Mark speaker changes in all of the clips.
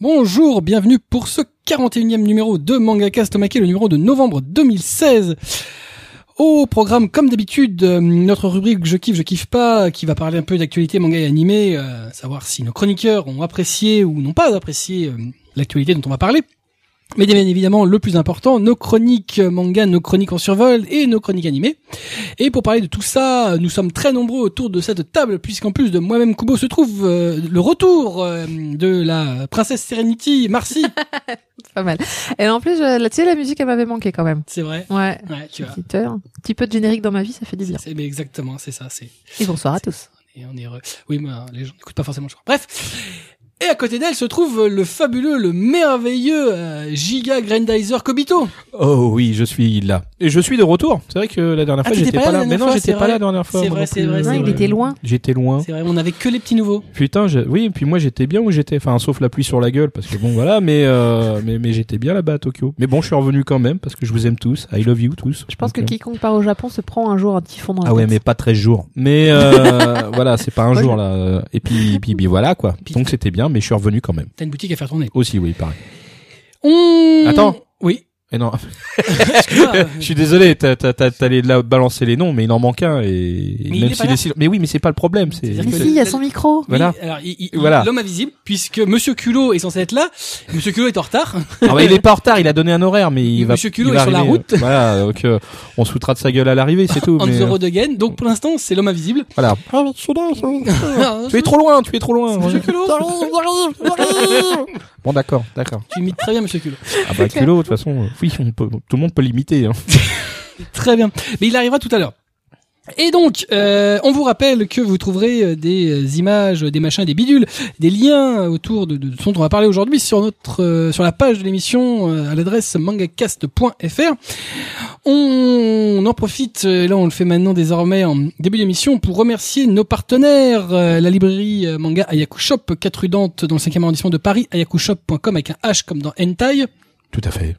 Speaker 1: Bonjour, bienvenue pour ce 41e numéro de Mangaka Stomaqué, le numéro de novembre 2016. Au programme, comme d'habitude, euh, notre rubrique Je kiffe, je kiffe pas, qui va parler un peu d'actualité manga et animé, euh, savoir si nos chroniqueurs ont apprécié ou n'ont pas apprécié euh, l'actualité dont on va parler. Mais bien évidemment, le plus important, nos chroniques manga, nos chroniques en survol et nos chroniques animées. Et pour parler de tout ça, nous sommes très nombreux autour de cette table, puisqu'en plus de moi-même, Kubo se trouve euh, le retour euh, de la princesse Serenity, Marcy.
Speaker 2: C'est pas mal. Et en plus, je- là, tu sais, la musique, elle m'avait manqué quand même.
Speaker 1: C'est vrai.
Speaker 2: Ouais.
Speaker 1: Ouais, tu vois.
Speaker 2: Petite heure. Un petit peu de générique dans ma vie, ça fait du bien.
Speaker 1: C'est mais exactement, c'est ça. C'est
Speaker 2: Et bonsoir à tous.
Speaker 1: et on est heureux. Oui, mais euh, les gens n'écoutent pas forcément. Je crois. Bref. Et à côté d'elle se trouve le fabuleux, le merveilleux euh, Giga Grandizer Kobito.
Speaker 3: Oh oui, je suis là. Et je suis de retour. C'est vrai que la dernière
Speaker 1: Ah,
Speaker 3: fois,
Speaker 1: t'étais
Speaker 3: j'étais
Speaker 1: pas là
Speaker 3: pas,
Speaker 1: la
Speaker 3: là. Mais
Speaker 1: dernière
Speaker 3: non,
Speaker 1: fois,
Speaker 3: j'étais
Speaker 1: c'est
Speaker 3: pas
Speaker 1: vrai.
Speaker 3: là la dernière fois.
Speaker 1: C'est
Speaker 3: moi
Speaker 1: vrai,
Speaker 3: non
Speaker 1: c'est
Speaker 3: plus.
Speaker 1: vrai,
Speaker 2: c'est Ouais, il vrai. était loin.
Speaker 3: J'étais loin.
Speaker 1: C'est vrai, on avait que les petits nouveaux.
Speaker 3: Putain, je- oui, et puis moi j'étais bien où j'étais, enfin sauf la pluie sur la gueule, parce que bon voilà, mais euh, mais, mais j'étais bien là-bas à Tokyo. Mais bon, je suis revenu quand même, parce que je vous aime tous, I love you tous.
Speaker 2: Je pense que
Speaker 3: Donc, euh,
Speaker 2: quiconque part au Japon se prend un jour un typhon dans la
Speaker 3: Ah ouais,
Speaker 2: tête.
Speaker 3: mais pas 13 jours. Mais euh, voilà, c'est pas un
Speaker 2: Moi,
Speaker 3: jour là. Et puis, puis, puis voilà quoi. Donc c'était bien, mais je suis revenu quand même.
Speaker 1: T'as une boutique à faire tourner.
Speaker 3: Aussi, oui, pareil.
Speaker 1: On...
Speaker 3: Attends.
Speaker 1: Oui.
Speaker 3: Et non,
Speaker 1: Excuse-moi.
Speaker 3: je suis désolé, t'as- t'as- t'as- t'allais là balancer les noms, mais il en manque un. Et
Speaker 1: Mais il est
Speaker 3: même
Speaker 1: pas
Speaker 3: s'il
Speaker 1: là.
Speaker 3: est sil- mais oui, mais c'est pas le problème. C'est
Speaker 1: C'est-à-dire
Speaker 2: Mais
Speaker 1: que-
Speaker 2: si, il y a son micro.
Speaker 3: voilà.
Speaker 1: Oui, alors, il- il-
Speaker 3: Voilà.
Speaker 1: l'homme invisible, puisque Monsieur Culot est censé être là. Monsieur Culot est en retard.
Speaker 3: Ah bah, il est pas en retard, il a donné un horaire, mais il va.
Speaker 1: Monsieur Culot
Speaker 3: il va
Speaker 1: est sur la
Speaker 3: arriver.
Speaker 1: route.
Speaker 3: Voilà, donc euh, on se foutra de sa gueule à l'arrivée, c'est tout.
Speaker 1: On
Speaker 3: mais,
Speaker 1: the
Speaker 3: euh,
Speaker 1: road again. Donc pour l'instant, c'est l'homme invisible.
Speaker 3: voilà. Tu es trop loin, tu es trop loin.
Speaker 1: Monsieur Culot.
Speaker 3: Bon d'accord, d'accord.
Speaker 1: Tu imites très bien Monsieur Culot.
Speaker 3: Ah bah culot, de toute façon, euh, oui, on peut, tout le monde peut l'imiter. Hein.
Speaker 1: Très bien. Mais il arrivera tout à l'heure. Et donc, euh, on vous rappelle que vous trouverez euh, des euh, images, euh, des machins, des bidules, des liens autour de, de ce dont on va parler aujourd'hui sur notre euh, sur la page de l'émission euh, à l'adresse mangacast.fr. On en profite, euh, et là on le fait maintenant désormais en début d'émission, pour remercier nos partenaires, euh, la librairie euh, manga Ayaku Shop, 4 rue Dante, dans le 5e arrondissement de Paris, ayakushop.com avec un H comme dans Hentai.
Speaker 3: Tout à fait,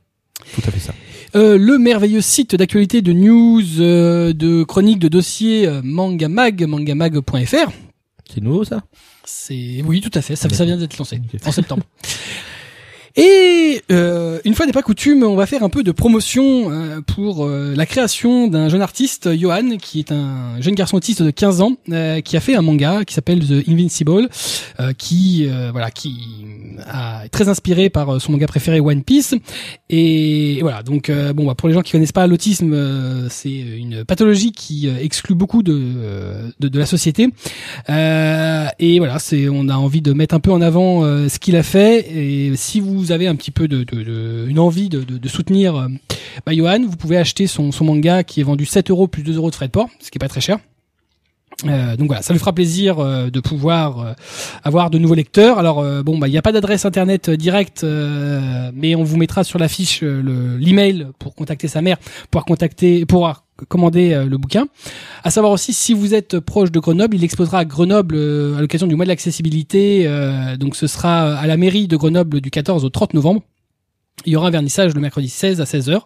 Speaker 3: tout à fait ça.
Speaker 1: Euh, le merveilleux site d'actualité, de news, euh, de chroniques, de dossiers, euh, Mangamag, mangamag.fr.
Speaker 3: C'est nouveau ça.
Speaker 1: C'est oui, tout à fait. Ça, ça vient d'être lancé
Speaker 3: Ok.
Speaker 1: en septembre. Et euh, une fois n'est pas coutume, on va faire un peu de promotion euh, pour euh, la création d'un jeune artiste, euh, Johan, qui est un jeune garçon autiste de 15 ans, euh, qui a fait un manga qui s'appelle The Invincible, euh, qui euh, voilà, qui a- est très inspiré par euh, son manga préféré One Piece. Et voilà, donc euh, bon, bah, pour les gens qui connaissent pas l'autisme, euh, c'est une pathologie qui euh, exclut beaucoup de, euh, de de la société. Euh, et voilà, c'est on a envie de mettre un peu en avant euh, ce qu'il a fait. Et si vous avez un petit peu de, de- de- une envie de, de- de soutenir euh, bah, Johan, vous pouvez acheter son, son manga qui est vendu 7 euros plus 2 euros de frais de port, ce qui est pas très cher. Euh, donc voilà, ça lui fera plaisir euh, de pouvoir euh, avoir de nouveaux lecteurs. Alors euh, bon, bah il n'y a pas d'adresse internet euh, directe, euh, mais on vous mettra sur l'affiche euh, le- l'email pour contacter sa mère, pour contacter, pour commander euh, le bouquin. À savoir aussi, si vous êtes proche de Grenoble, il exposera à Grenoble euh, à l'occasion du mois de l'accessibilité. euh, donc ce sera à la mairie de Grenoble du 14 au 30 novembre. Il y aura un vernissage le mercredi 16 à 16h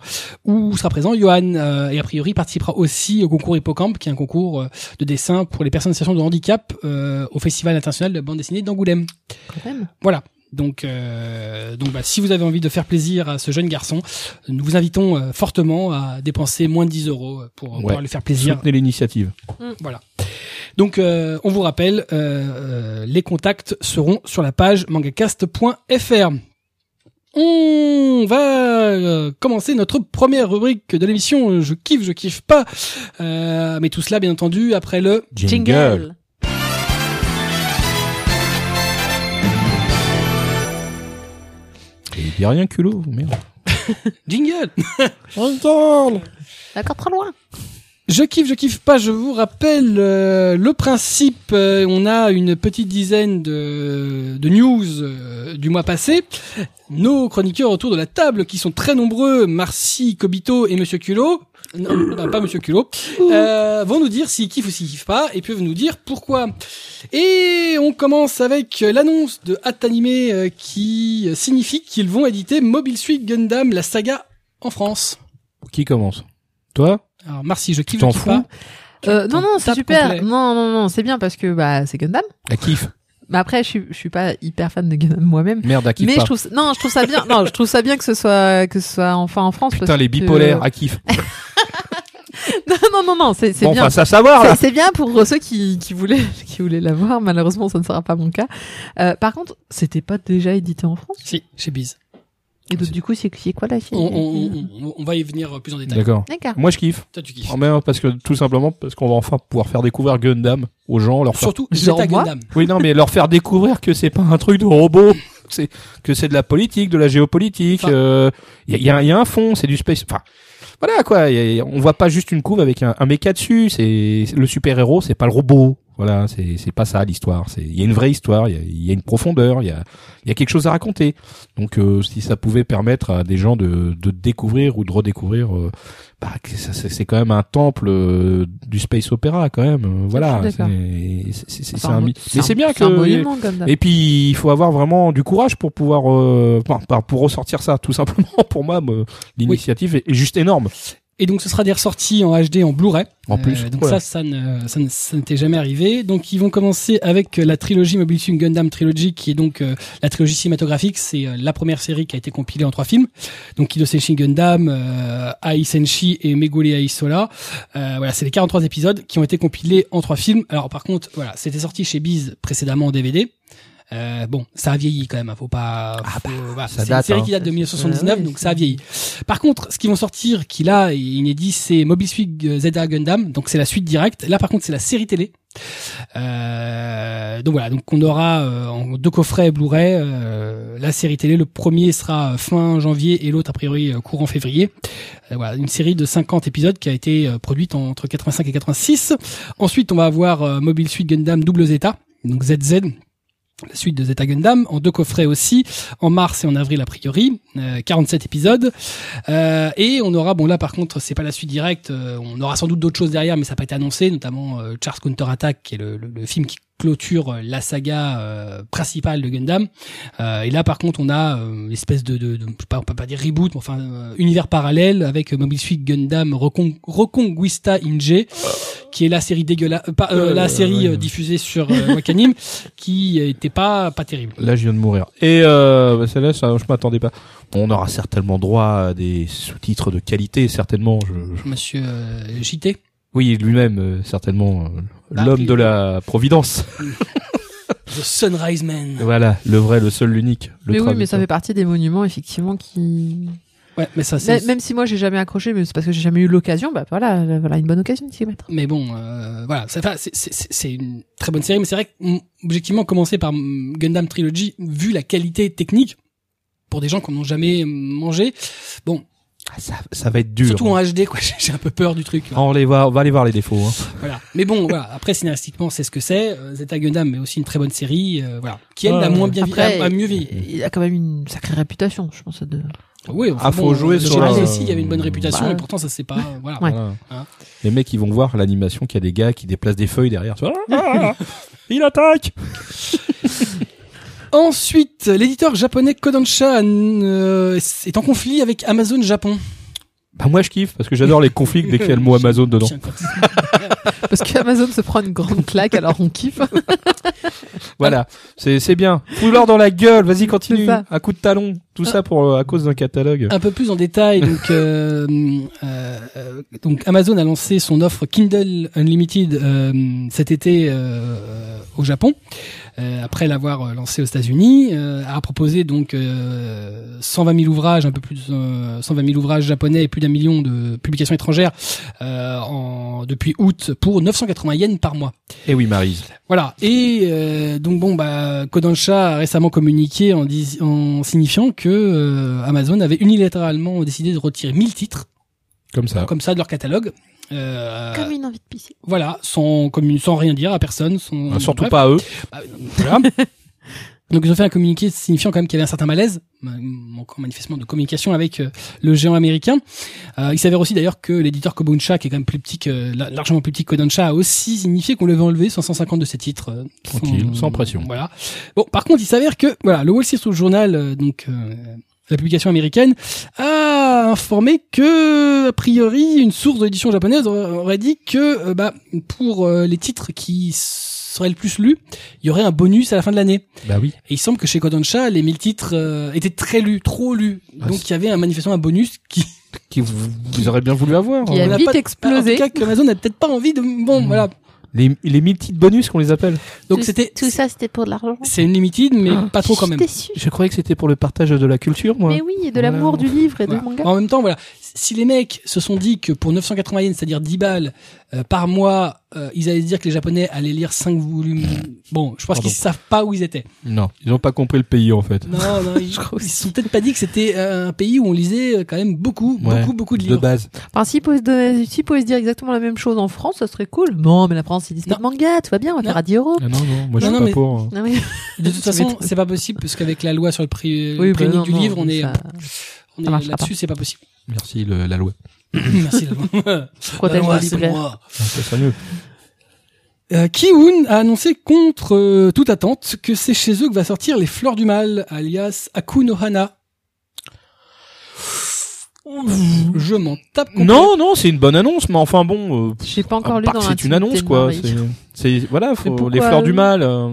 Speaker 1: où sera présent Johan euh, et a priori participera aussi au concours Hippocampe qui est un concours euh, de dessin pour les personnes en situation de handicap euh, au Festival international de bande dessinée d'Angoulême.
Speaker 2: Quand même.
Speaker 1: Voilà. Donc, euh, donc bah, si vous avez envie de faire plaisir à ce jeune garçon, nous vous invitons euh, fortement à dépenser moins de 10 euros pour euh,
Speaker 3: Ouais.
Speaker 1: pouvoir lui faire plaisir.
Speaker 3: Soutenez l'initiative.
Speaker 1: Voilà. Donc, euh, on vous rappelle, euh, euh, les contacts seront sur la page mangacast.fr. On va euh, commencer notre première rubrique de l'émission. Je kiffe, je kiffe pas. Euh, mais tout cela, bien entendu, après le.
Speaker 3: Et Il dit rien culot, merde.
Speaker 1: Jingle
Speaker 2: D'accord, trop loin.
Speaker 1: Je kiffe, je kiffe pas, je vous rappelle euh, le principe. euh, on a une petite dizaine de, de news euh, du mois passé. Nos chroniqueurs autour de la table, qui sont très nombreux, Marcy, Kobito et Monsieur Culot, non, pas- pas Monsieur Culot, euh, vont nous dire s'ils kiffent ou s'ils kiffent pas, et peuvent nous dire pourquoi. Et on commence avec euh, l'annonce de Hatanime euh, qui signifie qu'ils vont éditer Mobile Suit Gundam, la saga, en France.
Speaker 3: Qui commence Toi
Speaker 1: Alors Marcy, je kiffe, je
Speaker 3: t'en
Speaker 1: kiffe
Speaker 3: fous
Speaker 1: pas.
Speaker 2: Euh, non, non,
Speaker 1: Tape
Speaker 2: c'est super.
Speaker 1: complet.
Speaker 2: Non, non, non, c'est bien parce que bah c'est Gundam.
Speaker 3: La kiff.
Speaker 2: Mais après, je suis, je suis pas hyper fan de Ganon moi-même.
Speaker 3: Merde, à qui
Speaker 2: Mais
Speaker 3: pas
Speaker 2: je trouve, ça- non, je trouve ça bien. Non, je trouve ça bien que ce soit que ce soit enfin en France.
Speaker 3: Putain,
Speaker 2: parce
Speaker 3: les
Speaker 2: que-
Speaker 3: bipolaires, à kiff.
Speaker 2: Non, non, non, non, c'est c'est
Speaker 3: Bon,
Speaker 2: bien.
Speaker 3: enfin, ça
Speaker 1: Ah,
Speaker 3: savoir,
Speaker 1: bah.
Speaker 3: là.
Speaker 2: C'est- C'est bien pour ceux qui, qui voulaient qui voulaient l'avoir. Malheureusement, ça ne sera pas mon cas. Euh, par contre, c'était pas déjà édité en France.
Speaker 1: Si, chez Biz.
Speaker 2: Et donc du coup, c'est c'est quoi la
Speaker 1: On,
Speaker 2: fille
Speaker 1: on- on- on- on va y venir plus en détail.
Speaker 3: D'accord.
Speaker 2: D'accord.
Speaker 3: Moi, je kiffe.
Speaker 1: Toi, tu kiffes.
Speaker 3: Oh, mais, euh, parce que, tout simplement, parce qu'on va enfin pouvoir faire découvrir Gundam aux gens, leur faire
Speaker 1: Surtout,
Speaker 2: Genre
Speaker 1: Zeta
Speaker 2: moi
Speaker 1: Gundam.
Speaker 3: Oui, non, mais leur faire découvrir que c'est pas un truc de robot, c'est que c'est de la politique, de la géopolitique.
Speaker 1: Enfin-
Speaker 3: euh, Il y, a, il y a un- il y a un fond, c'est du space. Enfin, voilà quoi. il y a- il y a- on voit pas juste une couve avec un, un méca dessus. C'est le super héros, c'est pas le robot. Voilà, c'est c'est pas ça l'histoire. C'est il y a une vraie histoire, il y a, il y a une profondeur, il y a il y a quelque chose à raconter. Donc euh, si ça pouvait permettre à des gens de de découvrir ou de redécouvrir, euh, bah que ça- c'est c'est quand même un temple euh, du space opéra quand même. euh, Voilà,
Speaker 2: Je suis d'accord.
Speaker 3: c'est- c'est c'est- c'est
Speaker 2: Enfin,
Speaker 3: un
Speaker 2: mo-
Speaker 3: mi- mais
Speaker 2: un-
Speaker 3: c'est bien que
Speaker 2: un monument comme ça.
Speaker 3: et puis il faut avoir vraiment du courage pour pouvoir euh, enfin, par- pour ressortir ça tout simplement pour moi me- l'initiative est- est juste énorme.
Speaker 1: Et donc, ce sera des ressorties en HD, en Blu-ray.
Speaker 3: En plus,
Speaker 1: Euh, donc
Speaker 3: voilà.
Speaker 1: ça, ça ne, ça ne- ça n'était jamais arrivé. Donc, ils vont commencer avec euh, la trilogie Mobile Suit Gundam Trilogy, qui est donc euh, la trilogie cinématographique. C'est euh, la première série qui a été compilée en trois films. Donc, Kido Senshi Gundam, euh, Ai Senshi et Megure Ai Sola. Euh, voilà, c'est les 43 épisodes qui ont été compilés en trois films. Alors, par contre, voilà, c'était sorti chez Biz précédemment en DVD. Euh, bon, ça a vieilli quand même, hein, faut pas. faut- voilà,
Speaker 3: Ah ça
Speaker 1: c'est
Speaker 3: date,
Speaker 1: une série
Speaker 3: hein.
Speaker 1: qui date de 1979,
Speaker 2: Ah oui,
Speaker 1: donc
Speaker 2: c'est-
Speaker 1: ça a vieilli. Par contre, ce qu'ils vont sortir, qui là est inédit, c'est Mobile Suit ZA Gundam, donc c'est la suite directe. Là, par contre, c'est la série télé. Euh, donc voilà, donc on aura euh, en deux coffrets Blu-ray euh, la série télé. Le premier sera euh, fin janvier et l'autre a priori euh, courant février. Euh, voilà, une série de 50 épisodes qui a été euh, produite en- entre 85 et 86. Ensuite, on va avoir euh, Mobile Suit Gundam Double Zeta, donc ZZ. La suite de Zeta Gundam, en deux coffrets aussi, en mars et en avril a priori, euh, 47 épisodes. Euh, et on aura, bon là par contre, c'est pas la suite directe. euh, on aura sans doute d'autres choses derrière, mais ça n'a pas été annoncé, notamment euh, Charles Counter Attack, qui est le, le- le film qui clôture euh, la saga euh, principale de Gundam. Euh, et là par contre, on a euh, une espèce de, de, de- je sais pas, on peut pas dire reboot, mais enfin euh, univers parallèle avec euh, Mobile Suit Gundam Recon- Reconquista Inge, qui est la série dégueulasse, euh, pas, euh,
Speaker 3: Euh,
Speaker 1: la série
Speaker 3: ouais.
Speaker 1: euh, diffusée sur euh, Wakanim, qui était pas pas terrible.
Speaker 3: Là, je viens de mourir. Et euh, bah, celle-là, ça, je m'attendais pas. On aura certainement droit à des sous-titres de qualité, certainement. Je, je-
Speaker 1: Monsieur euh, JT.
Speaker 3: Oui, lui-même, euh, certainement, euh,
Speaker 1: Bah,
Speaker 3: l'homme
Speaker 1: il-
Speaker 3: de la providence.
Speaker 1: The Sunrise Man.
Speaker 3: voilà, le vrai, le seul, l'unique. le
Speaker 2: mais oui, mais
Speaker 3: traducteur.
Speaker 2: ça fait partie des monuments effectivement qui.
Speaker 1: Ouais, mais ça
Speaker 2: Mais-
Speaker 1: c'est
Speaker 2: Même si moi j'ai jamais accroché, mais c'est parce que j'ai jamais eu l'occasion. Bah voilà, euh, voilà une bonne occasion de s'y mettre.
Speaker 1: Mais bon, euh, voilà, c'est- enfin, c'est- c'est c'est- c'est une très bonne série, mais c'est vrai que, mm, objectivement, commencer par mm, Gundam Trilogy, vu la qualité technique, pour des gens qui n'en ont jamais mm, mangé, bon,
Speaker 3: Ah, ça, ça va être dur.
Speaker 1: surtout en HD, quoi, j'ai j'ai un peu peur du truc.
Speaker 3: Ah, on, les va, on va aller voir les défauts. hein.
Speaker 1: Voilà. Mais bon, voilà, après, scénaristiquement, c'est ce que c'est. Euh, Zeta Gundam est aussi une très bonne série, euh, voilà, qui elle
Speaker 3: Ouais,
Speaker 1: a, moins bien vi-
Speaker 2: Après,
Speaker 1: a, a mieux vieilli.
Speaker 2: il a quand même une sacrée réputation, je pense. De...
Speaker 1: Oui,
Speaker 3: Ah, faut jouer
Speaker 1: sur
Speaker 2: sur la-
Speaker 1: euh, aussi, il y avait une bonne réputation,
Speaker 2: Bah.
Speaker 1: et pourtant, ça c'est pas, euh, voilà.
Speaker 2: Ouais.
Speaker 3: Voilà.
Speaker 1: Hein.
Speaker 3: Les mecs, ils vont voir l'animation qu'il y a des gars qui déplacent des feuilles derrière. Tu vois, Ah, ah, il attaque
Speaker 1: Ensuite, l'éditeur japonais Kodansha euh, est en conflit avec Amazon Japon. Euh,
Speaker 3: Bah moi, je kiffe parce que j'adore les conflits dès qu'il y a le mot Amazon dedans.
Speaker 1: Tiens, quoi.
Speaker 2: Parce qu'Amazon se prend une grande claque, alors on kiffe.
Speaker 3: Voilà, c'est c'est bien. Fous-leur dans la gueule, vas-y
Speaker 2: C'est
Speaker 3: continue.
Speaker 2: ça.
Speaker 3: Un coup de talon, tout ça pour euh, à cause d'un catalogue.
Speaker 1: un peu plus en détail, donc, euh, euh, euh, donc Amazon a lancé son offre Kindle Unlimited euh, cet été euh, au Japon, euh, après l'avoir euh, lancé aux États-Unis, euh, a proposé donc euh, 120 000 ouvrages, un peu plus euh, 120 000 ouvrages japonais et plus d'un million de publications étrangères euh, en, depuis août pour 980 yens par mois.
Speaker 3: Et Eh oui, Marise.
Speaker 1: Voilà. Et euh, donc bon, bah, Kodansha a récemment communiqué en, dis- en signifiant que euh, Amazon avait unilatéralement décidé de retirer 1000 titres
Speaker 3: Comme ça.
Speaker 1: comme ça de leur catalogue. Euh,
Speaker 2: Comme une envie de pisser.
Speaker 1: voilà, sans commune, sans rien dire à personne, sans,
Speaker 3: Ah, surtout
Speaker 1: bref.
Speaker 3: pas à eux.
Speaker 1: Bah, voilà. Donc ils ont fait un communiqué signifiant quand même qu'il y avait un certain malaise, ma- encore manifestement de communication avec euh, le géant américain. Euh, il s'avère aussi d'ailleurs que l'éditeur Kobuncha, qui est quand même plus petit que, la- largement plus petit que Kodansha, a aussi signifié qu'on lui avait enlevé 550 de ses titres. euh,
Speaker 3: Tranquille, sans pression.
Speaker 1: Voilà. Bon, par contre, il s'avère que voilà, le Wall Street Journal, euh, donc euh, la publication américaine, a informé que a priori une source d'édition japonaise aurait aurait dit que euh, bah, pour euh, les titres qui s- serait le plus lu, il y aurait un bonus à la fin de l'année.
Speaker 3: Bah oui.
Speaker 1: Et il semble que chez Kodansha, les 1000 titres euh, étaient très lus, trop lus.
Speaker 3: Ah,
Speaker 1: Donc il y avait un manifestement un bonus qui
Speaker 3: Qui vous, vous aurez bien voulu avoir.
Speaker 2: Qui a
Speaker 3: hein.
Speaker 1: on a
Speaker 2: vite
Speaker 1: pas- Ah,
Speaker 2: explosé.
Speaker 1: En tout cas, que Amazon n'a peut-être pas envie de. Bon,
Speaker 3: Mm.
Speaker 1: voilà.
Speaker 3: Les, les mille petites bonus qu'on les appelle.
Speaker 1: Donc
Speaker 4: Tout-
Speaker 1: c'était.
Speaker 4: Tout ça, c'était pour de l'argent.
Speaker 1: C'est une limited, mais
Speaker 2: Ah.
Speaker 1: pas trop quand même.
Speaker 4: Je suis déçue.
Speaker 3: Je croyais que c'était pour le partage de la culture, moi.
Speaker 4: Mais oui, et de
Speaker 3: Voilà.
Speaker 4: l'amour du livre et
Speaker 1: Voilà. Oh.
Speaker 4: du manga.
Speaker 1: En même temps, voilà. Si les mecs se sont dit que pour 980 yens, c'est-à-dire 10 balles euh, par mois, euh, ils allaient se dire que les Japonais allaient lire 5 volumes. Bon, je pense
Speaker 3: Pardon.
Speaker 1: qu'ils savent pas où ils étaient.
Speaker 3: Non, ils ont pas compris le pays en fait.
Speaker 1: Non, non, ils,
Speaker 2: Je crois
Speaker 1: ils
Speaker 2: aussi.
Speaker 1: se sont peut-être pas dit que c'était euh, un pays où on lisait euh, quand même beaucoup,
Speaker 3: Ouais,
Speaker 1: beaucoup, beaucoup de
Speaker 3: De
Speaker 1: livres.
Speaker 3: base.
Speaker 2: Enfin, s'ils pouvaient, se donner- s'ils pouvaient se dire exactement la même chose en France, ça serait cool. Non, mais la France, ils disent pas de manga, tout va bien, on va
Speaker 1: Non.
Speaker 2: faire à 10 euros.
Speaker 3: Ah non, non, moi je
Speaker 1: Non,
Speaker 3: suis
Speaker 1: non,
Speaker 3: pas
Speaker 1: mais-
Speaker 3: pour. hein.
Speaker 2: Non, mais-
Speaker 1: De toute façon,
Speaker 2: m'étonnes.
Speaker 1: c'est pas possible parce qu'avec la loi sur le prix, le
Speaker 2: Oui,
Speaker 1: prix
Speaker 2: bah
Speaker 1: unique
Speaker 2: non,
Speaker 1: du
Speaker 2: non,
Speaker 1: livre, on est,
Speaker 2: ça-
Speaker 1: on est
Speaker 2: marchera
Speaker 1: là-dessus, c'est pas possible.
Speaker 3: Merci le- la loi.
Speaker 1: Merci. la loi. La
Speaker 2: protège
Speaker 1: loi,
Speaker 2: le
Speaker 1: c'est
Speaker 2: libraire.
Speaker 1: moi.
Speaker 3: Ah, C'est sérieux.
Speaker 1: Euh, Kihoon a annoncé contre euh, toute attente que c'est chez eux que va sortir les Fleurs du Mal, alias Akunohana. Je m'en tape complètement.
Speaker 3: Non, non, c'est une bonne annonce, mais enfin bon. euh,
Speaker 2: J'ai pas
Speaker 3: à
Speaker 1: Ah,
Speaker 2: encore lu
Speaker 3: part
Speaker 2: dans
Speaker 3: que
Speaker 2: la
Speaker 3: c'est une annonce quoi. C'est, c'est- voilà, faut-
Speaker 2: pourquoi,
Speaker 3: les fleurs du
Speaker 2: euh,
Speaker 3: mal. euh,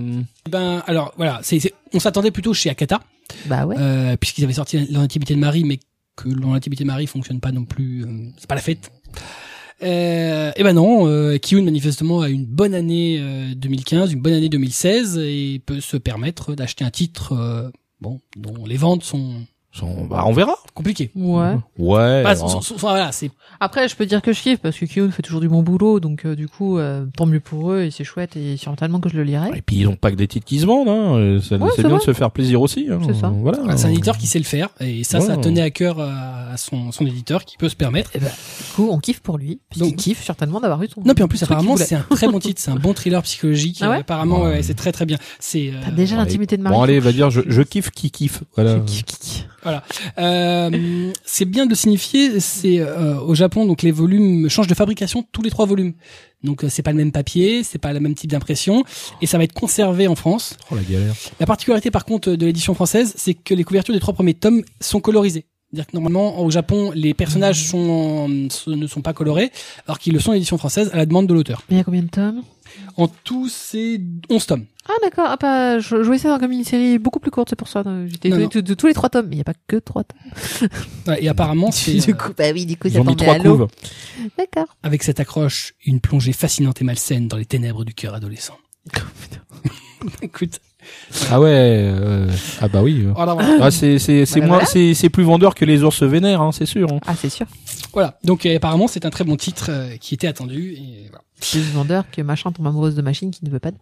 Speaker 1: Ben alors voilà, c'est c'est- on s'attendait plutôt chez Akata
Speaker 2: Bah ouais.
Speaker 1: euh, puisqu'ils avaient sorti l'intimité de Marie, mais que l'intimité de Marie fonctionne pas non plus, euh, c'est pas la fête. Euh, et ben non, euh, Kihoon manifestement a une bonne année euh, 2015, une bonne année 2016 et peut se permettre d'acheter un titre euh, bon dont les ventes sont
Speaker 3: sont- bah, on verra.
Speaker 1: compliquées.
Speaker 2: Ouais.
Speaker 3: Ouais.
Speaker 1: Bah,
Speaker 3: alors,
Speaker 1: son- son- son- voilà, c'est
Speaker 2: Après, je peux dire que je kiffe parce que Kyo fait toujours du bon boulot, donc euh, du coup, euh, tant mieux pour eux et c'est chouette et certainement que je le lirai.
Speaker 3: Et puis ils ont pas que des titres qui se vendent. Hein. euh, C'est,
Speaker 2: Ouais,
Speaker 3: c'est
Speaker 2: c'est
Speaker 3: bien
Speaker 2: vrai.
Speaker 3: de se faire plaisir aussi. hein,
Speaker 2: C'est ça.
Speaker 3: Voilà.
Speaker 1: Ah, c'est un éditeur qui sait le faire et ça, ça
Speaker 3: Ouais.
Speaker 1: tenait à cœur à, à son, son éditeur qui peut se permettre.
Speaker 2: Du coup, on kiffe pour lui, parce
Speaker 1: Donc-
Speaker 2: qu'il kiffe certainement d'avoir eu son.
Speaker 1: Non, puis en plus
Speaker 2: truc qu'il
Speaker 1: apparemment
Speaker 2: voulait.
Speaker 1: c'est un très bon titre, c'est un bon thriller psychologique.
Speaker 2: Ah ouais
Speaker 1: euh, apparemment
Speaker 3: Ouais.
Speaker 1: ouais, c'est très très bien. C'est euh,
Speaker 2: T'as déjà
Speaker 3: Allez.
Speaker 2: l'intimité de Marie.
Speaker 3: Bon allez, va dire je, je kiffe qui kiffe. Voilà.
Speaker 2: Je kiffe, kiffe.
Speaker 1: Euh, c'est bien de le signifier, c'est euh, au Japon donc les volumes changent de fabrication tous les trois volumes. Donc euh, c'est pas le même papier, c'est pas le même type d'impression et ça va être conservé en France.
Speaker 3: Oh la galère.
Speaker 1: La particularité par contre de l'édition française, c'est que les couvertures des trois premiers tomes sont colorisées. C'est-à-dire que normalement au Japon, les personnages sont en- se- ne sont pas colorés alors qu'ils le sont en édition française à la demande de l'auteur.
Speaker 2: Mais il y a combien de tomes
Speaker 1: En tout, c'est 11 tomes.
Speaker 2: Ah d'accord, ah bah, je, je voyais ça comme une série beaucoup plus courte, c'est pour ça. euh, J'étais
Speaker 1: Non,
Speaker 2: étonnée
Speaker 1: non.
Speaker 2: de, de tous les trois tomes, mais il n'y a pas que trois tomes.
Speaker 1: Ouais, Et apparemment, c'est
Speaker 2: du
Speaker 1: euh,
Speaker 2: coup, bah oui, du coup,
Speaker 3: Ils
Speaker 2: ça
Speaker 3: ont mis
Speaker 2: tombait à
Speaker 3: trois
Speaker 2: l'eau.
Speaker 3: couves.
Speaker 2: D'accord.
Speaker 1: avec cette accroche une plongée fascinante et malsaine dans les ténèbres du cœur adolescent. Écoute,
Speaker 3: Ah ouais. euh, ah bah oui. euh.
Speaker 1: voilà, voilà.
Speaker 3: Ah, c'est c'est c'est
Speaker 2: Voilà,
Speaker 3: moins
Speaker 2: Bah, voilà.
Speaker 3: c'est c'est plus vendeur que les ours vénères hein, c'est sûr. hein.
Speaker 2: Ah, c'est sûr.
Speaker 1: Voilà. Donc euh, apparemment, c'est un très bon titre euh, qui était attendu. Et voilà.
Speaker 2: Plus vendeur que machin tombe amoureuse de machine qui ne veut pas. de-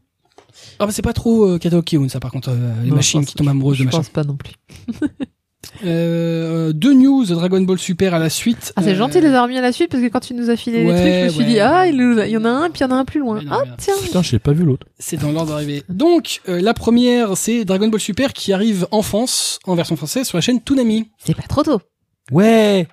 Speaker 1: Ah, bah, c'est pas trop euh, Kato Kiun, ça par contre, euh, les
Speaker 2: Non,
Speaker 1: machines
Speaker 2: je pense-
Speaker 1: qui tombent amoureuses de
Speaker 2: Je
Speaker 1: machin.
Speaker 2: pense pas non plus.
Speaker 1: Euh, deux news Dragon Ball Super à la suite.
Speaker 2: Ah, c'est
Speaker 1: Euh,
Speaker 2: gentil de les avoir mis à la suite parce que quand tu nous as filé
Speaker 1: Ouais,
Speaker 2: les trucs, je me suis
Speaker 1: ouais.
Speaker 2: dit, ah, il nous a- il y en a un, puis il y en a un plus loin.
Speaker 1: Mais non,
Speaker 2: Ah,
Speaker 1: mais non.
Speaker 2: tiens.
Speaker 3: Putain, j'ai pas vu l'autre.
Speaker 1: C'est dans l'ordre d'arrivée. Donc euh, la première, c'est Dragon Ball Super qui arrive en France en version française sur la chaîne Toonami.
Speaker 2: C'est pas trop tôt.
Speaker 3: Ouais.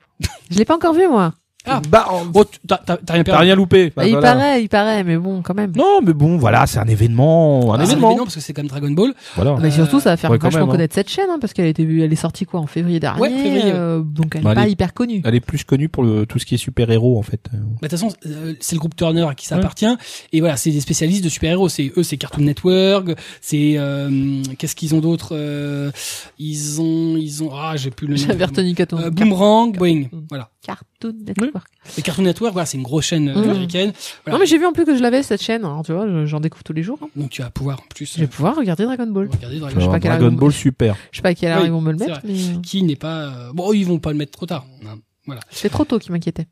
Speaker 2: Je l'ai pas encore vu, moi.
Speaker 1: Ah.
Speaker 3: bah en-
Speaker 1: Oh, tu- t'as t'as- t'as rien
Speaker 3: t'as
Speaker 1: perdu.
Speaker 3: rien loupé. Bah,
Speaker 2: il
Speaker 3: voilà.
Speaker 2: paraît, il paraît, mais bon, quand même.
Speaker 3: Non, mais bon, voilà, c'est un événement,
Speaker 1: Ah,
Speaker 3: un
Speaker 1: c'est
Speaker 3: événement.
Speaker 1: évident parce que c'est quand même Dragon Ball.
Speaker 3: Voilà.
Speaker 2: Mais Bah, surtout, ça va faire
Speaker 3: Euh, ouais, quand
Speaker 2: vachement
Speaker 3: même, hein.
Speaker 2: connaître cette chaîne, hein, parce qu'elle était, elle est sortie quoi en février dernier,
Speaker 1: Ouais, février, ouais.
Speaker 2: euh, donc elle
Speaker 3: Bah,
Speaker 2: n'est
Speaker 3: elle
Speaker 2: pas
Speaker 3: est-
Speaker 2: hyper connue.
Speaker 3: Elle est plus connue pour le, tout ce qui est super-héros, en fait.
Speaker 1: Bah, De toute façon, euh, c'est le groupe Turner à qui ça
Speaker 3: Ouais.
Speaker 1: appartient. Et voilà, c'est des spécialistes de super-héros. C'est eux, c'est Cartoon Network. C'est euh, qu'est-ce qu'ils ont d'autre Euh, Ils ont, ils ont. Ah, j'ai plus le nom.
Speaker 2: J'avais retenu Cartoon,
Speaker 1: Euh, Boomerang, Boeing.
Speaker 2: Mm.
Speaker 1: Voilà.
Speaker 2: Cartoon Network.
Speaker 1: Et Cartoon Network, voilà, c'est une grosse chaîne euh,
Speaker 2: Mm.
Speaker 1: américaine. Voilà.
Speaker 2: Non mais j'ai vu en plus que je l'avais cette chaîne, alors tu vois, je- j'en découvre tous les jours. hein.
Speaker 1: Donc tu vas pouvoir en plus
Speaker 2: Je vais
Speaker 1: euh,
Speaker 2: pouvoir regarder Dragon Ball.
Speaker 1: regarder Dragon
Speaker 2: sais
Speaker 3: Alors,
Speaker 1: Ball.
Speaker 2: pas quelle
Speaker 3: Dragon
Speaker 2: heure-
Speaker 3: Ball Super.
Speaker 2: Je sais pas à quelle heure
Speaker 1: Oui,
Speaker 2: ils vont me le
Speaker 1: c'est
Speaker 2: mettre, mais euh,
Speaker 1: Qui n'est pas. euh, Bon, ils vont pas le mettre trop tard. Hein.
Speaker 2: c'est trop tôt qui m'inquiétait.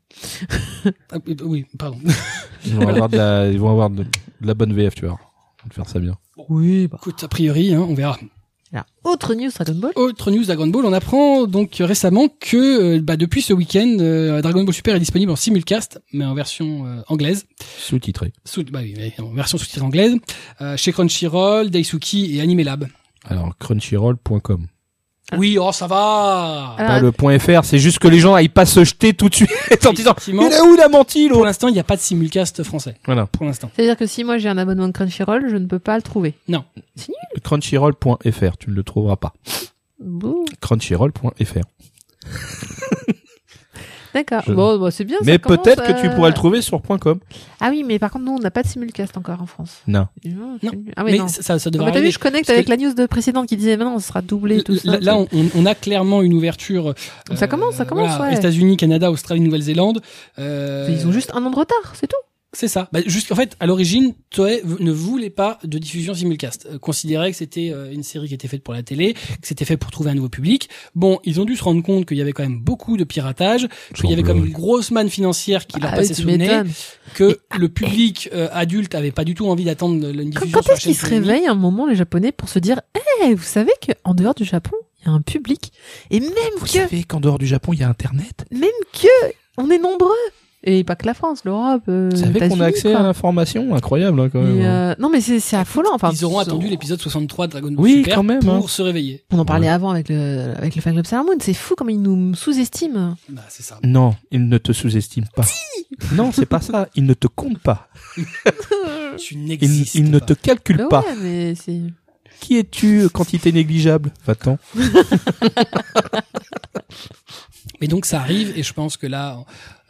Speaker 1: Ah, euh, oui, pardon.
Speaker 3: Ils vont avoir de la, ils vont avoir de, de la bonne VF, tu vois. On va faire ça bien.
Speaker 2: Oui, bah.
Speaker 1: Écoute, a priori, hein, on verra.
Speaker 2: Alors, autre news Dragon Ball.
Speaker 1: Autre news Dragon Ball, on apprend donc récemment que euh, bah, depuis ce week-end, euh, Dragon Ball Super est disponible en simulcast, mais en version euh, anglaise,
Speaker 3: Sous-titré.
Speaker 1: sous, bah, oui, mais en version sous-titrée anglaise, euh, chez Crunchyroll, Daisuki et Anime Lab.
Speaker 3: Alors, crunchyroll.com.
Speaker 1: Oui, oh ça va
Speaker 2: Alors,
Speaker 3: Pas le point .fr, c'est juste que les gens aillent pas se jeter tout de suite en disant,
Speaker 1: Effectivement.
Speaker 3: il a où la menti,
Speaker 1: Pour
Speaker 3: l'autre?
Speaker 1: l'instant, il n'y a pas de simulcast français,
Speaker 3: Voilà.
Speaker 1: pour l'instant.
Speaker 2: C'est-à-dire que si moi j'ai un abonnement de Crunchyroll, je ne peux pas le trouver.
Speaker 3: Crunchyroll.fr, tu ne le trouveras pas.
Speaker 2: Bouh.
Speaker 3: Crunchyroll.fr.
Speaker 2: D'accord.
Speaker 3: Je-
Speaker 2: Bon, bon, c'est bien. ça
Speaker 3: Mais
Speaker 2: commence
Speaker 3: peut-être que
Speaker 2: à-
Speaker 3: tu
Speaker 1: euh,
Speaker 3: pourras le trouver sur .com.
Speaker 2: Ah oui, mais par contre, nous, on n'a pas de simulcast encore en France.
Speaker 3: Non.
Speaker 2: Non.
Speaker 1: Non.
Speaker 2: Ah oui,
Speaker 1: mais
Speaker 2: non.
Speaker 1: ça, ça, ça
Speaker 2: Non,
Speaker 1: devrait
Speaker 2: mais t'as vu,
Speaker 1: arriver.
Speaker 2: je connecte
Speaker 1: Parce
Speaker 2: avec
Speaker 1: que-
Speaker 2: la news de précédente qui disait maintenant on sera doublé et tout ça.
Speaker 1: Là, là, on, on a clairement une ouverture. euh,
Speaker 2: Donc ça commence, ça commence, ouais.
Speaker 1: États-Unis, Canada, Australie, Nouvelle-Zélande. euh,
Speaker 2: Ils ont juste un an de retard, c'est tout.
Speaker 1: C'est ça. Bah, juste, en fait, à l'origine, Toei v- ne voulait pas de diffusion simulcast. Euh, considérait que c'était euh, une série qui était faite pour la télé, que c'était fait pour trouver un nouveau public. Bon, ils ont dû se rendre compte qu'il y avait quand même beaucoup de piratage, qu'il y avait comme une grosse manne financière qui leur
Speaker 2: Ah,
Speaker 1: passait
Speaker 2: tu
Speaker 1: sous le nez,
Speaker 2: m'étonnes.
Speaker 1: que le public euh, adulte avait pas du tout envie d'attendre le- une
Speaker 2: Quand,
Speaker 1: diffusion
Speaker 2: quand
Speaker 1: sur la
Speaker 2: est-ce qu'ils
Speaker 1: chaîne
Speaker 2: se
Speaker 1: télévisée.
Speaker 2: réveillent un moment les Japonais pour se dire, Eh, vous savez qu'en dehors du Japon, il y a un public et même
Speaker 3: Vous
Speaker 2: que,
Speaker 3: savez qu'en dehors du Japon, il y a Internet
Speaker 2: même que, on est nombreux et pas que la France, l'Europe, euh,
Speaker 3: Vous
Speaker 2: les
Speaker 3: savez qu'on
Speaker 2: États-Unis,
Speaker 3: a accès
Speaker 2: quoi.
Speaker 3: à l'information Incroyable, hein, quand même.
Speaker 2: Mais, euh, non mais c'est c'est affolant. Enfin,
Speaker 1: Ils auront
Speaker 2: on-
Speaker 1: attendu l'épisode 63 de Dragon Ball
Speaker 3: Oui,
Speaker 1: Super
Speaker 3: quand même,
Speaker 1: pour
Speaker 3: hein.
Speaker 1: se réveiller.
Speaker 2: On en parlait avant avec le avec le fan club Sailor Moon. C'est fou comme ils nous sous-estiment.
Speaker 1: Bah, c'est
Speaker 2: euh,
Speaker 1: ça.
Speaker 2: Mm.
Speaker 3: Non, il ne te sous-estime pas. non, c'est pas ça. Il ne te compte pas.
Speaker 1: Tu
Speaker 3: Il,
Speaker 1: n'existes
Speaker 3: il ne
Speaker 1: pas.
Speaker 3: te calcule
Speaker 2: Bah
Speaker 3: pas.
Speaker 2: ouais, mais c'est
Speaker 3: Qui es-tu, euh, quantité négligeable Va-t'en.
Speaker 1: Mais donc, ça arrive, et je pense que là,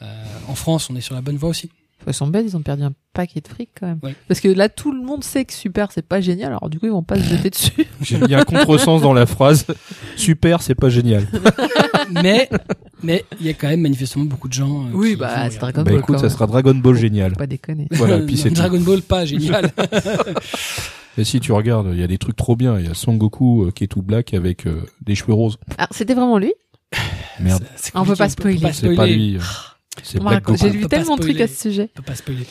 Speaker 1: euh, en France, on est sur la bonne voie aussi.
Speaker 2: Ils sont bêtes, ils ont perdu un paquet de fric quand même.
Speaker 1: Ouais.
Speaker 2: Parce que là, tout le monde sait que super, c'est pas génial. Alors du coup, ils vont pas se jeter dessus.
Speaker 3: Il y a un contresens dans la phrase. Super, c'est pas génial.
Speaker 1: mais mais il y a quand même manifestement beaucoup de gens. euh,
Speaker 2: oui,
Speaker 1: qui
Speaker 2: bah
Speaker 1: vont
Speaker 2: c'est
Speaker 1: regarder.
Speaker 2: Dragon
Speaker 3: Bah
Speaker 2: Ball.
Speaker 3: écoute,
Speaker 2: quand
Speaker 3: ça
Speaker 2: même.
Speaker 3: sera Dragon Ball génial.
Speaker 2: Faut Pas déconner.
Speaker 3: Voilà, puis c'est tout.
Speaker 1: Euh, Dragon Ball, pas génial.
Speaker 3: Et si tu regardes, il y a des trucs trop bien. Il y a Son Goku euh, qui est tout black avec euh, des cheveux roses.
Speaker 2: Ah, c'était vraiment lui.
Speaker 3: Merde,
Speaker 1: C'est- c'est
Speaker 2: On peut pas
Speaker 1: compliqué,
Speaker 2: spoiler.
Speaker 3: c'est pas lui. euh, C'est
Speaker 2: On
Speaker 3: Black
Speaker 2: raconte-
Speaker 3: Goku.
Speaker 2: Oh, J'ai
Speaker 1: On peut
Speaker 2: lu
Speaker 1: pas
Speaker 2: tellement de trucs
Speaker 1: spoiler.
Speaker 2: à ce sujet.
Speaker 1: On peut pas spoiler.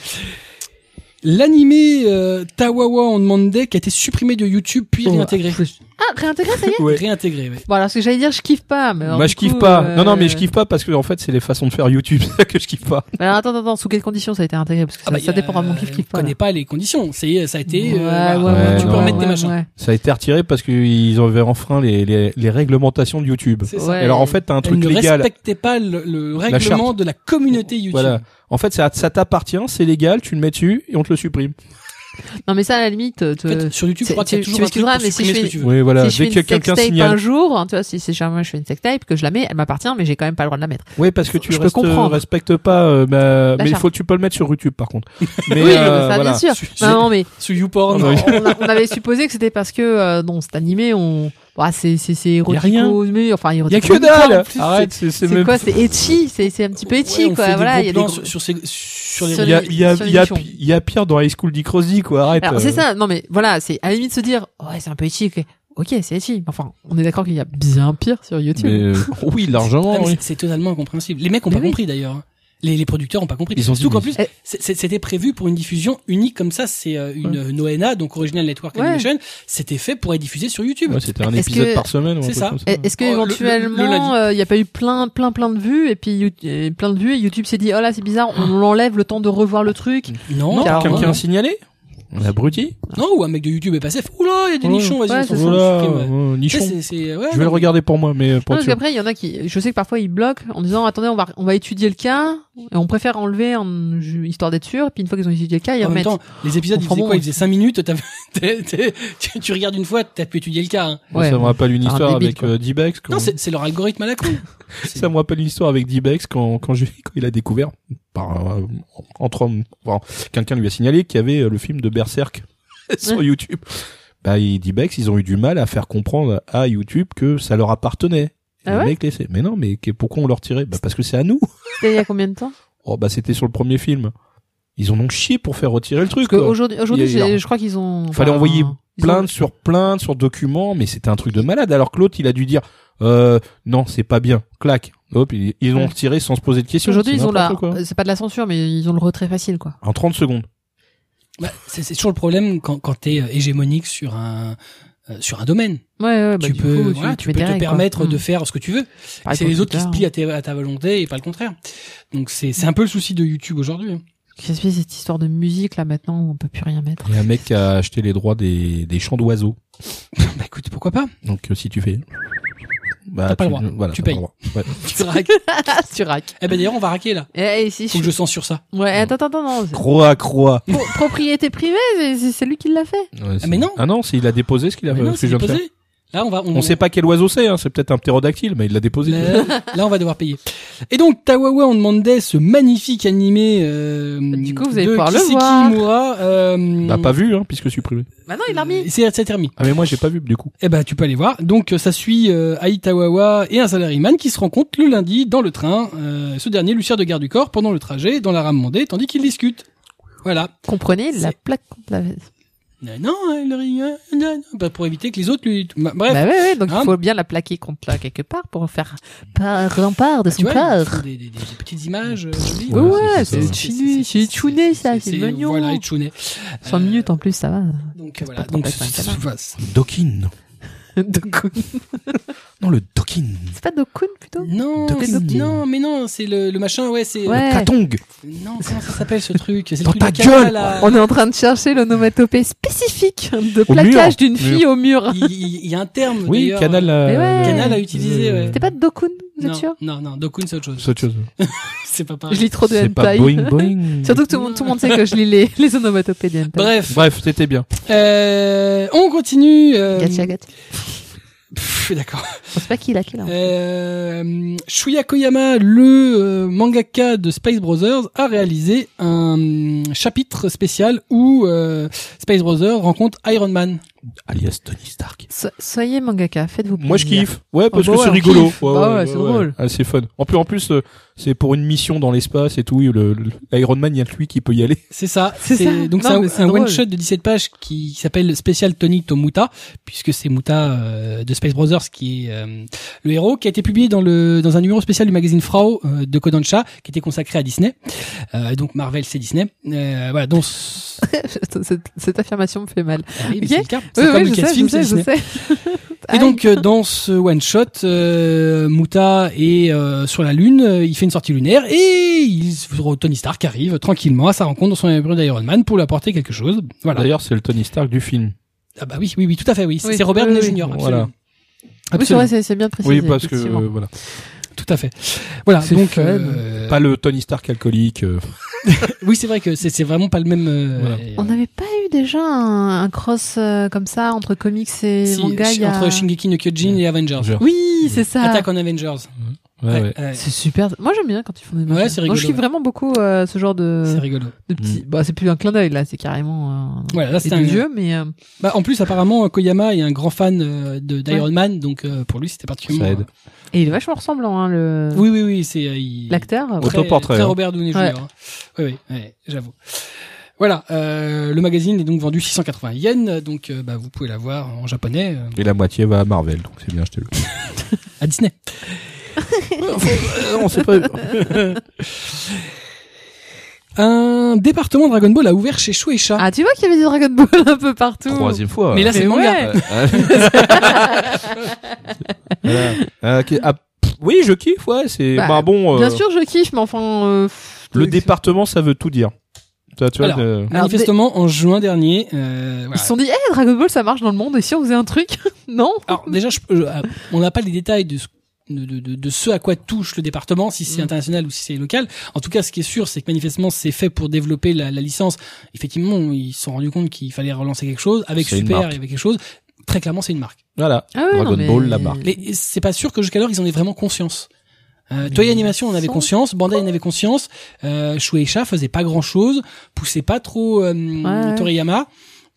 Speaker 1: L'animé euh, Tawawa on demandait qui a été supprimé de YouTube puis
Speaker 2: Oh,
Speaker 1: réintégré.
Speaker 2: Ah, réintégré, ça y est.
Speaker 3: Ouais.
Speaker 1: Réintégré, ouais. Ah
Speaker 2: Bon, alors ce que j'allais dire, je kiffe pas. Mais alors,
Speaker 3: Moi
Speaker 2: du
Speaker 3: Bah, je kiffe
Speaker 2: coup,
Speaker 3: pas.
Speaker 2: euh,
Speaker 3: Non non mais je kiffe pas parce que en fait c'est les façons de faire YouTube c'est ça que je kiffe pas.
Speaker 2: Alors attends, attends, sous quelles conditions ça a été intégré Parce que ça,
Speaker 1: Ah bah,
Speaker 2: ça
Speaker 1: y a-
Speaker 2: dépend vraiment kiff kiff
Speaker 1: On
Speaker 2: pas.
Speaker 1: connaît
Speaker 2: là.
Speaker 1: pas les conditions. C'est ça a été. euh, voilà.
Speaker 2: Ouais, ouais, ouais,
Speaker 1: tu peux
Speaker 3: non.
Speaker 1: remettre tes
Speaker 2: ouais,
Speaker 1: machins.
Speaker 2: ouais.
Speaker 3: Ça a été retiré parce qu'ils avaient enfreint les, les, les réglementations de YouTube.
Speaker 1: C'est ça.
Speaker 2: Ouais.
Speaker 3: Et alors en fait t'as un
Speaker 1: Elle
Speaker 3: truc
Speaker 1: ne
Speaker 3: légal.
Speaker 1: respectait pas le, le
Speaker 3: La
Speaker 1: règlement de la communauté YouTube.
Speaker 3: Voilà. En fait ça, ça t'appartient, c'est légal, tu le mets dessus et on te le supprime.
Speaker 2: Non, mais ça, à la limite, euh, te-
Speaker 1: En fait, sur YouTube, je
Speaker 2: C'est-
Speaker 1: crois qu'il y a
Speaker 2: tu-
Speaker 1: toujours
Speaker 2: tu
Speaker 1: un truc
Speaker 2: m'excuseras,
Speaker 1: pour
Speaker 2: mais si
Speaker 1: supprimer
Speaker 2: je
Speaker 1: ce
Speaker 2: fais-
Speaker 1: que tu veux.
Speaker 3: Oui voilà.
Speaker 2: si je
Speaker 3: Dès
Speaker 2: fais
Speaker 3: que
Speaker 2: une
Speaker 3: quelqu'un
Speaker 2: sextape un
Speaker 3: signale.
Speaker 2: jour, hein, tu vois, si c'est jamais je fais une sextape, que je la mets, elle m'appartient, mais j'ai quand même pas le droit de la mettre.
Speaker 3: Oui parce que tu
Speaker 2: Je peux
Speaker 3: restes- euh,
Speaker 2: comprendre.
Speaker 3: respectes pas. euh, bah,
Speaker 2: La
Speaker 3: mais il
Speaker 2: charte.
Speaker 3: faut tu peux le mettre sur YouTube par contre. Mais
Speaker 2: oui,
Speaker 3: euh,
Speaker 2: ça,
Speaker 3: voilà.
Speaker 2: bien sûr. Oh,
Speaker 1: Su- su-
Speaker 2: Non, non, mais
Speaker 1: Sur YouPorn.
Speaker 3: Ah,
Speaker 2: on,
Speaker 3: oui.
Speaker 2: on a- on avait supposé que c'était parce que, euh, non, cet animé, on, bah, c'est, c'est, c'est
Speaker 3: Y a rien.
Speaker 2: érotico, mais, enfin,
Speaker 3: Il y a
Speaker 2: érotico.
Speaker 3: que dalle.
Speaker 2: En plus,
Speaker 3: Arrête, c'est
Speaker 2: C'est
Speaker 3: c'est
Speaker 2: c'est
Speaker 3: même
Speaker 2: quoi, c'est etchy, c'est, c'est un petit peu etchy,
Speaker 1: Ouais, on
Speaker 2: quoi,
Speaker 1: fait des
Speaker 2: voilà,
Speaker 1: gros
Speaker 2: il y a des
Speaker 1: plans
Speaker 2: gros-
Speaker 1: sur- sur ces- sur les
Speaker 2: Sur
Speaker 3: Il y a,
Speaker 2: les-
Speaker 3: il y a,
Speaker 2: sur les
Speaker 3: il y a,
Speaker 2: nichons.
Speaker 3: il y a pire dans High School Dick Rosie, quoi. Arrête.
Speaker 2: Alors,
Speaker 3: euh.
Speaker 2: c'est ça, non, mais voilà, c'est, à la limite, se dire, ouais, c'est un peu etchy, ok, ok, c'est etchy. Enfin, on est d'accord qu'il y a bien pire sur YouTube.
Speaker 3: Mais, euh, oui, largement.
Speaker 1: Ah, mais
Speaker 3: oui.
Speaker 1: c'est- C'est totalement incompréhensible. Les mecs ont
Speaker 2: Mais
Speaker 1: pas
Speaker 2: oui.
Speaker 1: compris d'ailleurs. hein. Les, les producteurs ont pas compris.
Speaker 3: Ils ont dit,
Speaker 1: Surtout qu'en
Speaker 3: mais-
Speaker 1: plus, c'est- c'est- c'était prévu pour une diffusion unique comme ça. C'est euh, une euh, NoNA, donc Original Network
Speaker 2: Ouais.
Speaker 1: Animation. C'était fait pour être diffusé sur YouTube.
Speaker 3: Ouais, C'était un
Speaker 2: Est-ce
Speaker 3: épisode
Speaker 2: que-
Speaker 3: par semaine. ou un
Speaker 1: C'est
Speaker 3: truc
Speaker 1: ça.
Speaker 3: comme
Speaker 2: Et- Est-ce que
Speaker 1: Oh, le- le- le lundi.
Speaker 2: éventuellement euh, il n'y a pas eu plein plein plein de vues et puis You- euh, plein de vues et YouTube s'est dit oh là c'est bizarre
Speaker 1: Ah.
Speaker 2: on l'enlève le temps de revoir le truc
Speaker 1: Non,
Speaker 3: Non,
Speaker 1: non,
Speaker 3: quelqu'un
Speaker 1: non.
Speaker 3: a signalé Un abruti
Speaker 1: Non, ou un mec de YouTube est passé. Oula, il y a des
Speaker 3: Ouais.
Speaker 1: nichons. Vas-y,
Speaker 2: Ouais,
Speaker 1: on
Speaker 2: c'est
Speaker 1: s'en
Speaker 2: ça. Ah,
Speaker 1: fout, on
Speaker 3: Voilà,
Speaker 1: supprime, ouais.
Speaker 3: euh,
Speaker 1: Tu sais,
Speaker 3: nichon.
Speaker 1: c'est- c'est- ouais,
Speaker 3: Je vais le
Speaker 1: non,
Speaker 3: regarder pour moi, mais
Speaker 2: Non,
Speaker 3: pour
Speaker 2: parce
Speaker 3: être sûr.
Speaker 2: qu'après il y en a qui je sais que parfois ils bloquent en disant attendez on va on va étudier le cas et on préfère enlever en- ju- histoire d'être sûr puis une fois qu'ils ont étudié le cas ils
Speaker 1: En même
Speaker 2: remettent
Speaker 1: temps, les épisodes,
Speaker 2: On
Speaker 1: ils
Speaker 2: prend
Speaker 1: faisaient
Speaker 2: bon,
Speaker 1: quoi Ils
Speaker 2: ouais.
Speaker 1: faisaient 5 minutes. t'as- t'es- t'es- tu- Tu regardes une fois, t'as pu étudier le cas. hein.
Speaker 3: Moi, ça me rappelle une
Speaker 2: un
Speaker 3: histoire
Speaker 2: débile,
Speaker 3: avec
Speaker 2: quoi.
Speaker 3: euh, D-Bex. quand-
Speaker 1: Non, c'est c'est leur algorithme à la con. c'est-
Speaker 3: Ça me rappelle une histoire avec D-Bex quand, quand, je- quand il a découvert, par, euh, entre hommes, enfin, quelqu'un lui a signalé qu'il y avait euh, le film de Berserk sur
Speaker 2: Ouais.
Speaker 3: YouTube. Bah, il- D-Bex, ils ont eu du mal à faire comprendre à YouTube que ça leur appartenait. Et
Speaker 2: Ah
Speaker 3: le
Speaker 2: ouais
Speaker 3: mec laissait. Mais non, mais que- pourquoi on leur tirait Bah, parce que c'est à nous.
Speaker 2: C'était il y a combien de temps
Speaker 3: Oh, bah, c'était sur le premier film. Ils en ont chié pour faire retirer le truc.
Speaker 2: parce que
Speaker 3: quoi.
Speaker 2: aujourd'hui aujourd'hui
Speaker 3: Il y a-
Speaker 2: j'ai- je crois qu'ils ont
Speaker 3: Fallait
Speaker 2: enfin,
Speaker 3: envoyer
Speaker 2: ils ont-
Speaker 3: plainte sur plainte sur document mais c'était un truc de malade alors que l'autre il a dû dire euh, non c'est pas bien clac hop ils, ils ont
Speaker 2: Ouais.
Speaker 3: retiré sans se poser de
Speaker 2: parce
Speaker 3: questions
Speaker 2: qu'aujourd'hui
Speaker 3: C'est
Speaker 2: ils ont la
Speaker 3: n'importe quoi.
Speaker 2: c'est pas de la censure mais ils ont le retrait facile quoi
Speaker 3: en 30 secondes
Speaker 1: Bah, c'est c'est toujours le problème quand, quand t'es euh, hégémonique sur un euh, sur un domaine.
Speaker 2: ouais ouais bah,
Speaker 1: tu
Speaker 2: du
Speaker 1: peux,
Speaker 2: coup,
Speaker 1: voilà,
Speaker 2: tu
Speaker 1: tu
Speaker 2: mets
Speaker 1: peux
Speaker 2: tes
Speaker 1: te
Speaker 2: règles, quoi.
Speaker 1: permettre de
Speaker 2: Mm.
Speaker 1: faire ce que tu veux.
Speaker 2: Pareil
Speaker 1: c'est
Speaker 2: pour
Speaker 1: les autres qui
Speaker 2: Twitter.
Speaker 1: se plient à, tes- à ta volonté et pas le contraire. Donc c'est c'est un peu le souci de YouTube aujourd'hui. hein.
Speaker 2: Qu'est-ce que c'est cette histoire de musique là maintenant où on peut plus rien mettre
Speaker 3: il y a un mec qui a acheté les droits des, des chants d'oiseaux
Speaker 1: Bah écoute, pourquoi pas
Speaker 3: donc euh, si tu fais bah,
Speaker 1: T'as pas
Speaker 3: tu-
Speaker 1: le droit.
Speaker 3: voilà,
Speaker 1: Tu
Speaker 3: t'as pas
Speaker 1: payes.
Speaker 3: le droit. Ouais.
Speaker 1: Tu raques.
Speaker 2: Ah, tu rack.
Speaker 1: eh ben d'ailleurs, on va raquer là.
Speaker 2: Eh, eh, si,
Speaker 1: Faut
Speaker 2: je-
Speaker 1: que je censure ça.
Speaker 2: Ouais, eh, attends, attends, attends, non. c'est-
Speaker 3: croix croix
Speaker 2: Pro- propriété privée, c'est- c'est c'est lui qui l'a fait.
Speaker 3: Ouais, c'est-
Speaker 1: mais non.
Speaker 3: ah non c'est- il a déposé ce qu'il a
Speaker 1: Mais
Speaker 3: ce
Speaker 1: non,
Speaker 3: que
Speaker 1: c'est
Speaker 3: je viens de faire
Speaker 1: déposé. Là, on va.
Speaker 3: On sait pas quel oiseau c'est, hein, c'est peut-être un ptérodactyle, mais il l'a déposé.
Speaker 1: Là, là, on va devoir payer. Et donc, Tawawa on demandait ce magnifique animé. Euh,
Speaker 2: Du coup, vous allez
Speaker 1: de
Speaker 2: pouvoir le
Speaker 1: Kiseki
Speaker 2: voir.
Speaker 1: Imura, euh,
Speaker 3: Bah pas vu, hein, puisque supprimé.
Speaker 2: Bah non, il l'a remis.
Speaker 1: C'est c'est terminé.
Speaker 3: Ah mais moi j'ai pas vu du coup.
Speaker 1: Eh ben, tu peux aller voir. Donc, euh, ça suit euh, Aitawawa et un salaryman qui se rencontrent le lundi dans le train. Euh, ce dernier lui sert de garde du corps pendant le trajet dans la rame mondée, tandis qu'ils discutent. Voilà.
Speaker 2: Comprenez la
Speaker 1: C'est-
Speaker 2: plaque contre la veste.
Speaker 1: Non, non, hein, le rien, non, non, bah, pour éviter que les autres lui. bah, bref.
Speaker 2: Bah ouais, ouais, donc
Speaker 1: Hein.
Speaker 2: il faut bien la plaquer contre là quelque part pour faire par rempart de
Speaker 1: Ah, tu
Speaker 2: son
Speaker 1: vois, ils font
Speaker 2: corps.
Speaker 1: des, des- des- des petites images. euh, jolies.
Speaker 2: Ouais,
Speaker 3: Ouais,
Speaker 2: ouais,
Speaker 3: c'est-
Speaker 2: c'est
Speaker 3: c'est-
Speaker 2: chiné, c'est chouné ça, c'est mignon.
Speaker 1: Voilà, Itchouné.
Speaker 2: 100 minutes en plus, ça va.
Speaker 1: Donc
Speaker 2: C'est
Speaker 1: voilà,
Speaker 2: pas trop
Speaker 1: donc
Speaker 2: bête, hein,
Speaker 1: c'est-
Speaker 2: quand même.
Speaker 1: voilà, c'est-
Speaker 3: Dokin.
Speaker 2: Dokun.
Speaker 3: Non le Dokin.
Speaker 2: C'est pas Dokun plutôt
Speaker 1: non,
Speaker 3: Doc-
Speaker 1: c'est-
Speaker 3: Doc-
Speaker 1: non, mais non, c'est le, le machin, ouais, c'est
Speaker 2: Ouais.
Speaker 3: Katong.
Speaker 1: non, comment ça s'appelle ce truc C'est le
Speaker 3: Dans
Speaker 1: truc
Speaker 3: ta
Speaker 1: de Kama,
Speaker 3: gueule
Speaker 1: là.
Speaker 2: On est en train de chercher l'onomatopée spécifique de
Speaker 3: Au
Speaker 2: plaquage
Speaker 3: mur.
Speaker 2: d'une fille au mur.
Speaker 1: Il, il- il y a un terme.
Speaker 3: Oui,
Speaker 1: d'ailleurs.
Speaker 3: canal.
Speaker 2: euh, Mais ouais.
Speaker 1: Canal a utilisé, ouais.
Speaker 2: C'était pas Dokun, vous êtes
Speaker 1: Non,
Speaker 2: sûr
Speaker 1: non, non, Dokun c'est autre chose.
Speaker 3: C'est autre chose.
Speaker 1: C'est pas pareil.
Speaker 2: Je lis trop de
Speaker 3: C'est pas
Speaker 2: hentai.
Speaker 3: Boeing Boeing.
Speaker 2: Surtout que tout le monde, tout le monde sait que je lis les, les onomatopées des hentai.
Speaker 1: Bref,
Speaker 3: Bref, c'était bien.
Speaker 1: euh, on continue. euh,
Speaker 2: Gacha, gacha.
Speaker 1: pff, D'accord.
Speaker 2: Je pense pas qui l'a, qui l'a.
Speaker 1: Euh, Shuya Koyama, le euh, mangaka de Space Brothers, a réalisé un euh, chapitre spécial où euh, Space Brothers rencontre Iron Man.
Speaker 3: Alias Tony Stark.
Speaker 2: So- soyez mangaka, faites-vous plaisir.
Speaker 3: Moi je kiffe. Ouais, parce
Speaker 2: bah
Speaker 3: que
Speaker 2: ouais,
Speaker 3: c'est
Speaker 2: on
Speaker 3: rigolo.
Speaker 2: kiffe. Bah ouais, c'est drôle.
Speaker 3: Ah, c'est fun. En plus, en plus, euh, c'est pour une mission dans l'espace et tout. Le, le- Iron Man, il y a que lui qui peut y aller.
Speaker 1: C'est ça.
Speaker 2: C'est ça.
Speaker 1: Donc
Speaker 2: Non, mais
Speaker 1: c'est
Speaker 2: c'est
Speaker 1: un,
Speaker 2: drôle.
Speaker 1: one shot de 17 pages qui s'appelle Spécial Tony Tomuta puisque c'est Muta euh, de Space Brothers qui est euh, le héros qui a été publié dans le dans un numéro spécial du magazine Frau euh, de Kodansha qui était consacré à Disney. Euh, donc Marvel c'est Disney. Euh, voilà donc c'est
Speaker 2: cette, cette affirmation me fait mal.
Speaker 1: ah oui, mais c'est le cas. C'est
Speaker 2: Oui,
Speaker 1: comme
Speaker 2: oui, je sais,
Speaker 1: Lucasfilm,
Speaker 2: je sais,
Speaker 1: c'est
Speaker 2: je
Speaker 1: Disney.
Speaker 2: sais. Ah
Speaker 1: Et donc euh, dans ce one shot, euh, Muta est euh, sur la lune, euh, il fait une sortie lunaire et il, Tony Stark arrive tranquillement à sa rencontre dans son abri d'Iron Man pour lui apporter quelque chose. Voilà.
Speaker 3: Ah, D'ailleurs, c'est le Tony Stark du film.
Speaker 1: Ah bah oui, oui, oui, tout à fait, oui. C'est
Speaker 2: Oui.
Speaker 1: c'est Robert
Speaker 2: Oui,
Speaker 1: Downey
Speaker 2: oui. Ah
Speaker 1: Jr. Absolument.
Speaker 3: Voilà.
Speaker 2: Oui, c'est
Speaker 1: Absolument.
Speaker 2: vrai, c'est c'est bien précisé.
Speaker 3: oui, parce que
Speaker 2: effectivement.
Speaker 3: euh, voilà,
Speaker 1: tout à fait. Voilà.
Speaker 3: C'est
Speaker 1: Donc,
Speaker 3: fun.
Speaker 1: euh,
Speaker 3: pas le Tony Stark alcoolique. euh,
Speaker 1: oui, c'est vrai que c'est c'est vraiment pas le même. euh,
Speaker 3: Voilà.
Speaker 1: euh,
Speaker 2: On n'avait pas eu déjà un, un cross euh, comme ça entre comics et
Speaker 1: si,
Speaker 2: manga il y a-
Speaker 1: entre Shingeki no Kyojin et Avengers.
Speaker 3: Avengers.
Speaker 2: Oui, c'est ça.
Speaker 1: Attaque en Avengers.
Speaker 3: ouais, ouais.
Speaker 1: ouais.
Speaker 2: C'est super. Moi, j'aime bien quand ils font des
Speaker 1: Ouais, c'est rigolo,
Speaker 2: Moi, je kiffe
Speaker 1: ouais.
Speaker 2: vraiment beaucoup euh, ce genre
Speaker 1: C'est
Speaker 2: de,
Speaker 1: rigolo.
Speaker 2: de petits. Bah, c'est plus un clin d'œil là, c'est carrément. Euh...
Speaker 1: Voilà, là
Speaker 2: C'est
Speaker 1: c'est un.
Speaker 2: vieux, mais euh,
Speaker 1: Bah, en plus, apparemment, Koyama est un grand fan euh, de d'Iron Man, donc euh, pour lui, c'était particulièrement.
Speaker 3: Ça aide.
Speaker 2: et il est vachement ressemblant hein, le
Speaker 1: Oui, oui, oui, c'est. euh, il-
Speaker 2: l'acteur.
Speaker 1: très-
Speaker 3: Autoportrait,
Speaker 1: Très
Speaker 3: hein.
Speaker 1: Robert Downey Jr.
Speaker 2: Ouais.
Speaker 1: hein. Oui, oui, oui, j'avoue. Voilà, euh, le magazine est donc vendu 680 yens, donc euh, bah, vous pouvez l'avoir en japonais. euh,
Speaker 3: Et la moitié va à Marvel, donc c'est bien, achetez-le.
Speaker 1: à Disney.
Speaker 3: Euh, on sait pas.
Speaker 1: Un département Dragon Ball a ouvert chez Shueisha.
Speaker 2: Ah, tu vois qu'il y avait des Dragon Ball un peu partout.
Speaker 3: Troisième fois.
Speaker 1: mais là, c'est
Speaker 2: Mais
Speaker 1: le manga.
Speaker 2: ouais.
Speaker 3: Voilà. Ah, ok. Ah, pff, oui, je kiffe. Ouais, c'est.
Speaker 2: Bah,
Speaker 3: bah, bon. euh,
Speaker 2: Bien sûr, je kiffe, mais enfin. euh, pff,
Speaker 3: Le
Speaker 2: ils sont-
Speaker 3: département, ça veut tout dire. Ça, tu vois,
Speaker 1: Alors,
Speaker 3: euh,
Speaker 2: Alors,
Speaker 1: Manifestement, en juin dernier. euh,
Speaker 2: Ils
Speaker 1: voilà.
Speaker 2: se sont dit, eh, Dragon Ball, ça marche dans le monde, et si on faisait un truc Non
Speaker 1: Alors déjà, je- je- euh, on n'a pas les détails de ce de, de- de- de ce à quoi touche le département, si c'est
Speaker 2: Mm.
Speaker 1: international ou si c'est local. En tout cas, ce qui est sûr, c'est que manifestement, c'est fait pour développer la, la licence. Effectivement, ils se sont rendus compte qu'il fallait relancer quelque chose. Avec
Speaker 3: C'est une
Speaker 1: Super,
Speaker 3: marque.
Speaker 1: il y avait quelque chose. Très clairement, c'est une marque.
Speaker 3: voilà.
Speaker 2: Ah ouais,
Speaker 3: Dragon
Speaker 2: non, mais-
Speaker 3: Ball, la marque.
Speaker 1: Mais c'est pas sûr que jusqu'à l'heure, ils en aient vraiment conscience. Euh, Toei Animation en avait
Speaker 2: Sans-
Speaker 1: conscience, Bandai en avait conscience, euh, Shueisha faisait pas grand chose, poussait pas trop euh,
Speaker 2: ouais.
Speaker 1: Toriyama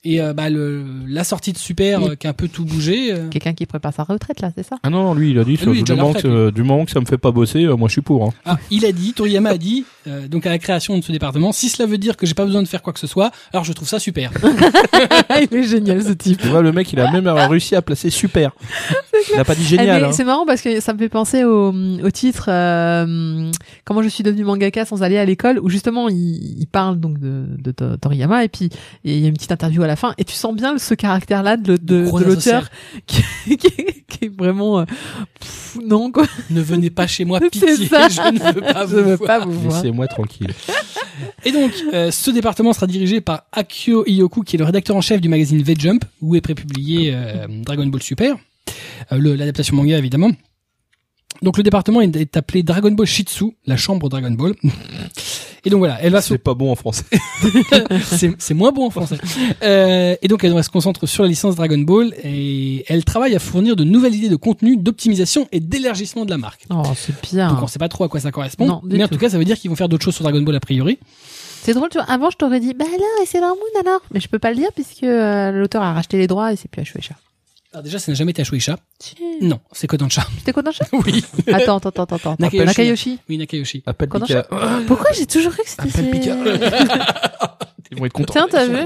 Speaker 1: et euh, bah le la sortie de Super
Speaker 2: Il-
Speaker 1: euh, qui a un peu tout bougé. euh,
Speaker 2: Quelqu'un qui prépare sa retraite, là, c'est ça
Speaker 3: Ah non, lui, il a dit,
Speaker 1: Lui, il est
Speaker 3: du,
Speaker 1: déjà à la
Speaker 3: moment
Speaker 1: retraite,
Speaker 3: que, euh, du moment que ça me fait pas bosser, euh, moi, je suis pour. Hein.
Speaker 1: ah, il a dit, Toriyama a dit euh, donc à la création de ce département, si cela veut dire que j'ai pas besoin de faire quoi que ce soit, alors je trouve ça super.
Speaker 2: Ah, il est génial, ce type.
Speaker 3: Tu vois, le mec, il a même réussi à placer super. Il a pas dit
Speaker 2: Eh,
Speaker 3: génial.
Speaker 2: mais
Speaker 3: hein.
Speaker 2: C'est marrant parce que ça me fait penser au, au titre euh, Comment je suis devenu mangaka sans aller à l'école où justement il, il parle donc de, de, To- Toriyama et puis il y a une petite interview à la fin et tu sens bien ce caractère là de, de,
Speaker 1: Gros
Speaker 2: de l'auteur
Speaker 1: associé.
Speaker 2: qui, qui, qui est vraiment euh, pff, non quoi
Speaker 1: Ne venez pas chez moi,
Speaker 2: C'est
Speaker 1: pitié,
Speaker 2: ça.
Speaker 1: je ne veux pas
Speaker 2: je
Speaker 1: Ah, vous
Speaker 2: veux
Speaker 1: voir.
Speaker 2: pas vous voir.
Speaker 3: Laissez-moi tranquille.
Speaker 1: Et donc, euh, ce département sera dirigé par Akio Iyoku, qui est le rédacteur en chef du magazine V-Jump, où est prépublié euh, Dragon Ball Super, euh, le- l'adaptation manga évidemment. Donc le département est- est appelé Dragon Ball Shitsu, la chambre Dragon Ball. Et donc voilà, elle va se
Speaker 3: C'est pas bon en français.
Speaker 1: c'est c'est moins bon en français. Euh, et donc, elle, elle se concentre sur la licence Dragon Ball et elle travaille à fournir de nouvelles idées de contenu, d'optimisation et d'élargissement de la marque.
Speaker 2: Oh, c'est
Speaker 1: Donc, on
Speaker 2: bien.
Speaker 1: sait pas trop à quoi ça correspond.
Speaker 2: Non, du
Speaker 1: mais en
Speaker 2: tout.
Speaker 1: tout cas, ça veut dire qu'ils vont faire d'autres choses sur Dragon Ball a priori.
Speaker 2: C'est drôle, tu vois. Avant, je t'aurais dit, bah alors, et c'est Moon alors. Mais je peux pas le dire puisque euh, l'auteur a racheté les droits et c'est plus HOH.
Speaker 1: Alors déjà, ça n'a jamais été à Shueisha. Non, c'est Kodansha.
Speaker 2: T'es content, chat
Speaker 1: Oui.
Speaker 2: Attends, attends, attends, attends.
Speaker 1: Nakayoshi.
Speaker 2: Nakayoshi.
Speaker 1: Oui, Nakayoshi.
Speaker 3: Appelle
Speaker 2: Quand on
Speaker 3: Pika.
Speaker 2: Pourquoi j'ai toujours cru que c'était.
Speaker 3: Appelle Pika.
Speaker 2: chez-
Speaker 3: Ils vont être contents.
Speaker 2: Tiens, t'as vu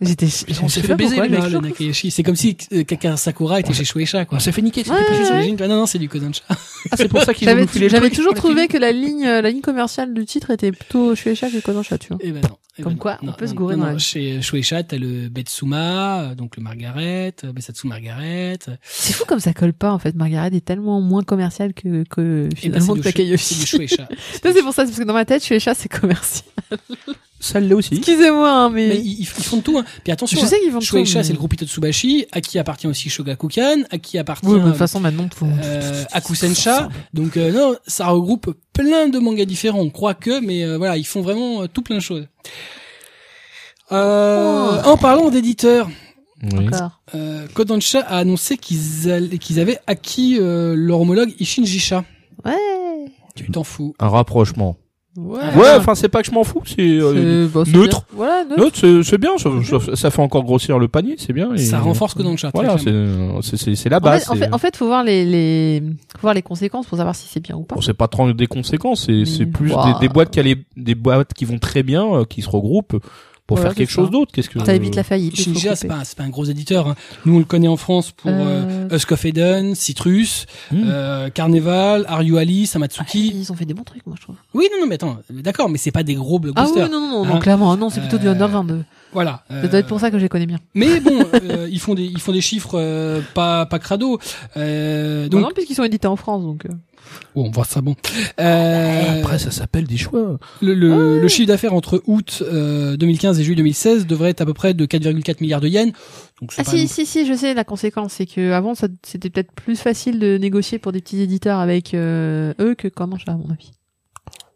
Speaker 2: J'étais.
Speaker 3: on
Speaker 2: je
Speaker 3: s'est
Speaker 2: sais
Speaker 3: fait
Speaker 2: pas
Speaker 3: baiser,
Speaker 2: pourquoi,
Speaker 3: les
Speaker 2: j'ai
Speaker 3: mecs,
Speaker 2: toujours-
Speaker 1: Nakayoshi. C'est comme si euh, Kaka Sakura était chez Shueisha, quoi.
Speaker 3: On s'est fait niquer. c'était
Speaker 2: Ouais,
Speaker 3: pas
Speaker 2: ouais,
Speaker 3: juste-
Speaker 2: ouais.
Speaker 1: J'imagine- Ah non, non, c'est du Kodansha.
Speaker 3: Ah, c'est pour ça qu'ils
Speaker 2: J'avais
Speaker 3: nous filer le
Speaker 2: j'avais
Speaker 3: truc.
Speaker 2: toujours
Speaker 3: On l'a
Speaker 2: trouvé
Speaker 3: filé.
Speaker 2: que la ligne, euh, la ligne commerciale du titre était plutôt Shueisha que Kodansha, tu vois.
Speaker 1: Eh ben non. Eh
Speaker 2: Comme
Speaker 1: ben
Speaker 2: quoi, on
Speaker 1: non,
Speaker 2: peut
Speaker 1: non,
Speaker 2: se gourer
Speaker 1: non,
Speaker 2: dans la
Speaker 1: non.
Speaker 2: vie.
Speaker 1: Chez Shueisha, t'as le Betsuma, euh, donc le Margaret, euh, Besatsu Margaret. Eh
Speaker 2: C'est fou comme ça colle pas, en fait. Margaret est tellement moins commerciale que,
Speaker 3: Eh
Speaker 2: que
Speaker 1: Et ben, c'est
Speaker 2: finalement
Speaker 1: du
Speaker 2: que Takayoshi.
Speaker 1: Shu- c'est du Shueisha.
Speaker 2: Ça, c'est pour ça, c'est parce que dans ma tête, Shueisha, c'est commercial.
Speaker 3: Celle-là aussi.
Speaker 2: Excusez-moi, hein, mais.
Speaker 1: Mais ils, ils font de tout. Hein. Puis attention,
Speaker 2: je sais qu'ils vendent
Speaker 1: Shueisha,
Speaker 2: tout, mais-
Speaker 1: c'est le groupe Itotsubashi, à qui appartient aussi Shogakukan, à qui appartient
Speaker 2: Oui, mais de toute façon, maintenant, faut...
Speaker 1: euh, Akusensha. Donc euh, non, ça regroupe plein de mangas différents, on croit que, mais euh, voilà, ils font vraiment euh, tout plein de choses. Euh,
Speaker 2: Oh.
Speaker 1: En parlant d'éditeurs,
Speaker 2: Encore.
Speaker 1: euh, Kodansha a annoncé qu'ils allaient- qu'ils avaient acquis euh, leur homologue Ishin Jisha.
Speaker 2: Ouais.
Speaker 1: Tu t'en fous.
Speaker 3: Un rapprochement.
Speaker 2: Ouais.
Speaker 3: Ouais, enfin, c'est pas que je m'en fous. C'est euh,
Speaker 2: C'est- bah, c'est
Speaker 3: neutre.
Speaker 2: bien. Voilà, neutre.
Speaker 3: Non, c'est c'est bien, ça, ça- ça fait encore grossir le panier, c'est bien. et-
Speaker 1: Ça renforce Kodansha. très
Speaker 3: Voilà,
Speaker 1: clairement.
Speaker 3: c'est- c'est c'est- c'est la
Speaker 2: En
Speaker 3: base.
Speaker 2: fait, en
Speaker 3: c'est-
Speaker 2: fait, en fait, faut voir les, les, faut voir les conséquences pour savoir si c'est bien ou pas.
Speaker 3: Bon, c'est pas trop des conséquences, c'est
Speaker 2: Mais
Speaker 3: c'est plus
Speaker 2: ouah.
Speaker 3: des, des boîtes qui allaient- des boîtes qui vont très bien, euh, qui se regroupent pour
Speaker 2: Voilà,
Speaker 3: faire quelque
Speaker 2: c'est
Speaker 3: chose
Speaker 2: ça.
Speaker 3: d'autre. Qu'est-ce que
Speaker 2: Ça évite la faillite. il faut
Speaker 1: Shinja,
Speaker 2: couper.
Speaker 1: c'est pas, un- c'est pas un gros éditeur. hein. Nous, on le connaît en France pour euh,
Speaker 2: Euh, Mm.
Speaker 1: Husk of Eden, Citrus,
Speaker 3: Hmm.
Speaker 1: euh, Carnival, Are You Alice, Amatsuki.
Speaker 2: ah, Ils ont fait des bons trucs, moi, je trouve.
Speaker 1: Oui, non, non, mais attends, d'accord, mais c'est pas des gros
Speaker 2: Ah oui,
Speaker 1: blockbusters.
Speaker 2: non, non, non,
Speaker 1: Hein.
Speaker 2: non, clairement. Non, c'est plutôt du
Speaker 1: Euh,
Speaker 2: underground.
Speaker 1: Voilà. euh,
Speaker 2: Ça doit être pour ça que je les connais bien.
Speaker 1: Mais bon, euh, ils font des, ils font des chiffres euh, pas, pas crado. Euh,
Speaker 2: Donc,
Speaker 1: donc,
Speaker 2: Bah non, puisqu'ils sont édités en France, donc. euh.
Speaker 1: oh, on voit ça bon. Euh,
Speaker 3: Eh, Après, ça s'appelle des choix.
Speaker 1: le, le, le chiffre d'affaires entre août euh, 2015 et juillet 2016 devrait être à peu près de 4,4 milliards de yens. Donc, c'est
Speaker 2: Ah
Speaker 1: pas
Speaker 2: si,
Speaker 1: non-
Speaker 2: si, si, je sais. La conséquence, c'est que avant, ça- c'était peut-être plus facile de négocier pour des petits éditeurs avec euh, eux que Kodansha, à mon avis.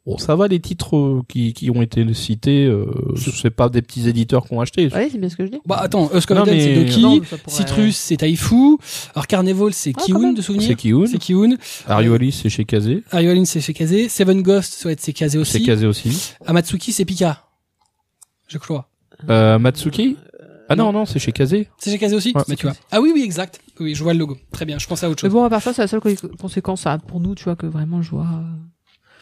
Speaker 3: Bon, ça va, les titres euh, qui, qui ont été cités, euh, c'est pas des petits éditeurs qui ont acheté.
Speaker 2: Ouais, c'est bien ce que je dis.
Speaker 1: Bah attends, Husk of
Speaker 3: Non,
Speaker 1: Eden, c'est
Speaker 3: mais-
Speaker 1: Doki.
Speaker 2: Non, mais ça pourrait-
Speaker 1: Citrus, c'est Taifu. Alors Carnival, c'est
Speaker 2: Ah, quand
Speaker 1: Kiun
Speaker 2: même.
Speaker 1: de
Speaker 3: C'est
Speaker 1: souvenir.
Speaker 3: Kiun,
Speaker 1: C'est Kiun.
Speaker 3: Ariolis, c'est chez Kazé,
Speaker 1: Ariolin, c'est chez Kaze. Seven Ghost, ça doit être chez Kaze
Speaker 3: c'est
Speaker 1: aussi.
Speaker 3: Kazé aussi.
Speaker 1: Amatsuki, c'est Pika. Je crois.
Speaker 3: Euh, Matsuki
Speaker 2: Euh,
Speaker 3: Ah non, non, c'est chez Kazé.
Speaker 1: C'est chez Kaze aussi
Speaker 3: Ouais.
Speaker 1: Bah, tu vois. Ah oui, oui, exact. Oui, je vois le logo. Très bien, je pensais à autre
Speaker 2: Mais
Speaker 1: chose.
Speaker 2: bon, à part ça, c'est la seule co- conséquence ça, pour nous, tu vois, que vraiment je vois. euh.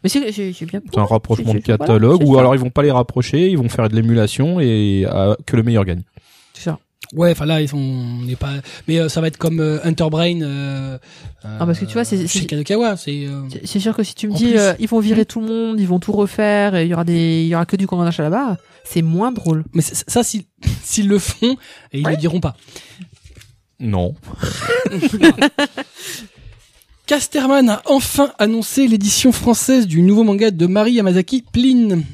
Speaker 2: Mais c'est c'est- c'est bien.
Speaker 3: C'est un rapprochement de
Speaker 2: c'est- c'est- voilà,
Speaker 3: catalogue,
Speaker 2: c'est
Speaker 3: ou
Speaker 2: ça.
Speaker 3: alors ils vont pas les rapprocher, ils vont faire de l'émulation et euh, que le meilleur gagne.
Speaker 2: C'est ça.
Speaker 1: Ouais, enfin là, ils sont, on n'est pas, mais euh, ça va être comme euh, Hunter Brain, euh,
Speaker 2: Ah, parce que tu vois, c'est-
Speaker 1: euh,
Speaker 2: c'est-
Speaker 1: chez Kadokawa, c'est, euh,
Speaker 2: C'est- C'est sûr que si tu me
Speaker 1: En
Speaker 2: dis
Speaker 1: plus-
Speaker 2: euh, ils vont virer tout le monde, ils vont tout refaire, et il y aura des, il y aura que du Kodansha là-bas, c'est moins drôle.
Speaker 1: mais c'est- ça, s'ils, s'ils le font, et ils le diront pas.
Speaker 3: Non.
Speaker 1: Casterman a enfin annoncé l'édition française du nouveau manga de Mari Yamazaki, Pline.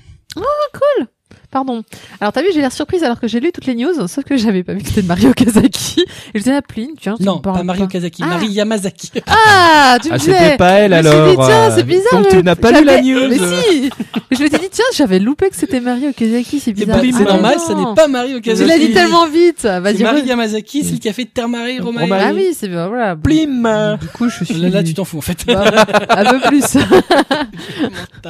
Speaker 2: Pardon. Alors t'as vu, j'ai l'air surprise alors que j'ai lu toutes les news, sauf que j'avais pas vu que c'était de Mario Kazaki. Et je disais à Pline, tu vois, ça
Speaker 1: Non,
Speaker 2: me parle
Speaker 1: pas Mario Kazaki,
Speaker 2: Ah.
Speaker 1: Mari Yamazaki.
Speaker 2: Ah, tu me
Speaker 3: Ah,
Speaker 2: disais.
Speaker 3: c'était pas elle
Speaker 2: Je me suis
Speaker 3: alors.
Speaker 2: dit, tiens,
Speaker 3: euh,
Speaker 2: c'est bizarre.
Speaker 3: Donc tu
Speaker 2: mais
Speaker 3: n'as pas lu la
Speaker 2: j'avais-
Speaker 3: news.
Speaker 2: Mais si Mais Je m'étais dit, tiens, j'avais loupé que c'était Mario Kazaki, c'est
Speaker 1: Eh
Speaker 2: bizarre.
Speaker 1: ben,
Speaker 2: Ah,
Speaker 1: c'est normal,
Speaker 2: non.
Speaker 1: ça n'est pas Mario
Speaker 2: Tu
Speaker 1: Kazaki.
Speaker 2: l'as dit tellement vite.
Speaker 1: C'est
Speaker 2: Vas-y,
Speaker 1: Marie
Speaker 2: re-
Speaker 1: Yamazaki, c'est le café de Termaré Romain. Ah,
Speaker 2: Ah oui, c'est bien, voilà.
Speaker 3: Plim
Speaker 2: Du coup, je suis.
Speaker 1: Là, là, tu t'en fous en fait.
Speaker 2: Bah, un peu plus.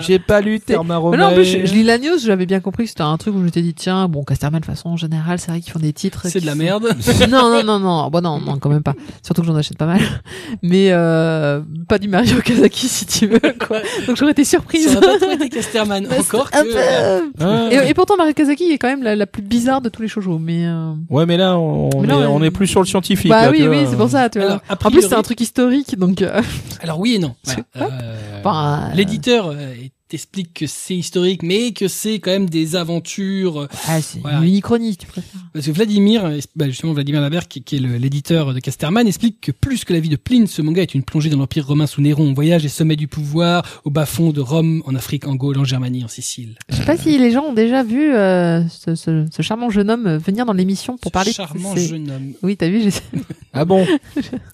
Speaker 3: J'ai pas lu Therma
Speaker 2: Mais non, en plus, je, je lis la news, j'avais bien compris que c'était un truc où je m'étais dit, tiens, bon, Casterman, de toute façon, en général, c'est vrai qu'ils font des titres.
Speaker 1: C'est
Speaker 2: qui
Speaker 1: de la
Speaker 2: sont-
Speaker 1: merde.
Speaker 2: non, non, non, non. Bon, non, non, quand même pas. Surtout que j'en achète pas mal. Mais, euh, pas du Mario Kazaki, si tu veux, quoi. Donc, j'aurais été
Speaker 1: Ça
Speaker 2: surprise.
Speaker 1: n'a pas trop été Casterman.
Speaker 2: Parce-
Speaker 1: Encore
Speaker 2: un
Speaker 1: que.
Speaker 2: peu.
Speaker 3: Ah.
Speaker 2: Et, et pourtant, Mario Kazaki est quand même la, la plus bizarre de tous les shoujo, mais euh,
Speaker 3: Ouais, mais là, on,
Speaker 2: Mais non,
Speaker 3: est,
Speaker 2: euh,
Speaker 3: on est plus sur le scientifique.
Speaker 2: bah
Speaker 3: là,
Speaker 2: oui,
Speaker 3: tu vois.
Speaker 2: oui, c'est pour ça, tu vois.
Speaker 1: Alors, a
Speaker 2: en plus,
Speaker 1: priori-
Speaker 2: c'est un truc historique, donc euh,
Speaker 1: Alors oui et non.
Speaker 2: C'est-
Speaker 1: Voilà. Euh,
Speaker 2: Enfin, euh,
Speaker 1: L'éditeur euh, est t'explique que c'est historique, mais que c'est quand même des aventures.
Speaker 2: Ah, c'est
Speaker 1: Voilà.
Speaker 2: une uchronie, si tu préfères.
Speaker 1: Parce que Vladimir, euh, bah, justement Vladimir Laberg, qui, qui est le- l'éditeur de Casterman, explique que plus que la vie de Pline, ce manga est une plongée dans l'Empire romain sous Néron. On voyage des sommets du pouvoir, au bas-fond de Rome, en Afrique, en Gaule, en Germanie, en Sicile.
Speaker 2: Je sais pas si les gens ont déjà vu euh, ce, ce- ce charmant jeune homme euh, venir dans l'émission pour
Speaker 1: Ce
Speaker 2: parler. de
Speaker 1: charmant
Speaker 2: ses-
Speaker 1: jeune homme.
Speaker 2: Oui, t'as vu, j'ai...
Speaker 3: Ah bon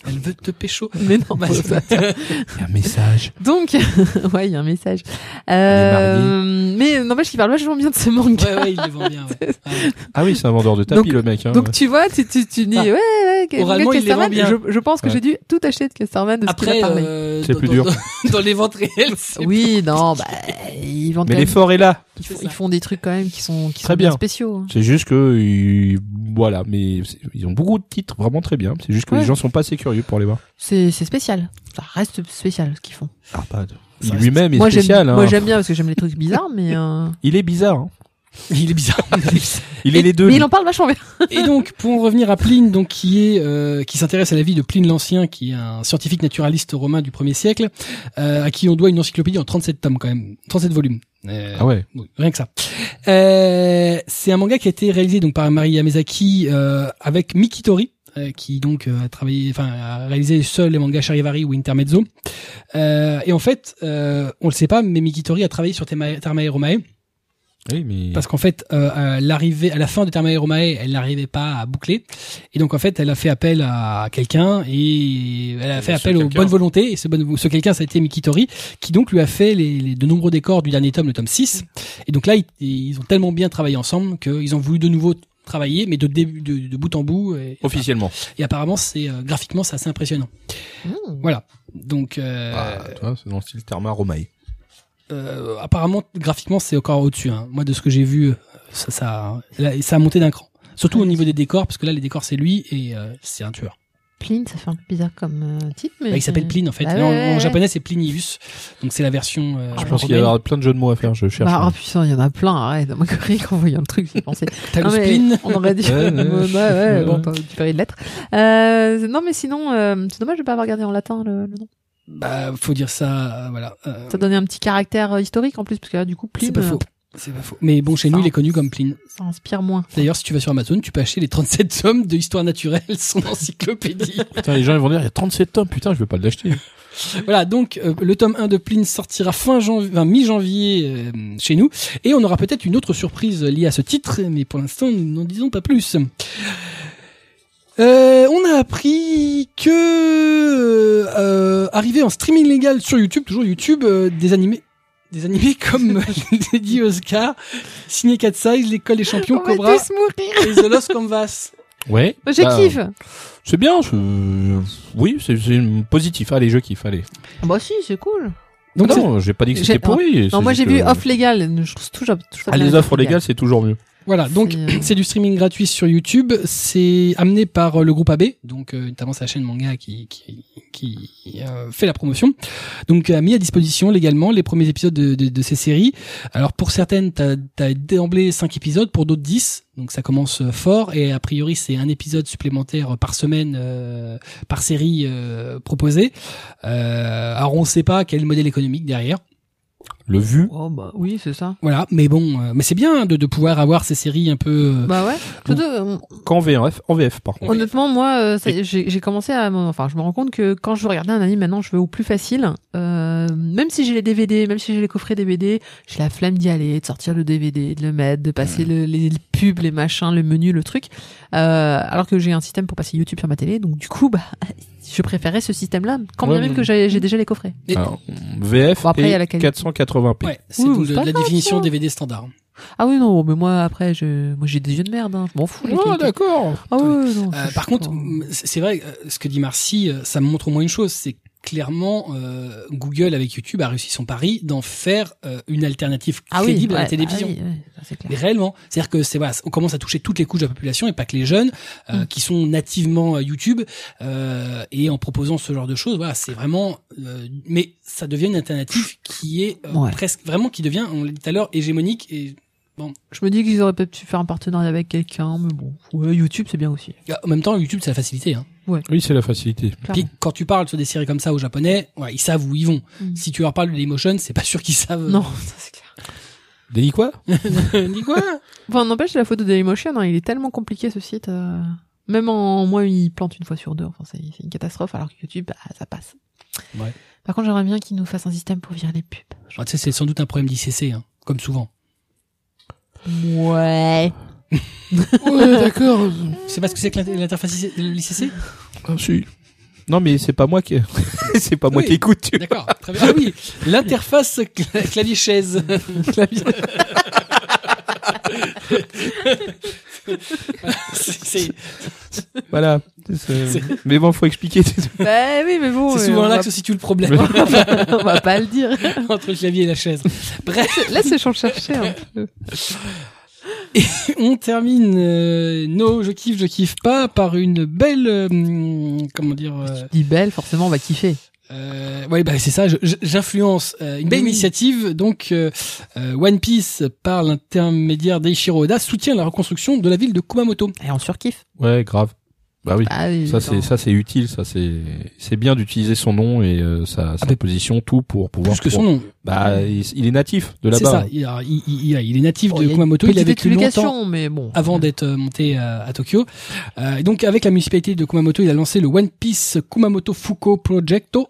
Speaker 1: Elle veut te pécho.
Speaker 2: Mais non,
Speaker 1: Bah,
Speaker 2: faut-
Speaker 3: Un message.
Speaker 2: Donc, ouais, il y a un message. Euh, mais n'empêche qu'il parle vachement bien de ce manga.
Speaker 1: Ouais, ouais, il les vend bien. ouais. Ouais.
Speaker 3: Ah oui, c'est un vendeur de tapis,
Speaker 2: Donc-
Speaker 3: le mec. Hein.
Speaker 2: Donc tu vois, tu, tu, tu dis,
Speaker 1: Ah.
Speaker 2: ouais, ouais, que-
Speaker 1: Oralement,
Speaker 2: que
Speaker 1: il les vend
Speaker 2: Casterman,
Speaker 1: bien.
Speaker 2: Je, je pense que
Speaker 3: Ouais.
Speaker 2: j'ai dû tout acheter de Casterman de ce qu'il a
Speaker 1: Après,
Speaker 2: parlé.
Speaker 1: euh,
Speaker 3: C'est
Speaker 1: dans-
Speaker 3: plus
Speaker 1: dans-
Speaker 3: dur.
Speaker 1: Dans, dans les ventes réelles, c'est
Speaker 2: oui, non, bah, ils vendent
Speaker 3: Mais
Speaker 2: quand même-
Speaker 3: l'effort est là.
Speaker 2: ils, font,
Speaker 1: c'est ça.
Speaker 2: ils font des trucs quand même qui sont, qui
Speaker 3: Très
Speaker 2: sont bien
Speaker 3: bien.
Speaker 2: spéciaux. hein.
Speaker 3: C'est juste que euh, voilà, mais c'est- ils ont beaucoup de titres vraiment très bien. C'est juste que
Speaker 2: Ouais.
Speaker 3: les gens sont pas assez curieux pour les voir.
Speaker 2: C'est c'est spécial. Ça reste spécial ce qu'ils font.
Speaker 3: Ah, pas
Speaker 1: Ça reste-
Speaker 3: Lui-même est
Speaker 2: moi j'aime
Speaker 3: spécial. hein.
Speaker 2: moi j'aime bien parce que j'aime les trucs bizarres mais euh,
Speaker 3: Il est bizarre. hein.
Speaker 1: Il est bizarre.
Speaker 3: Il est
Speaker 2: mais-
Speaker 3: les deux.
Speaker 2: Mais
Speaker 3: lui.
Speaker 2: il en parle vachement bien.
Speaker 1: Et donc, pour en revenir à Pline, donc qui est euh, qui s'intéresse à la vie de Pline l'Ancien, qui est un scientifique naturaliste romain du 1er siècle, euh, à qui on doit une encyclopédie en 37 tomes quand même, 37 volumes. Euh,
Speaker 3: Ah ouais.
Speaker 1: oui, rien que ça. Euh, c'est un manga qui a été réalisé donc par Mari Yamazaki euh, avec Mikitori, euh, qui donc euh, a travaillé, enfin a réalisé seul les mangas Charivari ou Intermezzo. Euh, et en fait, euh, on le sait pas, mais Mikitori a travaillé sur Temae- Tamae Romae.
Speaker 3: Oui, mais
Speaker 1: Parce qu'en fait, euh, euh, l'arrivée à la fin de Tamae Romae, elle n'arrivait pas à boucler, et donc en fait, elle a fait appel à quelqu'un et elle a fait
Speaker 3: ce
Speaker 1: appel aux
Speaker 3: quelqu'un.
Speaker 1: bonnes volontés. Et ce, bon- ce quelqu'un, ça a été Mikitori, qui donc lui a fait les, les- de nombreux décors du dernier tome, le tome 6. Et donc là, ils, ils ont tellement bien travaillé ensemble qu'ils ont voulu de nouveau travailler, mais de début, de, de bout en bout. Et,
Speaker 3: officiellement.
Speaker 1: et apparemment, c'est euh, graphiquement, c'est assez impressionnant.
Speaker 2: Hmm,
Speaker 1: Voilà. Donc euh,
Speaker 3: Ah, toi, c'est dans le style Therma Romae.
Speaker 1: euh, apparemment graphiquement c'est encore au-dessus. hein. Moi de ce que j'ai vu, euh, ça, ça, là, ça a monté d'un cran. Surtout
Speaker 2: Ah,
Speaker 1: au niveau des décors, parce que là les décors c'est lui et euh, c'est un tueur.
Speaker 2: Pline, ça fait un peu bizarre comme euh, titre mais
Speaker 1: Bah, il s'appelle Pline en fait.
Speaker 2: Bah
Speaker 1: Et en,
Speaker 2: ouais,
Speaker 1: en
Speaker 2: ouais.
Speaker 1: japonais c'est Plinius, donc c'est la version. euh,
Speaker 3: Je
Speaker 2: Ah,
Speaker 3: pense qu'il y
Speaker 1: romaine.
Speaker 3: a plein de jeux de mots à faire. Je cherche.
Speaker 2: Bah, oh putain, il y en a plein, arrête, moi rien qu'en voyant le truc, j'ai pensé.
Speaker 1: T'as le
Speaker 2: Non, mais
Speaker 1: spleen.
Speaker 2: on aurait dû.
Speaker 3: Ah, Ouais, ouais.
Speaker 2: ouais, ouais,
Speaker 3: Ouais.
Speaker 2: bon, t'as- tu parlais de lettres. Euh, non, mais sinon, euh, c'est dommage de pas avoir regardé en latin le, le nom.
Speaker 1: Bah faut dire ça, euh, voilà. Euh,
Speaker 2: Ça donnait un petit caractère euh, historique en plus, parce que là, du coup, Pline,
Speaker 1: c'est pas
Speaker 2: euh,
Speaker 1: faux. C'est pas faux. Mais bon, chez
Speaker 2: Ça.
Speaker 1: nous, il est connu comme Pline.
Speaker 2: ça inspire moins.
Speaker 1: D'ailleurs, si tu vas sur Amazon, tu peux acheter les 37 tomes de Histoire naturelle, son encyclopédie.
Speaker 3: Putain, les gens ils vont dire il y a 37 tomes. Putain, je vais pas l'acheter.
Speaker 1: Voilà, donc euh, le tome 1 de Pline sortira fin janvier, enfin, mi-janvier euh, chez nous, et on aura peut-être une autre surprise liée à ce titre, mais pour l'instant nous n'en disons pas plus. Euh, on a appris que euh, euh, arrivé en streaming légal sur YouTube, toujours YouTube, euh, des animés, des animés comme euh, dit Oscar, signé Cat Size, l'école des champions,
Speaker 2: on
Speaker 1: Cobra
Speaker 2: va tous mourir.
Speaker 1: et The Lost Canvas.
Speaker 3: Ouais.
Speaker 2: Je
Speaker 3: Bah,
Speaker 2: kiffe.
Speaker 3: C'est bien. je- Oui, c'est c'est positif. Ah, Allez, je kiffe. Allez.
Speaker 2: Bah si, c'est cool.
Speaker 1: Donc
Speaker 3: Ah
Speaker 1: c'est-
Speaker 3: non, j'ai pas dit que
Speaker 2: j'ai-
Speaker 3: c'était pourri.
Speaker 2: Non,
Speaker 3: c'est
Speaker 2: moi
Speaker 3: juste
Speaker 2: j'ai vu
Speaker 3: que-
Speaker 2: off légal. Je trouve toujours. toujours
Speaker 3: Ah,
Speaker 2: bien
Speaker 3: les
Speaker 2: Off
Speaker 3: offres
Speaker 2: Legal.
Speaker 3: légales, c'est toujours mieux.
Speaker 1: Voilà, donc
Speaker 2: C'est, euh,
Speaker 1: c'est du streaming gratuit sur YouTube. C'est amené par euh, le groupe AB, donc euh, notamment sa chaîne manga qui qui, qui, euh, fait la promotion. Donc a mis à disposition légalement les premiers épisodes de, de, de ces séries. Alors pour certaines, t'as as d'emblée 5 épisodes, pour d'autres 10. Donc ça commence euh, fort et a priori c'est un épisode supplémentaire par semaine euh, par série euh, proposée. Euh, alors on ne sait pas quel modèle économique derrière.
Speaker 3: Le vu.
Speaker 2: Oh, bah oui, c'est ça.
Speaker 1: Voilà, mais bon, euh, mais c'est bien de, de pouvoir avoir ces séries un peu. euh,
Speaker 2: Bah ouais. Surtout, euh,
Speaker 3: Qu'en VF, en VF, par contre.
Speaker 2: Honnêtement, moi, euh, ça- j'ai j'ai commencé à. m'en- Enfin, je me rends compte que quand je veux regarder un anime maintenant, je vais au plus facile. Euh, même si j'ai les DVD, même si j'ai les coffrets DVD, j'ai la flemme d'y aller, de sortir le DVD, de le mettre, de passer le- les pubs, les machins, le menu, le truc. Euh, alors que j'ai un système pour passer YouTube sur ma télé, donc du coup, bah, je préférais ce système-là, quand
Speaker 3: Ouais,
Speaker 2: bien même
Speaker 3: mais-
Speaker 2: que j'ai j'ai déjà les coffrets.
Speaker 1: et-
Speaker 3: Alors, VF
Speaker 2: Bon, après, il y
Speaker 3: Ah, et
Speaker 2: a la qualité.
Speaker 3: 480p.
Speaker 1: Ouais, c'est
Speaker 2: Oui,
Speaker 1: donc
Speaker 2: oui,
Speaker 1: de-
Speaker 2: c'est pas
Speaker 1: de la
Speaker 2: grave,
Speaker 1: définition
Speaker 2: ça.
Speaker 1: DVD standard.
Speaker 2: Ah oui, non, mais moi, après, je, moi, j'ai des yeux de merde, hein, je m'en fous. les
Speaker 3: Ouais,
Speaker 2: qualités.
Speaker 3: d'accord.
Speaker 2: ah ouais, non,
Speaker 1: Euh,
Speaker 2: je-
Speaker 1: par
Speaker 2: je-
Speaker 1: contre, m- c'est c'est vrai, euh, ce que dit Marcy, euh, ça me montre au moins une chose, c'est clairement euh, Google avec YouTube a réussi son pari d'en faire euh, une alternative
Speaker 2: Ah oui,
Speaker 1: crédible à la
Speaker 2: ouais,
Speaker 1: télévision.
Speaker 2: ah oui, ouais, ça, c'est clair.
Speaker 1: Mais réellement, c'est-à-dire que c'est voilà, on commence à toucher toutes les couches de la population et pas que les jeunes euh,
Speaker 2: Mm.
Speaker 1: qui sont nativement euh, YouTube euh, et en proposant ce genre de choses, voilà, c'est vraiment. euh, mais ça devient une alternative qui est euh,
Speaker 2: Ouais.
Speaker 1: presque vraiment qui devient, on l'a dit tout à l'heure, hégémonique et Bon.
Speaker 2: Je me dis qu'ils auraient peut-être pu faire un partenariat avec quelqu'un, mais bon. Ouais, YouTube, c'est bien aussi.
Speaker 1: Ah, En même temps, YouTube, c'est la facilité. Hein.
Speaker 3: Oui, c'est la facilité.
Speaker 1: Puis quand tu parles sur des séries comme ça aux Japonais, ouais, ils savent où ils vont.
Speaker 2: Mm.
Speaker 1: Si tu leur parles de Dailymotion, c'est pas sûr qu'ils savent.
Speaker 2: Non, ça, c'est clair.
Speaker 3: Délit quoi
Speaker 1: Dis quoi
Speaker 2: Enfin, n'empêche, la photo de Dailymotion, hein, il est tellement compliqué ce site. euh, Même en moi, il plante une fois sur deux. Enfin, c'est c'est une catastrophe, alors que YouTube, bah, ça passe.
Speaker 1: Ouais.
Speaker 2: Par contre, j'aimerais bien qu'ils nous fassent un système pour virer les pubs.
Speaker 1: Ah, tu sais, c'est sans doute un problème d'ICC, hein, comme souvent.
Speaker 2: Ouais.
Speaker 3: Ouais, d'accord.
Speaker 1: C'est parce que c'est que l'int- l'interface euh, IC- l'ICC
Speaker 3: Ah, si. Non, mais c'est pas moi qui. c'est pas moi
Speaker 1: Oui.
Speaker 3: qui écoute. tu vois.
Speaker 1: D'accord, très bien. Ah oui, l'interface cla- clavier-chaise. Clavier- C'est- c'est-
Speaker 3: Voilà. C'est- Mais bon, faut expliquer.
Speaker 2: bah oui, mais bon.
Speaker 1: c'est
Speaker 2: euh,
Speaker 1: souvent
Speaker 2: on
Speaker 1: là
Speaker 2: va-
Speaker 1: que se situe le problème
Speaker 2: on va pas le dire.
Speaker 1: entre le clavier et la chaise. Bref,
Speaker 2: Laisse les gens chercher un peu.
Speaker 1: on termine euh, nos je kiffe, je kiffe pas par une belle euh, hum, comment dire euh,
Speaker 2: Dis belle, forcément, on va kiffer.
Speaker 1: Euh, ouais, bah c'est ça. je- je- J'influence euh, une belle
Speaker 2: Oui.
Speaker 1: initiative. Donc, euh, euh, One Piece par l'intermédiaire d'Eiichiro Oda soutient la reconstruction de la ville de Kumamoto.
Speaker 2: Et on surkiffe.
Speaker 3: Ouais, grave. Bah oui.
Speaker 2: Bah oui,
Speaker 3: Ça c'est
Speaker 2: attends.
Speaker 3: ça c'est utile, ça c'est c'est bien d'utiliser son nom et euh, sa, sa
Speaker 1: Ah, mais-
Speaker 3: position tout pour pouvoir.
Speaker 1: Plus que son
Speaker 3: pour-
Speaker 1: nom,
Speaker 3: Bah il, il est natif de
Speaker 1: c'est
Speaker 3: là-bas.
Speaker 1: ça. Il, alors, il- il- il- il est natif
Speaker 2: Bon,
Speaker 1: de
Speaker 2: Oh, il y a une
Speaker 1: Kumamoto. Il a
Speaker 2: petite
Speaker 1: vécu
Speaker 2: éducation,
Speaker 1: longtemps
Speaker 2: mais bon.
Speaker 1: avant d'être euh, monté euh, à Tokyo. Euh, et donc, avec la municipalité de Kumamoto, il a lancé le One Piece Kumamoto Fuko Projecto,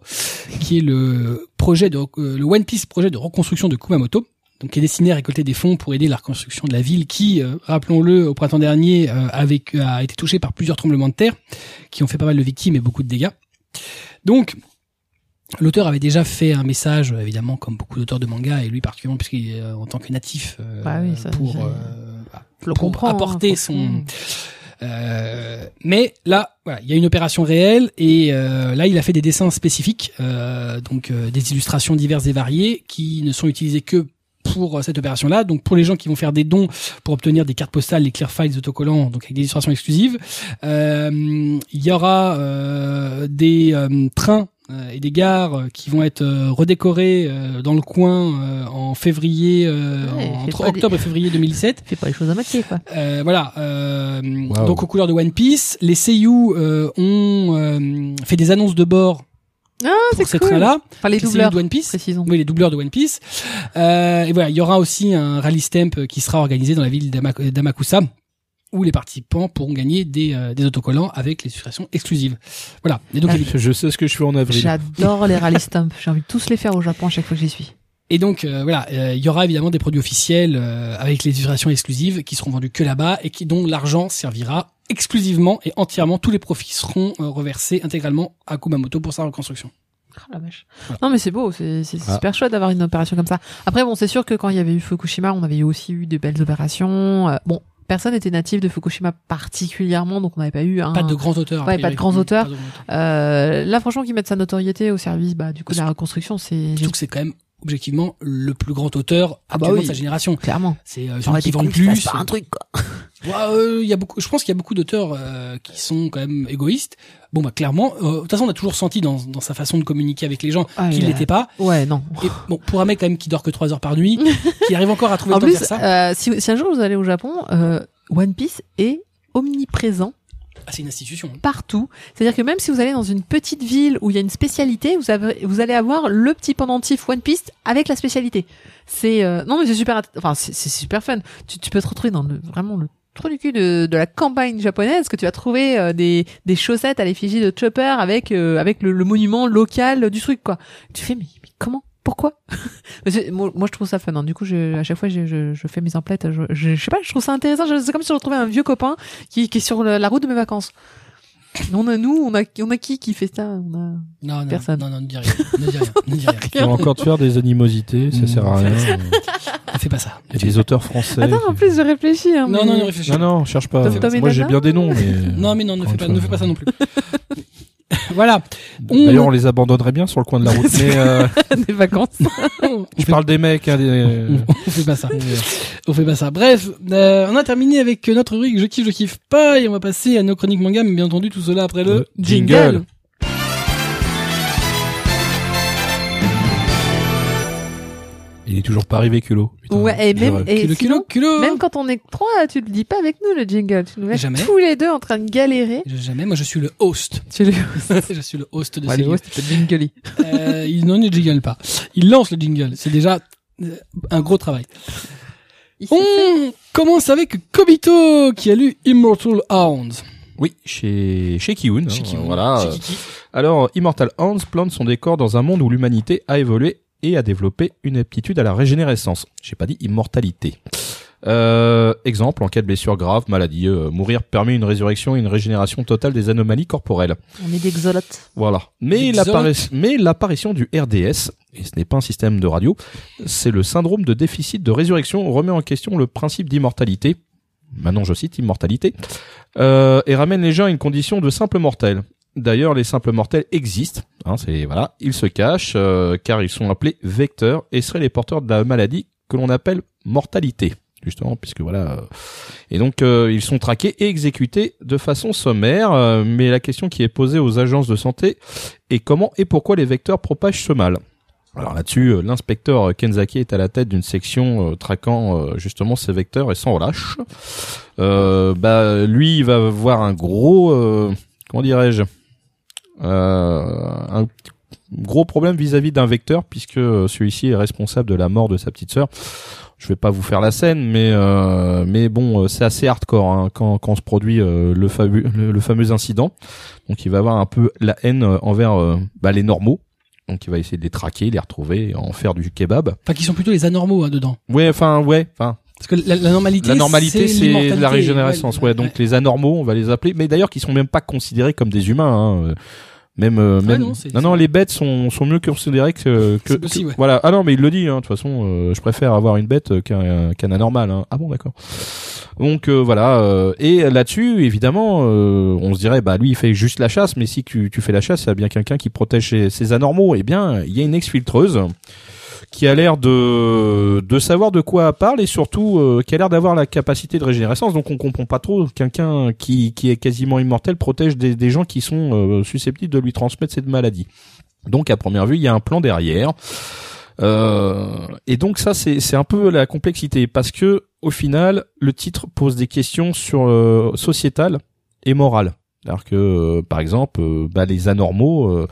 Speaker 1: qui est le projet de euh, le One Piece projet de reconstruction de Kumamoto. Donc, qui est destiné à récolter des fonds pour aider la reconstruction de la ville qui, euh, rappelons-le, au printemps dernier, euh, avec, a été touchée par plusieurs tremblements de terre qui ont fait pas mal de victimes et beaucoup de dégâts. Donc, l'auteur avait déjà fait un message, évidemment, comme beaucoup d'auteurs de manga, et lui particulièrement, puisqu'il est euh, en tant que natif, euh,
Speaker 2: Bah oui, ça,
Speaker 1: pour,
Speaker 2: j'ai-
Speaker 1: euh, bah,
Speaker 2: le
Speaker 1: pour
Speaker 2: comprend, hein,
Speaker 1: apporter son...
Speaker 2: forcément.
Speaker 1: Euh, mais là, voilà, il y a une opération réelle et euh, là, il a fait des dessins spécifiques, euh, donc euh, des illustrations diverses et variées qui ne sont utilisées que pour euh, cette opération-là. Donc pour les gens qui vont faire des dons pour obtenir des cartes postales, des clear files autocollants, donc avec des illustrations exclusives, euh, il y aura euh, des euh, trains euh, et des gares euh, qui vont être euh, redécorés euh, dans le coin euh, en février, euh,
Speaker 2: Ouais,
Speaker 1: en-
Speaker 2: fais
Speaker 1: entre
Speaker 2: pas des-
Speaker 1: octobre et février 2007.
Speaker 2: Fais pas les choses à moitié, quoi.
Speaker 1: Euh, voilà. euh,
Speaker 3: Wow.
Speaker 1: Donc aux couleurs de One Piece, les seiyuu euh, ont euh, fait des annonces de bord
Speaker 2: Ah,
Speaker 1: pour ces
Speaker 2: cool.
Speaker 1: trains-là.
Speaker 2: Enfin, les
Speaker 1: seiyuu
Speaker 2: doubleurs,
Speaker 1: de One Piece.
Speaker 2: précisons.
Speaker 1: Oui, les doubleurs de One Piece. Euh, et voilà, il y aura aussi un rally stamp qui sera organisé dans la ville d'Ama- d'Amakusa où les participants pourront gagner des, euh, des autocollants avec les illustrations exclusives. Voilà. Et
Speaker 2: Ah,
Speaker 1: donc, il-
Speaker 3: Ah, Je sais ce que je fais en avril.
Speaker 2: J'adore les rally stamps. J'ai envie de tous les faire au Japon à chaque fois que j'y suis.
Speaker 1: Et donc euh, voilà, euh, il y aura évidemment des produits officiels euh, avec les illustrations exclusives qui seront vendus que là-bas et qui dont l'argent servira exclusivement et entièrement. Tous les profits seront euh, reversés intégralement à Kumamoto pour sa reconstruction.
Speaker 2: Oh, la vache. Non mais c'est beau, c'est c'est
Speaker 3: Ah.
Speaker 2: super chouette d'avoir une opération comme ça. Après bon, c'est sûr que quand il y avait eu Fukushima, on avait eu aussi eu des belles opérations. Euh, bon, personne n'était natif de Fukushima particulièrement, donc on n'avait pas eu un.
Speaker 1: Pas de grands auteurs. a
Speaker 2: Ah. Ouais, pas
Speaker 1: priori.
Speaker 2: de grands auteurs.
Speaker 1: Pas de grands auteurs.
Speaker 2: Euh, là franchement, qu'ils mettent sa notoriété au service, bah du coup de la reconstruction, c'est
Speaker 1: Surtout que c'est quand même objectivement le plus grand auteur actuellement
Speaker 2: Ah bah oui. Ah
Speaker 1: de sa génération.
Speaker 2: clairement.
Speaker 1: C'est euh,
Speaker 2: J'aurais
Speaker 1: celui qui vend le plus. Ouais, euh, il y a beaucoup. Je pense qu'il y a beaucoup d'auteurs euh, qui sont quand même égoïstes. Bon bah clairement, euh, de toute façon on a toujours senti dans, dans sa façon de communiquer avec les gens
Speaker 2: Ah,
Speaker 1: qu'il
Speaker 2: il a-
Speaker 1: l'était pas.
Speaker 2: Ouais non.
Speaker 1: Et bon, pour un mec quand même qui dort que trois heures par nuit, qui arrive encore à trouver
Speaker 2: En
Speaker 1: le temps de
Speaker 2: plus,
Speaker 1: faire ça,
Speaker 2: euh, si, si un jour vous allez au Japon, euh, One Piece est omniprésent
Speaker 1: ah, c'est une institution. hein.
Speaker 2: partout. C'est-à-dire que même si vous allez dans une petite ville où il y a une spécialité, vous, avez, vous allez avoir le petit pendentif One Piece avec la spécialité. C'est euh, non mais c'est super, att- enfin c'est c'est super fun. Tu, tu peux te retrouver dans le, vraiment le trou du cul de, de la campagne japonaise que tu vas trouver euh, des, des chaussettes à l'effigie de Chopper avec euh, avec le, le monument local du truc quoi. Tu fais mais, mais comment? Pourquoi Mais c'est- moi, moi, je trouve ça fun. hein. Du coup, je, à chaque fois, je, je, je fais mes emplettes. Je, je, je sais pas, je trouve ça intéressant. Je- C'est comme si je retrouvais un vieux copain qui, qui est sur le- la route de mes vacances. On a nous, on a, on a qui qui fait ça On a
Speaker 1: Non, non,
Speaker 2: Personne.
Speaker 1: non, non, ne dis rien, ne dis rien, ne dis rien.
Speaker 3: Tu vas encore te faire des animosités, ça
Speaker 1: Mm.
Speaker 3: sert à rien.
Speaker 1: Ne fais pas ça.
Speaker 3: Il y a des auteurs français.
Speaker 2: Attends, en
Speaker 3: qui-
Speaker 2: plus, je réfléchis. Hein,
Speaker 1: Non,
Speaker 2: mais-
Speaker 1: non, ne réfléchis.
Speaker 3: Non, non, cherche pas.
Speaker 2: Tom- Tom et
Speaker 3: Moi j'ai
Speaker 2: Dana
Speaker 3: bien des noms, mais.
Speaker 1: Non, mais non, ne fais
Speaker 3: Encore une
Speaker 1: pas,
Speaker 3: fois.
Speaker 1: ne fais pas ça non plus. voilà. On-
Speaker 3: euh, D'ailleurs, on les abandonnerait bien sur le coin de la route. mais euh,
Speaker 2: des vacances.
Speaker 3: je parle des mecs. hein, des-
Speaker 1: On fait pas ça. On fait pas ça. Bref, euh, on a terminé avec notre rubrique Je kiffe, je kiffe pas et on va passer à nos chroniques manga, mais bien entendu tout cela après le.
Speaker 3: Le jingle. Il est toujours pas arrivé culot. Putain,
Speaker 2: ouais, et même,
Speaker 3: j'aurais-
Speaker 2: et
Speaker 1: Culo,
Speaker 2: sinon,
Speaker 1: culo, culo.
Speaker 2: même quand on est trois, tu le dis pas avec nous, le jingle. Tu nous laisses
Speaker 1: Jamais.
Speaker 2: tous les deux en train de galérer.
Speaker 1: Jamais, moi je suis le host.
Speaker 2: Tu le
Speaker 1: je suis le host de ces
Speaker 2: c'était jingle
Speaker 1: Euh, il n'en est jingle pas. Il lance le jingle. C'est déjà euh, un gros travail. On commence avec Kobito qui a lu Immortal Hound.
Speaker 3: Oui, chez, chez Kiun.
Speaker 1: Chez Kiun.
Speaker 3: Voilà.
Speaker 1: Chez Kiki.
Speaker 3: Alors, Immortal Hans plante son décor dans un monde où l'humanité a évolué et a développé une aptitude à la régénérescence. J'ai pas dit immortalité. Euh, exemple, en cas de blessure grave, maladie, euh, mourir permet une résurrection et une régénération totale des anomalies corporelles.
Speaker 2: On est des xolotes.
Speaker 3: Voilà.
Speaker 1: Des
Speaker 3: Mais, l'apparition- mais l'apparition du RDS, et ce n'est pas un système de radio, c'est le syndrome de déficit de résurrection, remet en question le principe d'immortalité. Maintenant, je cite immortalité. Euh, et ramène les gens à une condition de simple mortel. D'ailleurs, les simples mortels existent. hein, c'est voilà, ils se cachent euh, car ils sont appelés vecteurs et seraient les porteurs de la maladie que l'on appelle mortalité, justement, puisque voilà, euh, et donc euh, ils sont traqués et exécutés de façon sommaire. euh, mais la question qui est posée aux agences de santé est comment et pourquoi les vecteurs propagent ce mal. Alors là-dessus, euh, l'inspecteur Kenzaki est à la tête d'une section euh, traquant euh, justement ces vecteurs et sans relâche. Euh, bah lui, il va voir un gros, euh, comment dirais-je, euh, un gros problème vis-à-vis d'un vecteur puisque euh, celui-ci est responsable de la mort de sa petite sœur je vais pas vous faire la scène, mais euh, mais bon, euh, c'est assez hardcore hein, quand quand se produit euh, le, fabu- le, le fameux incident. Donc il va avoir un peu la haine euh, envers euh, bah, les normaux. Donc il va essayer de les traquer, les retrouver, et en faire du kebab.
Speaker 1: Enfin, qui sont plutôt les anormaux hein, dedans.
Speaker 3: Ouais, enfin ouais, enfin
Speaker 1: Parce que la, la normalité,
Speaker 3: la normalité c'est la
Speaker 1: l'immortalité.
Speaker 3: régénérescence. Ouais, donc les anormaux, on va les appeler, mais d'ailleurs qui sont même pas considérés comme des humains. hein, euh, Même, euh,
Speaker 1: Ah
Speaker 3: même
Speaker 1: non, c'est-
Speaker 3: non, non, les bêtes sont, sont mieux considérées que, que,
Speaker 1: C'est possible,
Speaker 3: que-
Speaker 1: ouais.
Speaker 3: voilà. Ah non, mais il le dit. hein, De toute façon, euh, je préfère avoir une bête qu'un qu'un anormal. hein. Ah bon, d'accord. Donc euh, voilà. euh, et là-dessus, évidemment, euh, on se dirait, bah lui, il fait juste la chasse. Mais si tu, tu fais la chasse, il y a bien quelqu'un qui protège ses, ses anormaux. Eh bien, il y a une exfiltreuse qui a l'air de de savoir de quoi elle parle et surtout euh, qui a l'air d'avoir la capacité de régénérescence donc on comprend pas trop quelqu'un qui qui est quasiment immortel protège des, des gens qui sont euh, susceptibles de lui transmettre cette maladie. Donc à première vue, il y a un plan derrière. Euh, et donc ça c'est c'est un peu la complexité parce que au final, le titre pose des questions sur euh, sociétales et morales. Alors que euh, par exemple, euh, bah, les anormaux euh,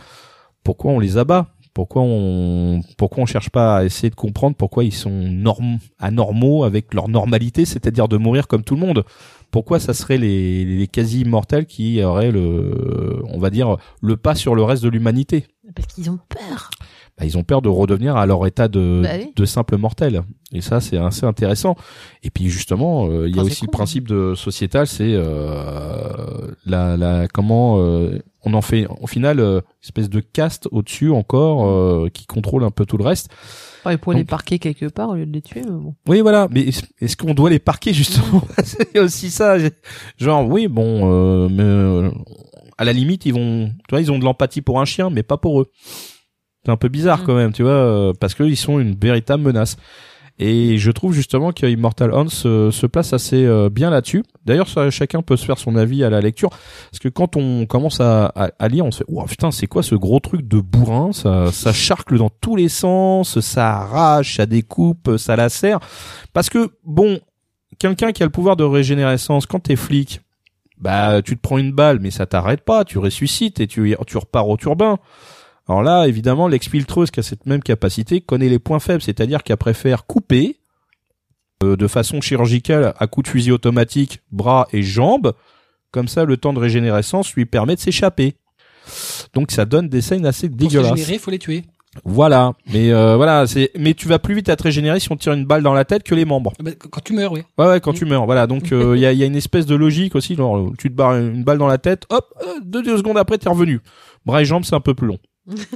Speaker 3: pourquoi on les abat pourquoi on pourquoi on cherche pas à essayer de comprendre pourquoi ils sont norm- anormaux avec leur normalité, c'est-à-dire de mourir comme tout le monde. Pourquoi ça serait les, les quasi immortels qui auraient le on va dire le pas sur le reste de l'humanité
Speaker 2: Parce qu'ils ont peur.
Speaker 3: bah, ils ont peur de redevenir à leur état de,
Speaker 2: Bah oui.
Speaker 3: de simple mortel. Et ça, c'est assez intéressant. Et puis justement, euh, il y
Speaker 2: Enfin, c'est
Speaker 3: a
Speaker 2: hein.
Speaker 3: aussi le
Speaker 2: cool.
Speaker 3: principe de sociétal, c'est euh, la, la comment euh, on en fait au final euh, espèce de caste au-dessus encore euh, qui contrôle un peu tout le reste.
Speaker 2: Enfin, ils pourraient
Speaker 3: Donc-
Speaker 2: les parquer quelque part au lieu de les tuer, mais bon.
Speaker 3: Oui, voilà. Mais est- est-ce qu'on doit les parquer justement C'est aussi ça. j'ai- Genre, oui, bon, euh, mais euh, à la limite, ils vont, tu vois, ils ont de l'empathie pour un chien, mais pas pour eux. C'est un peu bizarre
Speaker 2: Mm.
Speaker 3: quand même, tu vois, euh, parce qu'ils sont une véritable menace. Et je trouve justement que Immortal Hans euh, se place assez euh, bien là-dessus. D'ailleurs, ça, chacun peut se faire son avis à la lecture, parce que quand on commence à, à, à lire, on se fait, ouah putain, c'est quoi ce gros truc de bourrin Ça, ça charcle dans tous les sens, ça arrache, ça découpe, ça lacère. Parce que bon, quelqu'un qui a le pouvoir de régénérescence, quand t'es flic, bah tu te prends une balle, mais ça t'arrête pas, tu ressuscites et tu, tu repars au turbin. Alors là, évidemment, l'exfiltreuse qui a cette même capacité connaît les points faibles, c'est-à-dire qu'elle préfère couper euh, de façon chirurgicale à coups de fusil automatique, bras et jambes. Comme ça, le temps de régénérescence lui permet de s'échapper. Donc ça donne des scènes assez
Speaker 1: Pour se
Speaker 3: dégueulasses.
Speaker 1: régénérer, faut les tuer.
Speaker 3: Voilà, mais euh, voilà, c'est mais tu vas plus vite à te régénérer si on te tire une balle dans la tête que les membres.
Speaker 1: Ah bah, qu- Quand tu meurs, oui.
Speaker 3: Ouais, ouais, quand tu meurs, voilà. Donc euh, il y, a, il y a une espèce de logique aussi. Genre, euh, tu te barres une balle dans la tête, hop, euh, deux, deux secondes après t'es revenu. Bras et jambes, c'est un peu plus long.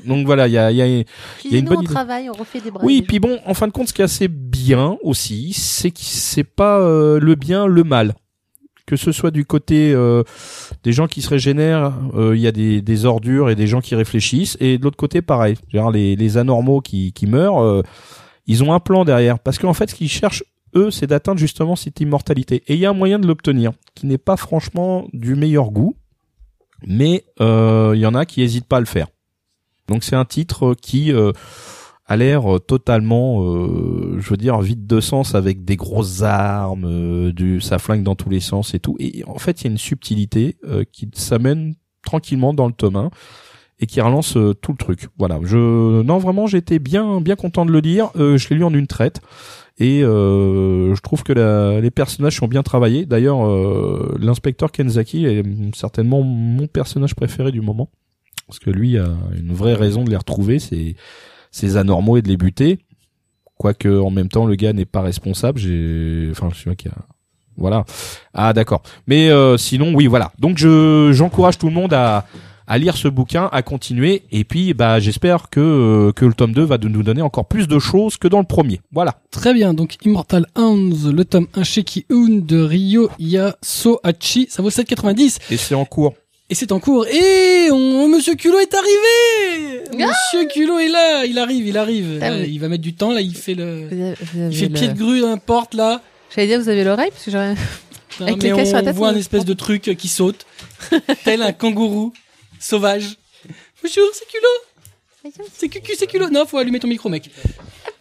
Speaker 3: Donc voilà, il y a, il y a-
Speaker 4: Puis
Speaker 3: Il y a une
Speaker 4: nous,
Speaker 3: bonne
Speaker 4: on
Speaker 3: idée.
Speaker 4: travaille, on refait des bras.
Speaker 3: oui. Puis bon, en fin de compte, ce qui est assez bien aussi, c'est que c'est pas euh, le bien, le mal. Que ce soit du côté euh, des gens qui se régénèrent, euh, il y a des, des ordures et des gens qui réfléchissent, et de l'autre côté, pareil. C'est-à-dire les, les anormaux qui, qui meurent, euh, ils ont un plan derrière. Parce qu'en fait, ce qu'ils cherchent, eux, c'est d'atteindre justement cette immortalité. Et il y a un moyen de l'obtenir, qui n'est pas franchement du meilleur goût, mais euh, il y en a qui hésitent pas à le faire. Donc c'est un titre qui euh, a l'air euh, totalement, euh, je veux dire, vide de sens avec des grosses armes, euh, du, ça flingue dans tous les sens et tout. Et en fait, il y a une subtilité euh, qui s'amène tranquillement dans le tome 1 et qui relance euh, tout le truc. Voilà. Je, non, vraiment, j'étais bien, bien content de le lire. Euh, je l'ai lu en une traite. Et euh, je trouve que la- les personnages sont bien travaillés. D'ailleurs, euh, l'inspecteur Kenzaki est certainement mon personnage préféré du moment. Parce que lui a une vraie raison de les retrouver, c'est ces anormaux et de les buter. Quoique en même temps le gars n'est pas responsable. J'ai, enfin, je suis un qui a, voilà. Ah d'accord. Mais euh, sinon, oui, voilà. Donc je j'encourage tout le monde à à lire ce bouquin, à continuer, et puis bah j'espère que euh, que le tome 2 va de- nous donner encore plus de choses que dans le premier. Voilà.
Speaker 1: Très bien, donc Immortal Hounds, le tome 1 Sheki Un de Ryo Yasohachi, ça vaut 7,90
Speaker 3: Et c'est en cours.
Speaker 1: et c'est en cours. Et on, Monsieur Culot est arrivé
Speaker 2: Ah
Speaker 1: Monsieur Culot est là, il arrive, il arrive.
Speaker 2: Putain,
Speaker 1: Là,
Speaker 2: mais-
Speaker 1: il va mettre du temps, là il fait le,
Speaker 2: Vous avez- vous
Speaker 1: il
Speaker 2: avez
Speaker 1: fait le pied de
Speaker 2: Ah le-
Speaker 1: grue dans la porte là.
Speaker 2: J'allais dire, vous avez l'oreille, parce que j'aurais...
Speaker 1: Putain,
Speaker 2: Avec les
Speaker 1: mais
Speaker 2: caisses sur la
Speaker 1: on
Speaker 2: tête, hein.
Speaker 1: voit
Speaker 2: on-
Speaker 1: un espèce de truc qui saute, tel un kangourou sauvage. Bonjour, c'est Culot, c'est Cucu, c'est Culot. Non, faut allumer ton micro mec.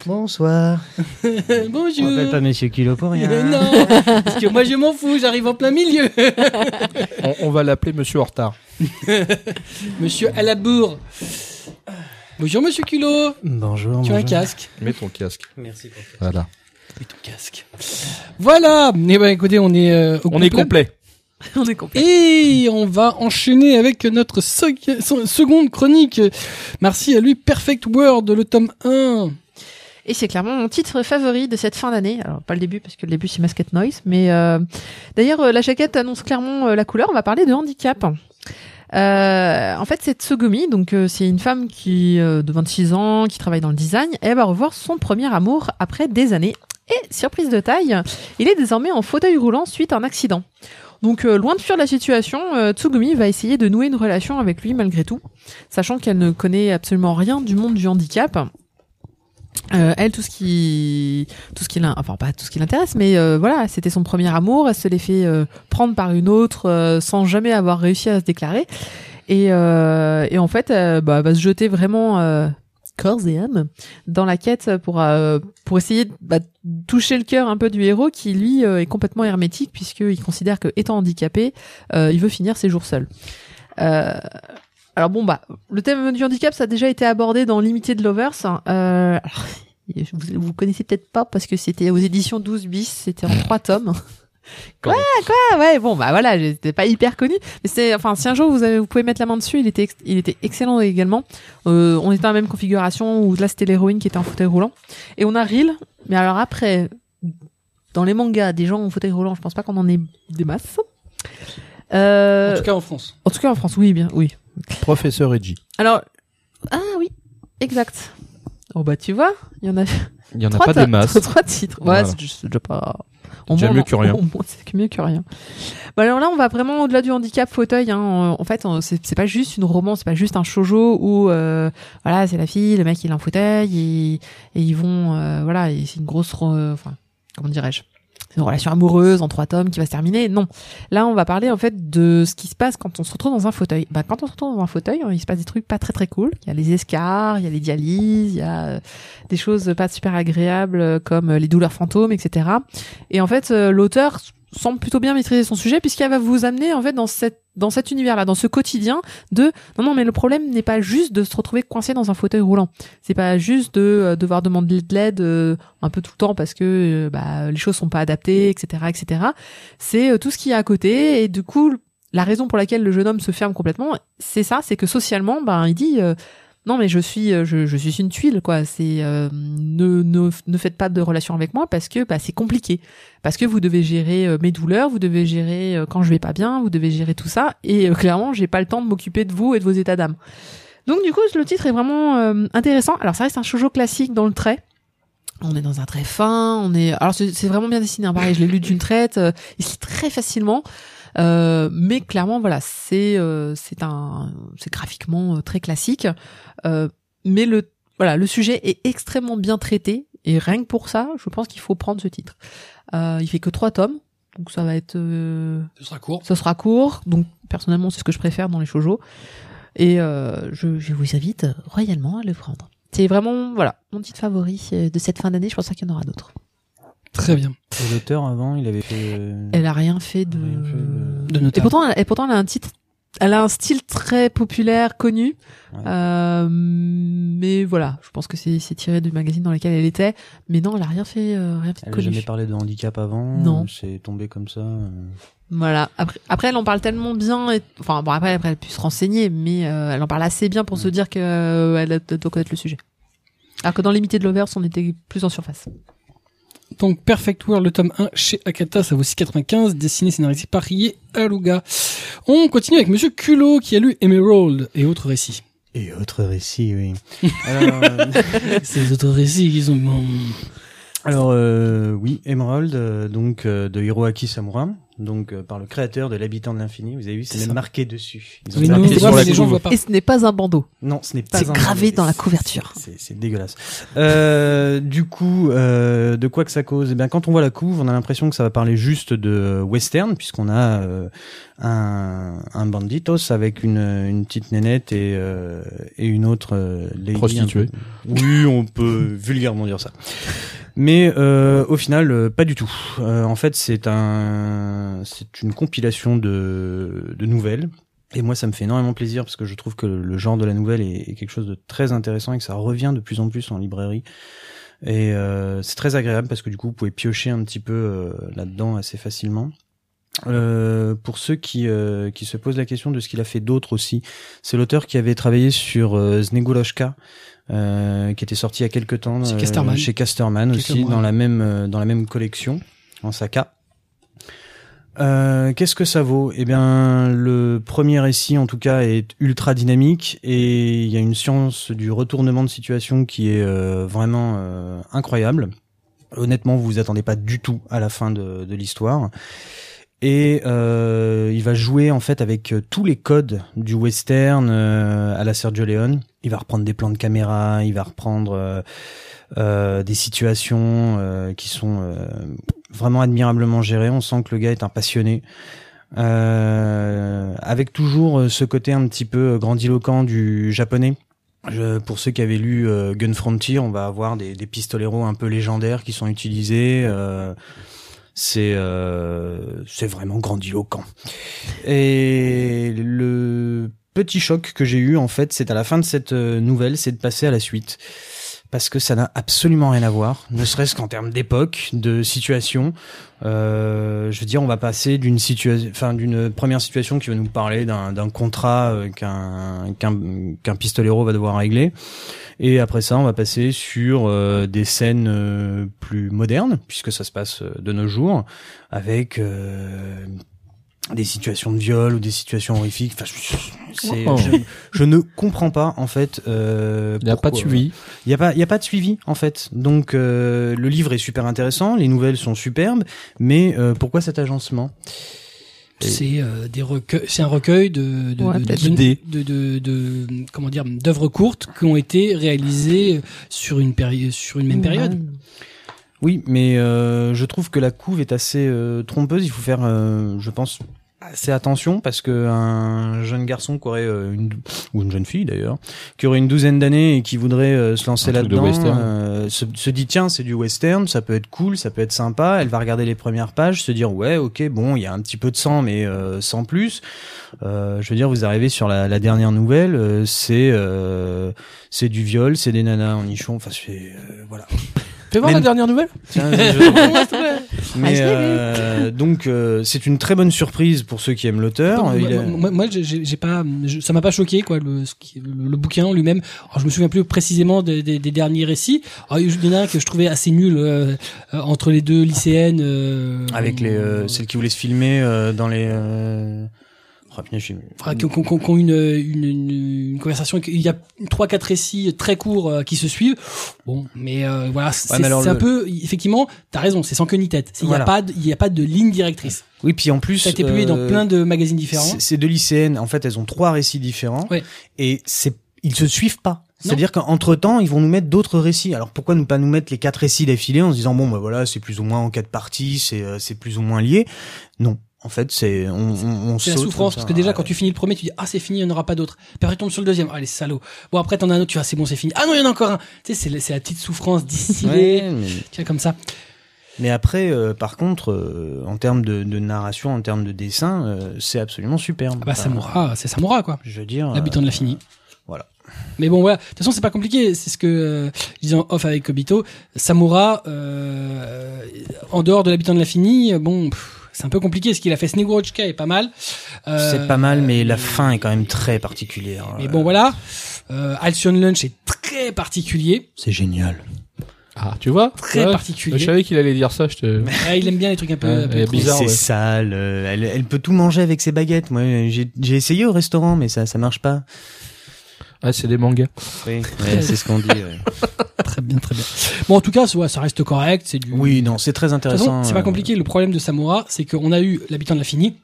Speaker 4: Bonsoir.
Speaker 1: Bonjour.
Speaker 4: On m'appelle pas Monsieur Kilo pour rien.
Speaker 1: Euh, non, parce que moi je m'en fous, j'arrive en plein milieu.
Speaker 3: On, on va l'appeler Monsieur en retard.
Speaker 1: Monsieur Alabour. Bonjour Monsieur Culot.
Speaker 4: Bonjour.
Speaker 1: Tu as
Speaker 4: bonjour.
Speaker 1: un casque.
Speaker 3: Mets ton casque.
Speaker 4: Merci pour ça.
Speaker 3: Voilà.
Speaker 1: Oui, ton casque. Voilà. Eh ben écoutez, on est euh, au
Speaker 3: On est
Speaker 1: complet.
Speaker 3: complet.
Speaker 2: On est complet.
Speaker 1: Et on va enchaîner avec notre sec- son- seconde chronique. Merci à lui, Perfect World, le tome 1.
Speaker 2: Et c'est clairement mon titre favori de cette fin d'année. Alors pas le début parce que le début c'est Masked Noise, mais euh, d'ailleurs euh, la jaquette annonce clairement euh, la couleur. On va parler de handicap. Euh, en fait, c'est Tsugumi, donc euh, c'est une femme qui euh, de 26 ans qui travaille dans le design. Et elle va revoir son premier amour après des années. Et surprise de taille, il est désormais en fauteuil roulant suite à un accident. Donc euh, loin de fuir la situation, euh, Tsugumi va essayer de nouer une relation avec lui malgré tout, sachant qu'elle ne connaît absolument rien du monde du handicap. Euh, elle, tout ce qui, tout ce qui l'in- enfin pas tout ce qui l'intéresse, mais euh, voilà, c'était son premier amour. Elle se l'est fait euh, prendre par une autre euh, sans jamais avoir réussi à se déclarer. Et, euh, et en fait, euh, bah, elle va se jeter vraiment euh, corps et âme dans la quête pour euh, pour essayer de bah, toucher le cœur un peu du héros qui lui euh, est complètement hermétique puisqu'il considère que étant handicapé, euh, il veut finir ses jours seul. Euh, alors bon bah le thème du handicap ça a déjà été abordé dans Limited Lovers. hein. Euh, alors, vous, vous connaissez peut-être pas parce que c'était aux éditions 12 bis, c'était en trois tomes. Quoi, quoi, ouais, bon, bah voilà, j'étais pas hyper connu, mais c'est, enfin, si un jour vous avez, vous pouvez mettre la main dessus, il était, ex- il était excellent également. Euh, on était dans la même configuration où là c'était l'héroïne qui était en fauteuil roulant et on a Reel, mais alors après, dans les mangas, des gens en fauteuil roulant, je pense pas qu'on en ait des masses. Euh,
Speaker 1: En tout cas en France.
Speaker 2: en tout cas en France, oui, bien, oui.
Speaker 3: Professeur Edgy.
Speaker 2: Alors, ah oui, exact. Oh bah tu vois, il y en a
Speaker 3: Il y en a
Speaker 2: trois,
Speaker 3: pas
Speaker 2: ta-
Speaker 3: des masses.
Speaker 2: trois titres. Ouais,
Speaker 3: Voilà.
Speaker 2: c'est juste- c'est déjà pas. Au
Speaker 3: déjà
Speaker 2: moins,
Speaker 3: mieux
Speaker 2: on-
Speaker 3: que rien.
Speaker 2: au moins, c'est que mieux que rien. Bah alors là, on va vraiment au-delà du handicap fauteuil. Hein. En- En fait, on- c'est c'est pas juste une romance, c'est pas juste un shoujo où euh, voilà, c'est la fille, le mec il a un fauteuil et, et ils vont euh, voilà, et c'est une grosse, re- enfin comment dirais-je, c'est une relation amoureuse en trois tomes qui va se terminer. Non, là on va parler en fait de ce qui se passe quand on se retrouve dans un fauteuil. Bah quand on se retrouve dans un fauteuil, il se passe des trucs pas très très cool. Il y a les escarres, il y a les dialyses, il y a euh, des choses pas super agréables euh, comme euh, les douleurs fantômes, etc. Et en fait, euh, l'auteur semble plutôt bien maîtriser son sujet puisqu'elle va vous amener en fait dans cette dans cet univers-là, dans ce quotidien de non non mais le problème n'est pas juste de se retrouver coincé dans un fauteuil roulant. C'est pas juste de euh, devoir demander de l'aide euh, un peu tout le temps parce que euh, bah, les choses sont pas adaptées, etc. etc. C'est euh, tout ce qu'il y a à côté et du coup la raison pour laquelle le jeune homme se ferme complètement, c'est ça, c'est que socialement, ben il dit euh, non mais je suis euh, je, je suis une tuile quoi. C'est euh, ne, ne ne faites pas de relation avec moi parce que bah, c'est compliqué parce que vous devez gérer euh, mes douleurs, vous devez gérer euh, quand je vais pas bien, vous devez gérer tout ça et euh, clairement, j'ai pas le temps de m'occuper de vous et de vos états d'âme. Donc du coup, le titre est vraiment euh, intéressant. Alors ça reste un shoujo classique dans le trait. On est dans un trait fin, on est alors c'est c'est vraiment bien dessiné, hein, pareil, je l'ai lu d'une traite, euh, il se lit très facilement. Euh, mais clairement voilà, c'est euh, c'est un c'est graphiquement euh, très classique. Euh, mais le voilà, le sujet est extrêmement bien traité et rien que pour ça, je pense qu'il faut prendre ce titre. Euh, il fait que trois tomes, donc ça va être, euh,
Speaker 1: Ce sera court.
Speaker 2: ça sera court. Donc personnellement, c'est ce que je préfère dans les shoujo. Et euh, je, je vous invite royalement à le prendre.
Speaker 5: C'est vraiment, voilà, mon titre favori euh, de cette fin d'année. Je pense pas qu'il y en aura d'autres.
Speaker 1: Très bien.
Speaker 6: Et l'auteur avant, il avait fait. euh,
Speaker 5: Elle a rien fait de.
Speaker 6: Rien fait
Speaker 1: De
Speaker 5: Et
Speaker 1: notable.
Speaker 5: pourtant, elle, et pourtant, elle a un titre. Elle a un style très populaire, connu,
Speaker 6: Ouais.
Speaker 5: Euh, mais voilà, je pense que c'est c'est tiré du magazine dans lequel elle était. Mais non, elle a rien fait, euh, rien fait de
Speaker 6: Elle a
Speaker 5: connu.
Speaker 6: jamais parlé de handicap avant.
Speaker 5: Non.
Speaker 6: C'est tombé comme ça. euh.
Speaker 5: Voilà. Après, après, elle en parle tellement bien. et- Enfin, bon, après, après, elle a pu se renseigner, mais euh, elle en parle assez bien pour se dire que euh, elle doit doit connaître le sujet. Alors que dans l'imité de Lovers, on était plus en surface.
Speaker 1: Donc Perfect World, le tome 1 chez Akata, ça vaut 6,95, dessiné, scénarisé par Rie Aluga. On continue avec Monsieur Culot qui a lu Emerald et autres récits.
Speaker 6: Et autre récit, oui. Alors, euh,
Speaker 1: Ces autres récits, ils ont...
Speaker 6: Alors euh, oui, Emerald, euh, donc euh, de Hiroaki Samura, donc euh, par le créateur de l'habitant de l'infini. Vous avez vu, c'est
Speaker 1: C'est
Speaker 6: même
Speaker 1: ça.
Speaker 6: marqué dessus. Ils ont
Speaker 1: Mais
Speaker 6: marqué
Speaker 1: nous, on
Speaker 3: sur
Speaker 1: voit,
Speaker 3: la
Speaker 1: mais les gens
Speaker 3: couve.
Speaker 1: voient pas.
Speaker 5: Et ce n'est pas un bandeau.
Speaker 6: Non, ce n'est pas.
Speaker 5: C'est
Speaker 6: un
Speaker 5: gravé
Speaker 6: manuel.
Speaker 5: dans la
Speaker 6: C'est-
Speaker 5: couverture.
Speaker 6: C'est c'est dégueulasse. Euh, du coup, euh, de quoi que ça cause Eh bien, quand on voit la couve, on a l'impression que ça va parler juste de western, puisqu'on a euh, un, un banditos avec une, une petite nénette et, euh, et une autre euh, lady.
Speaker 3: Prostituée.
Speaker 6: un peu- Oui, on peut vulgairement dire ça. Mais euh, au final, euh, pas du tout. Euh, en fait, c'est un, c'est une compilation de, de nouvelles. Et moi, ça me fait énormément plaisir parce que je trouve que le genre de la nouvelle est, est quelque chose de très intéressant et que ça revient de plus en plus en librairie. Et euh, c'est très agréable parce que du coup, vous pouvez piocher un petit peu euh, là-dedans assez facilement. Euh, pour ceux qui, euh, qui se posent la question de ce qu'il a fait d'autre aussi, c'est l'auteur qui avait travaillé sur euh, Znegoloshka, euh, qui était sorti il y a quelques temps
Speaker 1: Chez
Speaker 6: euh,
Speaker 1: Casterman.
Speaker 6: chez Casterman
Speaker 1: Quelques
Speaker 6: aussi,
Speaker 1: mois.
Speaker 6: dans la, même, euh, dans la même collection, en Saka. Euh, Qu'est-ce que ça vaut Eh bien, le premier récit, en tout cas, est ultra dynamique et il y a une science du retournement de situation qui est euh, vraiment euh, incroyable. Honnêtement, vous vous attendez pas du tout à la fin de, de l'histoire. Et euh, il va jouer en fait avec euh, tous les codes du western euh, à la Sergio Leone. Il va reprendre des plans de caméra, il va reprendre euh, euh, des situations euh, qui sont euh, vraiment admirablement gérées. On sent que le gars est un passionné. Euh, avec toujours euh, ce côté un petit peu grandiloquent du japonais. Je- pour ceux qui avaient lu euh, Gun Frontier, on va avoir des, des pistoleros un peu légendaires qui sont utilisés. euh, c'est euh, c'est vraiment grandiloquent. Et le petit choc que j'ai eu en fait, c'est à la fin de cette euh, nouvelle, c'est de passer à la suite parce que ça n'a absolument rien à voir, ne serait-ce qu'en termes d'époque, de situation. Euh, je veux dire, on va passer d'une situation, enfin d'une première situation qui va nous parler d'un d'un contrat euh, qu'un qu'un qu'un pistolero va devoir régler, et après ça, on va passer sur euh, des scènes euh, plus modernes, puisque ça se passe euh, de nos jours, avec euh, des situations de viol ou des situations horrifiques. Enfin, je- c'est-
Speaker 3: Oh.
Speaker 6: je, je ne comprends pas en fait. Euh,
Speaker 3: Il n'y a pas de
Speaker 6: pourquoi-
Speaker 3: suivi.
Speaker 6: il n'y a, pas- y a pas de suivi, en fait. Donc, euh, le livre est super intéressant, les nouvelles sont superbes, mais euh, pourquoi cet agencement
Speaker 1: C'est euh, des recueils, c'est un recueil de de
Speaker 5: Ouais,
Speaker 1: de,
Speaker 5: peut-être.
Speaker 1: de-
Speaker 3: D'idées.
Speaker 1: de- de- de- comment dire d'œuvres courtes qui ont été réalisées sur une période sur une même période.
Speaker 6: Oui, mais euh, je trouve que la couve est assez euh, trompeuse. Il faut faire, euh, je pense, assez attention parce que un jeune garçon qui aurait euh, une dou- ou une jeune fille d'ailleurs, qui aurait une douzaine d'années et qui voudrait euh, se lancer
Speaker 3: Un truc de
Speaker 6: là-dedans,
Speaker 3: western.
Speaker 6: euh, se, se dit tiens, c'est du western, ça peut être cool, ça peut être sympa. Elle va regarder les premières pages, se dire ouais, ok, bon, il y a un petit peu de sang, mais euh, sans plus. Euh, je veux dire, vous arrivez sur la, la dernière nouvelle, euh, c'est euh, c'est du viol, c'est des nanas en nichon, enfin c'est euh, voilà.
Speaker 3: Fais voir
Speaker 6: Mais-
Speaker 3: la dernière nouvelle.
Speaker 6: Tiens, je-
Speaker 5: Ah,
Speaker 6: Mais
Speaker 5: je l'ai
Speaker 6: euh, donc euh, c'est une très bonne surprise pour ceux qui aiment l'auteur.
Speaker 1: Moi,
Speaker 6: Il a-
Speaker 1: moi, moi, moi, j'ai- j'ai j'ai pas, je- ça m'a pas choqué quoi le, ce qui- le, le bouquin en lui-même. Alors, Je me souviens plus précisément des, des- des derniers récits. Alors, il y en a un que je trouvais assez nul euh, euh, entre les deux lycéennes. euh,
Speaker 6: Avec les euh, celles qui voulaient se filmer euh, dans les. Euh... oh, putain, je suis-
Speaker 1: Enfin, qui ont, qui ont- qui ont une, une, une, une conversation. Il y a trois, quatre récits très courts euh, qui se suivent. Bon, mais euh, voilà, c'est
Speaker 6: mais alors
Speaker 1: c'est un
Speaker 6: le-
Speaker 1: peu. Effectivement, t'as raison, c'est sans queue ni tête. C'est- Il n'y
Speaker 6: Voilà.
Speaker 1: a pas, de- il y a pas de ligne directrice.
Speaker 6: Oui, puis en plus.
Speaker 1: Ça a été publié dans
Speaker 6: euh,
Speaker 1: plein de magazines différents.
Speaker 6: c- Ces deux lycéennes, en fait, elles ont trois récits différents.
Speaker 1: Ouais.
Speaker 6: Et c'est ils se suivent pas. C'est-à-dire qu'entre temps, ils vont nous mettre d'autres récits. Alors pourquoi nous pas nous mettre les quatre récits d'affilée en se disant bon bah voilà, c'est plus ou moins en quatre parties, c'est euh, c'est plus ou moins lié. Non. En fait, c'est on, on, on
Speaker 1: C'est la
Speaker 6: saute
Speaker 1: souffrance,
Speaker 6: comme
Speaker 1: parce que
Speaker 6: ça,
Speaker 1: déjà,
Speaker 6: ouais.
Speaker 1: quand tu finis le premier, tu dis, ah, c'est fini, il n'y en aura pas d'autres. Puis après, tu tombes sur le deuxième. Ah, les salauds. Bon, après, t'en as un autre, tu vois, c'est bon, c'est fini. Ah non, il y en a encore un. Tu sais, c'est la- c'est la petite souffrance distillée.
Speaker 6: Ouais, mais-
Speaker 1: Tu vois, comme ça.
Speaker 6: Mais après, euh, par contre, euh, en termes de, de narration, en termes de dessin, euh, c'est absolument superbe.
Speaker 1: Ah bah,
Speaker 6: Enfin,
Speaker 1: Samoura, c'est Samoura, quoi.
Speaker 6: Je veux dire.
Speaker 1: L'habitant de l'infini.
Speaker 6: voilà.
Speaker 1: Mais bon, voilà. De toute façon, c'est pas compliqué. C'est ce que euh, je disais en off avec Kobito. Samoura, euh, en dehors de l'habitant de l'infini, euh, bon, pff, c'est un peu compliqué. Ce qu'il a fait, Snegurojka est pas mal.
Speaker 6: euh,
Speaker 1: Euh,
Speaker 6: c'est pas mal, mais la fin est quand même très particulière.
Speaker 1: Mais bon, voilà. Euh, Alcyon Lunch est très particulier.
Speaker 6: C'est génial.
Speaker 3: Ah, tu vois
Speaker 1: Très
Speaker 3: Ouais.
Speaker 1: particulier.
Speaker 3: Je savais qu'il allait dire ça. Je te...
Speaker 1: Ouais, il aime bien les trucs un peu,
Speaker 3: Ouais,
Speaker 1: un peu
Speaker 3: elle est
Speaker 1: étranges.
Speaker 3: bizarre,
Speaker 6: c'est
Speaker 3: ouais.
Speaker 6: sale. euh, elle, elle peut tout manger avec ses baguettes. Moi, j'ai j'ai essayé au restaurant, mais ça, ça marche pas.
Speaker 3: Ah, c'est des mangas.
Speaker 6: Oui, c'est ce qu'on dit. ouais.
Speaker 1: Très bien, très bien. Bon, en tout cas, ouais, ça reste correct. C'est du.
Speaker 6: Oui, non, c'est très
Speaker 1: De toute
Speaker 6: intéressant.
Speaker 1: façon, c'est
Speaker 6: euh,
Speaker 1: pas compliqué. Le problème de Samoura, c'est qu'on a eu l'habitant de l'infini.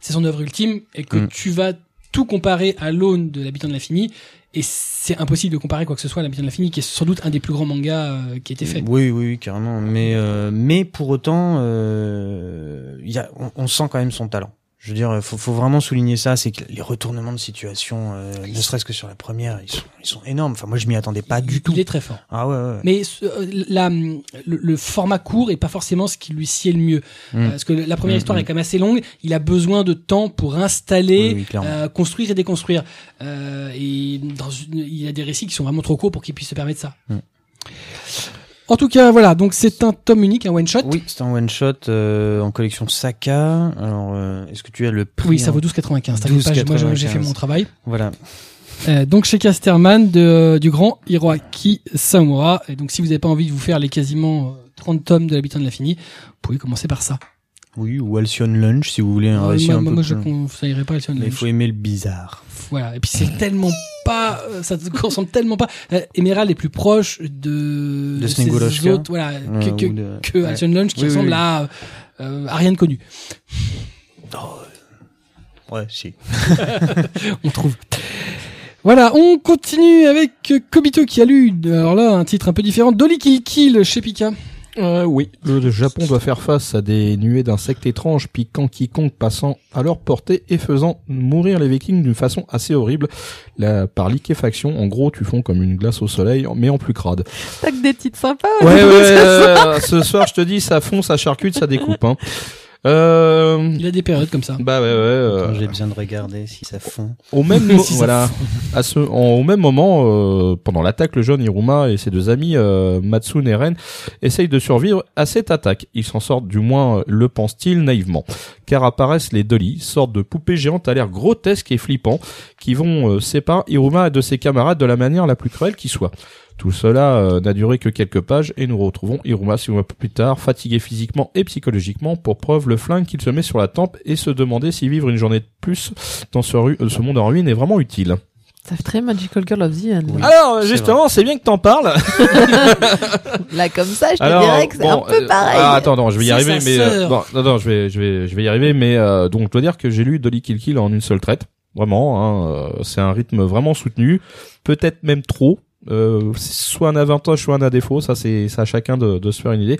Speaker 1: C'est son œuvre ultime et que
Speaker 6: Mm.
Speaker 1: tu vas tout comparer à l'aune de l'habitant de l'infini. Et c'est impossible de comparer quoi que ce soit à l'habitant de l'infini, qui est sans doute un des plus grands mangas euh, qui a été fait.
Speaker 6: Oui, oui, oui, carrément. Mais, euh, mais pour autant, euh, il y a, on, on sent quand même son talent. Je veux dire, faut, faut vraiment souligner ça, c'est que les retournements de situation, euh, ne serait-ce que sur la première, ils sont, ils sont énormes. Enfin, moi, je m'y attendais pas
Speaker 1: Il-
Speaker 6: du tout.
Speaker 1: Il est très fort.
Speaker 6: Ah ouais, ouais.
Speaker 1: Mais ce- euh, la- le, le format court est pas forcément ce qui lui sied le mieux.
Speaker 6: Mm.
Speaker 1: Euh, Parce que la première
Speaker 6: Mm,
Speaker 1: histoire
Speaker 6: mm.
Speaker 1: est quand même assez longue. Il a besoin de temps pour installer
Speaker 6: Oui, oui, clairement.
Speaker 1: euh, construire et déconstruire. Euh, et dans une- il y a des récits qui sont vraiment trop courts pour qu'ils puissent se permettre ça.
Speaker 6: Mm.
Speaker 1: En tout cas, voilà. Donc c'est un tome unique, un one shot.
Speaker 6: Oui, c'est un one shot euh, en collection Saka. Alors, euh, est-ce que tu as le prix
Speaker 1: Oui, ça
Speaker 6: en-
Speaker 1: vaut 12,95. t'inquiète pas, j'ai- Moi, j'ai- j'ai fait
Speaker 6: 12,95.
Speaker 1: mon travail.
Speaker 6: Voilà.
Speaker 1: Euh, donc chez Casterman de, du grand Hiroaki Samura. Et donc si vous n'avez pas envie de vous faire les quasiment euh, 30 tomes de l'habitant de l'infini, vous pouvez commencer par ça.
Speaker 6: Oui, ou Alcyon Lunch si vous voulez un
Speaker 1: Euh,
Speaker 6: récit
Speaker 1: moi,
Speaker 6: un
Speaker 1: moi,
Speaker 6: peu
Speaker 1: moi,
Speaker 6: plus
Speaker 1: je
Speaker 6: long.
Speaker 1: conseillerais pas Alcyon
Speaker 6: Mais il
Speaker 1: Lynch.
Speaker 6: faut aimer le bizarre.
Speaker 1: Voilà. Et puis c'est tellement pas, euh, ça te ressemble tellement pas. Euh, Emerald est plus proche de,
Speaker 6: De
Speaker 1: ces
Speaker 6: Snegoloshka.
Speaker 1: autres, voilà, que,
Speaker 6: Euh,
Speaker 1: que,
Speaker 6: ou de-
Speaker 1: que
Speaker 6: Ouais.
Speaker 1: Alcyon Lynch qui
Speaker 6: Oui, oui,
Speaker 1: ressemble
Speaker 6: oui.
Speaker 1: à euh, à rien de connu.
Speaker 6: Ouais, si.
Speaker 1: on trouve. Voilà, on continue avec euh, Kobito qui a lu, euh, alors là, un titre un peu différent, Dolly Kill Kill chez Pika.
Speaker 3: Euh, oui, le Japon doit faire face à des nuées d'insectes étranges piquant quiconque passant à leur portée et faisant mourir les Vikings d'une façon assez horrible la, par liquéfaction. En gros, tu fonds comme une glace au soleil, mais en plus crade.
Speaker 2: Tac des titres sympas.
Speaker 3: Ouais, ouais, ouais, ce soir, je te dis, ça fond, ça charcute, ça découpe. Hein. Euh,
Speaker 1: Il a des périodes comme ça.
Speaker 3: bah ouais, ouais. euh,
Speaker 6: Attends, J'ai besoin de regarder si ça fond.
Speaker 3: au même mo-
Speaker 1: Si ça
Speaker 3: voilà à ce en- au même moment euh, pendant l'attaque le jeune Hiruma et ses deux amis euh, Matsun et Ren essayent de survivre à cette attaque ils s'en sortent du moins euh, le pensent-ils naïvement car apparaissent les Dolly sortes de poupées géantes à l'air grotesque et flippant qui vont euh, séparer Hiruma de ses camarades de la manière la plus cruelle qui soit tout cela euh, n'a duré que quelques pages et nous retrouvons Hiruma six mois plus tard, fatigué physiquement et psychologiquement, pour preuve le flingue qu'il se met sur la tempe et se demander si vivre une journée de plus dans ce, ru- euh, ce monde en ruine est vraiment utile.
Speaker 2: Ça fait très Magical Girl of the End.
Speaker 5: Ah.
Speaker 6: Oui.
Speaker 3: Alors
Speaker 6: c'est
Speaker 3: justement, c'est bien que t'en parles.
Speaker 2: Là, comme ça, je te
Speaker 3: Ah. Alors,
Speaker 2: dirais que c'est
Speaker 3: bon,
Speaker 2: un peu
Speaker 3: euh,
Speaker 2: pareil.
Speaker 3: ah, attends, non, je vais y
Speaker 1: C'est
Speaker 3: arriver,
Speaker 1: sa
Speaker 3: mais euh,
Speaker 1: sœur.
Speaker 3: bon, non, non, je vais, je vais, je vais y arriver, mais euh, donc je dois dire que j'ai lu Dolly Kill Kill en une seule traite. Vraiment, hein, euh, c'est un rythme vraiment soutenu, peut-être même trop. Euh, c'est soit un avantage, soit un défaut. Ça, c'est ça à chacun de, de se faire une idée.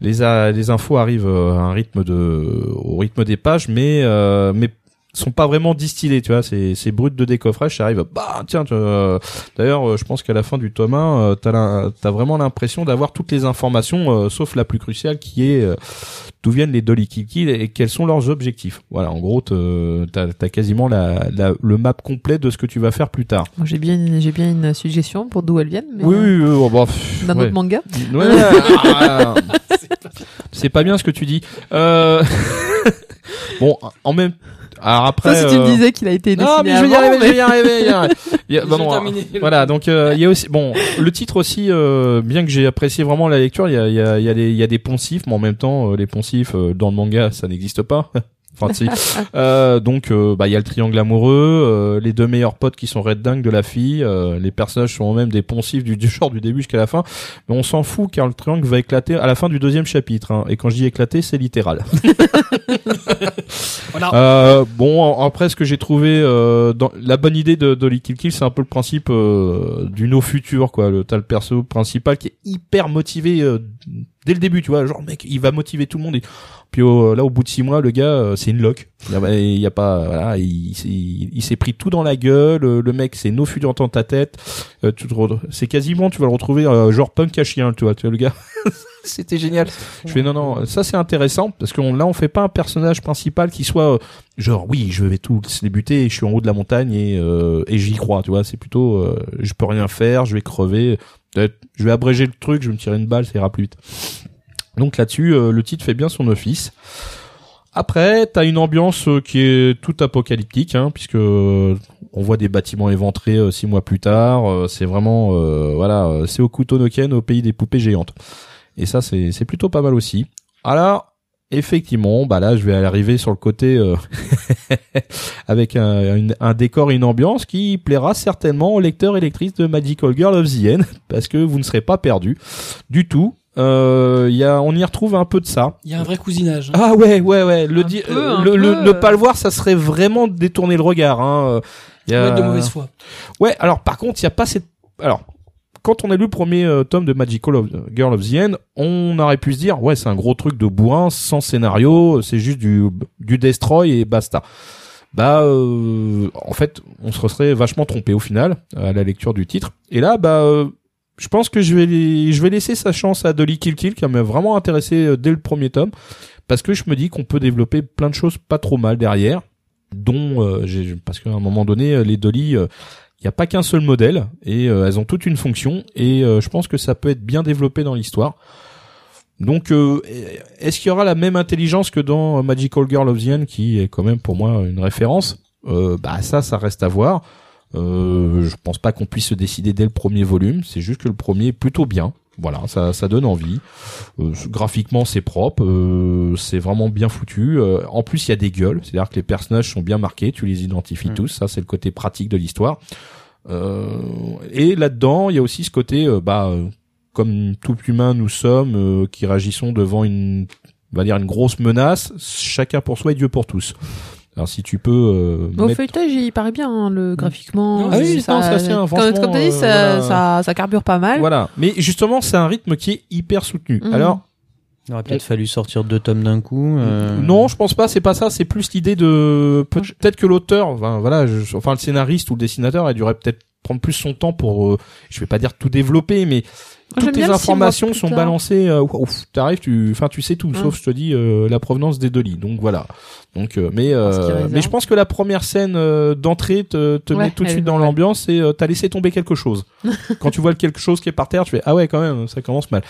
Speaker 3: Les a- les infos arrivent euh, à un rythme de au rythme des pages, mais euh, mais sont pas vraiment distillés, tu vois, c'est c'est brut de décoffrage, ça arrive, bah tiens, tu- euh, D'ailleurs, euh, je pense qu'à la fin du tome 1, euh, t'as, la- t'as vraiment l'impression d'avoir toutes les informations, euh, sauf la plus cruciale, qui est euh, d'où viennent les Dolly Kill Kill et quels sont leurs objectifs. Voilà, en gros, te- t'as, t'as quasiment la, la- le map complet de ce que tu vas faire plus tard.
Speaker 2: Moi, j'ai bien, j'ai bien une suggestion pour d'où elles viennent. Mais euh,
Speaker 3: Oui, oui, oui, oh, bah, pff,
Speaker 2: D'un
Speaker 3: ouais.
Speaker 2: autre manga.
Speaker 3: Ouais, ah, c'est pas bien ce que tu dis. Euh, bon, en même... Alors après...
Speaker 2: Ça, si tu me
Speaker 3: euh,
Speaker 2: disais qu'il a été dessiné
Speaker 3: non, mais je vais y
Speaker 2: avant,
Speaker 3: arriver,
Speaker 2: mais-
Speaker 3: je vais y arriver. je vais y arriver. Il y a- bah
Speaker 1: J'ai
Speaker 3: non,
Speaker 1: terminé.
Speaker 3: voilà, donc euh, il y a aussi bon le titre aussi euh, bien que j'ai apprécié vraiment la lecture, il y a il y a il y a des il y a des poncifs, mais en même temps euh, les poncifs euh, dans le manga ça n'existe pas. Enfin, si. Euh, donc, euh, bah, il y a le triangle amoureux, euh, les deux meilleurs potes qui sont red dingue de la fille. euh, les personnages sont même des poncifs du, du genre du début jusqu'à la fin, mais on s'en fout car le triangle va éclater à la fin du deuxième chapitre. hein. et quand je dis éclater, c'est littéral.
Speaker 1: Voilà.
Speaker 3: Euh, bon, en- après, ce que j'ai trouvé euh, dans la bonne idée de, de Little Kill, c'est un peu le principe euh, du no futur, quoi. Le, t'as le perso principal qui est hyper motivé euh, dès le début, tu vois. Genre, le mec, il va motiver tout le monde. Et, Puis au- là, au bout de six mois, le gars, euh, c'est une loque. Il y a- Il y a pas, voilà, il, s'est- il s'est pris tout dans la gueule. euh, Le mec, c'est no fut dans ta tête. Euh, tu te re- c'est quasiment, tu vas le retrouver euh, genre punk à chien, tu vois, tu vois le gars. C'était génial. Je fais non, non, ça c'est intéressant parce qu'on là, on fait pas un personnage principal qui soit euh, genre oui, je vais tout se débuter, je suis en haut de la montagne et, euh, et j'y crois, tu vois. C'est plutôt, euh, je peux rien faire, je vais crever. Peut-être, je vais abréger le truc, je vais me tirer une balle, ça ira plus vite. Donc là-dessus, euh, le titre fait bien son office. Après, t'as une ambiance euh, qui est tout apocalyptique, hein, puisque euh, on voit des bâtiments éventrés euh, six mois plus tard. euh, c'est vraiment, euh, voilà, euh, c'est au Kutonoken, au pays des poupées géantes. Et ça, c'est c'est plutôt pas mal aussi. Alors, effectivement, bah là, je vais arriver sur le côté euh, avec un, une- un décor et une ambiance qui plaira certainement aux lecteurs et lectrices de Magical Girl of the End, parce que vous ne serez pas perdus du tout. Euh, il y a, on y retrouve un peu de ça.
Speaker 1: Il y a un vrai cousinage. hein.
Speaker 3: Ah ouais, ouais, ouais. Le,
Speaker 2: Un
Speaker 3: di-
Speaker 2: peu,
Speaker 3: euh,
Speaker 2: un
Speaker 3: le, le-
Speaker 2: peu,
Speaker 3: ne
Speaker 2: euh.
Speaker 3: pas le voir, ça serait vraiment détourner le regard. Hein. Euh, il y a-
Speaker 1: Faut être de mauvaise foi.
Speaker 3: Ouais, alors par contre, il n'y a pas cette... Alors, quand on a lu le premier euh, tome de Magical of- Girl of the End, on aurait pu se dire, ouais, c'est un gros truc de bourrin, sans scénario, c'est juste du, du destroy et basta. Bah, euh, en fait, on se serait vachement trompé au final, à la lecture du titre. Et là, bah... euh, je pense que je vais, je vais laisser sa chance à Dolly Kill Kill, qui m'a vraiment intéressé euh, dès le premier tome, parce que je me dis qu'on peut développer plein de choses pas trop mal derrière, dont, euh, j'ai- parce qu'à un moment donné, euh, les Dolly, euh, il n'y a pas qu'un seul modèle et euh, elles ont toutes une fonction et euh, je pense que ça peut être bien développé dans l'histoire. Donc, euh, est-ce qu'il y aura la même intelligence que dans euh, Magical Girl of the End, qui est quand même pour moi une référence Euh, Bah ça, ça reste à voir. Euh, je pense pas qu'on puisse se décider dès le premier volume. C'est juste que le premier est plutôt bien. Voilà, ça, ça donne envie. Euh, graphiquement, c'est propre, euh, c'est vraiment bien foutu. Euh, en plus, il y a des gueules, c'est-à-dire que les personnages sont bien marqués, tu les identifies
Speaker 6: Mm.
Speaker 3: tous. Ça, c'est le côté pratique de l'histoire. Euh, et là-dedans, il y a aussi ce côté, euh, bah, euh, comme tout humain, nous sommes, euh, qui réagissons devant une, on va dire une grosse menace. Chacun pour soi et Dieu pour tous. Alors, si tu peux euh,
Speaker 5: Au
Speaker 3: mettre-
Speaker 5: feuilletage, il paraît bien, hein, le graphiquement.
Speaker 3: Ah oui, non, ça tient,
Speaker 5: comme,
Speaker 3: franchement,
Speaker 5: comme t'as dit,
Speaker 3: euh,
Speaker 5: ça,
Speaker 3: voilà.
Speaker 5: ça, ça carbure pas mal.
Speaker 3: Voilà. Mais justement, c'est un rythme qui est hyper soutenu.
Speaker 5: Mhm.
Speaker 3: Alors,
Speaker 6: Il aurait peut-être fallu sortir deux tomes d'un coup. euh,
Speaker 3: non, je pense pas. C'est pas ça. C'est plus l'idée de peut-être que l'auteur, enfin, voilà, je- enfin le scénariste ou le dessinateur, il devrait peut-être prendre plus son temps pour. euh, je vais pas dire tout développer, mais
Speaker 5: j'aime
Speaker 3: toutes les
Speaker 5: bien le six mois
Speaker 3: informations
Speaker 5: plus
Speaker 3: sont
Speaker 5: tard.
Speaker 3: balancées. euh, ouf, t'arrives, tu, enfin, tu sais tout, sauf je te dis euh, la provenance des deux lits. Donc voilà. Donc, euh, mais
Speaker 5: Ce qui
Speaker 3: euh,
Speaker 5: réserve.
Speaker 3: mais je pense que la première scène euh, d'entrée te, te
Speaker 5: Ouais,
Speaker 3: met tout de
Speaker 5: elle
Speaker 3: suite
Speaker 5: est
Speaker 3: dans
Speaker 5: normale.
Speaker 3: l'ambiance et euh, t'as laissé tomber quelque chose. quand tu vois le quelque chose qui est par terre, tu fais ah ouais quand même, ça commence mal.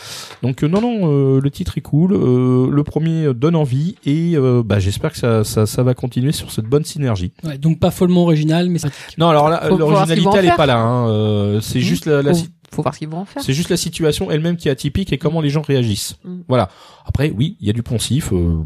Speaker 3: Donc euh, non non, euh, le titre est cool, euh, le premier euh, donne envie et euh, bah j'espère que ça, ça ça va continuer sur cette bonne synergie.
Speaker 1: Ouais, donc pas follement original, mais ça.
Speaker 3: Non alors là
Speaker 5: Faut voir ce qu'ils
Speaker 3: l'originalité
Speaker 5: vont en
Speaker 3: elle est
Speaker 5: faire.
Speaker 3: pas là, hein. Euh, c'est
Speaker 5: Mhm.
Speaker 3: juste la, la
Speaker 5: Faut,
Speaker 3: si-
Speaker 5: faut voir ce qu'ils vont en faire.
Speaker 3: c'est juste la situation elle-même qui est atypique et comment les gens réagissent.
Speaker 5: Mm.
Speaker 3: Voilà. Après, oui, il y a du poncif. euh,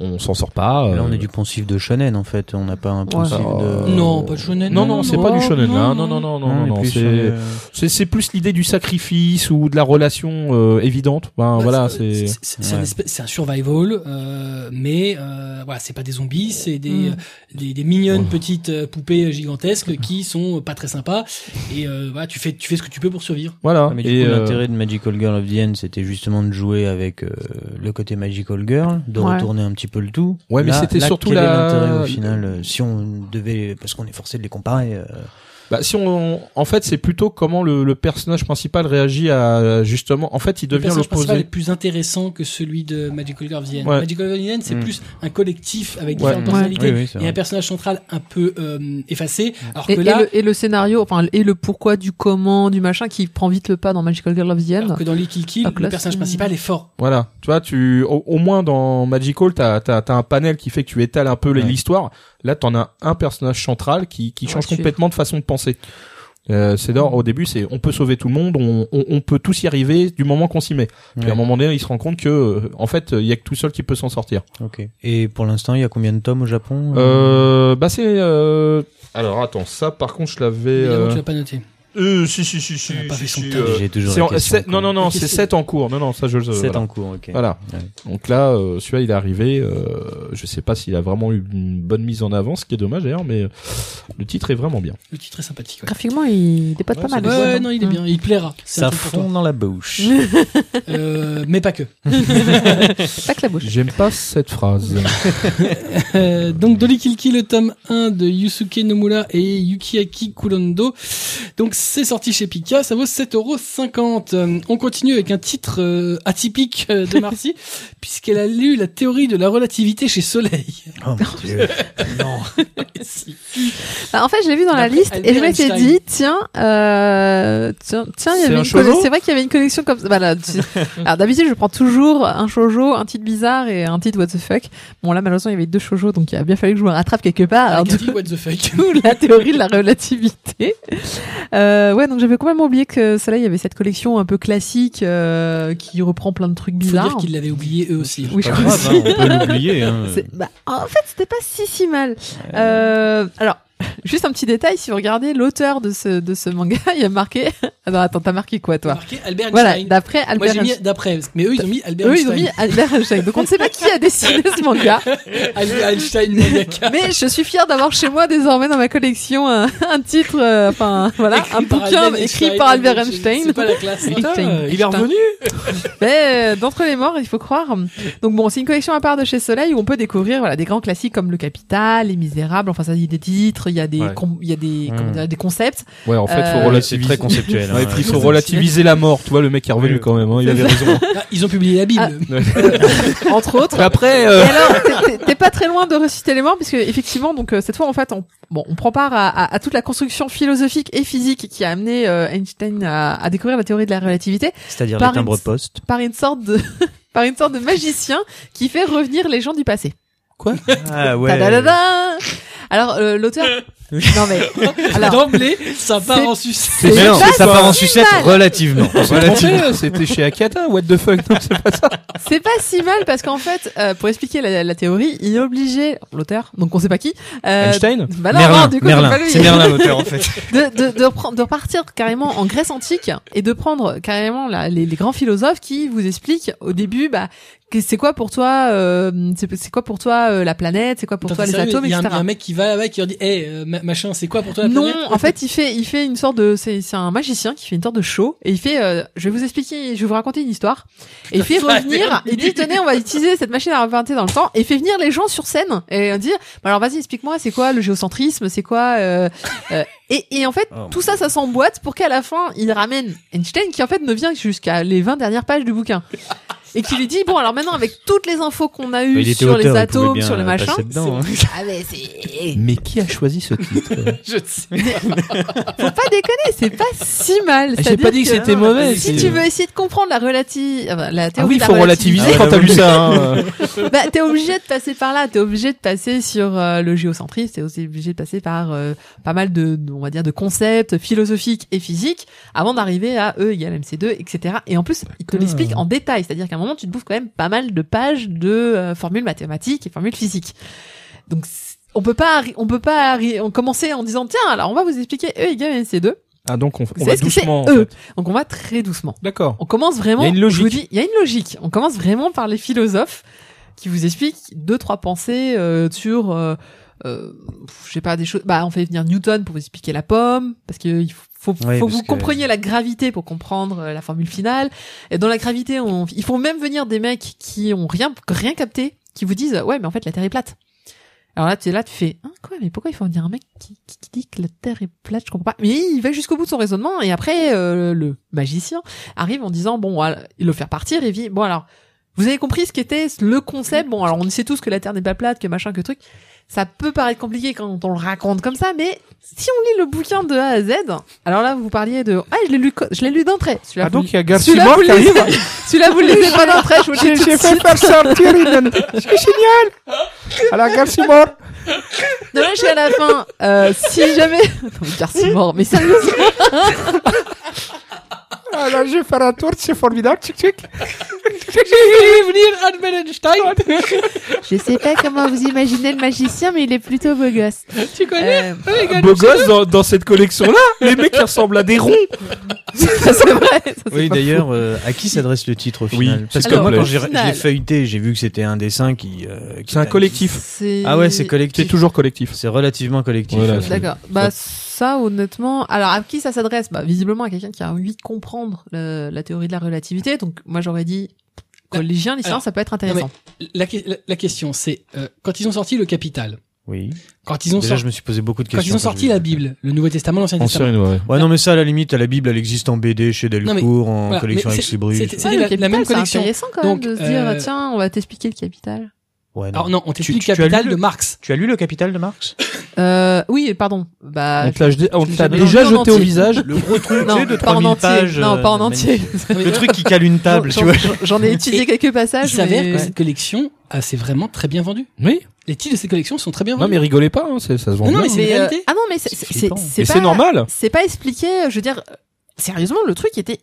Speaker 3: on s'en sort pas. euh,
Speaker 6: Là, on est du poncif de shonen, en fait. On n'a pas un poncif
Speaker 3: euh,
Speaker 6: de...
Speaker 1: Non, pas de shonen,
Speaker 3: Non,
Speaker 1: non,
Speaker 3: non, c'est
Speaker 6: Oh,
Speaker 1: non,
Speaker 3: pas du
Speaker 1: non,
Speaker 3: shonen. là.
Speaker 1: non,
Speaker 3: Non, non, non, non,
Speaker 6: on
Speaker 3: non,
Speaker 6: est
Speaker 3: non.
Speaker 6: plus sur
Speaker 3: C'est
Speaker 6: le-
Speaker 3: c'est- c'est plus l'idée du sacrifice ou de la relation euh, évidente. Ben, voilà, c'est.
Speaker 1: Bah, c'est c'est un
Speaker 6: ouais.
Speaker 1: espèce- c'est un, survival, euh, mais euh, voilà, c'est pas des zombies, c'est des,
Speaker 5: Mm.
Speaker 1: euh, des des mignonnes petites euh, poupées gigantesques qui sont euh, pas très sympas et euh, voilà, tu fais tu fais ce que tu peux pour survivre.
Speaker 3: Voilà.
Speaker 6: Ah, mais du
Speaker 3: et
Speaker 6: coup,
Speaker 3: euh,
Speaker 6: l'intérêt de Magical Girl of the End, c'était justement de jouer avec euh, le côté Magical Girl, de
Speaker 5: Ouais.
Speaker 6: retourner un petit peu le tout.
Speaker 3: Ouais, mais
Speaker 6: Là-
Speaker 3: c'était
Speaker 6: là,
Speaker 3: surtout
Speaker 6: quel est
Speaker 3: la-
Speaker 6: l'intérêt au final euh, si on devait, parce qu'on est forcé de les comparer. euh,
Speaker 3: bah, si on, en fait, c'est plutôt comment le, le personnage principal réagit à justement. En fait, il
Speaker 1: Le
Speaker 3: devient
Speaker 1: personnage principal est
Speaker 3: l'opposé.
Speaker 1: plus intéressant que celui de Magical Girl Vienne.
Speaker 3: Ouais.
Speaker 1: Magical Girl Vienne, c'est
Speaker 6: Mm.
Speaker 1: plus un collectif avec
Speaker 3: Ouais.
Speaker 1: différentes
Speaker 3: Mm.
Speaker 1: personnalités.
Speaker 6: Oui, oui, c'est
Speaker 1: et
Speaker 6: vrai.
Speaker 1: un personnage central un peu euh, effacé,
Speaker 3: Mm.
Speaker 1: alors
Speaker 5: Et,
Speaker 1: que
Speaker 5: et
Speaker 1: là,
Speaker 5: le, et le scénario, enfin, et le pourquoi du comment, du machin, qui prend vite le pas dans Magical Girl of the End.
Speaker 1: alors que dans Lee Kill Kill,
Speaker 5: Alors que
Speaker 1: le
Speaker 5: là,
Speaker 1: personnage
Speaker 5: c'est-
Speaker 1: principal est fort.
Speaker 3: Voilà. Tu vois, tu au, au moins dans Magical, t'as t'as t'as un panel qui fait que tu étales un peu
Speaker 6: Ouais.
Speaker 3: l'histoire. Là, t'en as un personnage central qui qui
Speaker 5: Ouais,
Speaker 3: change
Speaker 5: tu-
Speaker 3: complètement de façon de penser. Euh, c'est d'or au début, c'est on peut sauver tout le monde, on, on, on peut tous y arriver du moment qu'on s'y met. Puis à un moment donné, il se rend compte que euh, en fait, il y a que tout seul qui peut s'en sortir.
Speaker 6: Ok. Et pour l'instant, il y a combien de tomes au Japon
Speaker 3: Euh, bah c'est euh... alors attends, ça par contre, je l'avais
Speaker 1: Évidemment,
Speaker 3: euh,
Speaker 1: tu l'as pas noté.
Speaker 3: Euh, si, si, si, si.
Speaker 1: Elle a pas
Speaker 3: si,
Speaker 1: fait son
Speaker 3: si,
Speaker 1: taf.
Speaker 3: euh,
Speaker 6: J'ai toujours
Speaker 3: c'est
Speaker 6: la
Speaker 3: en-
Speaker 6: question
Speaker 3: c'est- non, non, non, c'est 7 en cours. Non, non, ça je le sais.
Speaker 6: 7
Speaker 3: voilà.
Speaker 6: en cours, ok.
Speaker 3: Voilà.
Speaker 6: Ouais.
Speaker 3: Donc là, euh, celui-là, il est arrivé. Euh, je sais pas s'il a vraiment eu une bonne mise en avant, ce qui est dommage d'ailleurs, mais euh, le titre est vraiment bien.
Speaker 1: Le titre est sympathique. Ouais,
Speaker 2: Graphiquement, il dépote
Speaker 6: Ouais,
Speaker 2: pas
Speaker 5: Ah,
Speaker 2: mal.
Speaker 1: Ouais,
Speaker 2: aussi,
Speaker 1: ouais,
Speaker 2: hein.
Speaker 1: non, il est
Speaker 5: Mm.
Speaker 1: bien, il plaira. C'est un
Speaker 6: Ça
Speaker 1: film pour toi.
Speaker 6: fond dans la bouche. Oh
Speaker 1: Euh, mais pas que.
Speaker 5: Mmh.
Speaker 2: Pas que la bouche.
Speaker 3: J'aime pas cette phrase.
Speaker 1: Euh, donc Dolly Kill Kill, le tome 1 de Yusuke Nomura et Yukiaki Kurondo. Donc c'est sorti chez Pika, ça vaut 7,50€. Euh, On continue avec un titre euh, atypique euh, de Marcy, puisqu'elle a lu la théorie de la relativité chez Soleil.
Speaker 6: Oh mon dieu. non.
Speaker 2: Bah, en fait, je l'ai vu dans la
Speaker 1: D'après
Speaker 2: liste et je
Speaker 1: Albert
Speaker 2: m'étais
Speaker 1: Einstein.
Speaker 2: dit, tiens, euh, tiens, tiens, il y
Speaker 3: C'est
Speaker 2: avait
Speaker 3: un
Speaker 2: une colle-
Speaker 3: shoujo
Speaker 2: c'est vrai qu'il y avait une collection comme ça. Bah, là, tu- Alors d'habitude, je prends toujours un shoujo, un titre bizarre et un titre what the fuck. Bon là, malheureusement, il y avait deux shoujo, donc il a bien fallu que je me rattrape quelque part. Alors,
Speaker 1: Alors,
Speaker 2: du-
Speaker 1: what the fuck
Speaker 2: tout la théorie de la relativité. Euh, ouais, donc j'avais complètement oublié que ça là, il y avait cette collection un peu classique euh, qui reprend plein de trucs
Speaker 1: Faut dire
Speaker 2: bizarres.
Speaker 1: qu'ils l'avaient oublié eux aussi.
Speaker 2: Oui, je
Speaker 6: Pas
Speaker 2: crois
Speaker 6: grave,
Speaker 2: aussi.
Speaker 6: hein, on peut l'oublier. hein.
Speaker 2: C'est- bah, en fait, c'était pas si si mal. Euh, alors, juste un petit détail, si vous regardez l'auteur de ce, de ce manga, il y a marqué. Ah non, attends, t'as marqué quoi,
Speaker 1: T'as
Speaker 2: toi
Speaker 1: marqué Albert
Speaker 2: Voilà,
Speaker 1: Einstein.
Speaker 2: d'après
Speaker 1: Moi
Speaker 2: Albert
Speaker 1: j'ai mis
Speaker 2: Einstein.
Speaker 1: d'après, mais eux ils ont mis Albert
Speaker 2: Eux, ils ont
Speaker 1: Einstein.
Speaker 2: mis Albert Einstein. Donc, on ne sait pas qui a dessiné ce manga.
Speaker 1: Albert Einstein mangaka.
Speaker 2: Mais je suis fière d'avoir chez moi désormais dans ma collection un, un titre, euh, enfin, voilà, un
Speaker 1: Par
Speaker 2: bouquin
Speaker 1: Albert
Speaker 2: écrit
Speaker 1: Einstein.
Speaker 2: par Albert Einstein.
Speaker 1: C'est pas la classe. hein.
Speaker 2: Putain,
Speaker 3: il est revenu
Speaker 2: Mais euh, d'entre les morts, il faut croire. Donc bon, c'est une collection à part de chez Soleil où on peut découvrir voilà des grands classiques comme Le Capital, Les Misérables. Enfin, ça il y a des titres, il y a des
Speaker 3: Ouais. Hmm.
Speaker 2: com- il y a des comment
Speaker 6: Mm.
Speaker 2: dire, des concepts.
Speaker 3: Ouais, en fait, faut
Speaker 2: Euh,
Speaker 6: C'est
Speaker 3: relativiser.
Speaker 6: très conceptuel.
Speaker 3: Ouais, et
Speaker 6: hein.
Speaker 3: puis il faut relativiser la mort. Tu vois, le mec est revenu
Speaker 6: Oui.
Speaker 3: quand même. hein, il avait raison.
Speaker 1: Ah, ils ont publié la Bible.
Speaker 2: Ah. entre autres.
Speaker 3: Mais après,
Speaker 2: Et
Speaker 3: euh,
Speaker 2: alors, t'es- t'es- t'es pas très loin de ressusciter les morts, puisque effectivement, donc euh, cette fois, en fait, on, bon, on prend part à, à- à toute la construction philosophique et physique qui a amené euh, Einstein à, à découvrir la théorie de la relativité
Speaker 6: C'est-à-dire
Speaker 2: Par
Speaker 6: les timbres
Speaker 2: une-
Speaker 6: poste.
Speaker 2: par une sorte de par une sorte de magicien qui fait revenir les gens du passé.
Speaker 6: Ah
Speaker 2: Tadadada Alors euh, l'auteur, non mais alors
Speaker 1: D'emblée, ça part
Speaker 2: C'est-
Speaker 1: en sucette.
Speaker 6: Mais non,
Speaker 2: pas
Speaker 6: ça part en sucette
Speaker 2: mal.
Speaker 6: relativement.
Speaker 3: relativement, hein, c'était chez Akata. What the fuck non, c'est pas ça.
Speaker 2: C'est pas si mal parce qu'en fait, euh, pour expliquer la, la théorie, il est obligé, l'auteur, donc on sait pas qui, euh,
Speaker 3: Einstein
Speaker 2: bah non, non, du coup, c'est pas lui.
Speaker 6: l'auteur en fait.
Speaker 2: de, de, de, repren- de repartir carrément en Grèce antique et de prendre carrément la- les, les grands philosophes qui vous expliquent au début, bah, que c'est quoi pour toi, euh, c'est c'est quoi pour toi euh, la planète, c'est quoi pour
Speaker 1: Attends,
Speaker 2: toi
Speaker 1: t'es
Speaker 2: les
Speaker 1: sérieux,
Speaker 2: atomes,
Speaker 1: Il y a
Speaker 2: etc.
Speaker 1: un, il y a un mec qui va là-bas qui leur dit Hé, machin, c'est quoi pour toi la
Speaker 2: Non,
Speaker 1: planète
Speaker 2: en fait, il fait, il fait une sorte de, c'est, c'est un magicien qui fait une sorte de show et il fait, euh, je vais vous expliquer, je vais vous raconter une histoire et il fait
Speaker 1: Ça a l'air
Speaker 2: revenir, il dit
Speaker 1: nul.
Speaker 2: tenez, on va utiliser cette machine à remonter dans le temps et il fait venir les gens sur scène et euh, dire, bah alors vas-y, explique-moi, c'est quoi le géocentrisme, c'est quoi, euh, euh, et, et en fait,
Speaker 6: Oh.
Speaker 2: tout ça, ça s'emboîte pour qu'à la fin, il ramène Einstein qui en fait ne vient que jusqu'à les 20 dernières pages du bouquin. Et qui lui dit bon alors maintenant avec toutes les infos qu'on a eues sur les atomes,
Speaker 3: euh,
Speaker 2: sur les machins, ah mais c'est
Speaker 3: Mais qui a choisi ce titre
Speaker 1: Je ne sais
Speaker 2: Faut pas déconner, c'est pas si mal.
Speaker 3: Ah, J'ai
Speaker 2: C'est-à-dire
Speaker 3: pas dit que c'était mauvais,
Speaker 2: Si
Speaker 3: c'est-
Speaker 2: tu veux essayer de comprendre la relati... enfin, la
Speaker 3: Ah
Speaker 2: théorie de
Speaker 3: oui, il
Speaker 2: la
Speaker 3: faut
Speaker 2: relativité,
Speaker 3: relativiser quand t'as
Speaker 6: Ah, bah oui.
Speaker 3: lu ça. hein.
Speaker 2: bah, t'es obligé de passer par là, t'es obligé de passer sur euh, le géocentrisme, t'es aussi obligé de passer par euh, pas mal de, de- on va dire, de concepts philosophiques et physiques avant d'arriver à E égale MC2, etc. Et en plus, il te l'explique en détail, c'est-à-dire qu'à un moment, tu te bouffes quand même pas mal de pages de euh, formules mathématiques et formules physiques. Donc, c'est- on peut pas, arri- on peut pas arri- on commencer en disant, tiens, alors on va vous expliquer E égale MC2.
Speaker 3: Ah donc on, on
Speaker 2: Vous
Speaker 3: va
Speaker 2: savez ce que c'est,
Speaker 3: doucement. en
Speaker 2: eux
Speaker 3: fait.
Speaker 2: Donc on va très doucement.
Speaker 3: D'accord.
Speaker 2: On commence vraiment.
Speaker 3: Il y a une logique.
Speaker 2: Je vous dis, il y a une logique. On commence vraiment par les philosophes qui vous expliquent deux trois pensées euh, sur, euh, euh, je sais pas des choses. Bah on fait venir Newton pour vous expliquer la pomme parce que il faut. Faut,
Speaker 6: Oui,
Speaker 2: faut que
Speaker 6: parce
Speaker 2: vous
Speaker 6: que-
Speaker 2: compreniez la gravité pour comprendre euh, la formule finale. Et dans la gravité, on, il faut même venir des mecs qui ont rien, rien capté, qui vous disent ouais, mais en fait la Terre est plate. Alors là, tu es là, tu fais hein, quoi Mais pourquoi il faut venir un mec qui, qui, qui dit que la Terre est plate Je comprends pas. Mais il va jusqu'au bout de son raisonnement et après euh, le magicien arrive en disant bon, voilà, il le fait partir et dit bon alors vous avez compris ce qu'était le concept. Bon alors on sait tous que la Terre n'est pas plate, que machin, que truc. Ça peut paraître compliqué quand on le raconte comme ça, mais si on lit le bouquin de A à Z, alors là vous parliez de ah je l'ai lu, co- je l'ai lu d'entrée. Celui-là
Speaker 3: Ah
Speaker 2: vous-
Speaker 3: donc il y a Garcia
Speaker 2: celui-là
Speaker 3: Mort
Speaker 2: vous
Speaker 3: qui
Speaker 2: le lisez,
Speaker 3: arrive.
Speaker 2: celui-là vous le lisez pas d'entrée. Je vous le dis tout de suite.
Speaker 3: faire sortir une. C'est génial. Alors Garcia Mort.
Speaker 2: Non, là, je suis à la fin. Euh, si jamais. Non, mais car c'est mort, mais sérieusement.
Speaker 3: Alors je vais faire un tour, c'est formidable. Tchic tchic.
Speaker 7: Je sais pas comment vous imaginez le magicien, mais il est plutôt beau gosse.
Speaker 1: Tu connais
Speaker 2: Euh,
Speaker 3: Beau gosse dans, dans cette collection-là, les mecs qui ressemblent à des ronds.
Speaker 2: ça, c'est vrai. ça, c'est
Speaker 6: Oui,
Speaker 2: pas
Speaker 6: d'ailleurs, euh, à qui s'adresse le titre au
Speaker 3: Oui,
Speaker 6: final Parce que
Speaker 3: Alors,
Speaker 6: moi,
Speaker 3: au
Speaker 6: quand j'ai
Speaker 2: final-
Speaker 6: j'ai feuilleté, j'ai vu que c'était un dessin qui. euh, qui
Speaker 3: C'est un
Speaker 6: t'a-
Speaker 3: collectif.
Speaker 2: C'est-
Speaker 6: Ah ouais, c'est
Speaker 3: C'est
Speaker 6: collectif.
Speaker 3: toujours collectif.
Speaker 6: C'est relativement collectif.
Speaker 3: Voilà,
Speaker 6: euh,
Speaker 3: c'est-
Speaker 2: D'accord. Bah ça, honnêtement, alors à qui ça s'adresse Bah visiblement à quelqu'un qui a envie de comprendre le- la théorie de la relativité. Donc moi j'aurais dit collégien, lycéen,
Speaker 1: Ah, Alors,
Speaker 2: ça peut être intéressant.
Speaker 1: la, que- la- la question, c'est euh, quand ils ont sorti le Capital,
Speaker 6: Oui.
Speaker 1: quand ils ont
Speaker 6: Déjà,
Speaker 1: sorti,
Speaker 6: je me suis posé beaucoup de
Speaker 1: quand
Speaker 6: questions.
Speaker 1: ils ont sorti la Bible, le Nouveau Testament, l'Ancien
Speaker 3: En série
Speaker 1: Testament.
Speaker 3: noire, ouais.
Speaker 6: Ouais, non, mais ça, à la limite, la Bible, elle existe en BD chez
Speaker 1: Non, mais-
Speaker 6: Delcourt, en
Speaker 1: voilà,
Speaker 6: collection
Speaker 1: mais
Speaker 6: avec
Speaker 1: c'est-
Speaker 6: Libris.
Speaker 1: c'était- c'est
Speaker 2: Ouais,
Speaker 1: la-
Speaker 2: le
Speaker 1: la même
Speaker 2: capital, c'est
Speaker 1: collection.
Speaker 2: intéressant quand
Speaker 1: Donc,
Speaker 2: même de se dire
Speaker 1: euh,
Speaker 2: tiens, on va t'expliquer le capital.
Speaker 6: Ouais, non.
Speaker 1: Alors non, on t'explique
Speaker 6: tu as
Speaker 1: le Capital
Speaker 6: lu
Speaker 1: de
Speaker 6: le-
Speaker 1: Marx.
Speaker 6: Tu as lu le Capital de Marx
Speaker 2: Euh, oui, pardon. Bah
Speaker 3: On te l'a jeté- Ah, on
Speaker 2: je-
Speaker 3: te l'a
Speaker 2: je-
Speaker 3: déjà
Speaker 2: non,
Speaker 3: jeté
Speaker 2: non,
Speaker 3: au
Speaker 2: c'est-
Speaker 3: visage.
Speaker 6: Le gros truc, tu
Speaker 2: non,
Speaker 6: sais, de
Speaker 2: pas en
Speaker 6: 3000
Speaker 2: entier.
Speaker 6: pages.
Speaker 2: non,
Speaker 6: euh,
Speaker 2: pas en
Speaker 6: magnifique.
Speaker 2: entier.
Speaker 6: Le truc qui cale une table, tu
Speaker 2: J'en-
Speaker 6: vois.
Speaker 2: j'en- J'en ai étudié quelques
Speaker 1: Il
Speaker 2: passages.
Speaker 1: s'avère
Speaker 2: mais-
Speaker 1: que cette collection ah, s'est vraiment très bien vendue.
Speaker 3: Oui.
Speaker 1: Les titres de cette collection sont très bien
Speaker 3: Non,
Speaker 1: vendus.
Speaker 3: mais rigolez pas, hein, c'est- ça se vend
Speaker 1: Non, non, mais
Speaker 3: bien.
Speaker 1: c'est une
Speaker 2: Mais, euh,
Speaker 1: réalité.
Speaker 2: ah non, mais c'est-
Speaker 3: C'est
Speaker 2: c'est
Speaker 3: flippant.
Speaker 2: c'est
Speaker 3: Et
Speaker 2: pas-
Speaker 3: c'est normal.
Speaker 2: C'est pas expliqué. Je veux dire, euh, sérieusement, le truc était.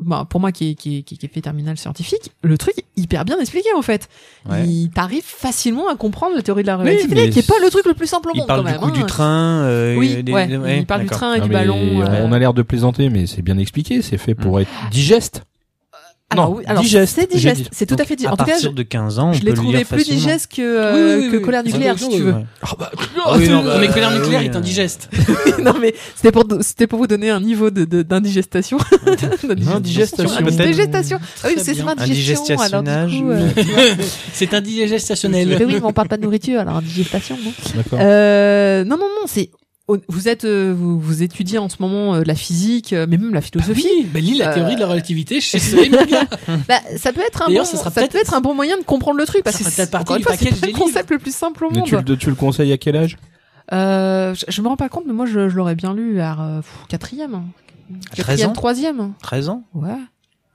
Speaker 2: Bah, pour moi qui ai qui, ai- qui, ai fait terminal scientifique, le truc est hyper bien expliqué en fait.
Speaker 6: Ouais.
Speaker 2: Il t'arrive facilement à comprendre la théorie de la relativité,
Speaker 3: mais
Speaker 2: qui est pas le truc le plus simple au
Speaker 6: Il
Speaker 2: monde
Speaker 6: parle
Speaker 2: quand
Speaker 6: du
Speaker 2: même.
Speaker 6: coup
Speaker 2: hein.
Speaker 6: du train. euh,
Speaker 2: Oui,
Speaker 6: des-
Speaker 2: ouais,
Speaker 6: des-
Speaker 2: il parle du
Speaker 6: d'accord.
Speaker 2: train et
Speaker 3: Non,
Speaker 2: du
Speaker 3: mais
Speaker 2: ballon. euh,
Speaker 3: On a l'air de plaisanter, mais c'est bien expliqué. C'est fait pour être digeste.
Speaker 2: alors ah
Speaker 3: non,
Speaker 2: bah oui, alors,
Speaker 3: digeste,
Speaker 2: C'est
Speaker 3: j'ai
Speaker 2: digeste.
Speaker 3: dit.
Speaker 2: C'est tout à fait digeste.
Speaker 6: À
Speaker 2: En tout cas,
Speaker 6: partir
Speaker 2: je,
Speaker 6: de 15 ans, on
Speaker 2: je
Speaker 6: peut
Speaker 2: l'ai
Speaker 6: le
Speaker 2: trouvé
Speaker 6: lire
Speaker 2: plus
Speaker 6: facilement.
Speaker 2: digeste que, euh,
Speaker 1: Oui, oui, oui,
Speaker 2: que
Speaker 1: oui.
Speaker 2: colère
Speaker 1: C'est
Speaker 2: nucléaire, si
Speaker 1: intéressant,
Speaker 2: tu
Speaker 1: oui.
Speaker 2: veux.
Speaker 6: Ouais.
Speaker 1: Ah bah,
Speaker 6: Ah oui, non, bah,
Speaker 1: mais colère
Speaker 6: oui,
Speaker 1: nucléaire
Speaker 6: oui,
Speaker 1: est
Speaker 6: euh,
Speaker 1: indigeste.
Speaker 2: non mais c'était pour c'était pour vous donner un niveau de de- d'indigestation.
Speaker 3: Indigestation.
Speaker 2: Indigestation. Indigestation. Ah oui,
Speaker 1: Très
Speaker 2: c'est
Speaker 1: bien.
Speaker 2: pas indigestion. Alors du coup, euh,
Speaker 1: C'est indigestationnel.
Speaker 2: Mais oui, mais on parle pas de nourriture, alors digestation, non
Speaker 3: D'accord.
Speaker 2: Euh, non, non, non, c'est. Vous êtes, euh, vous, vous étudiez en ce moment euh, la physique, euh, mais même la philosophie.
Speaker 1: Sophie, bah, lis la
Speaker 2: Euh,
Speaker 1: théorie de la relativité chez Soleil
Speaker 2: Bah, ça peut être un bon,
Speaker 1: Ah D'ailleurs, ce sera
Speaker 2: ça
Speaker 1: peut-être-
Speaker 2: peut être un bon moyen de comprendre le truc parce
Speaker 1: Ça
Speaker 2: que
Speaker 1: fera peut-être
Speaker 2: c'est- encore
Speaker 1: partie
Speaker 2: une fois,
Speaker 1: du
Speaker 2: c'est
Speaker 1: package
Speaker 2: pas le
Speaker 1: des livres.
Speaker 2: concept le plus simple au
Speaker 3: Mais
Speaker 2: monde.
Speaker 3: tu, le- tu le conseilles à quel âge
Speaker 2: Euh, je, je me rends pas compte, mais moi je, je l'aurais bien lu à euh, pff, quatrième, hein.
Speaker 6: 13
Speaker 2: quatrième,
Speaker 6: ans
Speaker 2: troisième,
Speaker 6: 13 ans
Speaker 2: ouais.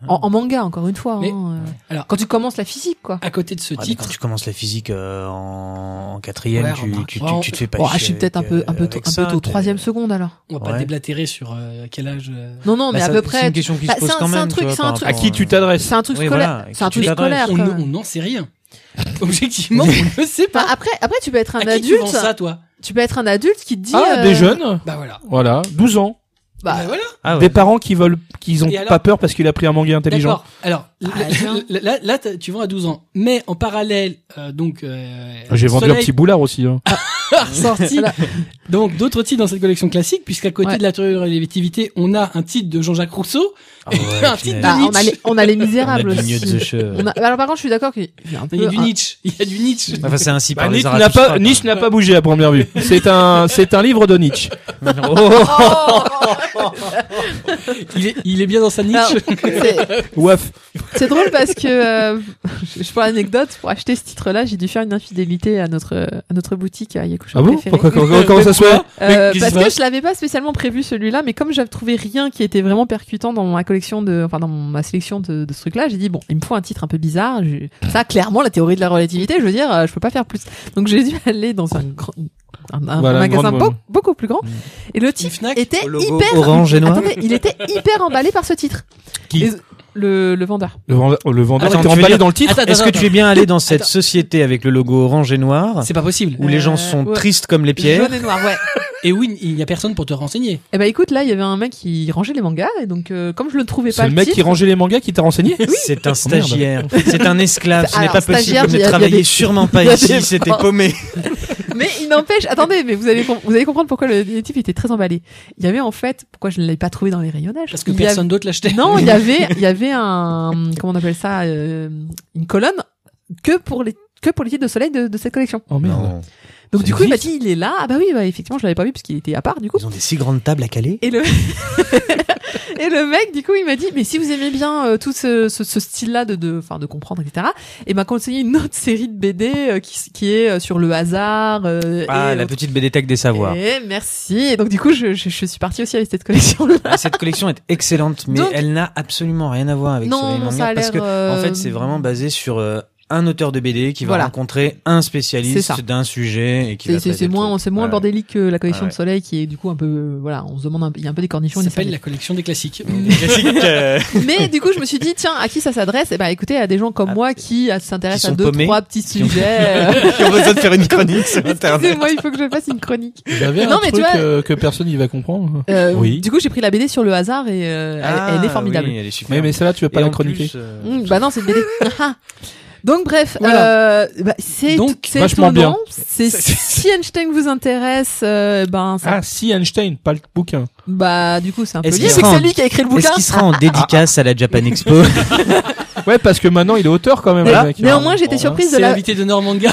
Speaker 2: En, en manga, encore une fois.
Speaker 1: Ah. Mais-
Speaker 2: hein, euh,
Speaker 1: alors-
Speaker 2: quand tu commences la physique, quoi.
Speaker 1: À côté de ce
Speaker 6: Ouais, mais
Speaker 1: titre,
Speaker 6: Quand tu commences la physique euh, en en quatrième,
Speaker 1: Ouais,
Speaker 6: tu,
Speaker 1: remarque,
Speaker 6: tu, tu,
Speaker 1: ouais,
Speaker 6: tu te fais pas
Speaker 2: Oh, ah,
Speaker 6: chier
Speaker 2: je suis peut-être un
Speaker 6: avec,
Speaker 2: peu, un
Speaker 6: euh,
Speaker 2: peu, tôt-
Speaker 6: avec
Speaker 2: un
Speaker 6: ça,
Speaker 2: peu tôt,
Speaker 6: t'es-
Speaker 2: troisième seconde alors.
Speaker 1: on va pas
Speaker 6: Ouais.
Speaker 1: déblatérer sur euh, à quel âge. euh,
Speaker 2: Non, non, mais
Speaker 6: Bah,
Speaker 2: à
Speaker 6: ça,
Speaker 2: peu
Speaker 6: C'est
Speaker 2: près.
Speaker 6: une question qui
Speaker 2: bah,
Speaker 6: se pose
Speaker 2: c'est un-
Speaker 6: quand
Speaker 2: c'est un
Speaker 6: même.
Speaker 2: truc,
Speaker 6: vois,
Speaker 2: c'est un
Speaker 6: par
Speaker 2: truc-
Speaker 3: À
Speaker 6: rapport,
Speaker 3: qui tu
Speaker 6: euh,
Speaker 3: t'adresses
Speaker 2: C'est un truc
Speaker 6: Oui,
Speaker 2: scolaire.
Speaker 6: voilà,
Speaker 2: C'est un
Speaker 6: qui tu
Speaker 2: truc scolaire.
Speaker 6: t'adresses.
Speaker 2: quand
Speaker 1: on
Speaker 2: même.
Speaker 1: on n'en sait rien. Objectivement, on ne sait pas.
Speaker 2: Enfin, après, après, tu peux être Ah, un
Speaker 1: À qui tu
Speaker 2: adulte.
Speaker 1: vends ça, toi
Speaker 2: tu peux être un adulte qui te dit.
Speaker 3: Ah,
Speaker 2: euh,
Speaker 3: des jeunes.
Speaker 1: Bah voilà.
Speaker 3: Voilà, 12 ans.
Speaker 2: Bah,
Speaker 1: Bah, voilà.
Speaker 6: Ah ouais.
Speaker 3: Des parents qui veulent, qu'ils ont
Speaker 1: Et alors
Speaker 3: pas peur parce qu'il a pris un manga intelligent.
Speaker 1: D'accord. Alors
Speaker 2: Ah,
Speaker 1: là,
Speaker 2: tiens.
Speaker 1: là, là, là, t'as- tu vends à 12 ans, mais en parallèle, euh, donc euh,
Speaker 3: J'ai vendu un
Speaker 1: Soleil
Speaker 3: petit boulard aussi. hein.
Speaker 1: a ressorti donc d'autres titres dans cette collection classique, puisqu'à côté
Speaker 2: Ouais.
Speaker 1: de la théorie de la relativité, on a un titre de Jean-Jacques Rousseau.
Speaker 6: Ah ouais,
Speaker 1: Un titre
Speaker 6: punaise.
Speaker 2: bah, on, a les, on a les
Speaker 6: On a
Speaker 2: misérables
Speaker 6: du Nietzsche.
Speaker 2: aussi. On a- Alors par contre, je suis d'accord qu'il y a un peu.
Speaker 1: Il y a du
Speaker 2: un-
Speaker 1: Nietzsche. Il y a du Nietzsche.
Speaker 6: Enfin, c'est ainsi
Speaker 3: Bah,
Speaker 6: par les
Speaker 3: Nietzsche n'a
Speaker 6: Zarathustra,
Speaker 3: pas,
Speaker 6: quoi.
Speaker 3: Nietzsche n'a pas bougé à première vue. C'est un, c'est un livre de Nietzsche. Oh,
Speaker 1: Il est, il est bien dans sa niche.
Speaker 2: Alors, c'est-
Speaker 1: euh.
Speaker 3: Ouaf.
Speaker 2: C'est drôle parce que, euh, je pour l'anecdote, pour acheter ce titre-là, j'ai dû faire une infidélité à notre euh, à notre boutique à Yakusho
Speaker 3: Ah bon
Speaker 2: préférée.
Speaker 3: Pourquoi comment, comment ça se fait
Speaker 2: Euh,
Speaker 3: Mais qu'est-ce qui
Speaker 2: parce
Speaker 3: se
Speaker 2: que
Speaker 3: passe
Speaker 2: je l'avais pas spécialement prévu celui-là, mais comme j'avais trouvé rien qui était vraiment percutant dans ma collection de, enfin dans mon- ma sélection de, de ce truc-là, j'ai dit bon, il me faut un titre un peu bizarre. je- Ça, clairement, la théorie de la relativité, je veux dire, euh, je peux pas faire plus. Donc j'ai dû aller dans un grand, un, un
Speaker 3: Voilà,
Speaker 2: magasin
Speaker 3: grande-
Speaker 2: beau- beaucoup plus grand.
Speaker 3: Mm.
Speaker 2: Et le titre
Speaker 1: Fnac,
Speaker 2: était
Speaker 6: Au logo
Speaker 2: hyper,
Speaker 6: orange et noir.
Speaker 2: attendez, il était hyper emballé par ce titre.
Speaker 3: Qui
Speaker 2: Et- le, le vendeur.
Speaker 3: Le vendeur, le vendeur
Speaker 6: Attends,
Speaker 3: était
Speaker 6: tu veux
Speaker 3: emballé
Speaker 6: dire-
Speaker 3: dans le titre.
Speaker 1: Attends,
Speaker 6: Est-ce que
Speaker 1: attends,
Speaker 6: tu es bien allé dans cette
Speaker 1: Attends.
Speaker 6: société avec le logo orange et noir
Speaker 1: C'est pas possible.
Speaker 6: où les
Speaker 2: Euh,
Speaker 6: gens sont
Speaker 2: ouais.
Speaker 6: tristes comme les pierres
Speaker 2: Jaune et noir, ouais.
Speaker 1: Et oui, il n'y a personne pour te renseigner.
Speaker 2: Eh ben écoute, là, il y avait un mec qui rangeait les mangas, et donc euh, comme je le trouvais
Speaker 3: C'est
Speaker 2: pas,
Speaker 3: le mec
Speaker 2: titre,
Speaker 3: qui rangeait les mangas qui t'a renseigné
Speaker 6: C'est un stagiaire, c'est un esclave, ce n'est
Speaker 2: Alors,
Speaker 6: pas possible,
Speaker 2: stagiaire,
Speaker 6: vous
Speaker 2: il y
Speaker 6: ne
Speaker 2: a- il y a
Speaker 6: travaillez
Speaker 2: des-
Speaker 6: sûrement pas
Speaker 2: il y a
Speaker 6: ici,
Speaker 2: des-
Speaker 6: c'était paumé.
Speaker 2: mais il n'empêche. Attendez, mais vous allez com- vous allez comprendre pourquoi le, le type était très emballé. Il y avait en fait, pourquoi je ne l'avais pas trouvé dans les rayonnages
Speaker 1: Parce que
Speaker 2: il y
Speaker 1: personne d'autre l'achetait.
Speaker 2: avait- Non, il y avait il y avait un comment on appelle ça euh, une colonne que pour les que pour les titres de soleil de, de cette collection.
Speaker 3: Oh merde.
Speaker 2: Donc
Speaker 6: Ça
Speaker 2: du coup, il m'a dit il est là. Ah bah oui, bah effectivement, je l'avais pas vu parce qu'il était à part du coup.
Speaker 6: Ils ont des si grandes tables à caler.
Speaker 2: Et le et le mec du coup il m'a dit mais si vous aimez bien euh, tout ce, ce, ce style-là de de enfin de comprendre etc et m'a conseillé une autre série de BD euh, qui s- qui est euh, sur le hasard euh,
Speaker 6: Ah,
Speaker 2: et
Speaker 6: la
Speaker 2: autres-
Speaker 6: petite BDTech des savoirs.
Speaker 2: et Eh, merci et donc du coup je, je, je suis partie aussi avec cette collection là
Speaker 6: Ah, Cette collection est excellente, mais
Speaker 2: Donc-
Speaker 6: elle n'a absolument rien à voir avec
Speaker 2: non
Speaker 6: Soleil
Speaker 2: non
Speaker 6: Manga,
Speaker 2: ça a l'air
Speaker 6: parce que
Speaker 2: euh,
Speaker 6: en fait c'est vraiment basé sur euh, un auteur de BD qui va
Speaker 5: Voilà.
Speaker 6: rencontrer un
Speaker 5: C'est ça.
Speaker 6: spécialiste d'un sujet et qui
Speaker 5: C'est-
Speaker 6: va
Speaker 5: C'est
Speaker 6: traiter
Speaker 5: c'est
Speaker 6: le
Speaker 5: moins,
Speaker 6: truc.
Speaker 5: c'est moins
Speaker 6: Ouais.
Speaker 5: bordélique que la collection
Speaker 6: Ouais.
Speaker 5: de Soleil qui est du coup un peu, euh, voilà, on se demande, un peu- il y a un peu des cornichons.
Speaker 1: Ça
Speaker 5: des
Speaker 1: s'appelle
Speaker 5: cerveaux.
Speaker 1: la collection des classiques.
Speaker 6: Mm. Classique, euh,
Speaker 5: Mais du coup, je me suis dit, tiens, à qui ça s'adresse Eh ben, écoutez, à des gens comme moi qui euh, s'intéressent
Speaker 6: Ah, sont
Speaker 5: à deux,
Speaker 6: paumés.
Speaker 5: trois petits sujets.
Speaker 6: qui ont besoin de faire une chronique sur internet.
Speaker 5: moi, il faut que je fasse une chronique.
Speaker 3: J'avais
Speaker 5: Non,
Speaker 3: un
Speaker 5: mais
Speaker 3: truc
Speaker 5: tu vois-
Speaker 3: euh, que personne n'y va comprendre.
Speaker 5: Euh,
Speaker 3: Oui.
Speaker 5: Du coup, j'ai pris la BD sur le hasard et euh, elle-
Speaker 6: Ah,
Speaker 5: elle, est formidable.
Speaker 6: oui, elle est super.
Speaker 3: Mais, mais celle-là, tu vas pas
Speaker 6: Et
Speaker 3: la
Speaker 6: en plus,
Speaker 3: chroniquer.
Speaker 6: euh,
Speaker 2: Mm.
Speaker 5: Mmh, bah non, c'est une BD. Ah. Donc bref,
Speaker 1: Voilà.
Speaker 5: euh, bah, c'est
Speaker 1: Donc,
Speaker 5: c'est
Speaker 3: vachement
Speaker 5: étonnant. C'est si Einstein vous intéresse, euh, ben ça,
Speaker 3: Ah, si Einstein, pas le bouquin.
Speaker 5: bah du coup c'est un peu
Speaker 6: Est-ce
Speaker 5: lié
Speaker 6: qu'il
Speaker 5: vu que
Speaker 6: sera
Speaker 5: c'est
Speaker 6: en-
Speaker 5: lui qui a écrit le
Speaker 6: Est-ce
Speaker 5: bouquin.
Speaker 6: qu'il sera en dédicace à la Japan Expo
Speaker 3: Ouais, parce que maintenant, il est auteur quand même.
Speaker 5: Mais-
Speaker 3: le mec.
Speaker 5: néanmoins, j'étais surprise de
Speaker 1: C'est
Speaker 5: la.
Speaker 1: l'invité de Normanga.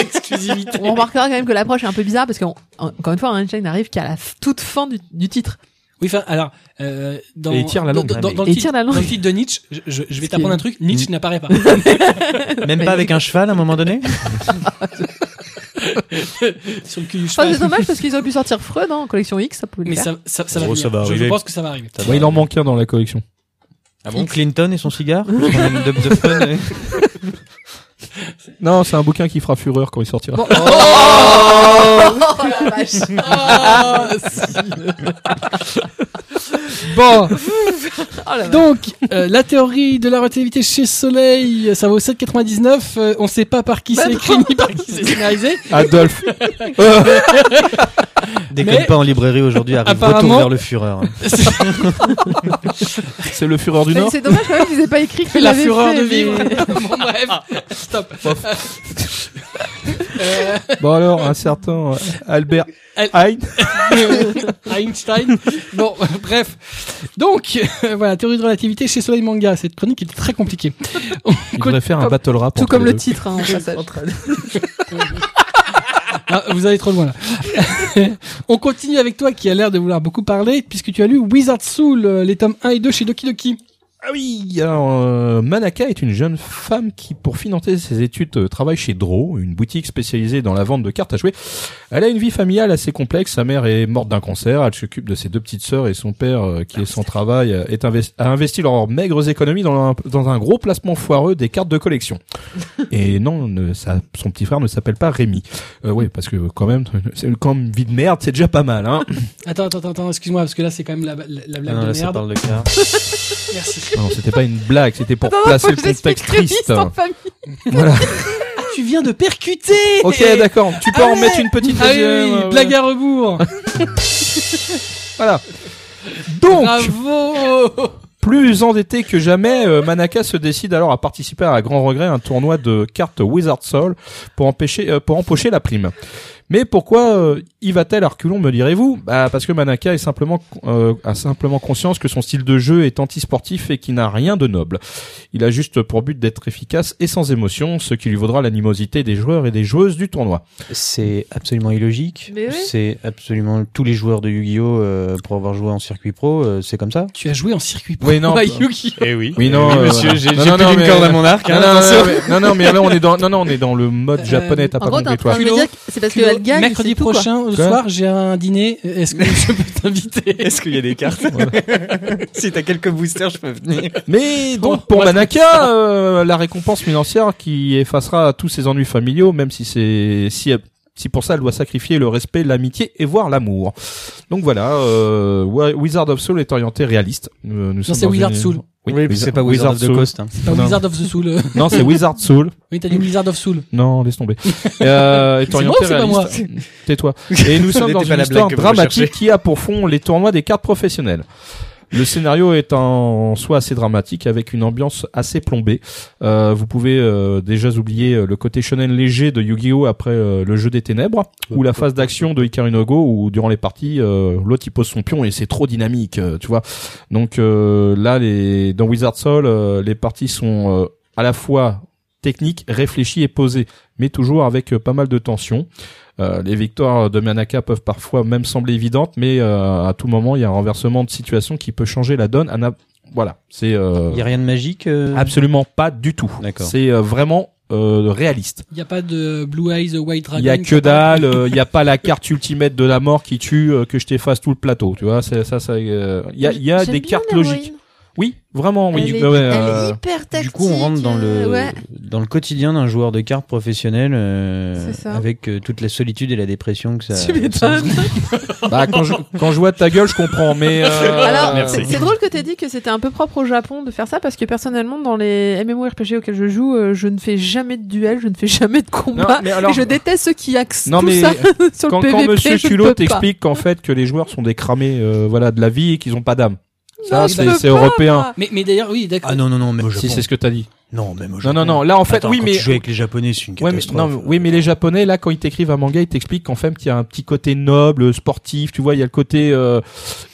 Speaker 1: Exclusivité.
Speaker 5: On remarquera quand même que l'approche est un peu bizarre parce qu'encore une fois, Einstein n'arrive qu'à la f- toute fin du, du titre.
Speaker 1: Oui, enfin, alors, euh, dans,
Speaker 3: Et il tire la
Speaker 1: dans-
Speaker 3: langue.
Speaker 1: dans- dans- dans
Speaker 5: Et
Speaker 1: le
Speaker 5: il
Speaker 1: titre-
Speaker 5: tire la langue.
Speaker 1: dans le titre de Nietzsche, je, je- je vais
Speaker 5: Ce
Speaker 1: t'apprendre
Speaker 5: qui est-
Speaker 1: un truc, Nietzsche n'apparaît pas.
Speaker 6: Même pas avec un cheval à un moment donné
Speaker 1: Sur le cul du
Speaker 5: Enfin,
Speaker 1: cheval.
Speaker 5: c'est dommage parce qu'ils auraient pu sortir Freud hein, en collection X, ça pouvait le
Speaker 1: Mais
Speaker 5: faire.
Speaker 1: ça, ça, ça va,
Speaker 6: Oh,
Speaker 1: venir.
Speaker 6: ça va
Speaker 1: Je- Je,
Speaker 6: arriver.
Speaker 1: pense que ça va arriver.
Speaker 3: Ouais, Bah, il en manque un dans la collection.
Speaker 6: Ah bon Clinton et son cigare de, de fun, euh.
Speaker 3: Non, c'est un bouquin qui fera fureur quand il sortira.
Speaker 5: Bon. Oh, la vache.
Speaker 1: Ah, Bon,
Speaker 5: Oh la vache.
Speaker 1: donc euh, la théorie de la relativité chez Soleil, ça vaut 7,99. euh, on sait pas par qui c'est écrit ni par qui c'est scénarisé.
Speaker 3: Adolphe. Oh,
Speaker 6: Déconne
Speaker 1: Mais-
Speaker 6: pas en librairie aujourd'hui, arrive
Speaker 1: Apparemment-
Speaker 6: retour vers le Führer.
Speaker 3: c'est le fureur du
Speaker 2: Mais
Speaker 3: Nord.
Speaker 2: C'est dommage quand même qu'ils aient pas écrit qu'il
Speaker 1: la
Speaker 2: avait
Speaker 1: fureur
Speaker 2: fait,
Speaker 1: de
Speaker 2: mais-
Speaker 1: vivre. bon bref, stop. Euh,
Speaker 3: Bon alors, un certain euh, Albert
Speaker 1: Al-
Speaker 3: Heijn.
Speaker 1: Einstein. Bon, bref. Donc, euh, voilà, théorie de relativité chez Soleil Manga. Cette chronique est très compliquée.
Speaker 3: Il devrait faire un battle rap.
Speaker 5: Tout
Speaker 3: entre
Speaker 5: comme
Speaker 3: les
Speaker 5: le
Speaker 3: deux.
Speaker 5: titre, hein, au passage.
Speaker 1: Ah, vous allez trop loin là. On continue avec toi qui a l'air de vouloir beaucoup parler puisque tu as lu Wizard Soul, euh, les tomes 1 et 2 chez Doki Doki.
Speaker 3: Ah oui, alors euh, Manaka est une jeune femme qui, pour financer ses études, euh, travaille chez Draw, une boutique spécialisée dans la vente de cartes à jouer. Elle a une vie familiale assez complexe. Sa mère est morte d'un cancer. Elle s'occupe de ses deux petites sœurs et son père, euh,
Speaker 5: Ah,
Speaker 3: qui est sans travail, euh, est investi- a investi leurs maigres économies dans un, dans un gros placement foireux des cartes de collection. Et non, ne- sa- son petit frère ne s'appelle pas Rémi. Euh, oui, parce que quand même, c'est comme vie de merde, c'est déjà pas mal. Hein
Speaker 1: Attends, attends, attends, excuse-moi parce que là c'est quand même la, la, la blague
Speaker 6: Ah Non,
Speaker 1: de
Speaker 6: là, ça
Speaker 1: merde.
Speaker 6: parle de car.
Speaker 1: Merci.
Speaker 3: non, c'était pas une blague, c'était
Speaker 5: Ah
Speaker 3: pour
Speaker 2: Attends,
Speaker 3: placer
Speaker 2: faut
Speaker 3: le
Speaker 2: que je l'explique
Speaker 3: contexte
Speaker 2: très vite
Speaker 3: triste.
Speaker 2: en famille.
Speaker 3: Voilà.
Speaker 1: Ah, tu viens de percuter.
Speaker 3: Ok, d'accord. Tu peux en mettre une petite
Speaker 1: Ah oui,
Speaker 3: deuxième,
Speaker 1: oui,
Speaker 3: ouais, ouais.
Speaker 1: blague à rebours.
Speaker 3: Voilà. Donc,
Speaker 1: Bravo.
Speaker 3: plus endettée que jamais, euh, Manaka se décide alors à participer à grand regret à un tournoi de cartes Wizard Soul pour empêcher, euh, pour empocher la prime. Mais pourquoi euh, y va-t-elle à reculons, me direz-vous Bah parce que Manaka est simplement euh, a simplement conscience que son style de jeu est anti-sportif et qu'il n'a rien de noble. Il a juste pour but d'être efficace et sans émotion, ce qui lui vaudra l'animosité des joueurs et des joueuses du tournoi.
Speaker 6: C'est absolument illogique.
Speaker 2: Mais oui.
Speaker 6: C'est absolument tous les joueurs de Yu-Gi-Oh euh, pour avoir joué en circuit pro, euh, c'est comme ça.
Speaker 1: Tu as joué en circuit.
Speaker 3: Oui, non.
Speaker 1: Bah, Yuki.
Speaker 6: Eh oui.
Speaker 3: Oui, non, euh, voilà. Non, non, non, mais-
Speaker 6: arc.
Speaker 3: Non,
Speaker 6: hein,
Speaker 3: non,
Speaker 6: attention.
Speaker 3: non, mais- non, non, mais là, on est dans, non, non, on est dans le mode
Speaker 1: Euh,
Speaker 3: japonais, t'as
Speaker 5: En
Speaker 3: pas
Speaker 5: gros, t'es en
Speaker 3: compris, toi.
Speaker 5: train de me
Speaker 1: Culo,
Speaker 5: dire que c'est parce que
Speaker 1: Culo,
Speaker 5: elle gagne.
Speaker 1: mercredi
Speaker 5: c'est tout, quoi.
Speaker 1: prochain au
Speaker 3: Quoi
Speaker 1: soir, j'ai un dîner. Est-ce que je peux t'inviter
Speaker 6: Est-ce qu'il y a des cartes Si t'as quelques boosters, je peux venir.
Speaker 3: Mais donc,
Speaker 1: Oh,
Speaker 3: pour
Speaker 1: moi, je
Speaker 3: Manaka, euh, la récompense financière qui effacera tous ses ennuis familiaux, même si c'est, si, si pour ça elle doit sacrifier le respect, l'amitié et voire l'amour. Donc voilà, euh, Wi- Wizard of Soul est orienté réaliste. Euh, nous sommes
Speaker 1: c'est
Speaker 3: dans
Speaker 1: Wizard
Speaker 3: une-
Speaker 1: Soul.
Speaker 3: Oui,
Speaker 6: c'est pas Wizard of the
Speaker 3: Soul.
Speaker 6: Coast. hein.
Speaker 1: Pas
Speaker 3: Non.
Speaker 1: Wizard of the Soul. euh.
Speaker 3: Non, c'est Wizard Soul.
Speaker 1: Oui, t'as dit Wizard of Soul.
Speaker 3: Non, laisse tomber. Euh, est
Speaker 1: C'est moi
Speaker 3: orienté
Speaker 1: ou c'est pas
Speaker 3: réaliste.
Speaker 1: moi
Speaker 3: Tais-toi. Et nous sommes
Speaker 6: C'était
Speaker 3: dans une
Speaker 6: hein. pas la blague
Speaker 3: histoire
Speaker 6: que vous
Speaker 3: dramatique
Speaker 6: recherchez.
Speaker 3: qui a pour fond les tournois des cartes professionnelles. Le scénario est en soi assez dramatique avec une ambiance assez plombée. Euh, vous pouvez euh, déjà oublier euh, le côté shonen léger de Yu-Gi-Oh après euh, le jeu des ténèbres ou la phase d'action de Hikaru no Go où durant les parties euh, l'autre il pose son pion et c'est trop dynamique, euh, tu vois. Donc euh, là les dans Wizard Soul euh, les parties sont euh, à la fois techniques, réfléchies et posées, mais toujours avec euh, pas mal de tension. Euh, les victoires de Manaka peuvent parfois même sembler évidentes, mais euh, à tout moment, il y a un renversement de situation qui peut changer la donne. à na- Voilà, c'est euh,
Speaker 6: Il y a rien de magique. euh,
Speaker 3: absolument pas du tout.
Speaker 6: D'accord.
Speaker 3: C'est euh, vraiment euh, réaliste.
Speaker 1: Il n'y a pas de Blue Eyes White Dragon.
Speaker 3: Il y a que dalle, euh, il y a pas la carte ultimate de la mort qui tue euh, que je t'efface tout le plateau, tu vois. C'est ça, ça. euh, Il y a, il y a
Speaker 7: J'aime
Speaker 3: des
Speaker 7: bien
Speaker 3: cartes
Speaker 7: l'héroïne.
Speaker 3: logiques. Oui, vraiment, oui.
Speaker 7: elle
Speaker 3: bah
Speaker 7: est,
Speaker 3: Ouais, ouais,
Speaker 7: elle est
Speaker 3: euh,
Speaker 7: hyper tactique.
Speaker 6: Du coup, on rentre dans
Speaker 7: euh,
Speaker 6: le
Speaker 7: ouais.
Speaker 6: dans le quotidien d'un joueur de cartes professionnel euh,
Speaker 7: C'est ça.
Speaker 6: avec euh, toute la solitude et la dépression que ça.
Speaker 5: Tu m'étonnes.
Speaker 3: bah, quand, je, quand je vois ta gueule, je comprends, mais... euh,
Speaker 5: Alors,
Speaker 3: merci.
Speaker 5: c'est c'est drôle que t'aies dit que c'était un peu propre au Japon de faire ça parce que personnellement, dans les MMORPG auxquels je joue, euh, je ne fais jamais de duel, je ne fais jamais de
Speaker 3: Non,
Speaker 5: combat.
Speaker 3: mais alors,
Speaker 5: et je déteste ceux qui axent
Speaker 3: Non,
Speaker 5: tout
Speaker 3: mais
Speaker 5: ça sur
Speaker 3: quand,
Speaker 5: le PVP.
Speaker 3: quand Monsieur
Speaker 5: je
Speaker 3: Culot
Speaker 5: peux pas.
Speaker 3: t'explique qu'en fait que les joueurs sont des cramés euh, voilà, de la vie et qu'ils ont pas d'âme.
Speaker 5: Non,
Speaker 3: Ça,
Speaker 5: je
Speaker 3: c'est
Speaker 5: peux
Speaker 3: c'est
Speaker 5: pas,
Speaker 3: européen.
Speaker 5: moi.
Speaker 1: Mais, mais d'ailleurs, oui, d'accord.
Speaker 6: Ah non non non mais au
Speaker 3: Si
Speaker 6: Japon.
Speaker 3: c'est ce que t'as dit.
Speaker 6: non même au
Speaker 3: Non,
Speaker 6: Japon.
Speaker 3: non, non. Là, en fait,
Speaker 6: Attends,
Speaker 3: oui,
Speaker 6: quand
Speaker 3: mais...
Speaker 6: tu joues avec les Japonais c'est une
Speaker 3: Ouais, mais,
Speaker 6: catastrophe.
Speaker 3: non, mais- oui, mais les Japonais, là, quand ils t'écrivent un manga, ils t'expliquent qu'en fait, il y a un petit côté noble, sportif, tu vois, il y a le côté euh,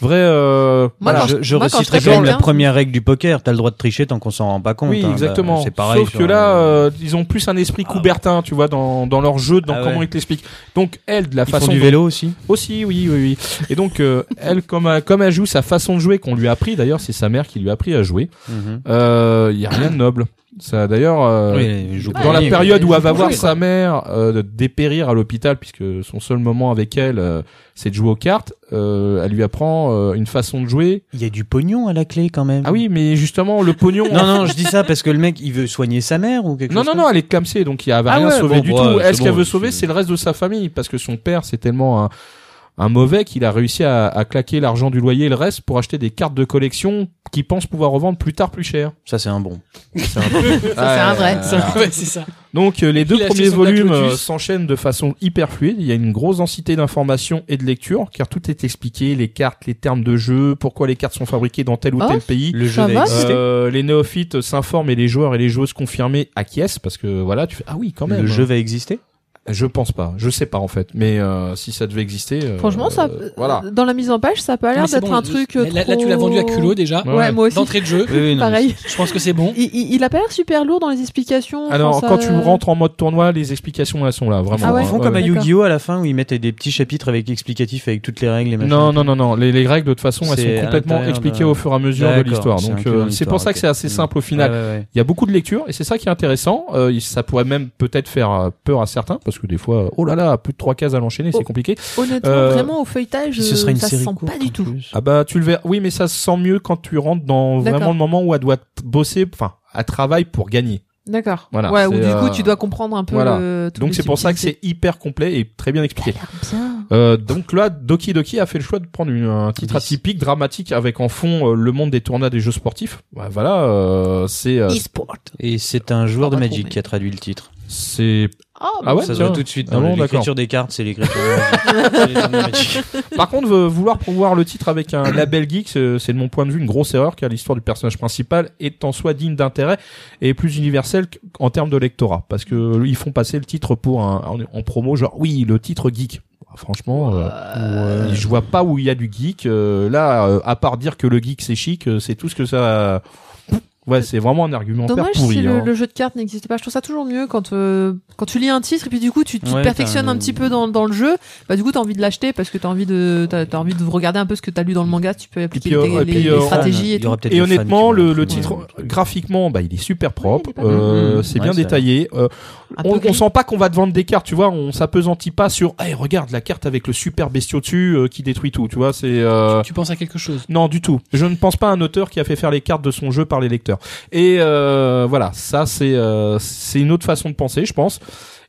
Speaker 3: vrai. euh,
Speaker 5: Moi,
Speaker 3: voilà.
Speaker 5: quand
Speaker 6: je, je
Speaker 5: moi, quand
Speaker 6: reciterai
Speaker 5: je
Speaker 6: quand même
Speaker 5: gagne,
Speaker 6: la
Speaker 5: hein.
Speaker 6: première règle du poker. T'as le droit de tricher tant qu'on s'en rend pas compte.
Speaker 3: Oui,
Speaker 6: hein. Bah,
Speaker 3: exactement.
Speaker 6: c'est pareil.
Speaker 3: Sauf
Speaker 6: sur
Speaker 3: que
Speaker 6: un-
Speaker 3: là, euh, ils ont plus un esprit coubertin, tu vois, dans, dans leur jeu, dans
Speaker 6: Ah
Speaker 3: comment
Speaker 6: ouais.
Speaker 3: ils te l'expliquent. Donc, elle, de la
Speaker 6: ils
Speaker 3: façon
Speaker 6: font du
Speaker 3: dont-
Speaker 6: vélo aussi.
Speaker 3: Aussi, oui, oui, oui. Et donc, euh, elle, comme, elle- comme elle joue sa façon de jouer qu'on lui a appris, d'ailleurs, c'est sa mère qui lui a appris à jouer,
Speaker 6: Mhm.
Speaker 3: euh, il y a rien de noble. Ça, d'ailleurs, euh,
Speaker 6: Oui, ils jouent
Speaker 3: dans la
Speaker 6: oui,
Speaker 3: période
Speaker 6: oui,
Speaker 3: où
Speaker 6: ils
Speaker 3: elle va
Speaker 6: jouent
Speaker 3: voir
Speaker 6: pour
Speaker 3: sa mère euh, dépérir à l'hôpital, puisque son seul moment avec elle, euh, c'est de jouer aux cartes, euh, elle lui apprend euh, une façon de jouer.
Speaker 6: Il y a du pognon à la clé quand même.
Speaker 3: Ah oui, mais justement, le pognon...
Speaker 6: Non, non, je dis ça parce que le mec, il veut soigner sa mère ou quelque
Speaker 3: Non,
Speaker 6: chose
Speaker 3: non, non, elle est clamsée, donc il n'y avait
Speaker 6: Ah
Speaker 3: rien
Speaker 6: ouais,
Speaker 3: sauvé
Speaker 6: bon,
Speaker 3: du
Speaker 6: bon,
Speaker 3: tout.
Speaker 6: ouais,
Speaker 3: Elle,
Speaker 6: c'est
Speaker 3: ce qu'elle
Speaker 6: bon,
Speaker 3: veut
Speaker 6: je
Speaker 3: sauver,
Speaker 6: suis-
Speaker 3: c'est le reste de sa famille, parce que son père, c'est tellement un, un mauvais qu'il a réussi à, à claquer l'argent du loyer et le reste pour acheter des cartes de collection qu'il pense pouvoir revendre plus tard plus cher.
Speaker 6: Ça, c'est un bon.
Speaker 5: Ça, c'est un vrai.
Speaker 1: Ouais, c'est ça.
Speaker 3: Donc euh, les deux
Speaker 1: Il a acheté
Speaker 3: premiers
Speaker 1: son Black
Speaker 3: volumes
Speaker 1: Lotus.
Speaker 3: euh, s'enchaînent de façon hyper fluide. Il y a une grosse densité d'informations et de lectures, car tout est expliqué, les cartes, les termes de jeu, pourquoi les cartes sont fabriquées dans tel ou
Speaker 1: Ah
Speaker 5: Oh.
Speaker 3: tel pays.
Speaker 6: Le
Speaker 5: Ça
Speaker 6: jeu
Speaker 5: va
Speaker 6: va exister.
Speaker 3: Euh, les néophytes s'informent et les joueurs et les joueuses confirmées acquiescent parce que voilà tu fais ah oui quand même
Speaker 6: Le jeu va exister.
Speaker 3: Je pense pas. Je sais pas en fait. Mais euh, si ça devait exister. euh,
Speaker 5: Franchement, ça,
Speaker 3: euh, voilà.
Speaker 5: dans la mise en page, ça a pas l'air
Speaker 1: Mais c'est
Speaker 5: d'être
Speaker 1: bon,
Speaker 5: un truc. euh,
Speaker 1: Là, là, tu l'as
Speaker 5: trop-
Speaker 1: vendu à culot déjà.
Speaker 5: Ouais,
Speaker 3: Ouais.
Speaker 5: moi aussi.
Speaker 1: D'entrée de jeu.
Speaker 5: Pareil.
Speaker 1: Je pense que c'est bon.
Speaker 5: Il, il, il a pas l'air super lourd dans les explications.
Speaker 3: Alors
Speaker 5: enfin,
Speaker 3: quand
Speaker 5: ça-
Speaker 3: tu rentres en mode tournoi, les explications elles sont là vraiment. Hein, euh,
Speaker 5: Ah ouais
Speaker 6: Ils font comme à
Speaker 5: ouais.
Speaker 6: Yu-Gi-Oh à la fin où ils mettent des petits chapitres avec explicatifs avec toutes les règles et machin.
Speaker 3: Non non non non. Les, les règles de toute façon elles
Speaker 6: C'est à
Speaker 3: sont complètement
Speaker 6: l'intérieur
Speaker 3: expliquées
Speaker 6: d'un-
Speaker 3: au fur et à mesure de
Speaker 6: D'accord,
Speaker 3: l'histoire.
Speaker 6: c'est
Speaker 3: Donc
Speaker 6: inclus dans
Speaker 3: euh, c'est pour
Speaker 6: l'histoire,
Speaker 3: ça que
Speaker 6: ok. Mm.
Speaker 3: c'est assez simple au final.
Speaker 6: Ouais, ouais, ouais.
Speaker 3: Il y a beaucoup de lectures et c'est ça qui est intéressant. Euh, il- ça pourrait même peut-être faire euh, peur à certains parce que des fois oh là là plus de trois cases à l'enchaîner
Speaker 5: Oh.
Speaker 3: c'est compliqué.
Speaker 5: Honnêtement,
Speaker 3: Euh,
Speaker 5: vraiment au feuilletage,
Speaker 6: Puis ce serait une
Speaker 5: ça se
Speaker 6: série
Speaker 5: sent
Speaker 6: courte,
Speaker 5: pas du
Speaker 6: en
Speaker 5: tout.
Speaker 6: plus.
Speaker 3: Ah bah tu le verras. Oui, mais ça se sent mieux quand tu rentres dans
Speaker 5: D'accord.
Speaker 3: vraiment le moment où elle doit t- bosser, enfin, à travail pour gagner.
Speaker 5: D'accord.
Speaker 3: Voilà,
Speaker 5: ouais, ou
Speaker 3: c'est,
Speaker 5: du coup,
Speaker 3: euh,
Speaker 5: tu dois comprendre un peu.
Speaker 3: voilà.
Speaker 5: le- toutes
Speaker 3: Donc
Speaker 5: les
Speaker 3: c'est pour ça que c'est
Speaker 5: subtilités.
Speaker 3: hyper complet et très bien expliqué.
Speaker 5: Bien.
Speaker 3: Euh, donc là, Doki Doki a fait le choix de prendre une- un titre
Speaker 6: Oui.
Speaker 3: atypique, dramatique, avec en fond euh, le monde des tournois des jeux sportifs. Ouais, voilà, euh, c'est euh,
Speaker 5: E-sport.
Speaker 6: Et c'est un joueur de
Speaker 5: Pas trop,
Speaker 6: Magic
Speaker 5: mais-
Speaker 6: qui a traduit le titre.
Speaker 3: c'est.
Speaker 5: Oh,
Speaker 2: bah
Speaker 3: Ah ouais.
Speaker 6: ça se
Speaker 3: tiens.
Speaker 6: voit tout de suite.
Speaker 3: Ah
Speaker 6: Dans
Speaker 3: bon, d'accord.
Speaker 6: l'écriture des cartes, c'est l'écriture de Magic. C'est les termes de Magic.
Speaker 3: Par contre, euh, vouloir promouvoir le titre avec un label geek, c'est c'est de mon point de vue une grosse erreur, car l'histoire du personnage principal est en soi digne d'intérêt et plus universelle en termes de lectorat, parce que euh, ils font passer le titre pour un en, en promo, genre oui, le titre geek. Bah, Franchement. euh,
Speaker 6: Ouais.
Speaker 3: Je vois pas où il y a du geek. euh, là, euh, à part dire que le geek c'est chic, euh, c'est tout ce que ça. Ouais, c'est vraiment un argumentaire
Speaker 5: Dommage
Speaker 3: pourri.
Speaker 5: si le,
Speaker 3: hein.
Speaker 5: le jeu de cartes n'existe pas. Je trouve ça toujours mieux quand euh, quand tu lis un titre et puis du coup tu, tu
Speaker 6: Ouais,
Speaker 5: te perfectionnes
Speaker 6: t'as un-
Speaker 5: un petit peu dans, dans le jeu. Bah du coup t'as envie de l'acheter parce que t'as envie de t'as as envie de regarder un peu ce que t'as lu dans le manga. Tu peux appliquer
Speaker 3: puis, euh,
Speaker 5: les,
Speaker 3: et
Speaker 5: les-
Speaker 3: puis,
Speaker 5: les
Speaker 3: euh,
Speaker 5: stratégies et
Speaker 6: Il y
Speaker 5: tout.
Speaker 6: aura peut-être
Speaker 3: Et
Speaker 6: des fans qui
Speaker 3: honnêtement,
Speaker 6: vont
Speaker 3: le,
Speaker 6: l'imprimer,
Speaker 3: le titre
Speaker 6: un truc.
Speaker 3: graphiquement, bah, il est super propre.
Speaker 5: Ouais, il est pas mal. Mm,
Speaker 3: euh,
Speaker 6: Mhm.
Speaker 3: c'est
Speaker 6: Ouais,
Speaker 3: bien
Speaker 6: c'est
Speaker 3: détaillé. euh,
Speaker 5: Un peu
Speaker 3: on, on
Speaker 5: gris.
Speaker 3: sent pas qu'on va te vendre des cartes, tu vois. On s'apesantit pas sur. Hey, regarde la carte avec le super bestiau dessus euh, qui détruit tout. Tu vois, c'est. euh,
Speaker 1: Tu penses à quelque chose.
Speaker 3: Non, du tout. Je ne pense pas à un auteur qui a fait faire les cartes de son jeu par les lecteurs. Et euh, voilà, ça c'est euh, c'est une autre façon de penser, je pense.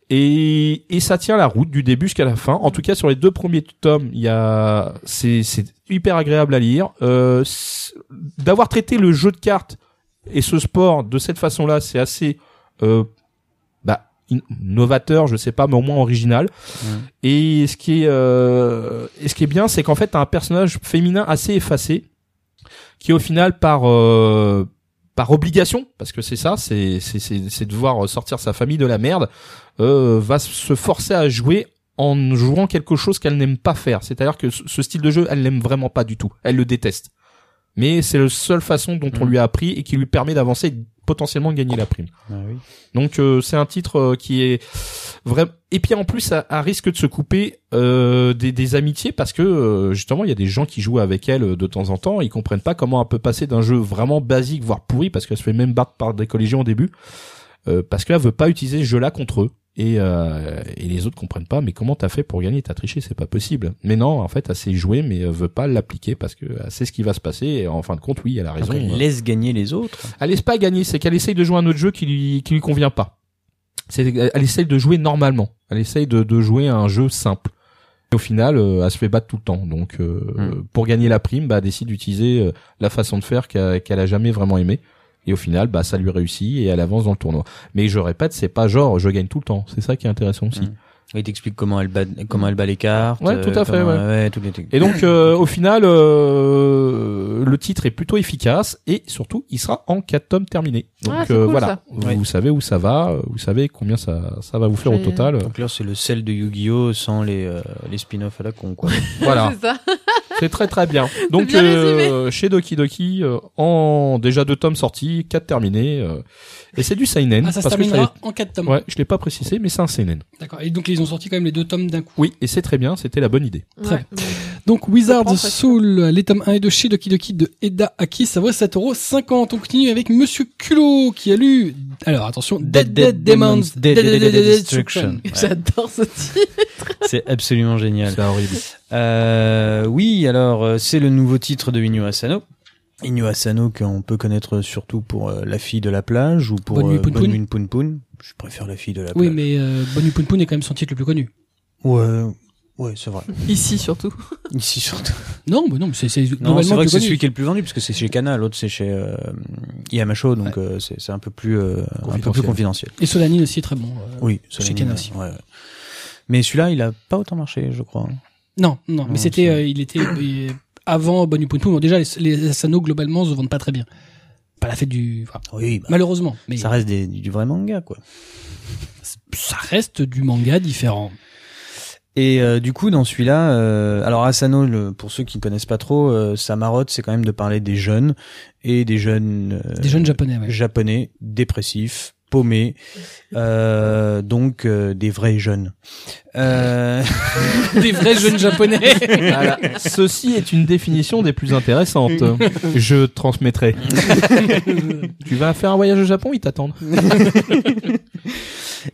Speaker 3: Et, et ça tient la route du début jusqu'à la fin. En tout cas, sur les deux premiers tomes, il y a c'est c'est hyper agréable à lire. Euh, c'est- D'avoir traité le jeu de cartes et ce sport de cette façon-là, c'est assez euh, bah, in- novateur, je sais pas, mais au moins original. Et ce qui est, euh, et ce qui est bien, c'est qu'en fait, t'as un personnage féminin assez effacé, qui au final, par euh, par obligation, parce que c'est ça, c'est c'est c'est c'est de voir sortir sa famille de la merde, euh, va se forcer à jouer en jouant quelque chose qu'elle n'aime pas faire. C'est-à-dire que ce ce style de jeu, elle l'aime vraiment pas du tout. Elle le déteste. Mais c'est la seule façon dont on
Speaker 6: Mhm.
Speaker 3: lui a appris et qui lui permet d'avancer et de potentiellement gagner la prime.
Speaker 6: Ah oui.
Speaker 3: Donc euh, c'est un titre euh, qui est vrai et puis en plus à, à risque de se couper euh, des, des amitiés parce que euh, justement il y a des gens qui jouent avec elle euh, de temps en temps ils comprennent pas comment elle peut passer d'un jeu vraiment basique voire pourri parce qu'elle se fait même battre par des collégiens au début euh, parce qu'elle veut pas utiliser ce jeu-là contre eux et, euh, et les autres comprennent pas. Mais comment t'as fait pour gagner T'as triché, c'est pas possible. Mais non, en fait, elle sait jouer, mais elle veut pas l'appliquer parce que elle sait ce qui va se passer. Et en fin de compte, oui, elle a raison.
Speaker 6: Après, laisse gagner les autres.
Speaker 3: Elle laisse pas gagner, c'est qu'elle essaye de jouer un autre jeu qui lui, qui lui convient pas. C'est, elle essaye de jouer normalement. Elle essaye de, de jouer à un jeu simple. Et au final, euh, elle se fait battre tout le temps. Donc, euh,
Speaker 6: Mm.
Speaker 3: pour gagner la prime, bah, elle décide d'utiliser euh, la façon de faire qu'a- qu'elle a jamais vraiment aimée. Et au final, bah, ça lui réussit et elle avance dans le tournoi. Mais je répète, c'est pas genre je gagne tout le temps. C'est ça qui est intéressant aussi.
Speaker 6: Mm. Il t'explique comment elle bat, comment elle bat les cartes.
Speaker 3: Ouais, tout à
Speaker 6: euh,
Speaker 3: fait,
Speaker 6: comment-
Speaker 3: ouais.
Speaker 6: tous les trucs.
Speaker 3: Et donc, euh, au final, euh, le titre est plutôt efficace et surtout, il sera en 4 tomes terminé. Donc
Speaker 2: Ah, c'est
Speaker 3: euh,
Speaker 2: cool,
Speaker 3: voilà,
Speaker 2: ça.
Speaker 3: vous
Speaker 6: Ouais.
Speaker 3: savez où ça va, euh, vous savez combien ça, ça va vous faire au
Speaker 2: J'ai-
Speaker 3: total.
Speaker 6: Donc là, c'est le sel de Yu-Gi-Oh sans les euh, les spin-offs à la con quoi.
Speaker 3: voilà,
Speaker 2: C'est ça.
Speaker 3: c'est très très bien. Donc
Speaker 2: bien
Speaker 3: euh, chez Doki Doki, euh, en déjà deux tomes sortis, quatre terminés, euh, et c'est du seinen
Speaker 1: Ah, ça se
Speaker 3: parce que je
Speaker 1: terminera en 4 tomes.
Speaker 3: l'avais- ouais, je l'ai pas précisé, mais c'est un seinen.
Speaker 1: D'accord. Et donc ils ont sorti quand même les deux tomes d'un coup.
Speaker 3: Oui, et c'est très bien, c'était la bonne idée.
Speaker 1: Très
Speaker 2: Ouais.
Speaker 1: Donc
Speaker 2: Je
Speaker 1: Wizard
Speaker 2: prends,
Speaker 1: Soul, euh, les tomes 1 et 2 chez Doki Doki de Eda Aki, ça vaut 7,50€. On continue avec Monsieur Culot qui a lu, alors attention, Dead Dead Demons, Dead Dead Dead Destruction.
Speaker 6: Ouais,
Speaker 2: J'adore ce titre.
Speaker 6: c'est absolument génial.
Speaker 3: C'est horrible.
Speaker 6: Euh, oui, alors euh, c'est le nouveau titre de Inyo Asano. Inyo Asano qu'on peut connaître surtout pour euh, La fille de la plage ou pour
Speaker 1: Bonne nuit,
Speaker 6: euh,
Speaker 1: Poun Poun.
Speaker 6: Bonne nuit, Poun Poun. Je préfère La fille de la
Speaker 1: Oui,
Speaker 6: plage.
Speaker 1: mais euh, Bonnie Poon Poon est quand même son titre le plus connu.
Speaker 6: Ouais, ouais, c'est vrai.
Speaker 2: Ici surtout.
Speaker 6: Ici surtout.
Speaker 1: Non, mais non, mais c'est c'est
Speaker 6: Non, c'est
Speaker 1: globalement le
Speaker 6: vrai que c'est
Speaker 1: plus
Speaker 6: celui
Speaker 1: connu.
Speaker 6: qui est le plus vendu parce que c'est chez Kana, l'autre c'est chez euh, Yamasho, donc euh, c'est c'est un peu plus euh, un peu plus
Speaker 3: Confidentiel.
Speaker 6: confidentiel.
Speaker 1: Et Solani aussi est très bon. euh.
Speaker 6: Oui,
Speaker 1: Chez Kana aussi.
Speaker 6: Ouais, ouais. Mais celui-là, il a pas autant marché, je crois.
Speaker 1: Non, non, mais
Speaker 6: Non,
Speaker 1: c'était,
Speaker 6: c'est-
Speaker 1: euh, il était euh, avant Bonnie Poon Poon. Bon, déjà, les, les Asano globalement se vendent pas très bien. Pas la fête du, enfin,
Speaker 6: Oui, bah,
Speaker 1: malheureusement, mais
Speaker 6: ça
Speaker 1: ça...
Speaker 6: reste des- du vrai manga, quoi.
Speaker 1: reste du manga différent.
Speaker 6: Et euh, du coup, dans celui-là, euh, alors Asano, le- pour ceux qui ne connaissent pas trop, euh, sa marotte, c'est quand même de parler des jeunes et des jeunes, euh,
Speaker 1: Des jeunes japonais, ouais.
Speaker 6: japonais dépressifs, paumés, euh, donc euh, des vrais jeunes. Euh,
Speaker 1: des vrais jeunes japonais.
Speaker 3: Voilà. Ceci est une définition des plus intéressantes. Je transmettrai. tu vas faire un voyage au Japon, ils t'attendent.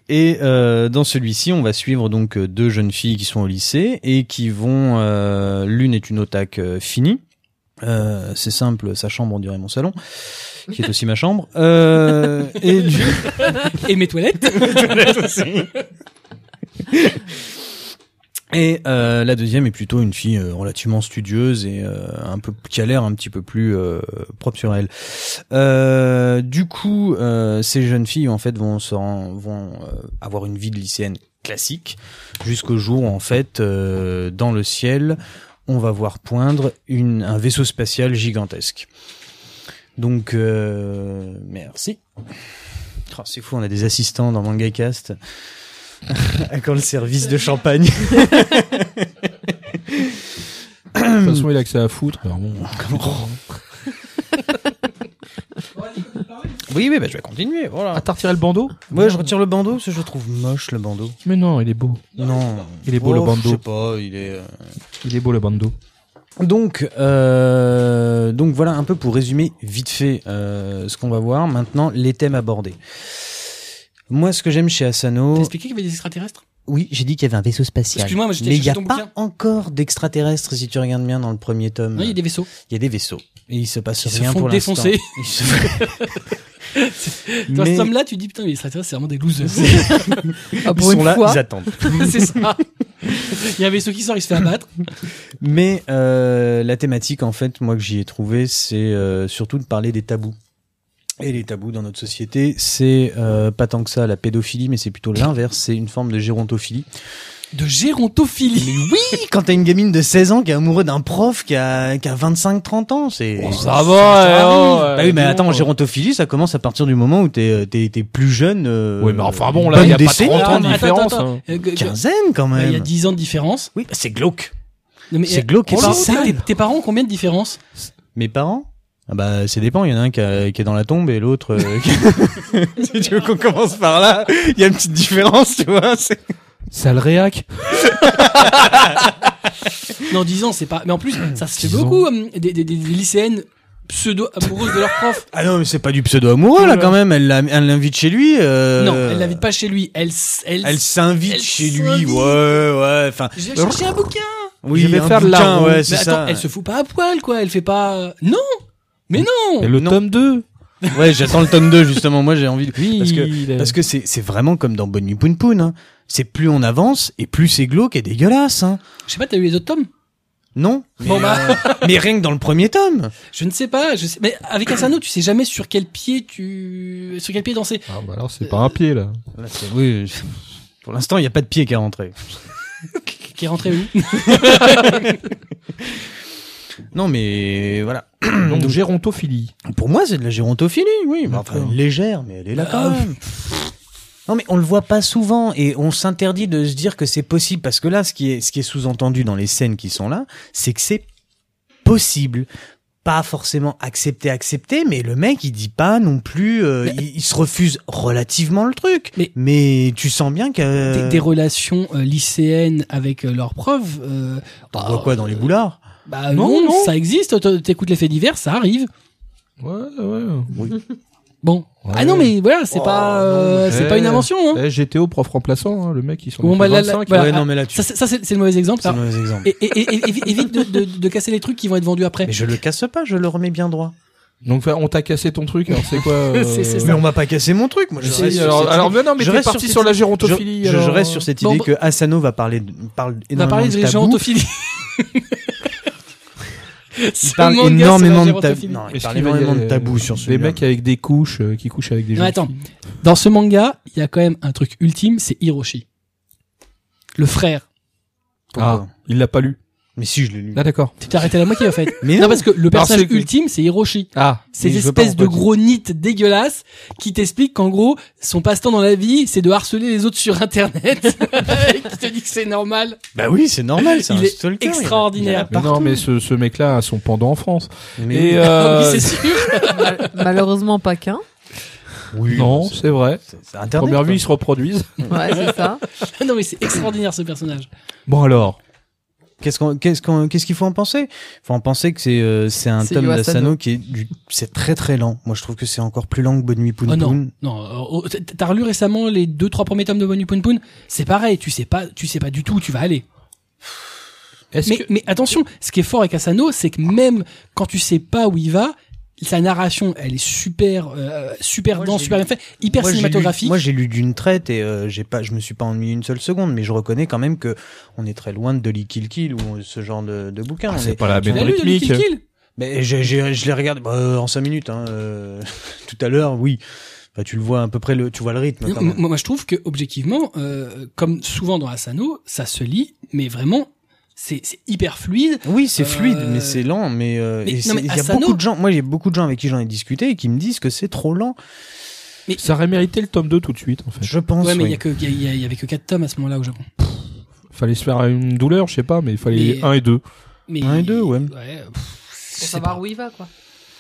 Speaker 6: Et euh, dans celui-ci, on va suivre donc euh, deux jeunes filles qui sont au lycée et qui vont. euh, L'une est une otak euh, finie. Euh, c'est simple, sa chambre on dirait mon salon, qui est aussi ma chambre. Euh, et du-
Speaker 1: Et mes toilettes.
Speaker 6: Et euh, la deuxième est plutôt une fille euh, relativement studieuse et euh, un peu qui a l'air un petit peu plus euh, propre sur elle. Euh, du coup, euh, ces jeunes filles en fait vont se ren- vont euh, avoir une vie de lycéenne classique jusqu'au jour où en fait euh, dans le ciel on va voir poindre une, un vaisseau spatial gigantesque. Donc euh, merci. Oh, c'est fou, on a des assistants dans Mangacast. à quand le service de champagne
Speaker 3: De toute façon, il a que ça à foutre. Alors bon.
Speaker 6: Oui, oui, bah, je vais continuer, voilà.
Speaker 3: Ah, t'as retiré le bandeau
Speaker 6: Ouais, je retire le bandeau, parce que je le trouve moche, le bandeau.
Speaker 3: Mais non, il est beau.
Speaker 6: Non.
Speaker 3: Il est beau, le
Speaker 6: Oh,
Speaker 3: bandeau.
Speaker 6: Je sais pas, il est... euh,
Speaker 3: Il est beau le bandeau.
Speaker 6: Donc, euh, donc voilà un peu pour résumer vite fait euh, ce qu'on va voir. Maintenant, les thèmes abordés. Moi, ce que j'aime chez
Speaker 1: T'as
Speaker 6: Asano...
Speaker 1: expliqué qu'il y avait des extraterrestres
Speaker 6: Oui, j'ai dit qu'il y avait un vaisseau spatial.
Speaker 1: Excuse-moi, mais j'étais
Speaker 6: Mais il
Speaker 1: cherché
Speaker 6: n'y
Speaker 1: ton
Speaker 6: a
Speaker 1: bouquin.
Speaker 6: pas encore d'extraterrestres, si tu regardes bien dans le premier tome.
Speaker 1: Non, il y a des vaisseaux.
Speaker 6: Il y a des vaisseaux. Et il se passe
Speaker 1: Ils se
Speaker 6: rien
Speaker 1: font
Speaker 6: pour l'instant.
Speaker 1: défoncer.
Speaker 6: Ils se font
Speaker 1: Dans ce
Speaker 6: Mais-
Speaker 1: tome-là, tu dis putain, mais les extraterrestres, c'est vraiment des losers.
Speaker 2: Ah,
Speaker 6: Ils
Speaker 2: pour
Speaker 6: sont
Speaker 2: une
Speaker 6: là,
Speaker 2: fois.
Speaker 6: ils attendent.
Speaker 1: c'est ça. Il y a un vaisseau qui sort, il se fait abattre.
Speaker 6: Mais euh, la thématique, en fait, moi que j'y ai trouvé, c'est euh, surtout de parler des tabous. Et les tabous dans notre société, c'est euh, pas tant que ça la pédophilie, mais c'est plutôt l'inverse, c'est une forme de gérontophilie.
Speaker 1: De gérontophilie.
Speaker 6: Oui, quand t'as une gamine de 16 ans qui est amoureux d'un prof qui a, qui a 25-30 ans, c'est...
Speaker 3: va, hein,
Speaker 6: Bah oui, mais attends, gérontophilie, ça commence à partir du moment où t'es euh, t'es- t'es plus jeune. euh,
Speaker 3: Ouais, mais enfin bon,
Speaker 6: une
Speaker 3: là, il
Speaker 6: bonne
Speaker 3: y a pas
Speaker 6: décennie,
Speaker 3: 30 ans
Speaker 1: Attends,
Speaker 3: de
Speaker 1: attends,
Speaker 3: différence.
Speaker 1: attends.
Speaker 3: hein.
Speaker 1: Euh, que- que-
Speaker 6: Quinzaine quand
Speaker 1: Il
Speaker 6: même.
Speaker 1: y a 10 ans de différence.
Speaker 6: Oui, bah, c'est glauque.
Speaker 1: Non, mais,
Speaker 6: C'est
Speaker 1: euh,
Speaker 6: glauque et
Speaker 1: tes
Speaker 6: c'est
Speaker 1: parents-
Speaker 6: sale.
Speaker 1: Tes, tes parents ont combien de différence
Speaker 6: Mes parents ah bah ça dépend, il y en a un qui, a- qui est dans la tombe et l'autre euh, qui- si tu veux qu'on commence par là, il y a une petite différence, tu vois, c'est
Speaker 3: Sale réac.
Speaker 1: Non, 10 ans, c'est pas. Mais en plus, ça se fait
Speaker 3: 10 ans.
Speaker 1: beaucoup. hum, des, des- des- des lycéennes pseudo amoureuse de leur prof.
Speaker 6: Ah non, mais c'est pas du pseudo amoureux là quand même. Elle l'a- elle l'invite chez lui. euh,
Speaker 1: Non, elle l'invite pas chez lui. Elle, s- elle,
Speaker 6: Elle s'invite
Speaker 1: Elle
Speaker 6: chez lui.
Speaker 1: s'invite.
Speaker 6: Ouais, ouais. Enfin,
Speaker 1: je vais chercher un bouquin.
Speaker 6: oui,
Speaker 3: Je vais
Speaker 6: un
Speaker 3: faire de la
Speaker 6: bouquin,
Speaker 3: roue.
Speaker 6: Ouais,
Speaker 1: Mais
Speaker 6: c'est
Speaker 1: attends,
Speaker 6: ça.
Speaker 1: elle se fout pas à poil, quoi. Elle fait pas. euh, Non, mais non.
Speaker 3: Et le
Speaker 6: Non.
Speaker 3: tome 2.
Speaker 6: Ouais, j'attends le tome 2 justement. Moi, j'ai envie. de-
Speaker 3: Oui,
Speaker 6: Parce que-
Speaker 3: il
Speaker 1: Euh.
Speaker 3: est-
Speaker 6: Parce que c'est c'est vraiment comme dans Bonne Nuit Poun Poun. hein. C'est plus on avance et plus c'est glauque et dégueulasse. hein.
Speaker 1: Je sais pas, t'as eu les autres tomes
Speaker 6: Non. Mais,
Speaker 1: Bon, bah.
Speaker 6: euh, mais rien que dans le premier tome.
Speaker 1: Je ne sais pas. Je sais... Mais avec Asano, tu sais jamais sur quel pied tu, sur quel pied danser.
Speaker 3: Ah, bah alors, c'est pas un pied, là.
Speaker 6: Là, c'est- oui. je- Pour l'instant, il n'y a pas de pied qui est rentré.
Speaker 1: Qui est rentré où
Speaker 6: Non, mais voilà.
Speaker 3: Donc, gérontophilie.
Speaker 6: Pour moi, c'est de la gérontophilie, oui. Mais enfin,
Speaker 3: D'accord.
Speaker 6: légère, mais elle est là
Speaker 1: Bah,
Speaker 6: quand
Speaker 1: euh,
Speaker 6: même. Non, mais on le voit pas souvent et on s'interdit de se dire que c'est possible parce que là, ce qui est, ce qui est sous-entendu dans les scènes qui sont là, c'est que c'est possible. Pas forcément accepté, accepté, mais le mec, il dit pas non plus, euh, il, il se refuse relativement le truc. Mais,
Speaker 1: Mais-
Speaker 6: tu sens bien que.
Speaker 1: des, des relations euh, lycéennes avec euh, leurs profs. euh,
Speaker 6: on
Speaker 1: bah,
Speaker 6: voit Ah quoi dans les
Speaker 1: euh,
Speaker 6: boulards
Speaker 1: Bah
Speaker 3: Non,
Speaker 1: non,
Speaker 3: non.
Speaker 1: ça existe. t- T'écoutes les faits divers, ça arrive.
Speaker 3: Ouais, ouais.
Speaker 1: Bon.
Speaker 3: Ouais.
Speaker 1: Ah non, mais voilà, c'est
Speaker 6: Oh,
Speaker 1: pas,
Speaker 6: non,
Speaker 1: euh,
Speaker 3: mais-
Speaker 1: c'est pas une invention. Hein.
Speaker 3: Eh, GTO, prof remplaçant, hein, le mec, il s'en
Speaker 1: Bon,
Speaker 3: est
Speaker 1: bah,
Speaker 3: fait
Speaker 1: là, là,
Speaker 3: 25,
Speaker 1: voilà.
Speaker 6: Ouais, non, mais là, tu...
Speaker 1: Ça, c'est- ça, c'est c'est le mauvais exemple.
Speaker 6: c'est un
Speaker 1: Alors,
Speaker 6: mauvais exemple.
Speaker 1: et, et, et- et- évite de, de- de casser les trucs qui vont être vendus après.
Speaker 6: Mais je le casse pas, je le remets bien droit.
Speaker 3: Donc enfin, on t'a cassé ton truc, alors c'est quoi euh,
Speaker 1: C'est- c'est ça.
Speaker 6: Mais on m'a pas cassé mon truc, moi. Je
Speaker 3: Si,
Speaker 6: reste sur
Speaker 3: alors,
Speaker 6: cette
Speaker 3: alors
Speaker 6: idée.
Speaker 3: mais non, mais
Speaker 6: Je
Speaker 3: t'es
Speaker 6: reste
Speaker 3: parti
Speaker 6: sur
Speaker 3: sur la
Speaker 6: cette-
Speaker 3: gérontophilie.
Speaker 6: Je, je
Speaker 3: alors,
Speaker 6: reste sur cette
Speaker 1: Bon,
Speaker 6: idée
Speaker 1: bah-
Speaker 6: que Asano va parler, de-
Speaker 1: On
Speaker 6: parle
Speaker 1: a
Speaker 6: énormément
Speaker 1: parlé
Speaker 6: de
Speaker 1: de
Speaker 6: tabous.
Speaker 1: gérontophilie.
Speaker 6: Il parle énormément de tabous. Non, il
Speaker 3: Est-ce
Speaker 6: parle
Speaker 3: qu'il va y
Speaker 6: énormément
Speaker 3: aller,
Speaker 6: de tabous
Speaker 3: euh,
Speaker 6: sur ce.
Speaker 3: Des mecs avec des couches, euh, qui couchent avec des
Speaker 1: Non,
Speaker 3: gens.
Speaker 1: attends. Dans ce manga, il y a quand même un truc ultime, c'est Hiroshi. Le frère.
Speaker 3: Ah, il l'a pas lu.
Speaker 6: Mais si, je l'ai lu.
Speaker 3: Ah d'accord.
Speaker 1: Tu t'es arrêté là, moi qui l'a fait.
Speaker 6: Mais
Speaker 1: non,
Speaker 6: non.
Speaker 1: parce que le
Speaker 3: Alors,
Speaker 1: personnage
Speaker 3: c'est que-
Speaker 1: ultime, c'est Hiroshi.
Speaker 3: Ah,
Speaker 1: Ces
Speaker 6: Mais je veux pas
Speaker 1: espèces de
Speaker 6: pourquoi
Speaker 1: gros nites dégueulasses qui t'expliquent qu'en gros, son passe-temps dans la vie, c'est de harceler les autres sur Internet. Et qui te dit que c'est normal.
Speaker 6: Bah oui, c'est normal, c'est
Speaker 1: Il
Speaker 6: un
Speaker 1: est
Speaker 6: stalker, il y en a-
Speaker 1: extraordinaire.
Speaker 6: il y en a
Speaker 3: non,
Speaker 6: partout.
Speaker 3: mais ce, ce mec-là a son pendant en France.
Speaker 6: Mais
Speaker 3: Et
Speaker 6: oui.
Speaker 3: euh,
Speaker 1: oui, c'est sûr.
Speaker 5: Mal- Malheureusement, pas qu'un.
Speaker 6: Oui,
Speaker 3: non, c'est vrai.
Speaker 6: c'est c'est Internet.
Speaker 3: Première
Speaker 6: quoi.
Speaker 3: vue, ils se reproduisent.
Speaker 5: Ouais, c'est ça.
Speaker 1: non, mais c'est extraordinaire ce personnage.
Speaker 3: Bon alors,
Speaker 6: Qu'est-ce qu'on, qu'est-ce qu'on, qu'est-ce qu'il faut en penser Faut en penser que c'est, euh, c'est un
Speaker 5: C'est
Speaker 6: tome
Speaker 5: Yo
Speaker 6: d'Asano
Speaker 5: Asano.
Speaker 6: qui est du, c'est très très lent. Moi, je trouve que c'est encore plus lent que Bonne Nuit Poun
Speaker 1: Oh,
Speaker 6: Poun.
Speaker 1: Non, euh, t- t'as relu récemment les deux, trois premiers tomes de Bonnie Poon Poon. C'est pareil, tu sais pas, tu sais pas du tout où tu vas aller.
Speaker 3: est-ce
Speaker 1: Mais,
Speaker 3: que
Speaker 1: mais attention, ce qui est fort avec Asano, c'est que même quand tu sais pas où il va, sa narration, elle est super, euh, super
Speaker 6: Moi,
Speaker 1: dense,
Speaker 6: j'ai
Speaker 1: super
Speaker 6: lu-
Speaker 1: bien faite, hyper
Speaker 6: Moi, j'ai lu-
Speaker 1: cinématographique.
Speaker 6: Moi, j'ai lu d'une traite et euh, j'ai pas, je me suis pas ennuyé une seule seconde, mais je reconnais quand même que on est très loin de Dolly Kill Kill ou ce genre de, de bouquin. On
Speaker 3: Ah, c'est
Speaker 6: est-
Speaker 3: pas la
Speaker 1: Tu
Speaker 3: même
Speaker 1: l'as lu, Dolly
Speaker 3: rythmique
Speaker 1: Kill Kill
Speaker 6: Mais j'ai, j'ai- je l'ai regardé bah, euh, en cinq minutes, hein, euh, tout à l'heure, oui. Enfin, tu le vois à peu près, le, tu vois le rythme.
Speaker 1: Moi,
Speaker 6: Quand même.
Speaker 1: moi, je trouve que objectivement, euh, comme souvent dans Asano, ça se lit, mais vraiment, c'est c'est hyper fluide.
Speaker 6: Oui, c'est fluide,
Speaker 1: Euh,
Speaker 6: mais c'est lent. Mais euh,
Speaker 1: mais-
Speaker 6: et
Speaker 1: non,
Speaker 6: c'est-
Speaker 1: mais
Speaker 6: il y a
Speaker 1: Asano-
Speaker 6: beaucoup de gens. Moi, j'ai beaucoup de gens avec qui j'en ai discuté et qui me disent que c'est trop lent.
Speaker 3: Ça aurait mérité le tome 2 tout de suite en fait.
Speaker 6: Je pense.
Speaker 1: Ouais, mais il
Speaker 6: oui.
Speaker 1: y a que il y, a- il y avait que quatre tomes à ce moment-là au Japon.
Speaker 3: Fallait se faire une douleur, je sais pas, mais il fallait
Speaker 1: Mais-
Speaker 3: un et deux.
Speaker 1: Mais
Speaker 6: Un et deux, ouais.
Speaker 1: pff, je
Speaker 5: Pour
Speaker 1: sais pas.
Speaker 5: savoir où il va, quoi.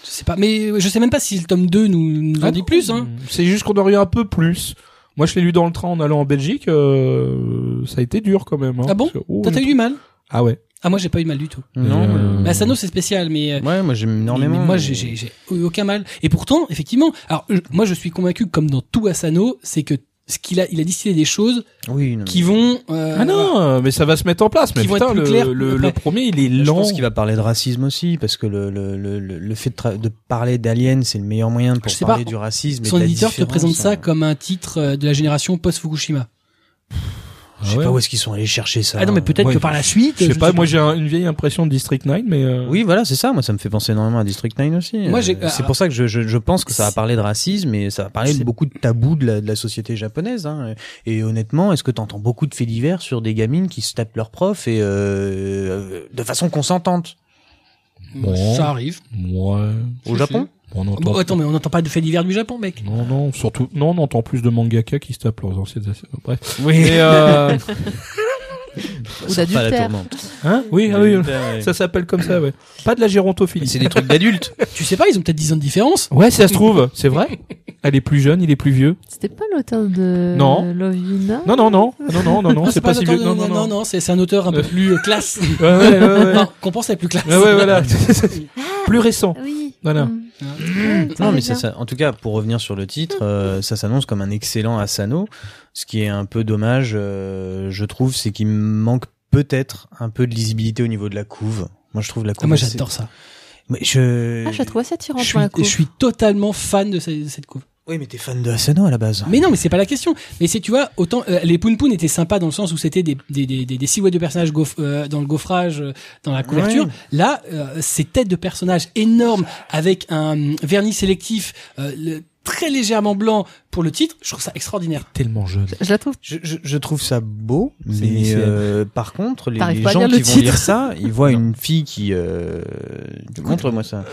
Speaker 1: Je sais pas, mais je sais même pas si le tome 2 nous,
Speaker 6: Ah
Speaker 1: nous en dit plus. Hein.
Speaker 3: Hmm. C'est juste qu'on aurait eu un peu plus. Moi, je l'ai lu dans le train en allant en Belgique. euh, ça a été dur quand même. hein,
Speaker 1: Ah bon
Speaker 3: parce que- oh,
Speaker 1: Toi,
Speaker 3: je-
Speaker 1: T'as eu du mal
Speaker 3: Ah ouais.
Speaker 1: Ah moi j'ai pas eu mal du tout.
Speaker 6: Non.
Speaker 3: Et,
Speaker 6: mais-
Speaker 3: euh,
Speaker 1: Mais Asano c'est spécial, mais euh,
Speaker 6: Ouais, moi j'aime énormément.
Speaker 1: Mais- mais moi, j'ai- j'ai j'ai eu aucun mal. Et pourtant, effectivement, alors je- moi, je suis convaincu, que comme dans tout Asano, c'est que ce qu'il a, il a distillé des choses
Speaker 6: Oui. non,
Speaker 1: qui vont. euh,
Speaker 3: Ah non, euh, mais ça va se mettre en place. Mais
Speaker 1: Qui vont
Speaker 3: putain,
Speaker 1: être plus
Speaker 3: le,
Speaker 1: clairs
Speaker 3: le,
Speaker 1: après.
Speaker 3: le premier, il est
Speaker 6: Je
Speaker 3: lent.
Speaker 6: pense qu'il va parler de racisme aussi, parce que le, le, le, le- le fait de, tra- de parler d'aliens, c'est le meilleur moyen pour
Speaker 1: Je sais
Speaker 6: parler
Speaker 1: pas,
Speaker 6: du racisme. et
Speaker 1: Son
Speaker 6: de la
Speaker 1: éditeur te
Speaker 6: différence,
Speaker 1: présente ça
Speaker 6: hein.
Speaker 1: comme un titre euh, de la génération post-Fukushima.
Speaker 3: Ah
Speaker 6: Je sais
Speaker 3: ouais.
Speaker 6: pas où est-ce qu'ils sont allés chercher ça. hein.
Speaker 1: Ah non, mais peut-être
Speaker 3: ouais.
Speaker 1: que par la suite.
Speaker 3: Je sais pas. Moi,
Speaker 1: j'ai
Speaker 3: j'ai un- une vieille impression de District 9, mais euh,
Speaker 6: Oui, voilà, c'est ça. Moi, ça me fait penser énormément à District 9 aussi.
Speaker 1: Mm. Moi,
Speaker 6: Euh,
Speaker 1: j'ai-
Speaker 6: c'est
Speaker 1: ah,
Speaker 6: pour ça que je, je, je pense que ça va
Speaker 1: c'est-
Speaker 6: parler de racisme et ça va parler
Speaker 1: Je
Speaker 6: de
Speaker 1: sais-
Speaker 6: beaucoup de tabous de la, de la société japonaise. Hein. Et honnêtement, est-ce que t'entends beaucoup de faits divers sur des gamines qui se tapent leurs profs et euh, de façon consentante
Speaker 3: Bon.
Speaker 1: Ça arrive.
Speaker 3: ouais.
Speaker 6: au Japon
Speaker 3: On entend.
Speaker 1: Ah Bon, attends, mais on n'entend pas de faits divers du Japon, mec.
Speaker 3: Non, non. Surtout, non, on entend plus de mangaka qui se tapent leurs anciennes. ass- Bref.
Speaker 6: Oui.
Speaker 3: Et, euh,
Speaker 5: Ou
Speaker 6: Sors pas la
Speaker 5: d'adultère.
Speaker 6: tourmente.
Speaker 3: hein Oui, ah oui.
Speaker 6: Ça,
Speaker 3: Ça s'appelle comme ça, ouais. Pas de la gérontophilie.
Speaker 6: C'est des trucs d'adultes.
Speaker 1: Tu sais pas, ils ont peut-être 10 ans de différence.
Speaker 3: Ouais, ça se trouve, c'est vrai. elle est plus jeune, il est plus vieux.
Speaker 2: C'était pas l'auteur de
Speaker 3: Non.
Speaker 2: Lovina
Speaker 3: Non, non, non, non, non, non, non,
Speaker 1: Ah,
Speaker 3: c'est pas, si
Speaker 1: un
Speaker 3: vieux.
Speaker 1: auteur
Speaker 3: Non,
Speaker 1: de-
Speaker 3: non, non.
Speaker 1: c'est c'est un auteur un peu
Speaker 3: Euh.
Speaker 1: plus euh, classe.
Speaker 3: Ouais, ouais, ouais, ouais.
Speaker 1: Non, qu'on pense à plus classe.
Speaker 3: Ouais, ouais, voilà. plus
Speaker 5: Ah
Speaker 3: récent.
Speaker 8: Oui.
Speaker 3: Voilà.
Speaker 8: Mm.
Speaker 1: Ah,
Speaker 6: Non, mais
Speaker 8: bien.
Speaker 6: c'est ça. En tout cas, pour revenir sur le titre,
Speaker 2: Mm.
Speaker 6: euh, ça s'annonce comme un excellent Asano. Ce qui est un peu dommage, euh, je trouve, c'est qu'il manque peut-être un peu de lisibilité au niveau de la couve. Moi, je trouve la couve.
Speaker 1: Ah, moi
Speaker 6: assez-
Speaker 1: j'adore ça.
Speaker 6: Mais je.
Speaker 2: Ah, je la trouve assez attirante,
Speaker 1: Je suis,
Speaker 2: moi, la coupe.
Speaker 1: je suis totalement fan de ce- cette couve.
Speaker 6: Oui, mais t'es fan de Asano à la base.
Speaker 1: Mais non, mais c'est pas la question. Mais c'est, tu vois, autant euh, les Poun Poun étaient sympas dans le sens où c'était des, des, des, des, des silhouettes de personnages gauf- euh, dans le gaufrage, euh, dans la couverture.
Speaker 6: Ouais.
Speaker 1: Là, euh, ces têtes de personnages énormes avec un euh, vernis sélectif euh, le- très légèrement blanc pour le titre, je trouve ça extraordinaire.
Speaker 3: Tellement jeune.
Speaker 2: Je la trouve.
Speaker 6: Je, je, je trouve ça beau,
Speaker 3: C'est
Speaker 6: mais
Speaker 3: lycéen.
Speaker 6: euh, par contre, les,
Speaker 2: T'arrives
Speaker 6: les
Speaker 2: pas à
Speaker 6: gens
Speaker 2: lire
Speaker 6: qui
Speaker 2: le
Speaker 6: vont
Speaker 2: titre.
Speaker 6: lire ça, ils voient une fille qui. Euh... Montre-moi ça.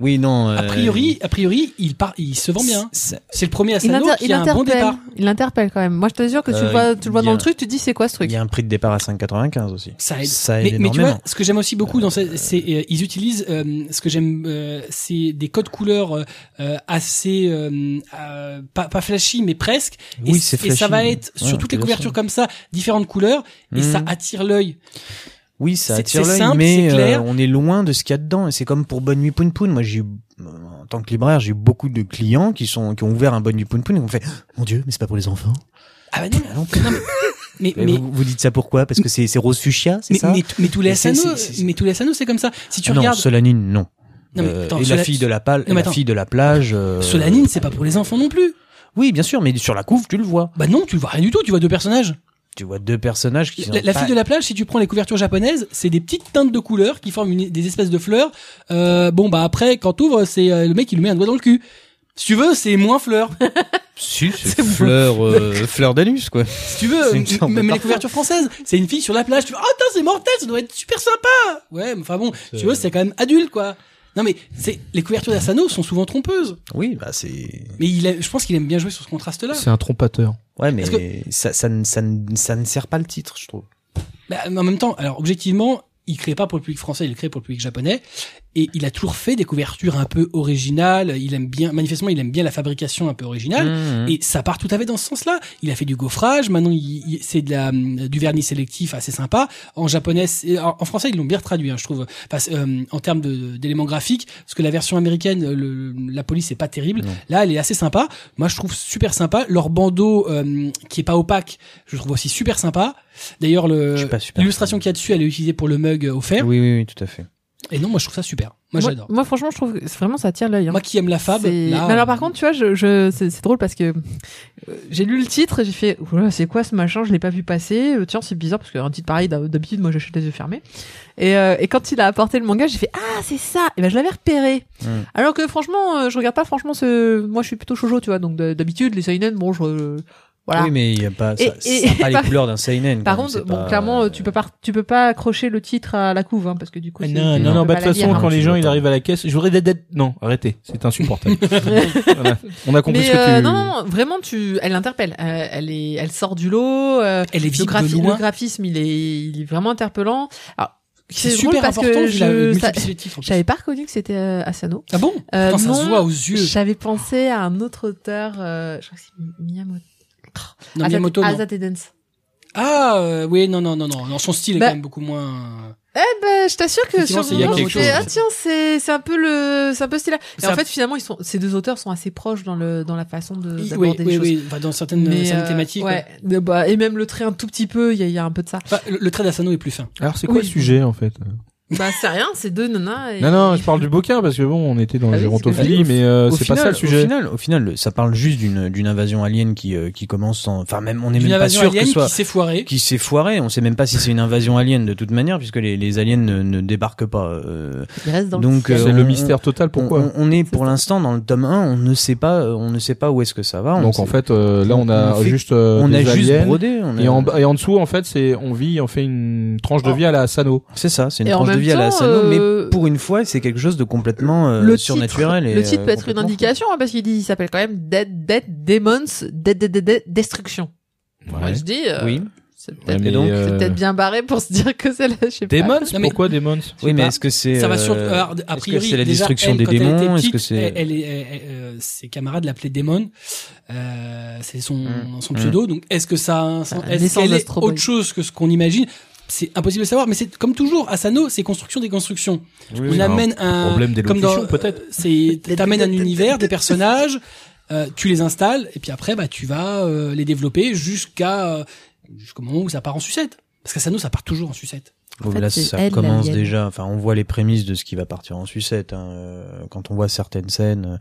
Speaker 6: Oui, non.
Speaker 1: A
Speaker 6: euh,
Speaker 1: priori, a priori, il part, il se vend bien.
Speaker 6: c'est-
Speaker 1: C'est le premier
Speaker 2: Il,
Speaker 1: Asano
Speaker 2: inter-
Speaker 1: qui
Speaker 2: il
Speaker 1: a un bon
Speaker 2: interpelle.
Speaker 1: départ.
Speaker 2: il interpelle quand même. Moi, je te jure que tu
Speaker 6: Euh,
Speaker 2: le vois, tu le vois
Speaker 6: il y
Speaker 2: dans
Speaker 6: a-
Speaker 2: le truc, tu te dis c'est quoi ce
Speaker 6: Il
Speaker 2: truc
Speaker 6: y a un prix de départ à 5,95 aussi.
Speaker 1: Ça aide.
Speaker 6: Ça aide
Speaker 1: mais, mais tu
Speaker 6: Ah, énormément.
Speaker 1: vois, ce que j'aime aussi beaucoup dans ces, c'est euh, ils utilisent euh, ce que j'aime, euh, c'est des codes couleurs euh, euh, assez euh, euh, pas, pas flashy mais presque. et,
Speaker 6: Oui, c'est
Speaker 1: et ça
Speaker 6: flashy,
Speaker 1: va
Speaker 6: mais-
Speaker 1: être
Speaker 6: Ouais,
Speaker 1: sur toutes les
Speaker 6: intéressant.
Speaker 1: couvertures comme ça, différentes couleurs, et
Speaker 6: Mhm.
Speaker 1: ça attire l'œil.
Speaker 6: Oui, ça
Speaker 1: C'est-
Speaker 6: attire
Speaker 1: c'est
Speaker 6: l'œil,
Speaker 1: simple,
Speaker 6: mais
Speaker 1: c'est
Speaker 6: euh,
Speaker 1: clair.
Speaker 6: on est loin de ce qu'il y a dedans. Et c'est comme pour Bonne Nuit Poun Poun. Moi, j'ai eu, euh, en tant que libraire, j'ai eu beaucoup de clients qui sont qui ont ouvert un Bonne Nuit Poun Poun et qui ont fait Mon Dieu, mais c'est pas pour les enfants.
Speaker 1: Ah bah non,
Speaker 6: Ah non.
Speaker 1: non, mais, mais,
Speaker 6: Mais
Speaker 1: mais,
Speaker 6: vous, vous dites ça pourquoi Parce que c'est c'est rose fuchsia, c'est
Speaker 1: mais,
Speaker 6: ça
Speaker 1: mais- mais tous les
Speaker 6: Mais c'est-
Speaker 1: Asano,
Speaker 6: c'est- c'est-
Speaker 1: mais tous les Asano, c'est comme ça. Si tu
Speaker 6: Non,
Speaker 1: regardes,
Speaker 6: Solanine, non.
Speaker 1: non mais
Speaker 6: Euh,
Speaker 1: attends,
Speaker 6: et
Speaker 1: Sola-
Speaker 6: la fille de la pale,
Speaker 1: mais
Speaker 6: et la
Speaker 1: attends.
Speaker 6: fille de la plage. euh,
Speaker 1: Solanine, c'est pas pour les enfants non plus.
Speaker 6: Oui, bien sûr, mais sur la couve, tu le vois.
Speaker 1: Bah non, tu le vois rien du tout, tu vois deux personnages.
Speaker 6: Tu vois deux personnages qui.
Speaker 1: La, la fille de la plage, si tu prends les couvertures japonaises, c'est des petites teintes de couleurs qui forment une- des espèces de fleurs. Euh, bon bah après, quand t'ouvres, c'est euh, le mec qui lui met un doigt dans le cul. Si tu veux, c'est moins fleur.
Speaker 6: c'est fleur, euh, fleur d'anus quoi.
Speaker 1: Si tu veux,
Speaker 6: C'est une
Speaker 1: m-
Speaker 6: sorte de
Speaker 1: même les
Speaker 6: parfum.
Speaker 1: couvertures françaises, c'est une fille sur la plage. Tu fais, ah putain, c'est mortel, ça doit être super sympa. Ouais, mais enfin bon, si tu veux, c'est quand même adulte quoi. Non mais c'est les couvertures d'Asano sont souvent trompeuses.
Speaker 6: Oui, bah c'est.
Speaker 1: Mais il a- je pense qu'il aime bien jouer sur ce contraste-là.
Speaker 3: C'est un trompateur.
Speaker 6: Ouais, mais
Speaker 1: Parce
Speaker 6: ça, ça, ne- ça, ne- ça ne sert pas le titre, je trouve.
Speaker 1: Bah, mais en même temps, alors objectivement, il crée pas pour le public français, il crée pour le public japonais, et il a toujours fait des couvertures un peu originales. Il aime bien, manifestement, il aime bien la fabrication un peu originale. Ah,
Speaker 6: Hmm. Mm.
Speaker 1: Et ça part tout à fait dans ce sens-là. Il a fait du gaufrage. Maintenant, il- il- c'est de la hum, du vernis sélectif assez sympa. En japonais, c'est- en, en français, ils l'ont bien traduit, hein, je trouve. Enfin, c'est, euh, en termes de- d'éléments graphiques, parce que la version américaine, euh, le- la police est pas terrible.
Speaker 6: Non.
Speaker 1: Là, elle est assez sympa. Moi, je trouve super sympa. Leur bandeau euh, qui est pas opaque, je le trouve aussi super sympa. D'ailleurs, le
Speaker 6: Je suis pas super
Speaker 1: L'illustration
Speaker 6: fan.
Speaker 1: qu'il y a dessus, elle est utilisée pour le mug offert.
Speaker 6: Oui, oui, oui, tout à fait.
Speaker 1: Et non, moi je trouve ça super. Moi j'adore.
Speaker 2: Moi, franchement, je trouve que c'est- vraiment ça attire l'œil. hein.
Speaker 1: Moi qui aime la fab.
Speaker 2: C'est-
Speaker 1: Là, euh,
Speaker 2: Mais alors par contre, tu vois, je, je, c'est c'est drôle parce que euh, j'ai lu le titre et j'ai fait Oula, c'est quoi ce machin Je l'ai pas vu passer. Euh, Tiens, c'est bizarre parce qu'un titre pareil, d'hab- d'habitude, moi j'achète les yeux fermés. Et, euh, et quand il a apporté le manga, j'ai fait Ah, c'est ça Et ben je l'avais repéré.
Speaker 6: Mm.
Speaker 1: Hmm.
Speaker 2: Alors que franchement, euh, je regarde pas franchement ce. Moi je suis plutôt shoujo, tu vois. Donc de- d'habitude, les seinen, bon, je. Voilà.
Speaker 6: Oui, mais il y a pas, ça,
Speaker 2: Et-
Speaker 6: ça
Speaker 2: et-
Speaker 6: a
Speaker 2: par-
Speaker 6: pas les couleurs d'un seinen.
Speaker 2: Par
Speaker 6: quoi,
Speaker 2: contre,
Speaker 6: c'est
Speaker 2: bon,
Speaker 6: pas-
Speaker 2: clairement, euh, tu peux pas, tu peux pas accrocher le titre à la couve, hein, parce que du coup,
Speaker 1: Ah
Speaker 2: c'est-
Speaker 1: non,
Speaker 2: tu
Speaker 3: Non,
Speaker 2: peux
Speaker 3: non,
Speaker 2: pas
Speaker 3: bah, de toute
Speaker 2: la lire.
Speaker 3: façon, quand
Speaker 6: tu
Speaker 3: les
Speaker 6: veux
Speaker 3: gens,
Speaker 6: pas.
Speaker 3: ils arrivent à la caisse, je voudrais d'être... Non, arrêtez, c'est insupportable. Voilà. On a compris
Speaker 2: Mais
Speaker 3: ce que
Speaker 2: euh,
Speaker 3: tu...
Speaker 2: non, non, vraiment, tu, elle interpelle. Euh, elle est, elle sort du lot. euh,
Speaker 1: elle est
Speaker 2: le,
Speaker 1: visible
Speaker 2: graphi-
Speaker 1: de
Speaker 2: le
Speaker 1: loin.
Speaker 2: graphisme, il est, il est vraiment interpellant. Alors,
Speaker 1: C'est
Speaker 2: c'est drôle
Speaker 1: super
Speaker 2: parce que
Speaker 1: important. vu la-
Speaker 2: je-
Speaker 1: le
Speaker 2: ça-
Speaker 1: multiplicatif, en plus.
Speaker 2: j'avais pas reconnu que c'était euh, Asano.
Speaker 1: Ah bon
Speaker 2: Euh,
Speaker 1: Putain, ça
Speaker 2: non,
Speaker 1: se voit aux yeux.
Speaker 2: J'avais pensé à un autre auteur. euh, je crois que c'est Mi- Miyamoto.
Speaker 1: Non,
Speaker 2: Asat-
Speaker 1: Miyamoto, non.
Speaker 2: Asat Edens.
Speaker 1: Ah euh, oui, non, non, non, non. Non, son style est
Speaker 2: Bah-
Speaker 1: quand même beaucoup moins.
Speaker 2: Eh ben, je t'assure que
Speaker 1: Effectivement,
Speaker 2: sur
Speaker 1: c'est-
Speaker 2: le
Speaker 1: il y a
Speaker 2: moment,
Speaker 1: quelque
Speaker 2: j'étais,
Speaker 1: chose.
Speaker 2: ah tiens, c'est, c'est un peu le, c'est un peu stylé. Et
Speaker 1: C'est
Speaker 2: en
Speaker 1: un-
Speaker 2: fait, finalement, ils sont, ces deux auteurs sont assez proches dans le, dans la façon de,
Speaker 1: Oui,
Speaker 2: d'aborder
Speaker 1: oui,
Speaker 2: les
Speaker 1: oui,
Speaker 2: Euh, choses.
Speaker 1: oui. Enfin, dans certaines,
Speaker 2: Mais,
Speaker 1: certaines
Speaker 2: euh,
Speaker 1: thématiques.
Speaker 2: ouais. De- bah, et même le trait un tout petit peu, il y, a- il y a un peu de ça.
Speaker 1: Enfin, le, le trait d'Asano est plus fin.
Speaker 3: Alors, c'est quoi
Speaker 2: Oui.
Speaker 3: le sujet, en fait
Speaker 2: Bah, c'est rien, c'est deux nanas. Et...
Speaker 3: Non, non, je parle du bouquin, parce que bon, on était dans
Speaker 2: Ah
Speaker 3: la
Speaker 2: oui,
Speaker 3: gérontophilie,
Speaker 2: c'est-
Speaker 3: mais euh,
Speaker 6: Au
Speaker 3: c'est pas
Speaker 6: final-
Speaker 3: ça le
Speaker 6: Au
Speaker 3: sujet.
Speaker 6: final, au final, le- ça parle juste d'une d'une invasion alien qui euh, qui commence sans. Enfin, même on n'est
Speaker 1: Une
Speaker 6: même pas
Speaker 1: invasion
Speaker 6: sûr que
Speaker 1: alien
Speaker 6: ce soit
Speaker 1: qui s'est foirée.
Speaker 6: qui s'est foiré. On sait même pas si c'est une invasion alien de toute manière, puisque les, les aliens ne, ne débarquent pas. euh,
Speaker 2: Il reste dans
Speaker 6: Donc,
Speaker 2: le
Speaker 6: euh,
Speaker 2: ciel.
Speaker 3: C'est le
Speaker 6: on-
Speaker 3: mystère total, pourquoi
Speaker 6: on, on est pour l'instant dans le tome 1, on ne sait pas, euh, on ne sait pas où est-ce que ça va. on
Speaker 3: Donc
Speaker 6: sait-
Speaker 3: en fait, euh, là on a
Speaker 6: on fait-
Speaker 3: juste euh,
Speaker 6: on
Speaker 3: des
Speaker 6: a juste
Speaker 3: aliens,
Speaker 6: brodé. on a-
Speaker 3: et en, bas- et en dessous en fait c'est on vit, on fait une tranche de vie à la Asano.
Speaker 6: C'est ça, c'est une
Speaker 2: Et en
Speaker 6: tranche de
Speaker 2: même
Speaker 6: vie à la
Speaker 2: temps,
Speaker 6: Asano,
Speaker 2: euh,
Speaker 6: mais pour une fois, c'est quelque chose de complètement euh,
Speaker 2: le
Speaker 6: surnaturel.
Speaker 2: titre,
Speaker 6: et,
Speaker 2: le titre
Speaker 6: euh,
Speaker 2: peut être une
Speaker 6: complètement
Speaker 2: indication hein, parce qu'il dit, il s'appelle quand même Dead, Dead Demons, Dead, Dead, Dead, Dead- Destruction.
Speaker 3: Ouais.
Speaker 2: Moi je dis,
Speaker 6: fou.
Speaker 2: euh,
Speaker 6: Oui,
Speaker 5: C'est
Speaker 3: Ouais,
Speaker 5: peut-être
Speaker 3: mais,
Speaker 5: donc,
Speaker 3: euh,
Speaker 5: c'est peut-être bien barré pour se dire que c'est là, je sais pas.
Speaker 3: Demons
Speaker 1: Non, mais-
Speaker 3: Pourquoi Demons
Speaker 1: sais
Speaker 6: Oui, mais
Speaker 1: pas.
Speaker 6: est-ce que c'est
Speaker 1: Ça va sur.
Speaker 6: euh,
Speaker 1: alors, a
Speaker 6: est-ce que
Speaker 1: priori,
Speaker 6: c'est la
Speaker 1: déjà,
Speaker 6: destruction
Speaker 1: elle,
Speaker 6: des
Speaker 1: quand elle était
Speaker 6: démons Est-ce
Speaker 1: petite,
Speaker 6: que c'est
Speaker 1: elle- elle est- elle- elle- euh, ses camarades l'appelaient démon. Euh, c'est son,
Speaker 6: Mm.
Speaker 1: son
Speaker 6: Mm.
Speaker 1: pseudo. Donc, est-ce que ça, a un sens
Speaker 5: Ah, la
Speaker 1: est-ce
Speaker 5: naissance
Speaker 1: qu'elle est
Speaker 5: d'Astro Boy.
Speaker 1: autre chose que ce qu'on imagine C'est impossible de savoir. Mais c'est comme toujours, Asano, c'est construction des constructions. On
Speaker 3: a-
Speaker 1: amène un
Speaker 3: problème
Speaker 1: comme dans
Speaker 3: d'élocution,
Speaker 1: euh,
Speaker 3: peut-être.
Speaker 1: C'est t'amènes un univers, des personnages, euh, tu les installes et puis après bah tu vas euh, les développer jusqu'à euh, jusqu'au moment où ça part en sucette. Parce qu'Asano ça part toujours en sucette.
Speaker 6: Bon,
Speaker 5: fait,
Speaker 6: là,
Speaker 5: c'est
Speaker 6: ça
Speaker 5: elle, la
Speaker 6: commence
Speaker 5: mienne.
Speaker 6: déjà. Enfin, on voit les prémices de ce qui va partir en sucette hein, euh, quand on voit certaines scènes.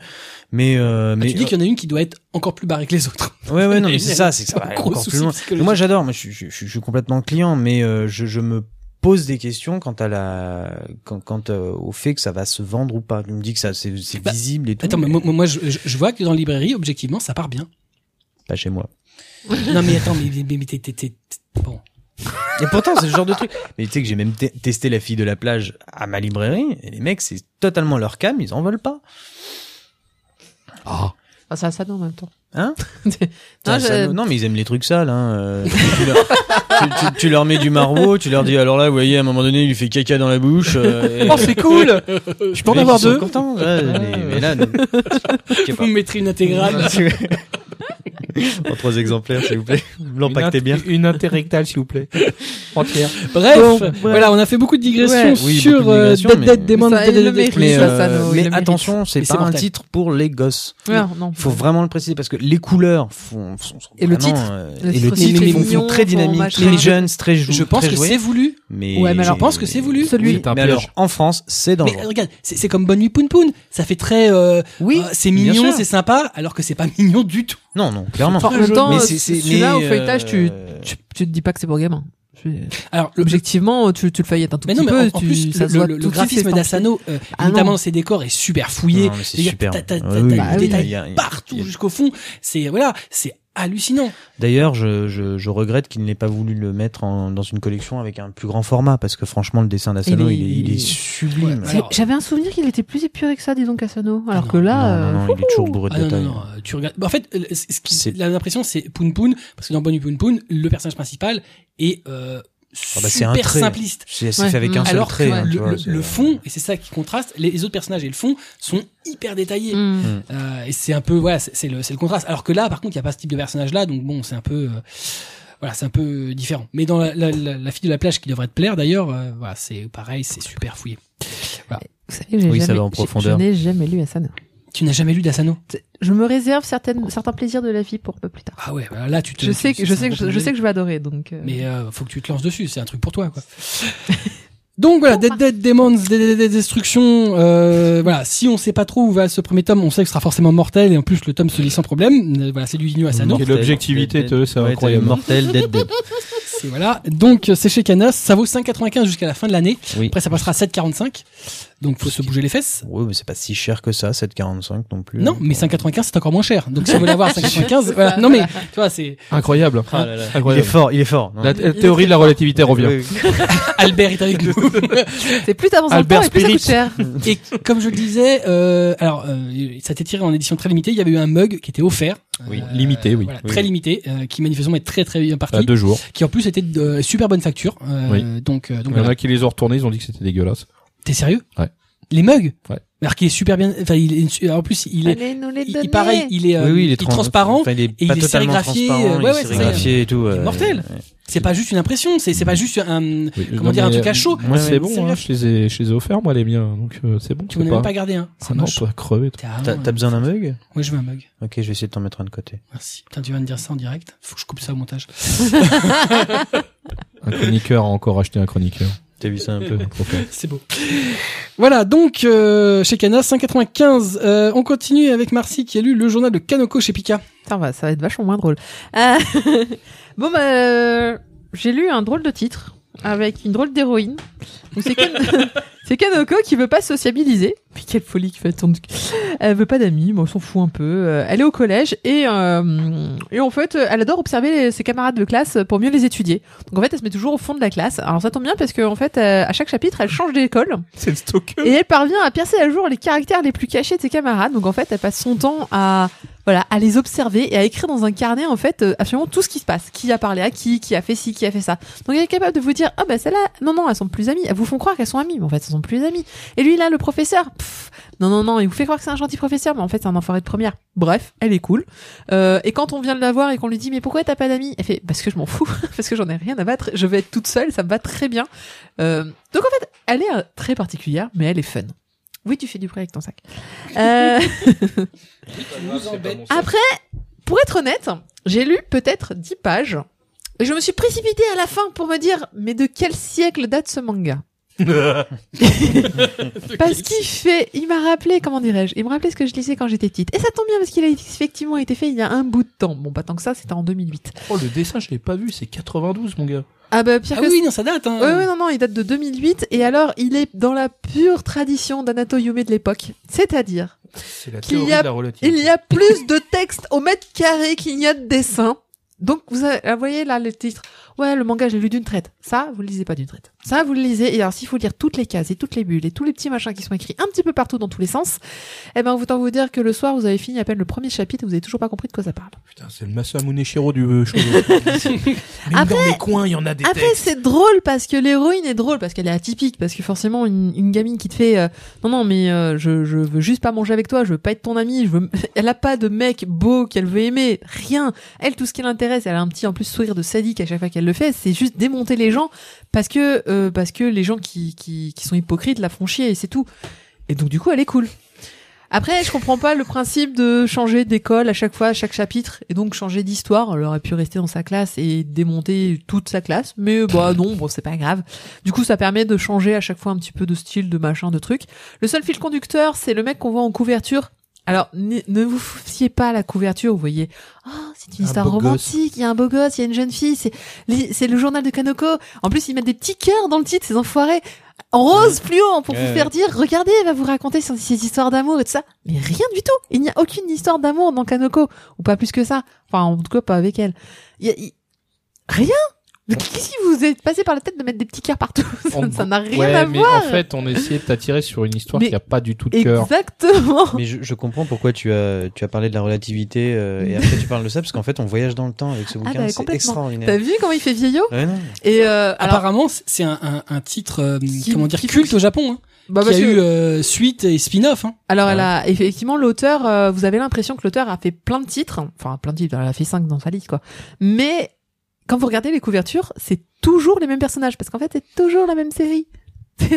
Speaker 6: Mais, euh,
Speaker 1: Bah,
Speaker 6: mais euh,
Speaker 1: tu dis qu'il y en a une qui doit être encore plus barrée que les autres.
Speaker 6: ouais, ouais, non, mais c'est ça, c'est que ça va
Speaker 1: Un
Speaker 6: aller
Speaker 1: gros
Speaker 6: encore
Speaker 1: souci
Speaker 6: plus loin.
Speaker 1: psychologique.
Speaker 6: Mais moi, j'adore. Moi, je, suis- je, suis- je suis complètement client, mais euh, je, je me pose des questions quant à la, quant, quant, euh, au fait que ça va se vendre ou pas. Tu me dis que ça, c'est c'est
Speaker 1: Bah,
Speaker 6: visible et tout.
Speaker 1: Attends, mais
Speaker 6: mais
Speaker 1: moi, moi, je, je- je vois que dans la librairie, objectivement, ça part bien.
Speaker 6: pas chez moi.
Speaker 1: Non, mais attends, mais, mais, mais t'es- t'es- t'es- t'es- bon.
Speaker 6: Et pourtant, c'est le genre de truc. Mais tu sais que j'ai même te- testé la fille de la plage à ma librairie. Et les mecs, c'est totalement leur cam. Ils en veulent pas.
Speaker 5: Enfin, ça, ça, non, en même temps.
Speaker 6: Hein
Speaker 5: Non,
Speaker 6: Ça,
Speaker 5: je-
Speaker 6: ça- non, mais ils aiment les trucs sales. Hein. euh, tu, tu leur, tu- tu- tu leur mets du marmot, tu leur dis alors là, vous voyez, à un moment donné, il lui fait caca dans la bouche. euh, et-
Speaker 3: Oh, c'est cool Je peux en
Speaker 6: Les mecs,
Speaker 3: avoir
Speaker 6: ils sont
Speaker 3: deux
Speaker 6: contents, ouais, mais, mais là, non. Je sais pas.
Speaker 1: Vous me mettrez une intégrale.
Speaker 6: en trois exemplaires, s'il vous plaît. Vous L'empactez
Speaker 3: Une
Speaker 6: bien.
Speaker 3: int- Une interrectale, s'il vous plaît. Entière.
Speaker 1: Bref,
Speaker 2: Bon, ouais.
Speaker 1: voilà, on a fait beaucoup de digressions
Speaker 6: Ouais. Oui,
Speaker 1: sur
Speaker 6: beaucoup de
Speaker 1: euh, Dead
Speaker 6: digressions, mais-
Speaker 1: Dead Demon.
Speaker 5: Ça,
Speaker 1: Dead
Speaker 5: il le
Speaker 1: Dead Dead
Speaker 5: mérite.
Speaker 1: Demon.
Speaker 6: Mais,
Speaker 5: ça,
Speaker 6: euh,
Speaker 5: ça, non, il
Speaker 6: mais
Speaker 5: le mérite.
Speaker 6: attention, c'est
Speaker 1: Mais
Speaker 6: pas
Speaker 1: c'est
Speaker 6: un
Speaker 1: mortel.
Speaker 6: titre pour les gosses.
Speaker 5: Ouais, non.
Speaker 6: Faut vraiment le préciser parce que les couleurs font, font- sont
Speaker 5: Et le
Speaker 6: vraiment,
Speaker 5: titre.
Speaker 6: euh,
Speaker 5: Le
Speaker 6: et
Speaker 5: titre
Speaker 6: le
Speaker 5: aussi,
Speaker 6: titre
Speaker 5: c'est
Speaker 6: font-
Speaker 5: mignon,
Speaker 6: font très
Speaker 5: font
Speaker 6: dynamique,
Speaker 5: machin.
Speaker 6: les jeunes, très joués.
Speaker 1: Je pense que c'est voulu.
Speaker 6: Mais
Speaker 5: Ouais, mais alors-
Speaker 1: Je pense que c'est voulu.
Speaker 5: Celui-
Speaker 6: Mais alors en France, c'est
Speaker 1: Mais
Speaker 6: dangereux.
Speaker 1: regarde, c'est c'est comme Bonne Nuit Poun Poun. Ça fait très, euh,
Speaker 5: Oui.
Speaker 1: euh, c'est
Speaker 6: bien
Speaker 1: mignon,
Speaker 6: sûr.
Speaker 1: c'est sympa, alors que c'est pas mignon du tout.
Speaker 6: Non, non, clairement.
Speaker 5: Enfin, en même temps,
Speaker 6: Mais
Speaker 5: euh,
Speaker 6: c'est- c'est-
Speaker 5: celui-là,
Speaker 6: mais,
Speaker 5: au feuilletage, tu,
Speaker 6: euh,
Speaker 5: tu, tu te dis pas que c'est pour gamin.
Speaker 1: Alors, le,
Speaker 5: Objectivement, tu, tu le feuillettes un tout
Speaker 1: mais
Speaker 5: petit
Speaker 1: non, mais en,
Speaker 5: peu.
Speaker 1: en
Speaker 5: tu-
Speaker 1: plus,
Speaker 5: ça
Speaker 1: le,
Speaker 5: se voit
Speaker 1: le- le
Speaker 5: tout de suite,
Speaker 1: graphisme
Speaker 5: c'est
Speaker 1: d'Asano, euh,
Speaker 5: Ah
Speaker 1: notamment
Speaker 5: non.
Speaker 1: ses décors, est super fouillé.
Speaker 6: Non, mais c'est
Speaker 1: Il y a-
Speaker 6: super.
Speaker 1: t'as- t'as-
Speaker 6: Ah
Speaker 1: t'as-
Speaker 6: oui,
Speaker 1: t'as
Speaker 6: oui,
Speaker 1: des
Speaker 6: oui.
Speaker 1: détails
Speaker 6: Il y a- il y a- il y
Speaker 1: partout
Speaker 6: a-
Speaker 1: jusqu'au fond. C'est voilà, c'est hallucinant.
Speaker 6: D'ailleurs, je, je, je regrette qu'il n'ait pas voulu le mettre en- dans une collection avec un plus grand format parce que franchement, le dessin d'Asano,
Speaker 5: Il est-
Speaker 6: il, est- il
Speaker 5: il est-
Speaker 6: est sublime.
Speaker 1: Ouais,
Speaker 2: C'est-
Speaker 1: Alors-
Speaker 2: J'avais un souvenir qu'il était plus épuré que ça, dis donc, Asano. Alors
Speaker 5: Ah
Speaker 1: Non,
Speaker 2: que là,
Speaker 6: non, non,
Speaker 2: euh,
Speaker 6: non, il est toujours bourré de
Speaker 1: Ah non, non,
Speaker 6: détails.
Speaker 1: non, euh, tu regardes. bah, En fait, euh, c- ce qui,
Speaker 6: C'est-
Speaker 1: la- l'impression, c'est Poun Poun, parce que dans Bonne Nuit Poun Poun, le personnage principal est euh,
Speaker 6: bah, c'est un
Speaker 1: super
Speaker 6: trait.
Speaker 1: simpliste.
Speaker 6: C'est c'est
Speaker 5: Ouais.
Speaker 6: fait avec un
Speaker 5: Mm.
Speaker 6: seul
Speaker 1: Alors
Speaker 6: trait.
Speaker 1: que
Speaker 6: hein, tu
Speaker 1: le,
Speaker 6: vois,
Speaker 1: le-
Speaker 6: c'est-
Speaker 1: le fond, et c'est ça qui contraste, les, les autres personnages et le fond sont hyper détaillés.
Speaker 5: pas- Hmm.
Speaker 1: Euh, et c'est un peu voilà, c'est c'est le c'est le contraste. Alors que là, par contre, il y a pas ce type de personnage là, donc bon, c'est un peu euh, voilà, c'est un peu euh, différent. Mais dans la, la, la- la fille de la plage qui devrait te plaire d'ailleurs, euh, voilà, c'est pareil, c'est super fouillé.
Speaker 5: Vous savez que j'ai
Speaker 6: Oui, ça
Speaker 5: jamais,
Speaker 6: va en
Speaker 5: j'ai-
Speaker 6: profondeur.
Speaker 5: Je n'ai jamais lu Asano.
Speaker 1: Tu n'as jamais lu d'Asano
Speaker 2: je me réserve certaines, certains plaisirs de la vie pour un peu plus tard.
Speaker 1: Ah ouais, bah là tu te
Speaker 5: Je sais
Speaker 1: tu-
Speaker 5: que, je
Speaker 1: c'est un
Speaker 5: sais
Speaker 1: gros
Speaker 5: que, je, je
Speaker 1: projet.
Speaker 5: sais que je vais adorer, donc. euh,
Speaker 1: mais euh, faut que tu te lances dessus, c'est un truc pour toi quoi. Donc voilà, Dead Dead Demons, Dead Dead Dead Destruction, euh, voilà, si on sait pas trop où va ce premier tome, on sait que ce sera forcément mortel, et en plus le tome se lit sans problème, Euh, voilà, c'est du Inu Asano,
Speaker 3: Et l'objectivité, te- c'est
Speaker 6: Ouais, t'as
Speaker 3: incroyable.
Speaker 6: le Mortel, Dead Dead.
Speaker 1: C'est- voilà. Donc euh, c'est chez Canas, ça vaut 5,95 jusqu'à la fin de l'année.
Speaker 6: Oui.
Speaker 1: Après ça passera à 7,45. Donc faut se bouger les fesses.
Speaker 6: Ouais, mais c'est pas si cher que ça, 7,45 non plus.
Speaker 1: Non, mais 5,95 c'est encore moins cher. Donc si on veut l'avoir à 5,95, voilà. Non mais tu vois c'est hein,
Speaker 3: Incroyable.
Speaker 6: Ah là là. Il est
Speaker 3: Incroyable.
Speaker 6: fort, hein. il est fort. non.
Speaker 3: La la théorie de la relativité revient.
Speaker 6: Oui, oui.
Speaker 1: Albert est avec nous.
Speaker 5: C'est plus t'avances dans le
Speaker 3: Albert
Speaker 5: temps et
Speaker 3: Spirit.
Speaker 5: plus ça coûte cher.
Speaker 1: Et comme je le disais, euh, alors euh, ça t'est tiré en édition très limitée. Il y avait eu un mug qui était offert. Euh,
Speaker 3: Oui, limité, oui.
Speaker 1: voilà,
Speaker 3: Oui.
Speaker 1: Très limité, euh, qui manifestement est très très bien parti,
Speaker 3: À deux jours.
Speaker 1: qui en plus était de super bonne facture. Euh, Donc euh, donc
Speaker 3: Il y en
Speaker 1: voilà.
Speaker 3: a qui les ont retournés, ils ont dit que c'était dégueulasse.
Speaker 1: T'es sérieux
Speaker 3: Ouais.
Speaker 1: Les mugs.
Speaker 3: Ouais.
Speaker 1: Alors qui est super bien. Enfin il est- en plus il est
Speaker 7: Allez nous les
Speaker 1: Ah, il-
Speaker 7: donner.
Speaker 1: il, pareil, il est, euh,
Speaker 6: Oui, oui,
Speaker 1: il est transparent.
Speaker 6: Enfin, il est
Speaker 1: il
Speaker 6: pas
Speaker 1: est
Speaker 6: totalement
Speaker 1: sérigraphié,
Speaker 6: transparent,
Speaker 1: euh,
Speaker 6: il
Speaker 1: ouais,
Speaker 6: est
Speaker 1: ouais, c'est-
Speaker 6: sérigraphié et tout.
Speaker 1: il est
Speaker 6: euh,
Speaker 1: mortel. C'est pas juste une impression, c'est c'est pas juste un comment
Speaker 3: Non,
Speaker 1: dire un
Speaker 3: mais,
Speaker 1: truc à chaud.
Speaker 3: euh, Moi, c'est
Speaker 1: C'est
Speaker 3: bon,
Speaker 1: bien.
Speaker 3: hein, je les ai, je les ai offerts, moi, les miens. Donc, euh, c'est bon,
Speaker 1: Tu m'en as
Speaker 3: c'est
Speaker 1: même
Speaker 3: pas.
Speaker 1: pas gardé un.
Speaker 3: Ah
Speaker 1: C'est
Speaker 3: non,
Speaker 1: moche.
Speaker 3: toi, crever, toi.
Speaker 1: T'es vraiment-
Speaker 6: T'as t'as besoin d'un mug
Speaker 1: Ouais, je veux un mug.
Speaker 6: Ok, je vais essayer de t'en mettre un de côté.
Speaker 1: Merci. Putain, tu viens de dire ça en direct. Faut que je coupe ça au montage.
Speaker 3: Un chroniqueur a encore acheté un chroniqueur.
Speaker 6: T'as vu ça un peu
Speaker 1: C'est beau. Voilà, donc euh, chez Kana 195. Euh, on continue avec Marcy qui a lu le journal de Kanoko chez Pika.
Speaker 5: Putain, bah, ça va être vachement moins drôle. Euh, bon, bah, euh, j'ai lu un drôle de titre avec une drôle d'héroïne. Donc, C'est Ken- c'est Kanoko qui veut pas sociabiliser. Mais quelle folie qui fait ton... Elle veut pas d'amis, mais on s'en fout un peu. Euh, Elle est au collège et, euh, et en fait, elle adore observer ses camarades de classe pour mieux les étudier. Donc en fait, elle se met toujours au fond de la classe. Alors ça tombe bien parce qu'en fait, euh, à chaque chapitre, elle change d'école.
Speaker 3: C'est le stocker.
Speaker 5: Et elle parvient à percer à jour les caractères les plus cachés de ses camarades. Donc en fait, elle passe son temps à
Speaker 2: Voilà, à les observer et à écrire dans un carnet en fait euh, absolument tout ce qui se passe, qui a parlé à qui, qui a fait ci, qui a fait ça. Donc elle est capable de vous dire ah bah celle-là, non non, elles sont plus amies. Elles vous font croire qu'elles sont amies, mais en fait elles sont plus amies. Et lui là, le professeur, pff, non non non, il vous fait croire que c'est un gentil professeur, mais en fait c'est un enfoiré de première. Bref, elle est cool. Euh, et quand on vient de la voir et qu'on lui dit mais pourquoi t'as pas d'amis, elle fait parce que je m'en fous, parce que j'en ai rien à battre, je vais être toute seule, ça me va très bien. Euh, donc en fait, elle est euh, très particulière, mais elle est fun. Oui, tu fais du prêt avec ton sac. Euh, Après, pour être honnête, j'ai lu peut-être 10 pages et je me suis précipitée à la fin pour me dire mais de quel siècle date ce manga Parce qu'il fait, il m'a rappelé, comment dirais-je, il me rappelait ce que je lisais quand j'étais petite. Et ça tombe bien parce qu'il a effectivement été fait il y a un bout de temps. Bon, pas tant que ça, c'était en 2008.
Speaker 3: Oh, le dessin, je l'ai pas vu, c'est 92, mon gars.
Speaker 2: Ah bah pire
Speaker 1: Ah
Speaker 2: que
Speaker 1: oui, non, ça date. Hein.
Speaker 2: Ouais, ouais, non, non, il date de 2008 et alors il est dans la pure tradition d'Anato Yume de l'époque. C'est-à-dire,
Speaker 3: C'est la
Speaker 2: Qu'il
Speaker 3: théorie
Speaker 2: y a-
Speaker 3: de la relativité.
Speaker 2: il y a plus de textes au mètre carré qu'il n'y a de dessins. Donc vous avez- vous voyez là le titre. Ouais, le manga, je l'ai lu d'une traite. Ça, vous le lisez pas d'une traite. Ça, vous le lisez. Et alors, s'il faut lire toutes les cases et toutes les bulles et tous les petits machins qui sont écrits un petit peu partout dans tous les sens, eh ben, autant vous dire que le soir, vous avez fini à peine le premier chapitre et vous avez toujours pas compris de quoi ça parle.
Speaker 3: Putain, c'est le Masamune Shiro du euh, shojo. Même dans les coins, il y en a des
Speaker 2: Après,
Speaker 3: textes.
Speaker 2: c'est drôle parce que l'héroïne est drôle, parce qu'elle est atypique, parce que forcément, une, une gamine qui te fait euh, non, non, mais euh, je, je veux juste pas manger avec toi, je veux pas être ton amie, je veux... elle a pas de mec beau qu'elle veut aimer, rien. Elle, tout ce qui l'intéresse, elle a un petit en plus sourire de sadique à chaque fois qu'elle le fait, c'est juste démonter les gens parce que, euh, parce que les gens qui, qui, qui sont hypocrites la font chier et c'est tout. Et donc, du coup, elle est cool. Après, je comprends pas le principe de changer d'école à chaque fois, à chaque chapitre, et donc changer d'histoire. Elle aurait pu rester dans sa classe et démonter toute sa classe, mais bah non, bon, c'est pas grave. Du coup, ça permet de changer à chaque fois un petit peu de style, de machin, de truc. Le seul fil conducteur, c'est le mec qu'on voit en couverture. Alors, ne ne vous fiez pas à la couverture, vous voyez. Ah, c'est une
Speaker 3: Un
Speaker 2: histoire
Speaker 3: beau gosse.
Speaker 2: romantique, il y a un beau gosse, il y a une jeune fille, c'est les- c'est le journal de Kanoko. En plus, ils mettent des petits cœurs dans le titre, ces enfoirés. En rose fluo, pour
Speaker 6: Ouais,
Speaker 2: vous
Speaker 6: ouais.
Speaker 2: faire dire, regardez, elle va vous raconter son- ses histoires d'amour et tout ça. Mais rien du tout. Il n'y a aucune histoire d'amour dans Kanoko. Ou pas plus que ça. Enfin, en tout cas, pas avec elle. Il y a- il- Rien. Mais Qu'est-ce qui vous est passé par la tête de mettre des petits cœurs partout? Ça-
Speaker 3: En-
Speaker 2: ça n'a rien
Speaker 3: ouais,
Speaker 2: à
Speaker 3: mais
Speaker 2: voir.
Speaker 3: en fait, on essayait de t'attirer sur une histoire
Speaker 2: Mais-
Speaker 3: qui a pas du tout de cœur.
Speaker 2: Exactement.
Speaker 6: Mais je, je comprends pourquoi tu as, tu as parlé de la relativité euh, et après tu parles de ça, parce qu'en fait on voyage dans le temps avec ce bouquin,
Speaker 2: bah,
Speaker 6: c'est
Speaker 2: complètement. T'as
Speaker 6: extraordinaire.
Speaker 2: vu comment il fait vieillot?
Speaker 6: Ouais, non.
Speaker 2: Et euh, alors,
Speaker 1: Apparemment, c'est- c'est un, un, un titre euh,
Speaker 2: Qui-
Speaker 1: comment dire
Speaker 2: qui-
Speaker 1: culte au Japon, hein,
Speaker 2: bah,
Speaker 1: qui a
Speaker 2: parce que-
Speaker 1: eu euh, suite et spin-off. Hein.
Speaker 2: Alors elle a effectivement l'auteur. euh, vous avez l'impression que l'auteur a fait plein de titres, enfin plein de titres. Elle a fait cinq dans sa liste quoi. Mais quand vous regardez les couvertures, c'est toujours les mêmes personnages parce qu'en fait c'est toujours la même série.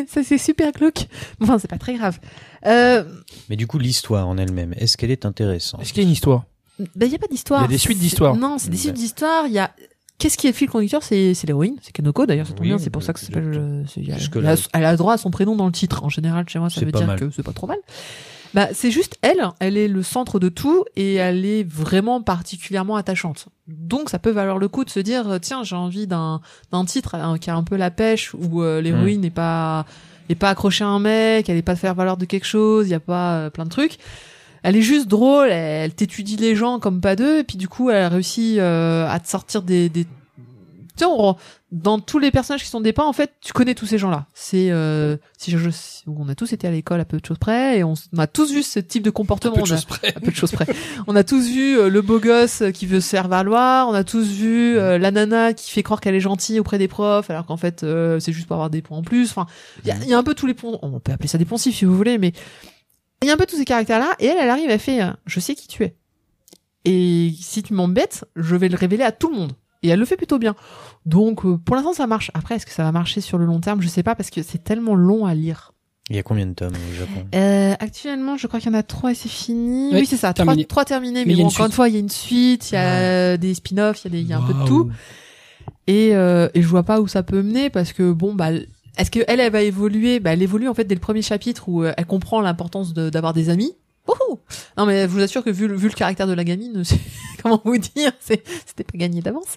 Speaker 2: Ça c'est super glauque. Enfin c'est pas très grave. Euh,
Speaker 6: Mais du coup, l'histoire en elle-même, est-ce qu'elle est intéressante
Speaker 3: Est-ce qu'il y a une histoire
Speaker 2: ben, il y a pas d'histoire.
Speaker 3: Il y a des suites
Speaker 2: C'est-
Speaker 3: d'histoires. Mm, bah.
Speaker 2: Non, c'est des
Speaker 6: Ouais.
Speaker 2: suites d'histoires. Il y a qu'est-ce qui est le fil conducteur C'est c'est l'héroïne, c'est Kanoko d'ailleurs. Ça tombe
Speaker 6: Oui,
Speaker 2: bien, c'est pour ça que ça
Speaker 6: je-
Speaker 2: s'appelle. euh, c'est- il y a-
Speaker 6: jusque-là.
Speaker 2: elle, a, elle a droit à son prénom dans le titre. En général, chez moi, ça
Speaker 6: C'est
Speaker 2: veut
Speaker 6: pas
Speaker 2: dire
Speaker 6: mal.
Speaker 2: que c'est pas trop mal. Bah, c'est juste elle. Elle est le centre de tout et elle est vraiment particulièrement attachante. Donc, ça peut valoir le coup de se dire euh, tiens, j'ai envie d'un d'un titre euh, qui a un peu la pêche où euh,
Speaker 6: Hmm.
Speaker 2: l'héroïne n'est pas est pas accrochée à un mec, elle est pas faire valoir de quelque chose, il y a pas euh, plein de trucs. Elle est juste drôle, elle, elle t'étudie les gens comme pas deux, et puis du coup, elle réussit euh, à te sortir des, des... Tu sais, on- dans tous les personnages qui sont dépeints, en fait, tu connais tous ces gens-là. C'est euh, si je, je- si- on a tous été à l'école à peu de choses près, et on, s- on a tous vu ce type de comportement.
Speaker 1: Peu de
Speaker 2: On a-
Speaker 1: choses près.
Speaker 2: à peu de choses près. On a tous vu euh, le beau gosse euh, qui veut se faire valoir, on a tous vu
Speaker 1: Mm.
Speaker 2: euh, la nana qui fait croire qu'elle est gentille auprès des profs alors qu'en fait euh, c'est juste pour avoir des points en plus. Enfin, il y
Speaker 1: Mm.
Speaker 2: a, il y a un peu tous les ponts. On peut appeler ça des poncifs si vous voulez, mais il y a un peu tous ces caractères-là. Et elle, elle arrive, elle fait euh, Je sais qui tu es. Et si tu m'embêtes, je vais le révéler à tout le monde. Et elle le fait plutôt bien. Donc euh, pour l'instant ça marche. Après, est-ce que ça va marcher sur le long terme Je sais pas parce que c'est tellement long à lire.
Speaker 6: Il y a combien de tomes au Japon
Speaker 2: Euh, actuellement, je crois qu'il y en a trois et c'est fini.
Speaker 1: Ouais,
Speaker 2: oui, c'est ça, trois,
Speaker 1: terminé.
Speaker 2: trois terminés.
Speaker 1: Mais
Speaker 2: Mais,
Speaker 1: il y a
Speaker 2: bon,
Speaker 1: une
Speaker 2: encore une
Speaker 1: suite.
Speaker 2: fois, il y a une suite, il y a euh, des spin-offs, il y a, des- il y a un peu de tout. Et, euh, et je vois pas où ça peut mener parce que bon, bah, est-ce que elle, elle va évoluer Bah, elle évolue en fait dès le premier chapitre où euh, elle comprend l'importance de- d'avoir des amis. Wouhou non mais je vous assure que vu, le- vu le caractère de la gamine, c'est- comment vous dire, c'est- c'était pas gagné d'avance.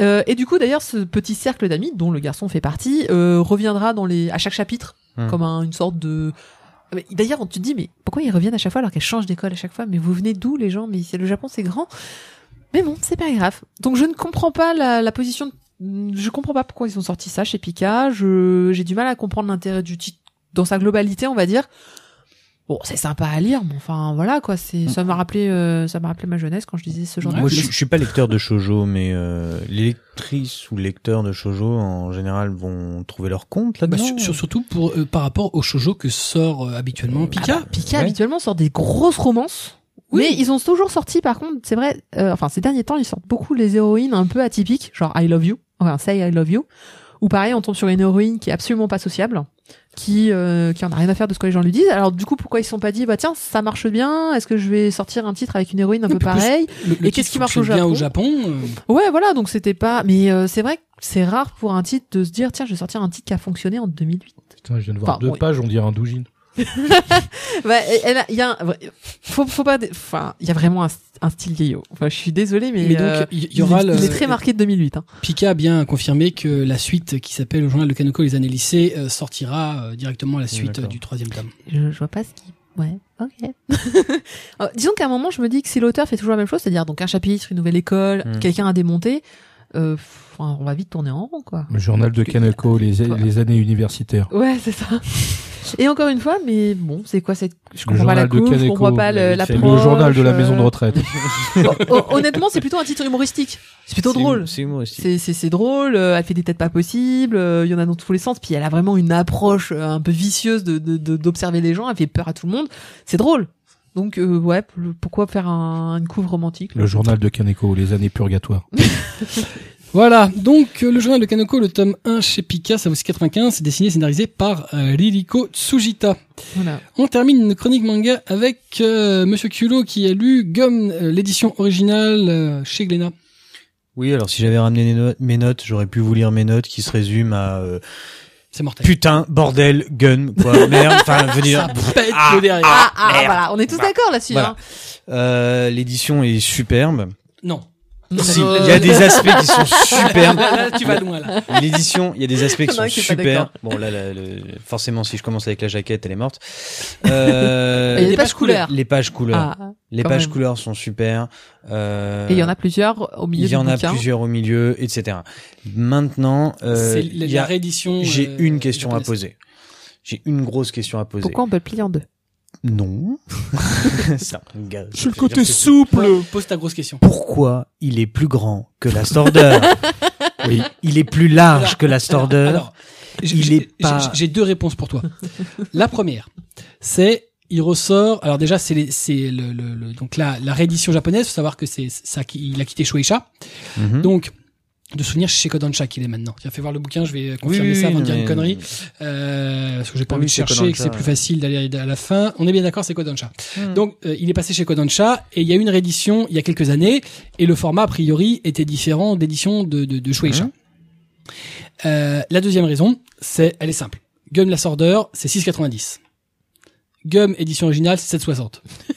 Speaker 2: Euh, et du coup d'ailleurs ce petit cercle d'amis dont le garçon fait partie euh, reviendra dans les à chaque chapitre
Speaker 6: Hmm.
Speaker 2: comme un- une sorte de Ah, Mais D'ailleurs, on te dit, mais pourquoi ils reviennent à chaque fois alors qu'elles changent d'école à chaque fois Mais vous venez d'où les gens Mais c'est le Japon, c'est grand. Mais bon, c'est pas grave. Donc je ne comprends pas la, la position. de- Je comprends pas pourquoi ils ont sorti ça chez Pika. Je j'ai du mal à comprendre l'intérêt du titre dans sa globalité, on va dire. Bon, c'est sympa à lire, mais enfin voilà quoi. C'est ça m'a rappelé, euh, ça m'a rappelé ma jeunesse quand je lisais ce genre
Speaker 1: Ouais,
Speaker 2: de
Speaker 6: Moi, je,
Speaker 2: choses.
Speaker 6: suis- je suis pas lecteur de shojo, mais euh, les lectrices ou lecteurs de shojo en général vont trouver leur compte
Speaker 1: Bah,
Speaker 6: là-dedans.
Speaker 1: sur- sur- surtout pour, euh, par rapport au shoujo que sort euh, habituellement Pika.
Speaker 2: Pika
Speaker 6: Ouais.
Speaker 2: habituellement sort des grosses romances.
Speaker 1: Oui.
Speaker 2: Mais ils ont toujours sorti, par contre, c'est vrai, euh, enfin ces derniers temps, ils sortent beaucoup les héroïnes un peu atypiques, genre I Love You, enfin Say I Love You, ou pareil, on tombe sur une héroïne qui est absolument pas sociable, qui euh, qui en a rien à faire de ce que les gens lui disent. Alors du coup, pourquoi ils se sont pas dit, bah tiens, ça marche bien, est-ce que je vais sortir un titre avec une héroïne un
Speaker 1: Non,
Speaker 2: peu
Speaker 1: puis plus-
Speaker 2: pareille
Speaker 1: Le- le
Speaker 2: Et qu'est-ce
Speaker 1: titre
Speaker 2: qui marche au
Speaker 1: fonctionne bien au Japon euh,
Speaker 2: Ouais, voilà, donc c'était pas. Mais euh, c'est vrai que c'est rare pour un titre de se dire, tiens, je vais sortir un titre qui a fonctionné en 2008.
Speaker 3: Putain, je viens de voir
Speaker 2: Enfin,
Speaker 3: deux
Speaker 2: oui.
Speaker 3: pages, on dirait un doujin.
Speaker 2: Bah, elle a- il y a un... faut, faut pas. dé- Enfin, il y a vraiment un, un style vieillot. Enfin, je suis désolée, mais.
Speaker 1: Mais
Speaker 2: euh,
Speaker 1: donc, il y, aura
Speaker 2: il,
Speaker 1: le,
Speaker 2: il est très marqué de 2008. Hein.
Speaker 1: Pika a bien confirmé que la suite qui s'appelle le journal de Kanoko les années lycées euh, sortira euh, directement à la suite
Speaker 6: D'accord.
Speaker 1: euh, du troisième tome.
Speaker 2: Je, je vois pas ce qui. Ouais, ok. Euh, disons qu'à un moment, je me dis que si l'auteur fait toujours la même chose, c'est-à-dire donc un chapitre, une nouvelle école,
Speaker 6: Hmm.
Speaker 2: quelqu'un à démonter, euh, pff, on va vite tourner en rond, quoi.
Speaker 3: Le journal de Kaneko, les,
Speaker 2: Voilà.
Speaker 3: les années universitaires.
Speaker 2: Ouais, c'est ça. Et encore une fois, mais bon, c'est quoi cette. Je
Speaker 3: Le
Speaker 2: comprends pas la
Speaker 3: journal de
Speaker 2: coupe, je
Speaker 3: Kaneko,
Speaker 2: comprends pas
Speaker 6: la
Speaker 2: le-
Speaker 6: vie de
Speaker 3: Le
Speaker 6: famille.
Speaker 2: l'approche,
Speaker 3: journal de la maison de
Speaker 2: euh,
Speaker 3: retraite.
Speaker 2: Hon- Honnêtement, c'est plutôt un titre humoristique. C'est plutôt
Speaker 6: C'est-
Speaker 2: drôle.
Speaker 6: C'est moi aussi.
Speaker 2: C'est, c'est, c'est drôle, euh, elle fait des têtes pas possibles, euh, il y en a dans tous les sens, puis elle a vraiment une approche euh, un peu vicieuse de, de- de- d'observer les gens, elle fait peur à tout le monde, c'est drôle. Donc euh, ouais, p- le- pourquoi faire un, une couve romantique là
Speaker 3: Le journal de Kaneko, les années purgatoires.
Speaker 1: Voilà, donc euh, le journal de Kanoko, le tome 1 chez Pika, ça vaut 95, c'est dessiné et scénarisé par euh, Ririko Tsujita.
Speaker 2: Voilà.
Speaker 1: On termine une chronique manga avec euh, Monsieur Culo qui a lu Gum, euh, l'édition originale euh, chez Glénat.
Speaker 6: Oui, alors si j'avais ramené mes no- mes notes, j'aurais pu vous lire mes notes qui se résument à euh,
Speaker 1: C'est mortel.
Speaker 6: putain, bordel, gun, quoi, merde, enfin, je veux dire.
Speaker 1: ça pète
Speaker 6: Ah,
Speaker 1: le derrière.
Speaker 2: Ah, ah,
Speaker 6: merde.
Speaker 2: voilà, on est tous
Speaker 6: Bah,
Speaker 2: d'accord là-dessus.
Speaker 6: voilà.
Speaker 2: hein.
Speaker 6: Euh, L'édition est superbe.
Speaker 1: Non.
Speaker 6: Si, il y a des aspects qui sont superbes.
Speaker 1: Là, tu vas loin là.
Speaker 6: L'édition, il y a des aspects qui
Speaker 2: Non,
Speaker 6: sont
Speaker 2: qui est pas
Speaker 6: super. Bon, là, là, le- forcément, si je commence avec la jaquette, elle est morte. Euh,
Speaker 2: Et il y a des
Speaker 1: les
Speaker 2: pages couleurs.
Speaker 6: Les pages couleurs.
Speaker 2: Ah,
Speaker 6: les
Speaker 2: quand
Speaker 6: pages
Speaker 2: même.
Speaker 6: couleurs sont super. Euh,
Speaker 2: Ah, et il y en a plusieurs au milieu
Speaker 6: il y
Speaker 2: du
Speaker 6: en a
Speaker 2: bouquin.
Speaker 6: plusieurs au milieu, etc. Maintenant, euh,
Speaker 1: c'est
Speaker 6: il
Speaker 1: la,
Speaker 6: y a-
Speaker 1: la réédition.
Speaker 6: j'ai
Speaker 1: euh,
Speaker 6: une question à
Speaker 1: japonaise.
Speaker 6: poser. J'ai une grosse question à poser.
Speaker 2: Pourquoi on peut le plier en deux
Speaker 6: Non. Ça, gars, ça fait dire que-
Speaker 1: souple. Pose ta grosse question.
Speaker 6: Pourquoi il est plus grand que la Storder Oui. Il est plus large que la Storder.
Speaker 1: Alors, j'ai-
Speaker 6: Il
Speaker 1: j'ai-
Speaker 6: est pas-
Speaker 1: j'ai- J'ai deux réponses pour toi. la première, c'est il ressort. Alors déjà, c'est les- c'est le, le- le- donc la, la réédition japonaise. Faut savoir que c'est ça il a quitté Shueisha.
Speaker 6: Mhm.
Speaker 1: Donc de souvenir chez Kodansha qu'il est maintenant. Tiens, fais voir le bouquin. Je vais
Speaker 6: Oui,
Speaker 1: confirmer
Speaker 6: oui,
Speaker 1: ça avant
Speaker 6: oui,
Speaker 1: de dire
Speaker 6: non,
Speaker 1: une
Speaker 6: mais-
Speaker 1: connerie euh, parce que j'ai pas
Speaker 6: Ah
Speaker 1: envie
Speaker 6: oui,
Speaker 1: de
Speaker 6: c'est
Speaker 1: chercher et que
Speaker 6: Kodansha,
Speaker 1: c'est plus
Speaker 6: ouais.
Speaker 1: facile d'aller à la fin. On est bien d'accord, c'est Kodansha.
Speaker 6: Hmm.
Speaker 1: Donc euh, il est passé chez Kodansha et il y a eu une réédition il y a quelques années et le format a priori était différent d'édition de, de, de Shueisha.
Speaker 6: Mhm.
Speaker 1: Euh, la deuxième raison, c'est elle est simple. Gum la Sorder, c'est 6,90. Gum édition originale, c'est 7,60.
Speaker 2: C'est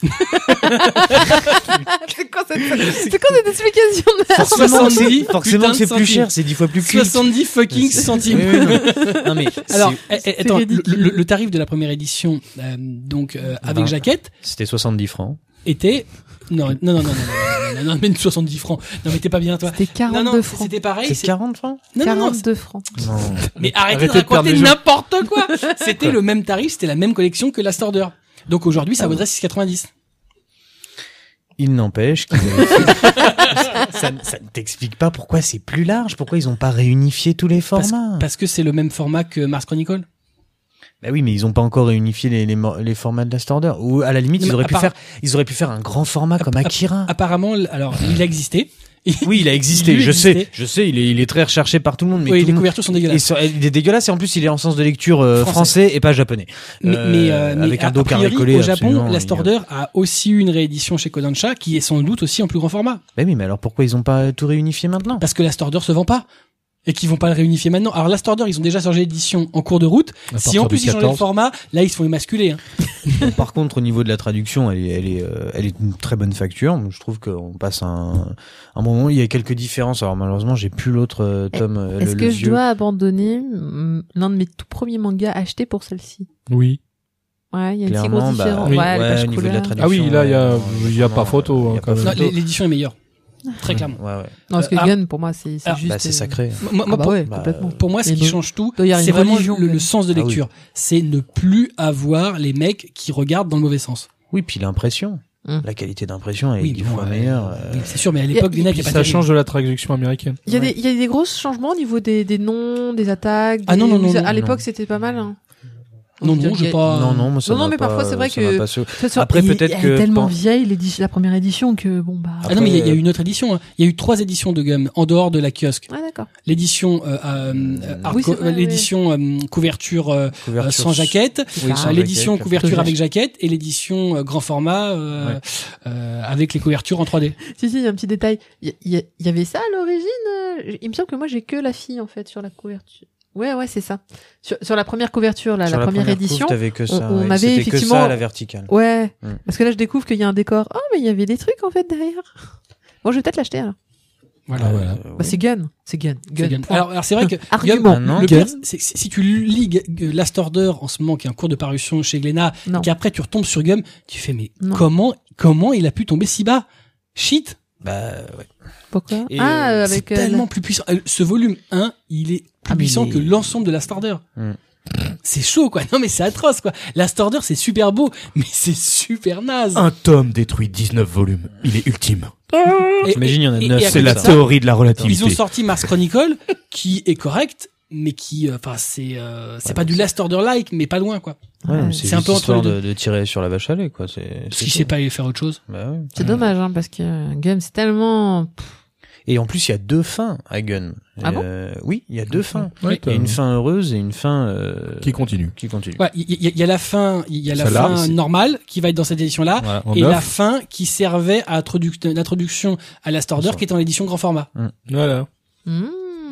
Speaker 2: quoi cette, c'est quoi cette explication de merde
Speaker 6: Forcément, que c'est-
Speaker 1: 70,
Speaker 6: forcément que c'est
Speaker 1: putain de
Speaker 6: plus
Speaker 1: centimes.
Speaker 6: cher, c'est dix fois plus culte.
Speaker 1: 70 fucking centimes.
Speaker 6: Oui, oui, non. Non, mais
Speaker 1: Alors,
Speaker 6: Alors,
Speaker 1: eh, eh, attends, le,
Speaker 2: ridicule.
Speaker 1: le- le tarif de la première édition, euh, donc euh, avec
Speaker 6: Vingt.
Speaker 1: jaquette,
Speaker 6: c'était 70 francs.
Speaker 1: était non, non, non, non, non, non, non, non, non, mais 70 francs. Non, mais t'es pas bien, toi.
Speaker 2: C'était
Speaker 1: Non,
Speaker 2: 42
Speaker 1: non,
Speaker 2: francs.
Speaker 1: c'était pareil.
Speaker 6: C'est 40 francs
Speaker 1: c'est- Non, non, non,
Speaker 2: 42 francs.
Speaker 6: Non.
Speaker 1: Mais arrêtez,
Speaker 3: Arrêtez de
Speaker 1: de raconter
Speaker 3: perdre les gens.
Speaker 1: n'importe quoi. C'était le même tarif, c'était la même collection que Last Order. Donc aujourd'hui,
Speaker 6: Ah
Speaker 1: ça vaudrait 6,90.
Speaker 6: Il n'empêche que ça, ça ne t'explique pas pourquoi c'est plus large, pourquoi ils n'ont pas réunifié tous les formats.
Speaker 1: Parce que c'est le même format que Mars Chronicle.
Speaker 6: Bah oui, mais ils n'ont pas encore réunifié les, les, mo- les formats de la Storder. Ou à la limite,
Speaker 1: Non,
Speaker 6: ils
Speaker 1: mais
Speaker 6: auraient,
Speaker 1: à
Speaker 6: pu
Speaker 1: part-
Speaker 6: faire, ils auraient pu faire un grand format comme Akira.
Speaker 1: Apparemment, l- alors, il a existé.
Speaker 6: oui, il a existé,
Speaker 1: lui
Speaker 6: je
Speaker 1: existait.
Speaker 6: sais, je sais, il est, il est très recherché par tout le monde. Mais
Speaker 1: Oui, les
Speaker 6: tout le monde-
Speaker 1: couvertures sont
Speaker 6: et
Speaker 1: dégueulasses.
Speaker 6: sur- il est dégueulasse et en plus il est en sens de lecture euh,
Speaker 1: Français.
Speaker 6: français. et pas japonais.
Speaker 1: Mais,
Speaker 6: Euh,
Speaker 1: mais, euh, mais
Speaker 6: avec
Speaker 1: a-
Speaker 6: un dos
Speaker 1: a priori,
Speaker 6: carré-collé,
Speaker 1: au Japon,
Speaker 6: absolument,
Speaker 1: Last
Speaker 6: il y a-
Speaker 1: Order a aussi eu une réédition chez Kodansha qui est sans doute aussi en plus grand format.
Speaker 6: Bah oui, mais alors pourquoi ils n'ont pas tout réunifié maintenant
Speaker 1: Parce que Last Order se vend pas. Et qu'ils vont pas le réunifier maintenant. Alors Last Order, ils ont déjà changé d'édition en cours de route.
Speaker 3: À
Speaker 1: Si en
Speaker 3: partir
Speaker 1: plus
Speaker 3: du
Speaker 1: ils changent le
Speaker 3: 14.
Speaker 1: format, là ils se font émasculer. Hein.
Speaker 6: Bon, par contre, au niveau de la traduction, elle est, elle est, euh, elle est une très bonne facture. Je trouve qu'on passe un, un bon moment. Il y a quelques différences. Alors malheureusement, j'ai plus l'autre euh, tome. euh,
Speaker 2: Eh, Est-ce
Speaker 6: le,
Speaker 2: que
Speaker 6: le
Speaker 2: je
Speaker 6: vieux.
Speaker 2: dois abandonner mm, l'un de mes tout premiers mangas achetés pour celle-ci
Speaker 3: Oui.
Speaker 2: Ouais, il y a une si
Speaker 6: Clairement,
Speaker 2: grosse
Speaker 6: bah,
Speaker 2: différence.
Speaker 6: oui.
Speaker 2: ouais, les
Speaker 6: Ouais,
Speaker 2: pages
Speaker 6: au niveau de la
Speaker 2: couleurs.
Speaker 6: traduction.
Speaker 3: Ah oui, là, il y a-
Speaker 6: euh,
Speaker 3: il y a pas
Speaker 6: vraiment,
Speaker 3: photo,
Speaker 6: euh, il y a
Speaker 3: hein, quand
Speaker 6: pas
Speaker 3: même.
Speaker 1: Non,
Speaker 6: photo.
Speaker 1: l'é- L'édition est meilleure. Très clairement.
Speaker 6: Ouais, ouais.
Speaker 2: Non, parce que
Speaker 1: Euh, ah.
Speaker 2: Gun, pour moi, c'est c'est
Speaker 1: Ah,
Speaker 2: juste.
Speaker 6: Bah, c'est
Speaker 2: euh,
Speaker 6: sacré.
Speaker 1: Moi- moi,
Speaker 2: Ah bah
Speaker 1: pour,
Speaker 2: ouais,
Speaker 6: bah,
Speaker 2: complètement.
Speaker 1: pour moi, ce
Speaker 2: Et
Speaker 1: qui
Speaker 2: donc,
Speaker 1: change tout,
Speaker 2: doit y avoir
Speaker 1: c'est
Speaker 2: une
Speaker 1: vraiment
Speaker 2: religion,
Speaker 1: le,
Speaker 2: quand
Speaker 1: le
Speaker 2: même.
Speaker 1: sens de
Speaker 6: Ah oui.
Speaker 1: lecture. C'est ne plus avoir les mecs qui regardent dans le mauvais sens.
Speaker 6: Oui, puis l'impression.
Speaker 2: Hum.
Speaker 6: La qualité d'impression est
Speaker 1: Oui,
Speaker 6: dix
Speaker 1: bon,
Speaker 6: fois
Speaker 1: euh,
Speaker 6: meilleure. euh,
Speaker 1: Oui, c'est sûr, mais à l'époque,
Speaker 2: Et
Speaker 1: les mecs, il y a pas
Speaker 3: Ça
Speaker 1: terrible.
Speaker 3: change de la traduction américaine.
Speaker 2: Il y, a des, il y a des gros changements au niveau des, des noms, des attaques.
Speaker 1: Ah
Speaker 2: des-
Speaker 1: non, non, non,
Speaker 2: des-
Speaker 1: non,
Speaker 2: À
Speaker 1: non.
Speaker 2: l'époque, c'était pas mal. Hein.
Speaker 1: Non, non,
Speaker 2: Il y
Speaker 1: j'ai
Speaker 2: a-
Speaker 1: pas.
Speaker 6: Non, non, moi, ça
Speaker 2: Non, non,
Speaker 6: m'a
Speaker 2: mais
Speaker 6: pas-
Speaker 2: parfois, c'est vrai
Speaker 6: ça m'a
Speaker 2: que-
Speaker 6: pas sau-
Speaker 2: De toute façon,
Speaker 6: Après,
Speaker 2: il-
Speaker 6: peut-être
Speaker 2: elle
Speaker 6: que
Speaker 2: est tellement
Speaker 6: pen-
Speaker 2: vieille, l'édition- la première édition, que bon, bah.
Speaker 1: Ah non, mais il y a- il y, a
Speaker 6: Après,
Speaker 1: une autre édition. hein. Il y a eu trois éditions de Gum en dehors de la kiosque.
Speaker 2: Ah, d'accord.
Speaker 1: L'édition euh, euh, euh, hardco-
Speaker 2: Oui, c'est vrai,
Speaker 1: l'édition euh, couverture, euh,
Speaker 6: couverture
Speaker 1: sans jaquette,
Speaker 6: Oui, sans
Speaker 1: euh, l'édition
Speaker 6: jaquette.
Speaker 1: couverture avec jaquette et l'édition euh, grand format euh,
Speaker 3: Ouais.
Speaker 1: euh, avec les couvertures en 3D.
Speaker 2: Si, si, il y a un petit détail. Il y, il y a- il y avait ça à l'origine euh, Il me semble que moi, j'ai que la fille, en fait, sur la couverture. Ouais, ouais, c'est ça. Sur, sur la première couverture, là,
Speaker 6: Sur
Speaker 2: la, première,
Speaker 6: couve,
Speaker 2: édition.
Speaker 6: t'avais que ça,
Speaker 2: on- on
Speaker 6: ouais.
Speaker 2: avait
Speaker 6: C'était
Speaker 2: effectivement-
Speaker 6: que ça à la verticale.
Speaker 2: Ouais.
Speaker 6: Mm.
Speaker 2: Parce que là, je découvre qu'il y a un décor. Oh, mais il y avait des trucs, en fait, derrière. Bon, je vais peut-être l'acheter, alors.
Speaker 1: Voilà.
Speaker 3: voilà.
Speaker 6: Euh,
Speaker 2: Bah, c'est Gun. C'est Gun. Gun. Hein,
Speaker 1: C'est bien.
Speaker 2: point.
Speaker 1: Alors, alors c'est vrai que
Speaker 2: Argument.
Speaker 1: Gum,
Speaker 6: Maintenant,
Speaker 1: le
Speaker 6: Gum.
Speaker 1: pire, c'est que si si tu lis Gu- Last Order en ce moment, qui est en cours de parution chez Glénat,
Speaker 2: Non.
Speaker 1: qu'après tu retombes sur Gum, tu fais mais
Speaker 2: Non.
Speaker 1: comment comment il a pu tomber si bas Shit,
Speaker 6: Bah, ouais.
Speaker 2: Pourquoi
Speaker 6: Et,
Speaker 2: Ah,
Speaker 6: euh,
Speaker 2: euh,
Speaker 1: c'est
Speaker 2: avec. euh, la-
Speaker 1: tellement plus puissant. Euh, Ce volume 1, il est plus
Speaker 2: Ah, mais
Speaker 1: puissant
Speaker 2: il est- Mm.
Speaker 1: que l'ensemble de Last Order.
Speaker 6: Hmm.
Speaker 1: C'est chaud quoi. Non mais c'est atroce quoi. Last Order c'est super beau, mais c'est super naze.
Speaker 2: Ah,
Speaker 3: Un tome détruit 19 volumes. Il est ultime.
Speaker 1: Et-
Speaker 6: T'imagines, il y en a
Speaker 1: et- et
Speaker 6: neuf,
Speaker 1: à
Speaker 3: C'est
Speaker 1: côté
Speaker 3: la
Speaker 1: de ça,
Speaker 3: théorie de la
Speaker 1: Ils
Speaker 3: relativité.
Speaker 1: ont sorti Mars Chronicle, qui est correct, mais qui, euh, enfin, c'est, euh, c'est
Speaker 6: Ouais,
Speaker 1: pas
Speaker 6: mais
Speaker 1: du Last Order like, mais pas loin, quoi.
Speaker 6: Ouais, mais
Speaker 1: C'est un
Speaker 6: juste
Speaker 1: peu entre
Speaker 6: histoire
Speaker 1: les
Speaker 6: de, de tirer sur la vache à lait, quoi. C'est,
Speaker 1: Parce
Speaker 6: c'est
Speaker 1: qu'il
Speaker 6: tout.
Speaker 1: sait pas aller faire autre chose.
Speaker 6: Bah ouais.
Speaker 2: C'est dommage, hein, parce que euh, Gun, c'est tellement.
Speaker 6: Et en plus, il y a deux fins à Gun.
Speaker 2: Ah bon
Speaker 6: Euh, oui, il y a deux fins.
Speaker 3: Ouais,
Speaker 6: Il y a une fin heureuse et une fin euh,
Speaker 3: qui continue.
Speaker 6: qui continue.
Speaker 1: Ouais, il y, il y a la fin, il y a la
Speaker 3: Celle-là,
Speaker 1: fin
Speaker 3: c'est-
Speaker 1: normale qui va être dans cette édition-là,
Speaker 3: Voilà, en
Speaker 1: et
Speaker 3: neuf.
Speaker 1: la fin qui servait à introduc- l'introduction à Last Order, qui est en édition grand format.
Speaker 3: Voilà.
Speaker 2: Hmm.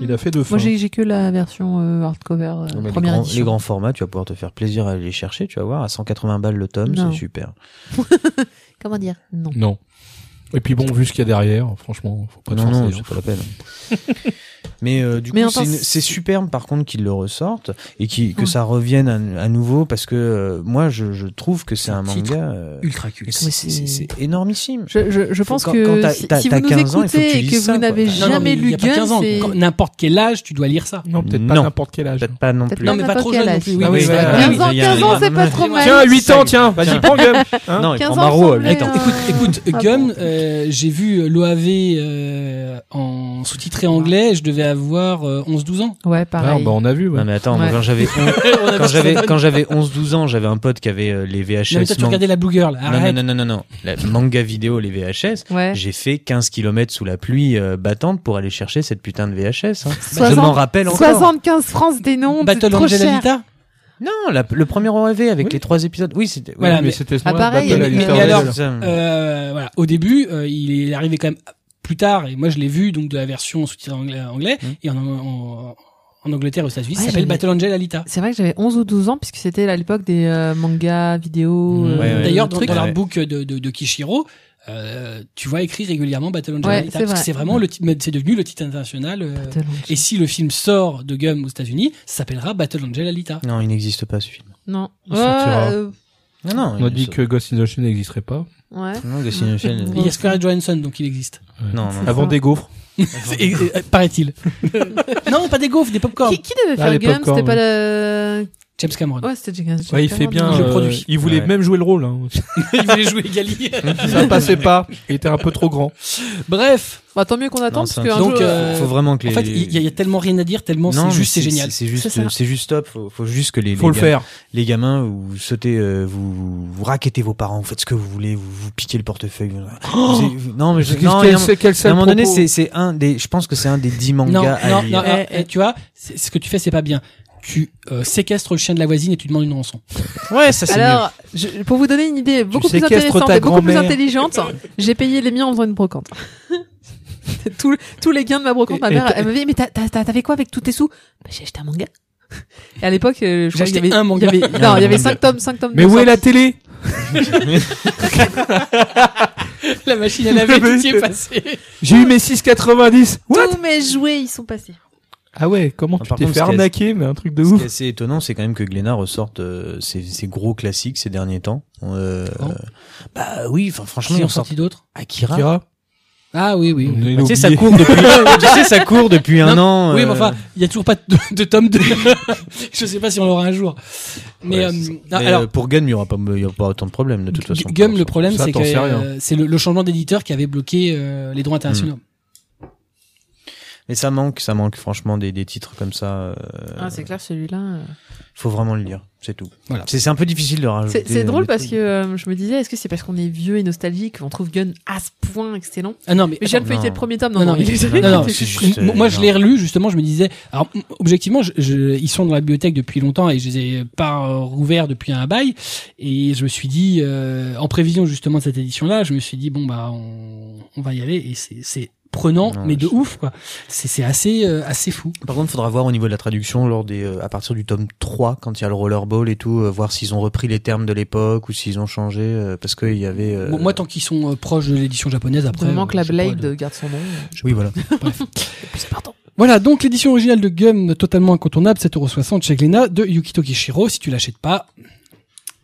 Speaker 3: Il a fait deux fins.
Speaker 2: Moi, j'ai j'ai que la version euh, hardcover, euh,
Speaker 6: Non, mais les,
Speaker 2: première
Speaker 6: grands, les
Speaker 2: édition.
Speaker 6: grands formats, tu vas pouvoir te faire plaisir à aller les chercher, tu vas voir. À 180 balles le tome,
Speaker 2: Non.
Speaker 6: c'est super.
Speaker 2: Comment dire Non.
Speaker 3: Non. Et puis bon, vu ce qu'il y a derrière, franchement, faut pas te
Speaker 6: non, non,
Speaker 3: forcer. hein.
Speaker 6: c'est pas la peine. Mais euh, du
Speaker 2: Mais
Speaker 6: coup,
Speaker 2: enfin,
Speaker 6: c'est une-
Speaker 2: c'est-
Speaker 6: c'est superbe par contre qu'ils le ressortent et qui, que
Speaker 2: Ouais.
Speaker 6: ça revienne à, à nouveau parce que euh, moi, je, je trouve que c'est un
Speaker 1: Titre
Speaker 6: manga. euh,
Speaker 1: Ultra culte.
Speaker 6: c'est- c'est c'est- c'est énormissime.
Speaker 2: Je, je, je
Speaker 6: Faut-
Speaker 2: pense
Speaker 6: quand-
Speaker 2: que
Speaker 6: quand t'as-
Speaker 2: si,
Speaker 6: t'as-
Speaker 2: si
Speaker 6: t'as
Speaker 2: vous nous
Speaker 6: 15 ans, il faut que tu
Speaker 2: écoutez et
Speaker 6: lises
Speaker 2: que
Speaker 6: ça,
Speaker 2: vous
Speaker 6: quoi.
Speaker 2: n'avez
Speaker 6: Non, non,
Speaker 2: jamais
Speaker 1: il y
Speaker 2: lu
Speaker 1: a pas
Speaker 2: Gun,
Speaker 1: 15 ans.
Speaker 2: c'est...
Speaker 1: Quand- N'importe quel âge, tu dois lire ça.
Speaker 3: Non, peut-être pas
Speaker 6: Non.
Speaker 3: n'importe quel âge. hein.
Speaker 6: Peut-être pas non
Speaker 2: Peut-être
Speaker 6: plus.
Speaker 1: Non, mais pas
Speaker 2: n'importe
Speaker 1: trop
Speaker 2: quel
Speaker 1: jeune non
Speaker 2: âge.
Speaker 1: plus. Oui,
Speaker 3: Ah oui,
Speaker 1: mais-
Speaker 3: voilà.
Speaker 6: Ah,
Speaker 2: 15 ans,
Speaker 6: il y a-
Speaker 2: 15 ans,
Speaker 6: il y a-
Speaker 2: c'est pas trop mal.
Speaker 3: Tiens, 8 ans, tiens, vas-y, prends Gum. Hein
Speaker 6: non, il
Speaker 2: 15 ans
Speaker 6: prend Maro,
Speaker 2: semblait,
Speaker 6: lui.
Speaker 1: Attends,
Speaker 2: euh,
Speaker 1: écoute, écoute,
Speaker 2: ah
Speaker 1: Gum,
Speaker 2: bon.
Speaker 1: euh, j'ai vu l'OAV euh, en sous-titré anglais, je devais avoir euh, 11-12 ans.
Speaker 2: Ouais,
Speaker 3: Ah,
Speaker 2: pareil.
Speaker 3: bah, on a vu, ouais.
Speaker 6: Non, mais attends,
Speaker 2: Ouais.
Speaker 6: quand j'avais quand j'avais quand j'avais 11 12 ans, j'avais un pote qui avait euh, les VHS
Speaker 1: Non, mais toi, tu
Speaker 6: man-
Speaker 1: regardais la Blue Girl,
Speaker 6: non, non
Speaker 1: arrête.
Speaker 6: non non non non, la manga vidéo les VHS.
Speaker 2: Ouais.
Speaker 6: J'ai fait 15 km sous la pluie euh, battante pour aller chercher cette putain de VHS. hein.
Speaker 3: Bah,
Speaker 6: Je
Speaker 9: 60
Speaker 6: m'en rappelle encore.
Speaker 9: 75 francs des noms, c'est
Speaker 1: Battle
Speaker 9: trop
Speaker 1: Angel
Speaker 9: cher.
Speaker 1: Alita
Speaker 6: Non, la- le premier OAV avec
Speaker 3: Oui.
Speaker 6: les trois épisodes. Oui, c'était oui,
Speaker 1: Voilà,
Speaker 3: mais
Speaker 1: mais-
Speaker 3: c'était ce
Speaker 2: Ah,
Speaker 3: moment-là,
Speaker 2: pareil,
Speaker 3: Battle
Speaker 1: mais-
Speaker 3: at
Speaker 1: mais-
Speaker 3: Little
Speaker 1: mais alors-
Speaker 3: Red.
Speaker 6: ça-
Speaker 1: Euh, voilà, au début, euh, il est arrivé quand même plus tard, et moi je l'ai vu donc de la version sous-titrée anglais, anglais
Speaker 6: Mm.
Speaker 1: et en, en, en Angleterre et aux États-Unis,
Speaker 2: Ouais,
Speaker 1: ça s'appelle
Speaker 2: j'avais-
Speaker 1: Battle Angel Alita.
Speaker 2: C'est vrai que j'avais 11 ou 12 ans, puisque c'était à l'époque des euh, mangas, vidéos.
Speaker 3: Mmh.
Speaker 2: euh,
Speaker 6: Ouais, ouais.
Speaker 1: D'ailleurs, dans,
Speaker 2: trucs.
Speaker 1: dans
Speaker 6: Ouais.
Speaker 1: l'artbook de, de, de Kishiro, euh, tu vois écrit régulièrement Battle Angel
Speaker 2: Ouais,
Speaker 1: Alita,
Speaker 2: c'est
Speaker 1: parce que
Speaker 2: vrai.
Speaker 1: c'est vraiment le, ti- mais c'est devenu le titre international. euh,
Speaker 2: Battle Angel.
Speaker 1: et si le film sort de Gum aux États-Unis, ça s'appellera Battle Angel Alita.
Speaker 6: Non, il n'existe pas ce film.
Speaker 2: Non.
Speaker 3: Il sortira.
Speaker 2: Ouais, euh,
Speaker 6: Non non,
Speaker 3: On a
Speaker 6: il-
Speaker 3: dit que Ghost in the Shell n'existerait pas.
Speaker 2: ouais.
Speaker 6: non, Ghost in the Shell.
Speaker 2: Ouais.
Speaker 1: Il y a Scarlett Johansson, donc il existe.
Speaker 6: Non, non.
Speaker 3: Avant
Speaker 2: ça.
Speaker 3: des gaufres.
Speaker 1: Et- et- euh, Paraît-il. non, pas des gaufres, des popcorn.
Speaker 2: Qui, qui devait
Speaker 3: Ah, les
Speaker 2: faire Gun
Speaker 3: popcorn,
Speaker 2: C'était pas
Speaker 3: oui.
Speaker 2: le...
Speaker 1: James Cameron.
Speaker 2: Ouais, c'était James
Speaker 3: Ouais, il fait bien.
Speaker 1: Je
Speaker 3: euh,
Speaker 1: produis.
Speaker 3: Il voulait
Speaker 6: Ouais.
Speaker 3: même jouer le rôle. hein.
Speaker 1: il voulait jouer Gali.
Speaker 3: Ça passait pas. Il était un peu trop grand.
Speaker 1: Bref,
Speaker 2: Bah, tant mieux qu'on attend,
Speaker 6: Non,
Speaker 2: parce
Speaker 6: c'est un
Speaker 2: qu'un
Speaker 1: truc-
Speaker 2: jour...
Speaker 1: Donc, euh,
Speaker 6: faut vraiment que
Speaker 1: en
Speaker 6: les
Speaker 1: fait, il y, a- il y a tellement rien à dire, tellement c'est
Speaker 6: Non, mais
Speaker 1: juste, c'est génial.
Speaker 6: C'est
Speaker 2: C'est ça.
Speaker 6: juste, c'est juste top. Faut, faut juste que les
Speaker 3: Faut
Speaker 6: les
Speaker 3: le
Speaker 6: gars-
Speaker 3: faire.
Speaker 6: les gamins, vous sautez, euh, vous, vous raquettez vos parents, vous faites ce que vous voulez, vous, vous piquez le portefeuille. vous-
Speaker 3: Oh
Speaker 6: vous- vous- non, mais je, non, il y a un- à un moment donné, c'est, c'est un des, je pense que c'est un des dix mangas
Speaker 1: Non,
Speaker 6: à
Speaker 1: non,
Speaker 6: lire.
Speaker 1: non, eh, eh, tu vois, c'est- ce que tu fais, c'est pas bien. Tu euh, séquestres le chien de la voisine et tu demandes une rançon.
Speaker 6: Ouais, ça c'est
Speaker 2: Alors, je- pour vous donner une idée beaucoup plus
Speaker 3: séquestres
Speaker 2: intéressante
Speaker 3: ta
Speaker 2: et beaucoup plus
Speaker 3: grand-mère.
Speaker 2: intelligente, j'ai payé les miens en faisant une brocante. Tous- tous les gains de ma brocante, ma
Speaker 3: Et- et
Speaker 2: mère,
Speaker 3: t'as-
Speaker 2: elle m'avait dit, mais t'as- t'as- t'as- t'avais quoi avec tous tes sous bah, J'ai acheté un manga. Et à l'époque, euh, je crois
Speaker 1: acheté
Speaker 2: qu'il y avait
Speaker 1: un manga.
Speaker 2: il y avait- non, il y avait 5 tomes, 5 tomes.
Speaker 3: Mais
Speaker 2: de
Speaker 3: où est la
Speaker 2: sortie.
Speaker 3: télé
Speaker 1: la machine à laver,
Speaker 3: Mais
Speaker 1: tout y est
Speaker 3: c'est-
Speaker 1: passé.
Speaker 3: J'ai eu mes 6,90. What
Speaker 2: Tous mes jouets, ils sont passés.
Speaker 3: Ah ouais, comment
Speaker 6: Ah,
Speaker 3: tu
Speaker 6: par
Speaker 3: t'es
Speaker 6: contre,
Speaker 3: fait
Speaker 6: ce qui est-
Speaker 3: arnaquer, mais un truc de
Speaker 6: Ce
Speaker 3: ouf.
Speaker 6: qui est assez étonnant, c'est quand même que Glénat ressorte euh, ses, ses gros classiques ces derniers temps. Euh,
Speaker 1: Ah bon
Speaker 6: bah oui, enfin franchement,
Speaker 1: Qui
Speaker 6: il
Speaker 1: en
Speaker 6: ressort
Speaker 1: sorti d'autres
Speaker 6: Akira.
Speaker 3: Kira.
Speaker 1: Ah oui, oui.
Speaker 6: Bah,
Speaker 3: Il a
Speaker 10: Tu sais, ça
Speaker 3: oublié.
Speaker 10: court depuis, tu sais, ça court depuis un an.
Speaker 1: Oui,
Speaker 10: euh,
Speaker 1: mais enfin, il y a toujours pas de, de tome 2. je sais pas si on l'aura un jour. Mais,
Speaker 6: Ouais,
Speaker 1: euh,
Speaker 6: c'est ça.
Speaker 1: non,
Speaker 6: Mais,
Speaker 1: alors,
Speaker 6: euh, pour Gun, il n'y aura, pas- il y aura pas autant de problèmes de toute façon.
Speaker 1: Gum, le problème,
Speaker 3: ça,
Speaker 1: c'est que
Speaker 3: t'en sais rien.
Speaker 1: euh, c'est le, le changement d'éditeur qui avait bloqué euh, les droits
Speaker 6: Mm.
Speaker 1: internationaux.
Speaker 6: Mais ça manque, ça manque franchement des, des titres comme ça. Il
Speaker 2: Ah, c'est clair, celui-là. euh.
Speaker 6: faut vraiment le lire, c'est tout.
Speaker 1: Voilà.
Speaker 6: C'est c'est un peu difficile de rajouter.
Speaker 2: C'est c'est
Speaker 6: euh,
Speaker 2: drôle
Speaker 6: des
Speaker 2: parce
Speaker 6: trucs.
Speaker 2: que euh, je me disais, est-ce que c'est parce qu'on est vieux et nostalgique qu'on trouve Gun à ce point excellent
Speaker 1: Ah non, mais
Speaker 2: Mais j'ai le feuilleté
Speaker 6: non.
Speaker 2: le premier tome.
Speaker 1: Non,
Speaker 2: Non, non,
Speaker 1: non,
Speaker 2: il est-
Speaker 1: non, non,
Speaker 2: il est-
Speaker 6: c'est
Speaker 2: je-
Speaker 6: juste, euh,
Speaker 1: moi, je
Speaker 6: non.
Speaker 1: l'ai relu justement. Je me disais, alors m- objectivement, je, je- ils sont dans la bibliothèque depuis longtemps et je les ai pas euh, rouverts depuis un bail. Et je me suis dit, euh, en prévision justement de cette édition-là, je me suis dit bon bah on, on va y aller et c'est- c'est prenant,
Speaker 6: Non,
Speaker 1: mais de
Speaker 6: je-
Speaker 1: ouf quoi. C'est c'est assez euh, assez fou.
Speaker 6: Par contre, faudra voir au niveau de la traduction lors des euh, à partir du tome 3 quand il y a le rollerball et tout, euh, voir s'ils ont repris les termes de l'époque ou s'ils ont changé euh, parce qu'il y avait. euh,
Speaker 1: Bon, moi, tant qu'ils sont euh, proches de l'édition japonaise,
Speaker 2: Du
Speaker 1: après.
Speaker 2: moment
Speaker 1: euh,
Speaker 2: que la
Speaker 1: je sais pas,
Speaker 2: Blade
Speaker 1: le-
Speaker 2: garde son nom. euh,
Speaker 6: Oui, voilà.
Speaker 2: C'est important.
Speaker 1: Voilà, donc l'édition originale de Gum, totalement incontournable, 7,60€ chez Glénat, de Yukito Kishiro. Si tu l'achètes pas,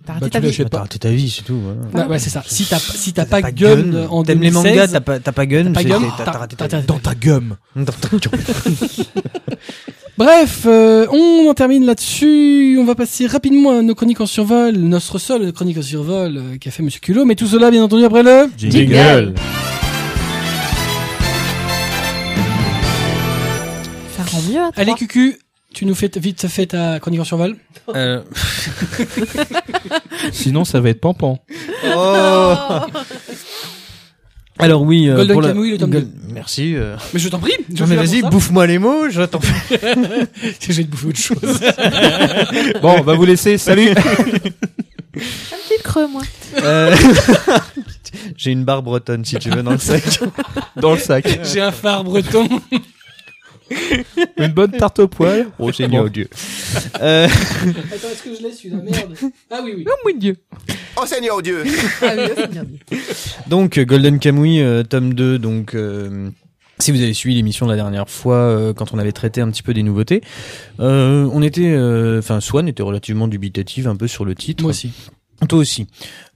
Speaker 2: T'as
Speaker 3: Bah,
Speaker 2: raté
Speaker 3: tu
Speaker 2: ta vie.
Speaker 3: l'achètes
Speaker 6: T'as
Speaker 3: pas.
Speaker 6: raté ta vie, c'est tout. voilà.
Speaker 1: bah, ouais, ouais, c'est ça. Si t'as si t'as
Speaker 6: T'as
Speaker 1: pas Gum
Speaker 6: Gun,
Speaker 1: euh, en
Speaker 6: T'aimes les
Speaker 1: 2016,
Speaker 6: mangas, t'as pas, t'as pas Gun,
Speaker 1: pas
Speaker 6: c'est-
Speaker 1: Gun,
Speaker 6: t'as
Speaker 1: t'as-
Speaker 6: t'as raté ta
Speaker 1: t'as-
Speaker 6: vie.
Speaker 1: Dans
Speaker 3: ta gomme.
Speaker 6: Dans ta gueule.
Speaker 1: Bref, euh, on en termine là-dessus. On va passer rapidement à nos chroniques en survol, notre seule chronique en survol euh, qu'a fait Monsieur Culot, mais tout cela bien entendu après le.
Speaker 11: Jingle.
Speaker 2: Ça rend mieux à trois.
Speaker 1: Allez Cucu, tu nous fais t- vite fait ta chronique en survol.
Speaker 6: Euh,
Speaker 3: Sinon, ça va être pampan.
Speaker 6: oh. Alors oui, euh,
Speaker 1: Golden
Speaker 6: pour la-
Speaker 1: Kamuy, le tome
Speaker 6: Gol- Merci. euh.
Speaker 1: Mais je t'en prie.
Speaker 6: Non mais vas-y, bouffe-moi les mots, je t'en prie.
Speaker 1: Je vais te bouffer autre chose.
Speaker 3: Bon, on va vous laisser. Salut.
Speaker 2: Un petit creux, moi.
Speaker 6: Euh, J'ai une barre bretonne si tu veux dans le sac.
Speaker 3: Dans le sac.
Speaker 1: J'ai un phare breton.
Speaker 3: Une bonne tarte au poil. Oh, génial. Dieu.
Speaker 6: Euh,
Speaker 1: Attends, est-ce que je laisse celui-là Merde. Ah oui, oui.
Speaker 2: Oh mon dieu.
Speaker 5: Oh Seigneur Dieu
Speaker 2: Ah oui, c'est bien dit.
Speaker 6: donc euh, Golden Kamuy euh, tome 2 donc euh, si vous avez suivi l'émission de la dernière fois euh, quand on avait traité un petit peu des nouveautés, euh, on était euh, enfin Swan était relativement dubitative un peu sur le titre.
Speaker 1: Moi aussi.
Speaker 6: Toi aussi.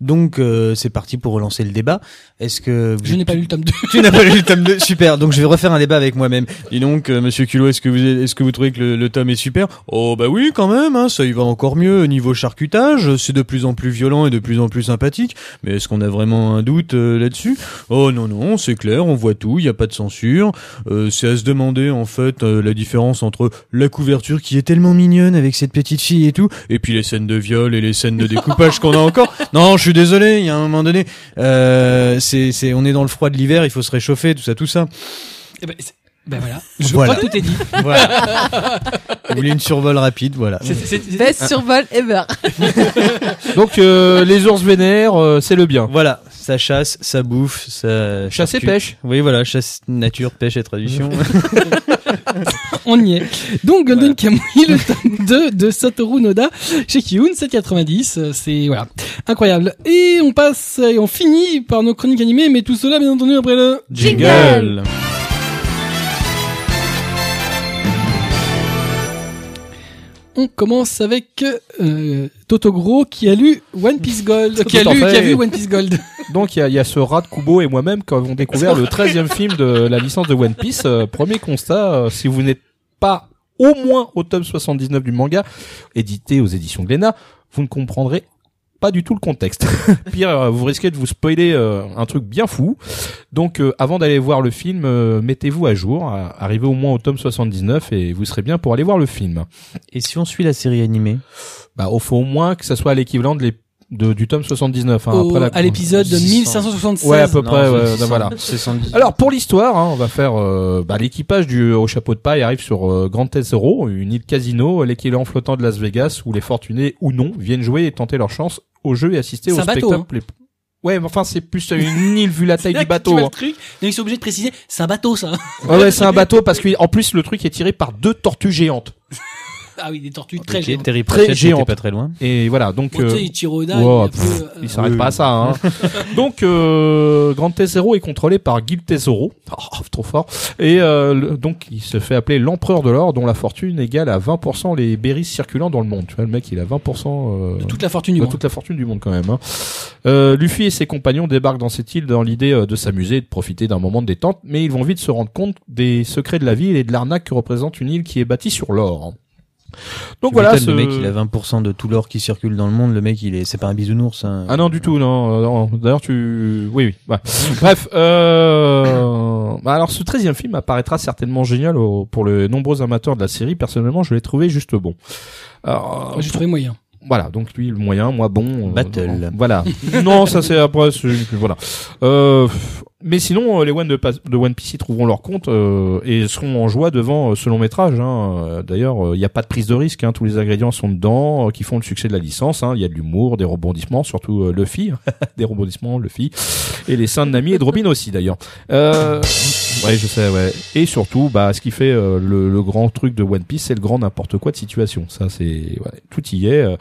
Speaker 6: Donc euh, c'est parti pour relancer le débat. Est-ce que vous
Speaker 1: Je n'ai pas lu le tome 2.
Speaker 6: Tu n'as pas lu le tome 2 Super. Donc je vais refaire un débat avec moi-même. Dis donc, euh, Monsieur Culot, est-ce que vous est-ce que vous trouvez que le, le tome est super Oh bah oui, quand même. Hein, ça y va encore mieux au niveau charcutage. C'est de plus en plus violent et de plus en plus sympathique. Mais est-ce qu'on a vraiment un doute euh, là-dessus Oh non non, c'est clair. On voit tout. Il y a pas de censure. Euh, c'est à se demander en fait euh, la différence entre la couverture qui est tellement mignonne avec cette petite fille et tout, et puis les scènes de viol et les scènes de découpage qu'on a encore. Non, je suis désolé. Il y a un moment donné, euh, c'est c'est on est dans le froid de l'hiver. Il faut se réchauffer, tout ça, tout ça.
Speaker 1: Eh ben, c'est- ben voilà. Je
Speaker 6: Voilà.
Speaker 1: crois que tout est dit.
Speaker 6: Voilà. Vous voulez une survol rapide, voilà.
Speaker 1: C'est- c'est- c'est-
Speaker 2: Best survol ever.
Speaker 1: Ah
Speaker 3: Donc, euh, les ours vénères, euh, c'est le bien.
Speaker 6: Voilà, ça chasse, ça bouffe, ça
Speaker 3: Chasse et
Speaker 6: charcute.
Speaker 3: pêche.
Speaker 6: Oui, voilà, chasse, nature, pêche et traduction.
Speaker 1: On y est. Donc Golden Kamuy, le tome 2 de Satoru Noda chez Kiyun, 7,90. euh, C'est voilà, incroyable. Et on passe et on finit par nos chroniques animées, mais tout cela bien entendu après le.
Speaker 11: Jingle.
Speaker 1: On commence avec euh, Toto Gros qui a lu One Piece Gold, qui a
Speaker 3: Tout en
Speaker 1: lu, qui a
Speaker 3: fait.
Speaker 1: vu One Piece Gold.
Speaker 3: Donc il y, a- il y a ce rat de Kubo et moi-même qui avons découvert le 13e film de la licence de One Piece. Euh, premier constat, euh, si vous n'êtes pas au moins au tome 79 du manga, édité aux éditions Glénat, vous ne comprendrez pas du tout le contexte. Pire, euh, vous risquez de vous spoiler euh, un truc bien fou. Donc euh, avant d'aller voir le film, euh, mettez-vous à jour, à- arrivez au moins au tome 79 et vous serez bien pour aller voir le film.
Speaker 6: et si on suit la série animée
Speaker 3: Bah au faut au moins que ça soit à l'équivalent de l'ép- de- du tome 79 hein,
Speaker 1: Au-
Speaker 3: après la
Speaker 1: à l'épisode 1576.
Speaker 3: Ouais, à peu
Speaker 6: Non,
Speaker 3: près,
Speaker 6: c'est
Speaker 3: ouais,
Speaker 6: 600,
Speaker 3: voilà.
Speaker 6: 670.
Speaker 3: Alors pour l'histoire, hein, on va faire euh, bah, l'équipage du au chapeau de paille arrive sur euh, Grand Tesoro, une île casino, l'équivalent flottant de Las Vegas où les fortunés ou non viennent jouer et tenter leur chance au jeu et assister
Speaker 1: C'est
Speaker 3: au
Speaker 1: un bateau, hein.
Speaker 3: spectacle. les- Ouais, mais enfin c'est plus une île vu la taille
Speaker 1: Là
Speaker 3: du
Speaker 1: que tu
Speaker 3: bateau.
Speaker 1: vois le
Speaker 3: hein.
Speaker 1: truc, mais ils sont obligés de préciser, c'est un bateau ça.
Speaker 3: Ouais, ouais, c'est un bateau parce que en plus le truc est tiré par deux tortues géantes.
Speaker 1: Ah oui, des tortues très
Speaker 12: Qui est
Speaker 1: géantes.
Speaker 12: terrible.
Speaker 3: Très
Speaker 12: Très
Speaker 3: géante.
Speaker 12: pas très loin.
Speaker 3: Et voilà, donc...
Speaker 1: Bon, tu
Speaker 3: euh,
Speaker 1: sais, Ichiro Oda,
Speaker 3: wow,
Speaker 1: il est un
Speaker 3: pff,
Speaker 1: peu, euh,
Speaker 3: il s'arrête
Speaker 12: oui.
Speaker 3: pas à ça. Hein. Donc, euh, Grand Tessero est contrôlé par Guy Tessero, Oh, trop fort. Et euh, le- donc, il se fait appeler l'empereur de l'or, dont la fortune égale à 20% les berries circulant dans le monde. Tu vois, le mec, il a 20% euh,
Speaker 1: de toute la fortune du
Speaker 3: de
Speaker 1: monde.
Speaker 3: toute la fortune du monde quand même. hein. Euh, Luffy et ses compagnons débarquent dans cette île dans l'idée euh, de s'amuser et de profiter d'un moment de détente, mais ils vont vite se rendre compte des secrets de la ville et de l'arnaque que représente une île qui est bâtie sur l'or. hein. Donc
Speaker 12: Tu
Speaker 3: voilà,
Speaker 12: m'étonnes,
Speaker 3: ce...
Speaker 12: le mec, il a 20% de tout l'or qui circule dans le monde. Le mec, il est, c'est pas un bisounours. hein.
Speaker 3: Ah non du tout non, euh, non. d'ailleurs tu oui oui ouais. bref euh... bah alors ce 13 e film apparaîtra certainement génial au- pour les nombreux amateurs de la série personnellement je l'ai trouvé juste bon alors,
Speaker 1: Moi, J'ai trouvé moyen.
Speaker 3: voilà donc lui le moyen moi bon euh,
Speaker 12: Battle.
Speaker 3: non, voilà non ça c'est après c'est- voilà euh, mais sinon euh, les One de, Pas- de One Piece y trouveront leur compte euh, et seront en joie devant euh, ce long métrage hein. Euh, d'ailleurs il n'y a pas de prise de risque hein. tous les ingrédients sont dedans euh, qui font le succès de la licence hein. il y a de l'humour des rebondissements surtout euh, Luffy des rebondissements Luffy et les seins de Nami et de Robin aussi d'ailleurs euh, ouais je sais ouais et surtout bah ce qui fait euh, le, le grand truc de One Piece c'est le grand n'importe quoi de situation ça c'est ouais, tout y est euh,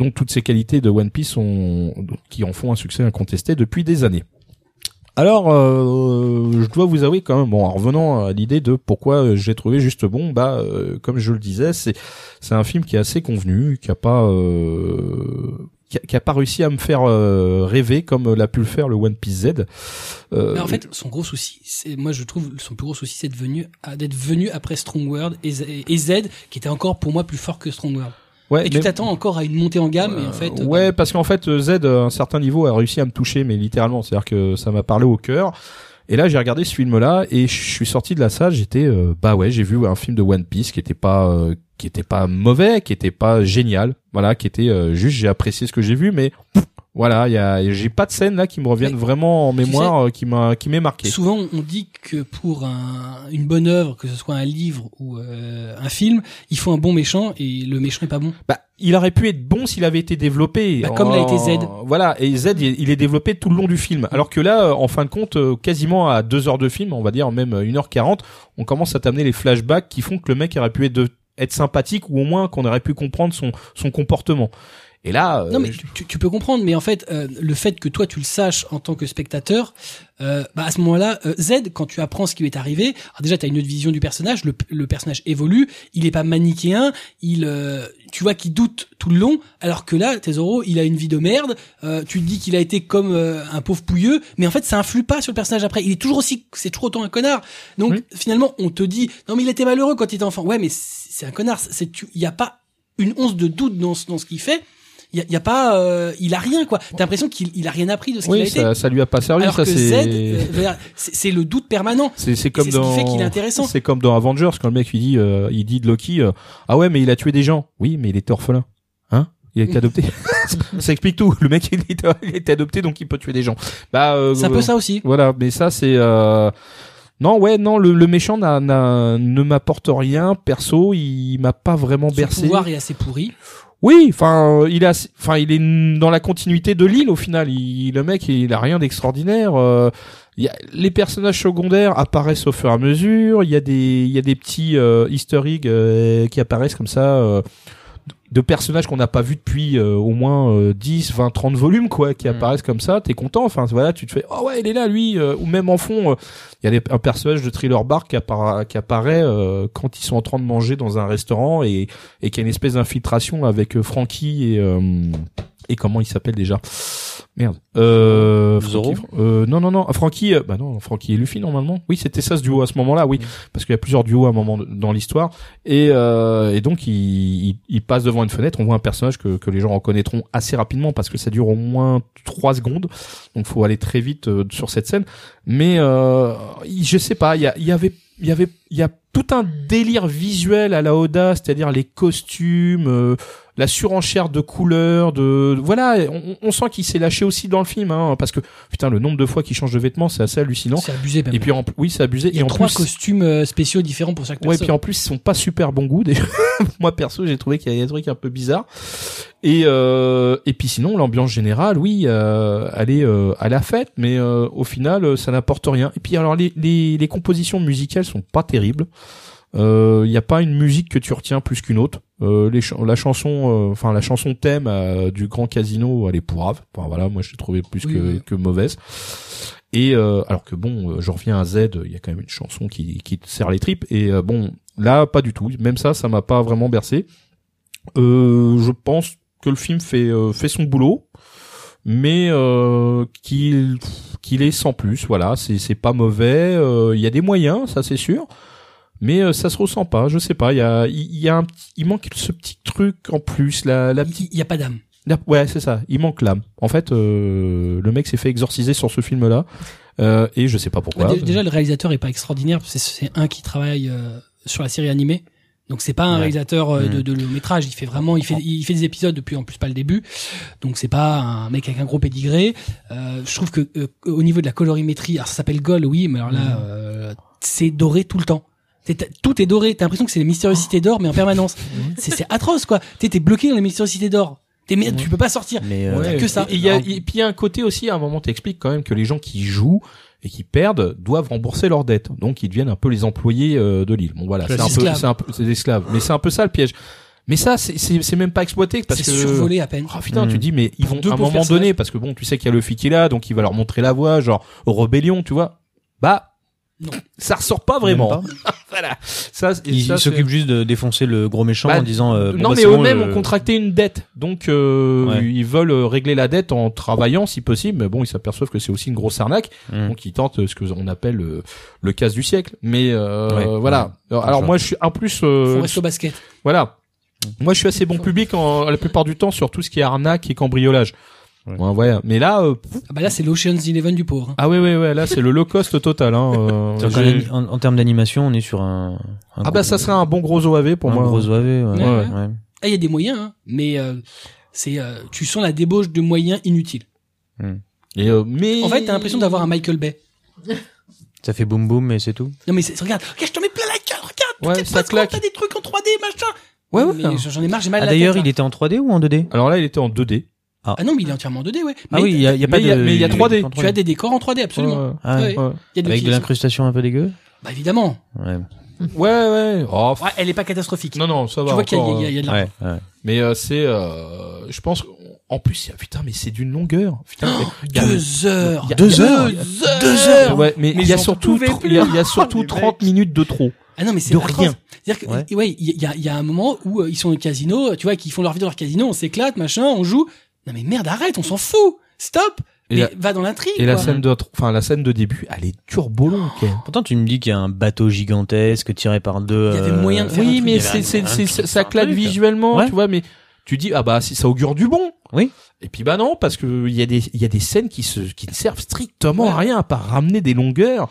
Speaker 3: donc toutes ces qualités de One Piece ont, qui en font un succès incontesté depuis des années. Alors, euh, je dois vous avouer quand même, bon, en revenant à l'idée de pourquoi euh, j'ai trouvé juste bon, bah, euh, comme je le disais, c'est c'est un film qui est assez convenu, qui a pas euh, qui, a, qui a pas réussi à me faire euh, rêver comme l'a pu le faire le One Piece Z. Euh,
Speaker 1: Mais en fait, son gros souci, c'est moi je trouve son plus gros souci, c'est de venu- à- d'être venu, après Strong World et Z, et Z, qui était encore pour moi plus fort que Strong World.
Speaker 3: ouais,
Speaker 1: Et tu
Speaker 3: mais-
Speaker 1: t'attends encore à une montée en gamme, et en fait,
Speaker 3: Euh, ouais, parce qu'en fait, euh, Z, euh, à un certain niveau, a réussi à me toucher, mais littéralement, c'est-à-dire que ça m'a parlé au cœur. Et là, j'ai regardé ce film-là, et je suis sorti de la salle, j'étais, euh, bah ouais, j'ai vu un film de One Piece qui était pas, euh, qui était pas mauvais, qui était pas génial, voilà, qui était euh, juste, j'ai apprécié ce que j'ai vu, mais pff, voilà, il y a, j'ai pas de scène là qui me reviennent
Speaker 1: Mais,
Speaker 3: vraiment en
Speaker 1: tu
Speaker 3: mémoire, euh, qui m'a, qui m'est marqué.
Speaker 1: Souvent, on dit que pour un- une bonne œuvre, que ce soit un livre ou euh, un film, il faut un bon méchant et le méchant est pas bon.
Speaker 3: Bah, il aurait pu être bon s'il avait été développé. Oh.
Speaker 1: Bah, comme l'a été Z.
Speaker 3: Voilà, et Z, il il est développé tout le long du film. Alors que là, euh, en fin de compte, euh, quasiment à deux heures de film, on va dire même euh, 1h40, on commence à t'amener les flashbacks qui font que le mec aurait pu être, de- être sympathique ou au moins qu'on aurait pu comprendre son, son comportement. Et là, euh,
Speaker 1: non mais
Speaker 3: je-
Speaker 1: tu, tu peux comprendre, mais en fait, euh, le fait que toi tu le saches en tant que spectateur, euh, bah à ce moment-là, euh, Z, quand tu apprends ce qui lui est arrivé, alors déjà tu as une autre vision du personnage, le, le personnage évolue, il est pas manichéen, il, euh, tu vois qu'il doute tout le long, alors que là, Tesoro, il a une vie de merde, euh, tu te dis qu'il a été comme euh, un pauvre pouilleux, mais en fait ça influe pas sur le personnage après, il est toujours aussi, c'est toujours autant un connard. Donc
Speaker 3: Oui.
Speaker 1: finalement, on te dit, non mais il était malheureux quand il était enfant, ouais mais c'est un connard, c'est tu, il y a pas une once de doute dans, ce- dans ce qu'il fait. Il y a, il y a pas, euh, il a rien quoi. T'as l'impression qu'il il a rien appris de ce qu'il a
Speaker 3: oui,
Speaker 1: été.
Speaker 3: ça, ça lui a pas servi.
Speaker 1: Alors
Speaker 3: ça,
Speaker 1: que
Speaker 3: c'est-
Speaker 1: Z, euh, je veux dire, c'est c'est le doute permanent.
Speaker 3: C'est c'est comme
Speaker 1: c'est ce qui
Speaker 3: dans
Speaker 1: fait qu'il est intéressant.
Speaker 3: C'est comme dans Avengers quand le mec il dit euh, il dit de Loki euh, ah ouais mais il a tué des gens. Oui, mais il était orphelin. Hein Il a été adopté. ça explique tout. Le mec il était, il était adopté donc il peut tuer des gens. Bah euh,
Speaker 1: C'est un
Speaker 3: euh,
Speaker 1: peu ça aussi.
Speaker 3: Voilà, mais ça c'est euh, non ouais non le, le méchant n'a, n'a- ne m'apporte rien perso, il m'a pas vraiment
Speaker 1: Son
Speaker 3: bercé.
Speaker 1: pouvoir est assez pourri.
Speaker 3: Oui, enfin, euh, il a, enfin, il est dans la continuité de l'île au final. Il, le mec, il a rien d'extraordinaire. Euh, il y a- les personnages secondaires apparaissent au fur et à mesure. Il y a des, il y a des petits euh, easter eggs euh, qui apparaissent comme ça. euh, de personnages qu'on n'a pas vu depuis euh, au moins euh, 10, 20, 30 volumes quoi qui
Speaker 12: Mm.
Speaker 3: apparaissent comme ça, t'es content enfin voilà, tu te fais "Oh ouais, il est là lui" euh, ou même en fond euh, il y a des- un personnage de Thriller Bark qui, appara- qui apparaît euh, quand ils sont en train de manger dans un restaurant et et qui a une espèce d'infiltration avec euh, Frankie et euh, et comment il s'appelle déjà Merde. Euh,
Speaker 12: Zorro
Speaker 3: Frankie- euh, non non non, Frankie euh, bah non, Frankie et Luffy normalement. Oui, c'était ça ce duo à ce moment-là, oui,
Speaker 12: Mm.
Speaker 3: parce qu'il y a plusieurs duos à un moment de- dans l'histoire et, euh, et donc il, il, il passe devant une fenêtre, on voit un personnage que, que les gens reconnaîtront assez rapidement parce que ça dure au moins trois secondes, donc faut aller très vite euh, sur cette scène. Mais euh, il- je sais pas, il y, a- il y avait, il y avait, il y a tout un délire visuel à la Oda, c'est-à-dire les costumes, euh, la surenchère de couleurs, de voilà, on, on sent qu'il s'est lâché aussi dans le film, hein, parce que putain le nombre de fois qu'il change de vêtements, c'est assez hallucinant.
Speaker 1: C'est abusé même.
Speaker 3: Et puis en, oui, c'est abusé.
Speaker 1: il y a
Speaker 3: et en
Speaker 1: trois
Speaker 3: plus,
Speaker 1: costumes euh, spéciaux différents pour chaque
Speaker 3: Ouais,
Speaker 1: personne.
Speaker 3: puis en plus, ils sont pas super bon goût. Déjà. Moi, perso, j'ai trouvé qu'il y a des trucs un peu bizarres. Et, euh, et puis sinon, l'ambiance générale, oui, euh, elle est euh, à la fête, mais euh, au final, euh, ça n'apporte rien. Et puis alors, les, les, les compositions musicales sont pas terribles. Euh, Il n'y a pas une musique que tu retiens plus qu'une autre. Euh, les ch- la chanson, euh, enfin la chanson thème euh, du Grand Casino, elle est pourrave. Enfin voilà, moi je l'ai trouvée plus
Speaker 1: Oui,
Speaker 3: que,
Speaker 1: oui.
Speaker 3: que mauvaise. Et euh, alors que bon, euh, je reviens à Z, il y a quand même une chanson qui, qui te serre les tripes. Et euh, bon, là pas du tout. Même ça, ça m'a pas vraiment bercé. Euh, je pense que le film fait euh, fait son boulot, mais euh, qu'il qu'il est sans plus. Voilà, c'est c'est pas mauvais. euh, Il y a des moyens, ça c'est sûr. Mais euh, ça se ressent pas, je sais pas. Il y a, il il y a un petit- il manque ce petit truc en plus, la, la
Speaker 1: Il n'y a pas d'âme.
Speaker 3: la- Ouais, c'est ça. Il manque l'âme. En fait, euh, le mec s'est fait exorciser sur ce film-là, euh, et je sais pas pourquoi.
Speaker 1: Dé- Déjà, le réalisateur est pas extraordinaire. parce que C'est c'est un qui travaille euh, sur la série animée. Donc c'est pas un
Speaker 3: Ouais.
Speaker 1: réalisateur euh, de,
Speaker 3: Mm.
Speaker 1: de long métrage. Il fait vraiment, il fait, il fait des épisodes depuis en plus pas le début. Donc c'est pas un mec avec un gros pédigré. Euh, je trouve que euh, au niveau de la colorimétrie, alors ça s'appelle Gol, oui, mais alors là,
Speaker 3: Mm.
Speaker 1: euh, c'est doré tout le temps. C'est- t'as- Tout est doré. T'as l'impression que c'est les mystériosités d'or, mais en permanence.
Speaker 3: Mm.
Speaker 1: c'est c'est atroce, quoi. T'es t'es bloqué dans les mystériosités d'or. T'es
Speaker 3: Mm.
Speaker 1: merde, tu peux pas sortir.
Speaker 13: Mais
Speaker 1: Ouais,
Speaker 13: euh,
Speaker 1: que ça.
Speaker 3: Et il y a, et puis il y a un côté aussi, à un moment, t'expliques quand même que les gens qui jouent et qui perdent doivent rembourser leurs dettes. Donc ils deviennent un peu les employés euh, de l'île. Bon voilà,
Speaker 1: Les
Speaker 3: c'est un peu,
Speaker 1: esclaves.
Speaker 3: c'est un peu, c'est des esclaves. Mais c'est un peu ça le piège. Mais ça, c'est- c'est c'est même pas exploité parce
Speaker 1: C'est
Speaker 3: que
Speaker 1: survolé à peine.
Speaker 3: Oh putain,
Speaker 13: Mm.
Speaker 6: Hmm.
Speaker 3: tu te dis mais ils vont
Speaker 1: Deux
Speaker 3: à un
Speaker 1: pauvres
Speaker 3: moment
Speaker 1: personnages.
Speaker 3: donné parce que bon, tu sais qu'il y a le qui est là, donc il va leur montrer la voie, genre au rébellion, tu vois. Bah
Speaker 1: Non.
Speaker 3: ça ressort pas vraiment.
Speaker 13: Même
Speaker 3: voilà. Ça, et
Speaker 6: Ils
Speaker 3: ça, c'est-
Speaker 6: s'occupent juste de défoncer le gros méchant
Speaker 3: Bah,
Speaker 6: en disant. euh, bon,
Speaker 3: non
Speaker 6: bah,
Speaker 3: mais
Speaker 6: c'est bon,
Speaker 3: eux-mêmes
Speaker 6: euh,
Speaker 3: ont contracté une dette, donc euh,
Speaker 6: Ouais.
Speaker 3: ils veulent euh, régler la dette en travaillant si possible. Mais bon, ils s'aperçoivent que c'est aussi une grosse arnaque,
Speaker 6: Mm.
Speaker 3: donc ils tentent euh, ce que on appelle euh, le casse du siècle. Mais euh,
Speaker 6: Ouais.
Speaker 3: voilà. Alors, alors, moi, je suis en plus euh,
Speaker 1: Faut rester au basket.
Speaker 3: voilà.
Speaker 6: Mmh.
Speaker 3: Moi, je suis assez bon public en, la plupart du temps sur tout ce qui est arnaque et cambriolage.
Speaker 6: Ouais.
Speaker 3: Ouais, ouais. Mais là, euh, pff,
Speaker 1: Ah bah là, c'est l'Ocean's Eleven du pauvre. hein.
Speaker 3: ah ouais, ouais, ouais, là, c'est le low cost total. Hein. euh,
Speaker 6: c'est-à-dire
Speaker 3: j'ai-
Speaker 6: qu'en- En, en termes d'animation, on est sur un. un
Speaker 3: ah bah,
Speaker 6: gros-
Speaker 3: ça serait un bon gros OAV pour
Speaker 6: un
Speaker 3: moi.
Speaker 6: gros OAV. Ouais.
Speaker 1: Ouais, ouais.
Speaker 6: ouais.
Speaker 1: Ah, il y a des moyens, hein, mais euh, c'est euh, tu sens la débauche de moyens inutiles.
Speaker 3: Et, euh, mais
Speaker 1: En fait, t'as l'impression d'avoir un Michael Bay.
Speaker 6: Ça fait boum boum, mais c'est tout.
Speaker 1: Non mais c'est- regarde, regarde, je te mets plein la gueule, regarde,
Speaker 3: Ouais,
Speaker 1: t'inquiète
Speaker 3: ça
Speaker 1: pas, parce que
Speaker 3: claque.
Speaker 1: t'as des trucs en 3D, machin.
Speaker 3: Ouais,
Speaker 1: Non,
Speaker 3: ouais.
Speaker 1: mais J'en ai marre, j'ai mal à
Speaker 6: Ah,
Speaker 1: la
Speaker 6: d'ailleurs,
Speaker 1: tête, hein.
Speaker 6: il
Speaker 1: là.
Speaker 6: était en 3D ou en 2D
Speaker 3: Alors là, il était en 2D.
Speaker 1: Ah non, mais il est entièrement en 2D, ouais.
Speaker 6: Ah
Speaker 1: Mais
Speaker 6: oui, il y a, il y a pas
Speaker 3: mais il y a-
Speaker 6: de.
Speaker 3: mais il y a 3D.
Speaker 6: en
Speaker 1: Tu as des décors en 3D, absolument.
Speaker 3: Ouais,
Speaker 6: Ah
Speaker 1: Ouais,
Speaker 3: ouais.
Speaker 6: ouais.
Speaker 1: Il y a de
Speaker 6: Avec de
Speaker 1: l'utilisation.
Speaker 6: l'incrustation un peu dégueu
Speaker 1: Bah évidemment.
Speaker 6: Ouais.
Speaker 3: Ouais, ouais. Oh, f-
Speaker 1: Ouais, elle est pas catastrophique.
Speaker 3: Non, non, ça va.
Speaker 1: tu vois qu'il y, a-
Speaker 3: encore,
Speaker 1: il y a-
Speaker 3: euh,
Speaker 1: il y a de l'argent.
Speaker 6: Ouais, ouais.
Speaker 3: Mais euh, c'est, euh, je pense, en plus, il y a- putain, mais c'est d'une longueur. Putain, il y a-
Speaker 1: Deux heures.
Speaker 3: il y a-
Speaker 1: Deux
Speaker 3: il y a-
Speaker 1: heures.
Speaker 3: il y a-
Speaker 1: Deux heures.
Speaker 3: Ouais, mais
Speaker 1: Mais
Speaker 3: il y a
Speaker 1: j'en
Speaker 3: surtout,
Speaker 1: pouvais
Speaker 3: tr-
Speaker 1: plus.
Speaker 3: il y a, il y a surtout
Speaker 6: Les
Speaker 3: 30 minutes de trop.
Speaker 1: Ah non, mais c'est
Speaker 3: De
Speaker 1: atroce.
Speaker 3: rien.
Speaker 1: C'est-à-dire que,
Speaker 6: Ouais.
Speaker 1: ouais, il y, a- il y a un moment où euh, ils sont au casino, tu vois, qu'ils font leur vie dans leur casino, on s'éclate, machin, on joue. Non mais merde, arrête, on s'en fout. Stop.
Speaker 3: Et
Speaker 1: mais
Speaker 3: la-
Speaker 1: va dans l'intrigue.
Speaker 3: Et la
Speaker 1: quoi.
Speaker 3: scène de, tr- enfin, la scène de début, elle est turbo longue, quand même.
Speaker 6: Pourtant, tu me dis qu'il y a un bateau gigantesque tiré par deux.
Speaker 1: Il y avait
Speaker 6: euh,
Speaker 1: moyen de faire un
Speaker 3: Oui,
Speaker 1: truc,
Speaker 3: mais
Speaker 1: il y avait
Speaker 3: c'est, c'est,
Speaker 6: un-
Speaker 3: c'est,
Speaker 6: un-
Speaker 3: c'est-
Speaker 6: un-
Speaker 3: ça
Speaker 6: un
Speaker 3: claque
Speaker 6: truc.
Speaker 3: visuellement,
Speaker 6: Ouais.
Speaker 3: tu vois, mais tu dis, ah bah, si ça augure du bon.
Speaker 6: Oui.
Speaker 3: Et puis bah non, parce que il y a des, il y a des scènes qui se, qui ne servent strictement à rien, à part ramener des longueurs.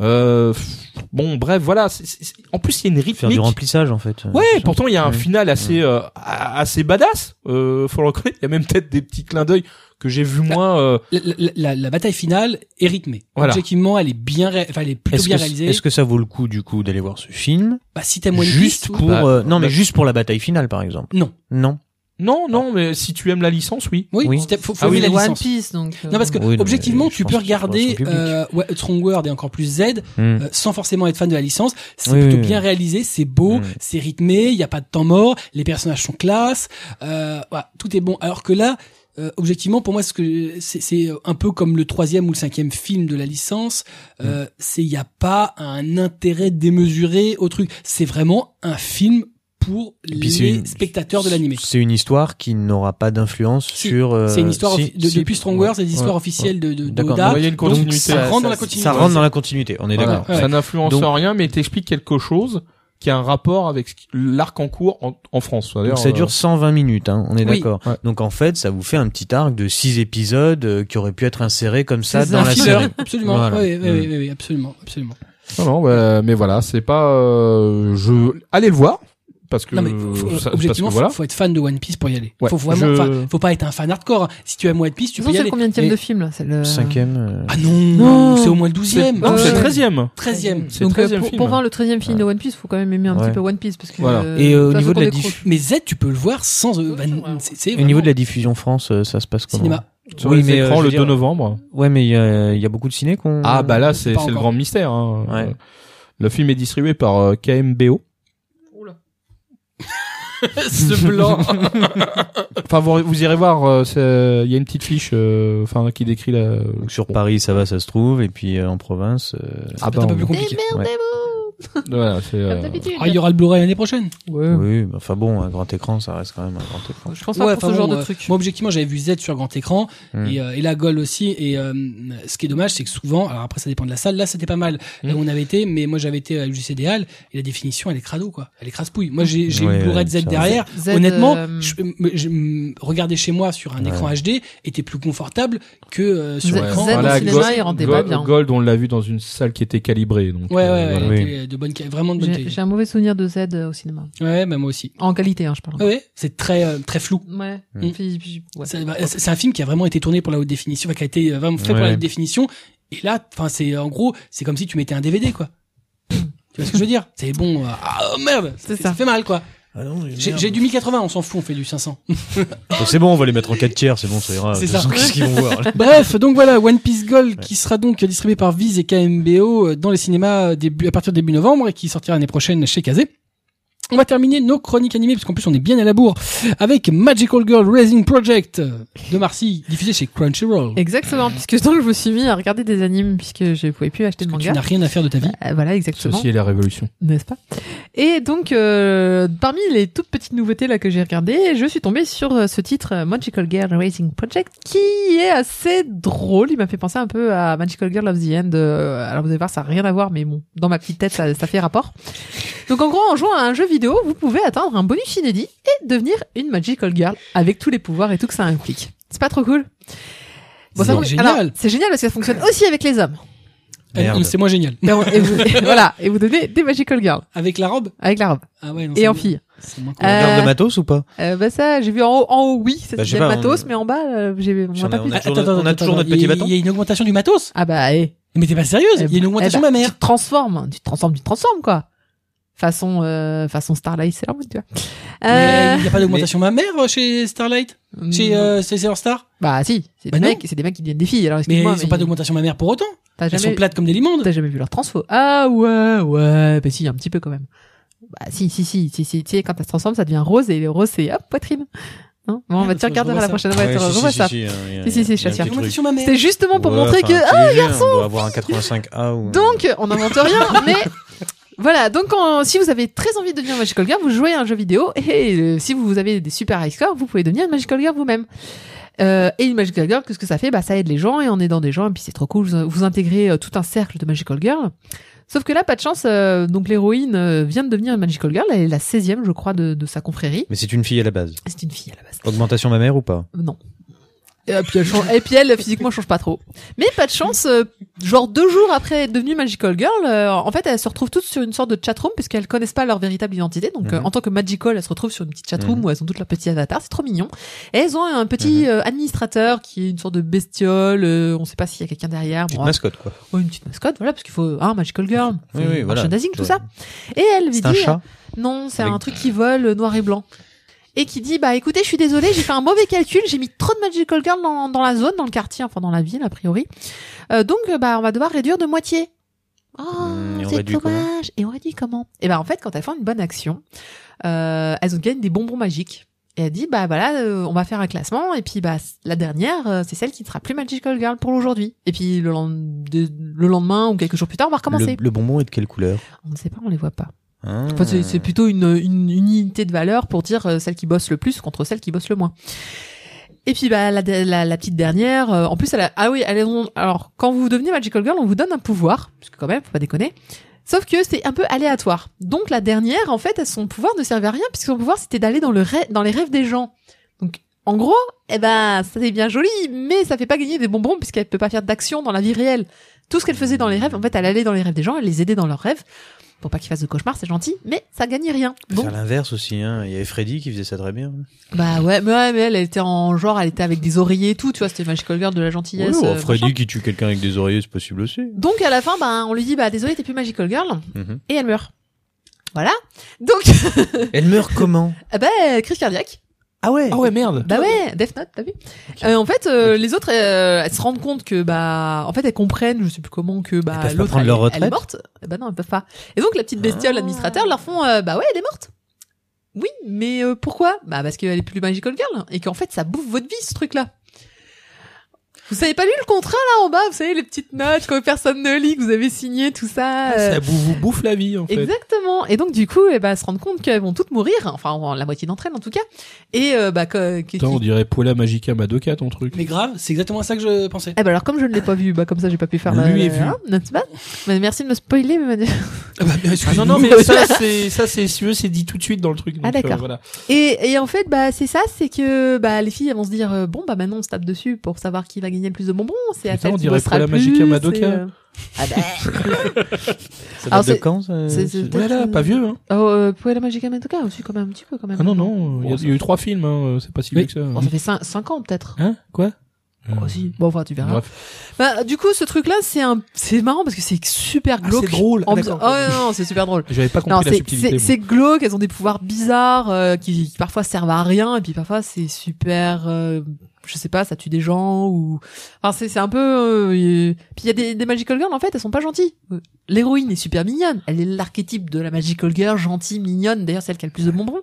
Speaker 3: Euh, pff, bon, bref, voilà. c'est- c'est- c'est- en plus, il y a une
Speaker 6: Faire du
Speaker 3: rythmique.
Speaker 6: remplissage, en fait.
Speaker 3: Ouais, pourtant il y a un
Speaker 6: Ouais.
Speaker 3: final assez euh, a- assez badass. Euh, faut le reconnaître. Il y a même peut-être des petits clins d'œil que j'ai vu moins. euh,
Speaker 1: la, la- la- la bataille finale est rythmée.
Speaker 3: Voilà.
Speaker 1: Objectivement, elle est bien, ré- enfin, elle est plutôt
Speaker 6: Est-ce
Speaker 1: bien
Speaker 6: que,
Speaker 1: réalisée.
Speaker 6: est-ce que ça vaut le coup, du coup, d'aller voir ce film
Speaker 1: Bah, si t'aimes One
Speaker 6: Juste
Speaker 1: Piece,
Speaker 6: pour.
Speaker 1: ou-
Speaker 6: euh, non, mais
Speaker 3: bah-
Speaker 6: juste pour la bataille finale, par exemple.
Speaker 1: Non.
Speaker 6: Non.
Speaker 3: Non, non, mais si tu aimes la licence, oui.
Speaker 1: Oui,
Speaker 6: oui.
Speaker 1: si t'aimes- faut, faut
Speaker 3: Ah oui,
Speaker 1: aimer la
Speaker 2: One
Speaker 1: licence.
Speaker 2: Piece, donc. euh,
Speaker 1: Non, parce que
Speaker 6: Oui, non, mais
Speaker 1: objectivement,
Speaker 6: je
Speaker 1: tu
Speaker 6: pense
Speaker 1: peux
Speaker 6: que ça
Speaker 1: regarder
Speaker 6: correspond au public.
Speaker 1: euh, ouais, Strong World et encore plus Z
Speaker 6: Hmm.
Speaker 1: euh, sans forcément être fan de la licence. C'est
Speaker 6: Oui,
Speaker 1: plutôt
Speaker 6: oui,
Speaker 1: bien
Speaker 6: oui.
Speaker 1: réalisé, c'est beau,
Speaker 6: Mm.
Speaker 1: c'est rythmé, il y a pas de temps mort, les personnages sont classe, euh, voilà, tout est bon. Alors que là, euh, objectivement, pour moi, ce que c'est- c'est un peu comme le troisième ou le cinquième film de la licence. euh,
Speaker 6: Mm.
Speaker 1: c'est il y a pas un intérêt démesuré au truc. C'est vraiment un film pour
Speaker 6: Et
Speaker 1: les
Speaker 6: puis c'est une-
Speaker 1: spectateurs de l'animé.
Speaker 6: C'est une histoire qui n'aura pas d'influence
Speaker 1: Si.
Speaker 6: sur. euh,
Speaker 1: C'est une histoire
Speaker 6: si-
Speaker 1: offi- de-
Speaker 6: si-
Speaker 1: depuis Strong Wars, c'est des histoires
Speaker 6: ouais.
Speaker 1: officielles de, de
Speaker 6: D'accord,
Speaker 1: d'Oda.
Speaker 6: mais
Speaker 3: il y a une
Speaker 1: Donc,
Speaker 3: continuité.
Speaker 1: ça rentre dans la continuité.
Speaker 6: Ça rentre dans la continuité, on est
Speaker 3: Voilà.
Speaker 6: d'accord.
Speaker 1: Ouais.
Speaker 3: Ça n'influence
Speaker 6: Donc-
Speaker 3: en rien, mais il t'explique quelque chose qui a un rapport avec ce qui- l'arc en cours en, en France. D'ailleurs,
Speaker 6: Donc ça dure 120 minutes, hein, on est
Speaker 1: Oui.
Speaker 6: d'accord.
Speaker 3: Ouais.
Speaker 6: Donc en fait, ça vous fait un petit arc de 6 épisodes euh, qui auraient pu être insérés comme ça
Speaker 1: C'est
Speaker 6: dans
Speaker 1: un
Speaker 6: la
Speaker 1: filler,
Speaker 6: série.
Speaker 1: Absolument.
Speaker 6: Voilà.
Speaker 1: Oui, oui,
Speaker 6: Mm.
Speaker 1: oui, oui, oui, absolument, absolument.
Speaker 3: Non, non, bah, mais voilà, c'est pas. euh, je allez le voir parce que
Speaker 1: non mais faut-
Speaker 3: ça- parce que
Speaker 1: objectivement,
Speaker 3: voilà.
Speaker 1: faut, faut être fan de One Piece pour y aller.
Speaker 3: Ouais,
Speaker 1: faut vraiment,
Speaker 3: je-
Speaker 1: enfin, faut pas être un fan hardcore. hein. Si tu aimes One Piece, tu
Speaker 2: De
Speaker 1: peux y
Speaker 2: toute façon, c'est
Speaker 1: aller.
Speaker 2: le combien de
Speaker 1: Mais-
Speaker 2: de film, là C'est le.
Speaker 6: Cinquième. euh,
Speaker 1: Ah non,
Speaker 2: Non.
Speaker 1: c'est au moins le
Speaker 3: C'est-
Speaker 1: douzième.
Speaker 3: Non,
Speaker 2: Ouais.
Speaker 3: c'est le 13e.
Speaker 1: 13e.
Speaker 3: C'est le
Speaker 2: Donc, euh,
Speaker 3: 13e
Speaker 2: pour,
Speaker 3: film.
Speaker 2: pour voir le 13 e film de One Piece, faut quand même aimer un
Speaker 6: Ouais.
Speaker 2: petit peu One Piece parce que.
Speaker 3: Voilà.
Speaker 2: euh,
Speaker 6: Et, euh, au
Speaker 2: de toute
Speaker 6: niveau de
Speaker 2: façon,
Speaker 6: la
Speaker 2: qu'on décroche.
Speaker 1: Mais Z, tu peux le voir sans. euh,
Speaker 2: Ouais,
Speaker 1: bah, c'est- c'est
Speaker 6: Au niveau
Speaker 1: vraiment
Speaker 6: de la diffusion France, euh, ça se passe comment
Speaker 1: cinéma.
Speaker 3: Sur
Speaker 6: Oui,
Speaker 3: les
Speaker 6: mais, euh,
Speaker 3: écrans,
Speaker 6: je veux
Speaker 3: le
Speaker 6: dire-
Speaker 3: 2 novembre.
Speaker 6: Ouais, mais il y a- il y, a beaucoup de ciné qu'on.
Speaker 3: Ah bah là, c'est
Speaker 1: Pas
Speaker 3: c'est le
Speaker 1: encore.
Speaker 3: grand mystère. hein.
Speaker 6: Ouais.
Speaker 3: Le film est distribué par euh, KMBO.
Speaker 1: Ce blanc.
Speaker 3: Ah, Enfin, vous, vous irez voir, euh, c'est- il y a une petite fiche euh, enfin, qui décrit la...
Speaker 12: Donc sur Paris, ça va, ça se trouve, et puis euh, en province. euh,
Speaker 3: Ah
Speaker 1: C'est un peu plus compliqué.
Speaker 3: voilà, c'est, euh,
Speaker 7: Comme d'habitude.
Speaker 1: Ah, il y aura le Blu-ray l'année prochaine.
Speaker 2: Ouais.
Speaker 12: Oui, mais enfin bon, un grand écran, ça reste quand même un grand écran.
Speaker 2: Je pense pas pour
Speaker 1: enfin,
Speaker 2: ce genre
Speaker 1: bon,
Speaker 2: de
Speaker 1: euh,
Speaker 2: truc.
Speaker 1: Moi, objectivement, j'avais vu Z sur grand écran
Speaker 12: Mm.
Speaker 1: et, euh, et la Gaulle aussi. Et euh, ce qui est dommage, c'est que souvent, alors après, ça dépend de la salle. Là, c'était pas mal.
Speaker 3: Mm.
Speaker 1: Là où on avait été, mais moi, j'avais été à l'UGCDL et la définition, elle est crado, quoi. Elle est crasse-pouille. Moi, j'ai j'ai
Speaker 12: Ouais,
Speaker 1: le Blu-ray de
Speaker 12: ouais,
Speaker 1: Z
Speaker 12: ça-
Speaker 1: derrière.
Speaker 2: Z,
Speaker 1: Honnêtement,
Speaker 2: euh,
Speaker 1: je, me- je me- regarder chez moi sur un écran HD était plus confortable que euh, sur
Speaker 2: Z-
Speaker 1: l'écran.
Speaker 2: Z au
Speaker 1: Voilà,
Speaker 2: cinéma,
Speaker 1: Gold-
Speaker 2: il rendait
Speaker 1: Gold-
Speaker 2: pas
Speaker 3: Gold,
Speaker 2: bien.
Speaker 3: Gold, on l'a vu dans une salle qui était calibrée. Donc,
Speaker 1: Ouais,
Speaker 3: euh,
Speaker 1: ouais,
Speaker 3: voilà.
Speaker 1: ouais,
Speaker 12: Oui.
Speaker 1: elle était de bonne, quali- vraiment de bonne
Speaker 2: J'ai
Speaker 1: qualité.
Speaker 2: j'ai un mauvais souvenir de Z euh, au cinéma.
Speaker 1: Ouais, bah, moi aussi.
Speaker 2: En qualité, hein, je parle.
Speaker 1: Ouais, ouais, c'est très euh, très flou.
Speaker 2: Ouais.
Speaker 1: Mm.
Speaker 2: Puis- puis- ouais.
Speaker 1: Ça va- C'est c'est un film qui a vraiment été tourné pour la haute définition, enfin, qui a été euh, vraiment fait pour la
Speaker 12: Ouais.
Speaker 1: haute définition. Et là, enfin, c'est en gros, c'est comme si tu mettais un DVD, quoi. tu vois ce que je veux dire C'est bon. euh, ah oh, merde, ça,
Speaker 2: C'est
Speaker 1: fait-
Speaker 2: ça.
Speaker 1: ça fait mal, quoi.
Speaker 12: Ah non, mais
Speaker 1: J'ai
Speaker 12: merde.
Speaker 1: j'ai du 1080, on s'en fout, on fait du 500.
Speaker 12: Oh, C'est bon, on va les mettre en 4 tiers, c'est bon, ça ira. De
Speaker 1: C'est
Speaker 12: toute
Speaker 1: ça.
Speaker 12: façon, Qu'est-ce qu'ils vont voir
Speaker 2: Euh,
Speaker 12: là
Speaker 1: Bref, donc voilà, One Piece Gold qui sera donc distribué par Viz et KMBO euh, dans les cinémas début, à partir de début novembre et qui sortira l'année prochaine chez Kazé. On va terminer nos chroniques animées, parce qu'en plus on est bien à la bourre, avec Magical Girl Raising Project euh, de Marcy, diffusé chez Crunchyroll.
Speaker 2: Exactement, puisque donc je me suis mis à regarder des animes puisque je pouvais plus acheter de
Speaker 1: Tu
Speaker 2: manga.
Speaker 1: n'as rien à faire de ta vie.
Speaker 2: Euh, voilà, exactement.
Speaker 3: Ceci est la révolution.
Speaker 2: n'est-ce pas Et donc, euh, parmi les toutes petites nouveautés là que j'ai regardées, je suis tombée sur euh, ce titre euh, Magical Girl Racing Project, qui est assez drôle. Il m'a fait penser un peu à Magical Girl of the End. euh, alors vous allez voir, ça n'a rien à voir, mais bon, dans ma petite tête, ça, ça fait rapport. Donc en gros, en jouant à un jeu vidéo, vous pouvez atteindre un bonus inédit et devenir une Magical Girl avec tous les pouvoirs et tout que ça implique. C'est pas trop cool
Speaker 1: C'est
Speaker 2: fon-
Speaker 1: génial.
Speaker 2: alors, C'est génial parce que ça fonctionne aussi avec les hommes.
Speaker 12: Merde.
Speaker 1: Euh, C'est moins génial.
Speaker 2: Et, on- et vous, voilà, et vous donnez des Magical Girls
Speaker 1: Avec la robe
Speaker 2: avec la robe
Speaker 1: Ah ouais, non,
Speaker 2: et
Speaker 1: c'est-
Speaker 2: en fille.
Speaker 1: c'est moins
Speaker 2: Euh,
Speaker 1: cool.
Speaker 12: On regarde le matos ou pas
Speaker 2: Euh, bah ça, j'ai vu en haut, en haut oui, c'était
Speaker 12: Bah, je sais
Speaker 2: bien le
Speaker 12: pas,
Speaker 2: matos,
Speaker 12: on-
Speaker 2: mais en bas, euh, j'ai, on
Speaker 12: J'en
Speaker 2: n'a
Speaker 12: ai-
Speaker 2: pas pu.
Speaker 12: on a toujours notre- on a toujours notre petit
Speaker 1: il y
Speaker 12: bâton.
Speaker 1: Il y a une augmentation du matos
Speaker 2: Ah bah, eh.
Speaker 1: Mais t'es pas sérieux Il y a une augmentation,
Speaker 2: Eh bah,
Speaker 1: ma mère
Speaker 2: Tu te transformes, tu te transformes, tu te transformes, quoi. Façon, euh, façon Starlight, c'est la mode, tu vois.
Speaker 1: Mais
Speaker 2: Euh,
Speaker 1: Il n'y a pas d'augmentation, ma mère, euh, chez Starlight Chez
Speaker 2: mm,
Speaker 1: euh, chez Sailor Star
Speaker 2: Bah si, c'est
Speaker 1: Bah
Speaker 2: des
Speaker 1: non.
Speaker 2: mecs, c'est des mecs qui deviennent des filles, alors
Speaker 1: Mais ils
Speaker 2: excuse-moi.
Speaker 1: n'ont pas d'augmentation, ma mère, pour autant.
Speaker 2: T'as
Speaker 1: Elles sont
Speaker 2: jamais,
Speaker 1: plates comme des limandes.
Speaker 2: t'as jamais vu leur transfo. Ah ouais, ouais, bah si, un petit peu quand même. Bah si, si, si, si, si, tu sais, quand ça se transforme, ça devient rose, et le rose, c'est hop, poitrine. Non bon, on
Speaker 1: Ah,
Speaker 2: va te
Speaker 1: faut que je
Speaker 2: regarder à
Speaker 1: revoie
Speaker 2: la
Speaker 1: ça.
Speaker 2: prochaine, ouais,
Speaker 12: Ouais,
Speaker 2: tu
Speaker 12: si,
Speaker 2: revois
Speaker 12: si,
Speaker 2: ça.
Speaker 12: Si, hein, il y a-
Speaker 2: Si, si,
Speaker 12: il y a un
Speaker 2: c'est châtier.
Speaker 12: petit truc.
Speaker 1: L'augmentation, ma mère.
Speaker 2: C'était justement pour
Speaker 12: Ouais,
Speaker 2: montrer
Speaker 12: enfin,
Speaker 2: que, ah,
Speaker 12: un petit léger, On doit avoir un 85A ou. un-
Speaker 2: Donc, on n'invente rien, mais voilà. Donc, en- si vous avez très envie de devenir Magical Girl, vous jouez à un jeu vidéo et euh, si vous avez des super high scores, vous pouvez devenir une Magical Girl vous-même. Euh, et une Magical Girl, qu'est-ce que ça fait Bah, ça aide les gens et en aidant des gens, et puis c'est trop cool. Vous, vous intégrez euh, tout un cercle de Magical Girl. Sauf que là, pas de chance. euh, donc, l'héroïne euh, vient de devenir une Magical Girl. Elle est la 16e, je crois, de, de sa confrérie.
Speaker 12: Mais c'est une fille à la base.
Speaker 2: C'est une fille à la base.
Speaker 12: Augmentation mammaire ou pas
Speaker 2: Non. Et euh, puis, elle change- et puis elle, physiquement, change pas trop. Mais pas de chance, euh, genre deux jours après être devenue Magical Girl, euh, en fait, elles se retrouvent toutes sur une sorte de chatroom, puisqu'elles connaissent pas leur véritable identité. Donc, euh,
Speaker 12: Mhm.
Speaker 2: en tant que Magical, elles se retrouvent sur une petite chatroom
Speaker 12: Mhm.
Speaker 2: où elles ont toutes leurs petits avatars. C'est trop mignon. Et elles ont un petit euh, administrateur qui est une sorte de bestiole. euh, on sait pas s'il y a quelqu'un derrière.
Speaker 12: Petite
Speaker 2: Bon,
Speaker 12: mascotte, quoi.
Speaker 2: ouais, une petite mascotte, voilà, parce qu'il faut un Magical Girl.
Speaker 12: Oui, oui, voilà.
Speaker 2: Merchandising, tout
Speaker 12: Je-
Speaker 2: ça. Et elle lui
Speaker 12: C'est
Speaker 2: dit, euh,
Speaker 12: un chat
Speaker 2: non, c'est
Speaker 12: Avec-
Speaker 2: un truc qui vole euh, noir et blanc. Et qui dit, bah écoutez, je suis désolée, j'ai fait un mauvais calcul, j'ai mis trop de Magical Girl dans, dans la zone, dans le quartier, enfin dans la ville a priori. Euh, donc, euh, bah on va devoir réduire de moitié. Oh,
Speaker 12: et on
Speaker 2: c'est
Speaker 12: réduit comment
Speaker 2: dommage. Et on réduit comment Et bah en fait, quand elles font une bonne action, euh, elles ont gagné des bonbons magiques. Et elle dit, bah voilà, euh, on va faire un classement, et puis bah la dernière, euh, c'est celle qui ne sera plus Magical Girl pour aujourd'hui. Et puis le, lend- de- le lendemain ou quelques jours plus tard, on va recommencer.
Speaker 12: Le, le bonbon est de quelle couleur
Speaker 2: On ne sait pas, on les voit pas.
Speaker 12: Hein
Speaker 2: Enfin, c'est, c'est plutôt une, une, une unité de valeur pour dire euh, celle qui bosse le plus contre celle qui bosse le moins. Et puis bah la, la, la petite dernière, euh, en plus elle a, ah oui, elle est alors quand vous devenez magical girl, on vous donne un pouvoir, parce que quand même faut pas déconner. Sauf que c'est un peu aléatoire. Donc la dernière, en fait, elle- son pouvoir ne servait à rien puisque son pouvoir c'était d'aller dans le rê- dans les rêves des gens. Donc en gros, eh ben ça c'est bien joli, mais ça fait pas gagner des bonbons puisqu'elle peut pas faire d'action dans la vie réelle. Tout ce qu'elle faisait dans les rêves, en fait, elle allait dans les rêves des gens, elle les aidait dans leurs rêves pour pas qu'ils fassent de cauchemars, c'est gentil, mais ça gagne rien.
Speaker 12: C'est
Speaker 2: Donc
Speaker 12: à l'inverse aussi, hein. Il y avait Freddy qui faisait ça très bien.
Speaker 2: bah ouais, mais ouais, mais elle, elle était en genre, elle était avec des oreillers et tout, tu vois, c'était Magical Girl de la gentillesse.
Speaker 12: Ouais, oh,
Speaker 2: euh, machin.
Speaker 12: Freddy qui tue quelqu'un avec des oreillers, c'est possible aussi.
Speaker 2: Donc à la fin, bah, on lui dit, bah désolé, t'es plus Magical Girl,
Speaker 12: Mhm.
Speaker 2: et elle meurt. Voilà. Donc,
Speaker 12: Elle meurt comment
Speaker 2: eh ben, crise cardiaque.
Speaker 14: Ah ouais.
Speaker 3: Ah ouais, merde.
Speaker 2: Bah ouais, Death Note, t'as vu Euh, En fait, euh, les autres, euh, elles se rendent compte que bah, en fait, elles comprennent, je sais plus comment que bah
Speaker 14: Elles peuvent pas
Speaker 2: l'autre
Speaker 14: prendre
Speaker 2: elle,
Speaker 14: leur
Speaker 2: elle est
Speaker 14: retraite Ah.
Speaker 2: morte. Eh Bah non, elles peuvent pas. Et donc la petite bestiole, l'administrateur, leur font euh, bah ouais, elle est morte. Oui, mais euh, pourquoi Bah parce qu'elle est plus magical girl et qu'en fait, ça bouffe votre vie ce truc-là. Vous avez pas lu le contrat là en bas, vous savez les petites notes que personne ne lit, que vous avez signé tout
Speaker 14: Ah,
Speaker 2: ça. euh,
Speaker 3: Ça vous, vous bouffe la vie, en fait.
Speaker 2: Exactement. Et donc du coup, eh ben, elles se rendent compte qu'elles vont toutes mourir, enfin en- la moitié d'entre elles en tout cas. Et euh, bah que, que-
Speaker 3: Putain, on dirait Poila Magica Madoka, ton truc.
Speaker 1: Mais grave, c'est exactement à ça que je pensais.
Speaker 2: Eh ben alors comme je ne l'ai pas vu, bah comme ça j'ai pas pu faire la-
Speaker 3: Lui est
Speaker 2: la-
Speaker 3: vu.
Speaker 2: hein, n'est-ce pas Mais merci de me spoiler. mais-
Speaker 1: Ah bah,
Speaker 3: Ah
Speaker 1: excuse-moi.
Speaker 3: non, non, mais ça, c'est, ça, c'est, si tu veux, c'est dit tout de suite dans le truc. Donc,
Speaker 2: Ah, d'accord.
Speaker 3: euh, voilà.
Speaker 2: Et, et en fait, bah c'est ça, c'est que bah les filles elles vont se dire euh, bon bah maintenant on se tape dessus pour savoir qui va gagner le plus de bonbons. C'est à
Speaker 3: Putain,
Speaker 2: celle
Speaker 3: on
Speaker 2: qui
Speaker 3: dirait
Speaker 2: bossera
Speaker 3: Paula
Speaker 2: le
Speaker 3: Magica
Speaker 2: plus,
Speaker 3: Madoka.
Speaker 2: c'est, euh, Ah bah,
Speaker 15: Ça
Speaker 2: Alors,
Speaker 15: date de
Speaker 2: c'est-
Speaker 15: quand ça
Speaker 2: c'est- c'est peut-être,
Speaker 3: Voilà,
Speaker 2: euh,
Speaker 3: pas vieux, hein.
Speaker 2: Oh, euh, Paula Magica Madoka aussi quand même un petit peu quand même.
Speaker 3: Ah non, non, il y a- il y, a eu trois films, hein, euh, c'est pas si
Speaker 1: Oui.
Speaker 3: vieux que ça.
Speaker 2: Bon, ça fait 5, ans peut-être.
Speaker 3: Hein Quoi Euh,
Speaker 2: Oh, si. Bon enfin tu verras.
Speaker 3: Ah. Bref.
Speaker 2: Bah, du coup, ce truc-là, c'est un, c'est marrant parce que c'est super
Speaker 3: Ah,
Speaker 2: glauque.
Speaker 3: c'est drôle. Ah,
Speaker 2: En-
Speaker 3: d'accord.
Speaker 2: Oh, non, non, c'est super drôle.
Speaker 3: J'avais pas compris
Speaker 2: Non,
Speaker 3: la
Speaker 2: c'est-
Speaker 3: subtilité.
Speaker 2: c'est
Speaker 3: moi.
Speaker 2: c'est glauque. Elles ont des pouvoirs bizarres euh, qui, qui parfois servent à rien et puis parfois c'est super. euh, je sais pas, ça tue des gens ou. Enfin, c'est c'est un peu. euh, y- Puis il y a des, des magical girls en fait, elles sont pas gentilles. L'héroïne est super mignonne. Elle est l'archétype de la magical girl, gentille, mignonne. D'ailleurs, celle qui a le plus de bonbons.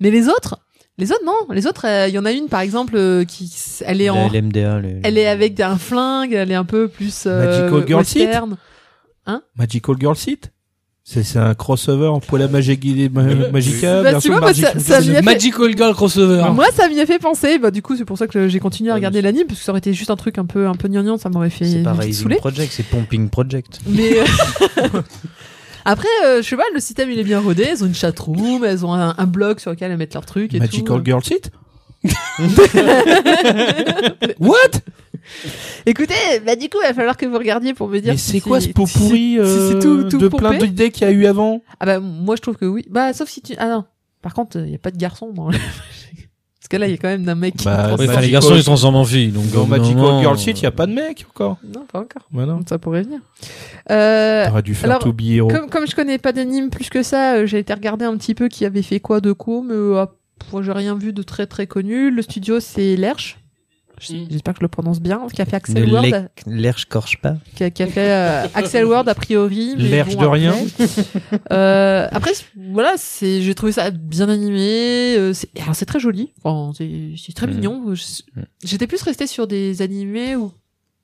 Speaker 2: Mais les autres, les autres non. Les autres, euh, il y en a une par exemple euh, qui, elle est en
Speaker 6: La LMDA. le-
Speaker 2: elle est avec un flingue, elle est un peu plus euh,
Speaker 3: Magical Girl
Speaker 2: western.
Speaker 3: Magical Girl Seat c'est, c'est un crossover en Poila Magica, Magica
Speaker 2: Bah, tu
Speaker 3: version
Speaker 2: vois, moi, ça-
Speaker 3: Magic-
Speaker 2: ça m'y a fait- Ah,
Speaker 1: Magical Girl crossover.
Speaker 2: Moi, ça m'y a fait penser. Bah, du coup, c'est pour ça que j'ai continué à
Speaker 15: Ouais,
Speaker 2: regarder
Speaker 15: mais-
Speaker 2: l'anime parce que ça aurait été juste un truc un peu un peu gnangnan, ça m'aurait fait
Speaker 6: C'est pas
Speaker 2: vite
Speaker 6: Raising
Speaker 2: saouler.
Speaker 6: Project, c'est Pumping Project.
Speaker 2: Mais euh, après, euh, je sais pas, le système il est bien rodé. Elles ont une chatroom, elles ont un, un blog sur lequel elles mettent leurs trucs et
Speaker 3: Magical
Speaker 2: tout.
Speaker 3: Girl Seat What
Speaker 2: Écoutez, bah du coup, il va falloir que vous regardiez pour me dire.
Speaker 3: Mais
Speaker 2: si
Speaker 3: c'est quoi ce pot
Speaker 2: si-
Speaker 3: pourri euh,
Speaker 2: si c'est tout- tout
Speaker 3: de plein
Speaker 2: pompé
Speaker 3: d'idées qu'il y a eu avant
Speaker 2: Ah bah moi je trouve que oui. Bah sauf si tu ah non. Par contre, il y a pas de garçon dans le- parce que là il y a quand même un mec. qui
Speaker 3: Bah,
Speaker 15: Ouais,
Speaker 2: transforme.
Speaker 15: enfin, les garçons ils se transforment en filles. Donc,
Speaker 3: Dans
Speaker 15: au bout d'un
Speaker 3: Magical
Speaker 15: moment, euh,
Speaker 3: Girl Seat il y a pas de mec encore.
Speaker 2: Non, pas encore.
Speaker 3: Bah non.
Speaker 2: Ça pourrait venir. Euh,
Speaker 3: T'aurais dû faire
Speaker 2: alors,
Speaker 3: To Be Hero.
Speaker 2: comme, comme je connais pas d'anime plus que ça, euh, j'ai été regarder un petit peu qui avait fait quoi de quoi, mais euh, ah, moi j'ai rien vu de très très connu. Le studio c'est Lerch.
Speaker 1: Mm.
Speaker 2: J'espère que je le prononce bien. Qui a fait
Speaker 6: Ne
Speaker 2: Axel World.
Speaker 6: l'ec- l'erche corche pas.
Speaker 2: Qui a, qui a fait euh, Axel World a priori. mais
Speaker 3: Lerche
Speaker 2: bon,
Speaker 3: de
Speaker 2: après-
Speaker 3: rien.
Speaker 2: Euh, après, c- voilà, c'est, j'ai trouvé ça bien animé. euh, c'est, alors c'est très joli. Enfin, c'est, c'est très
Speaker 3: Mm.
Speaker 15: Mhm.
Speaker 2: mignon. Je- J'étais plus restée sur des animés ou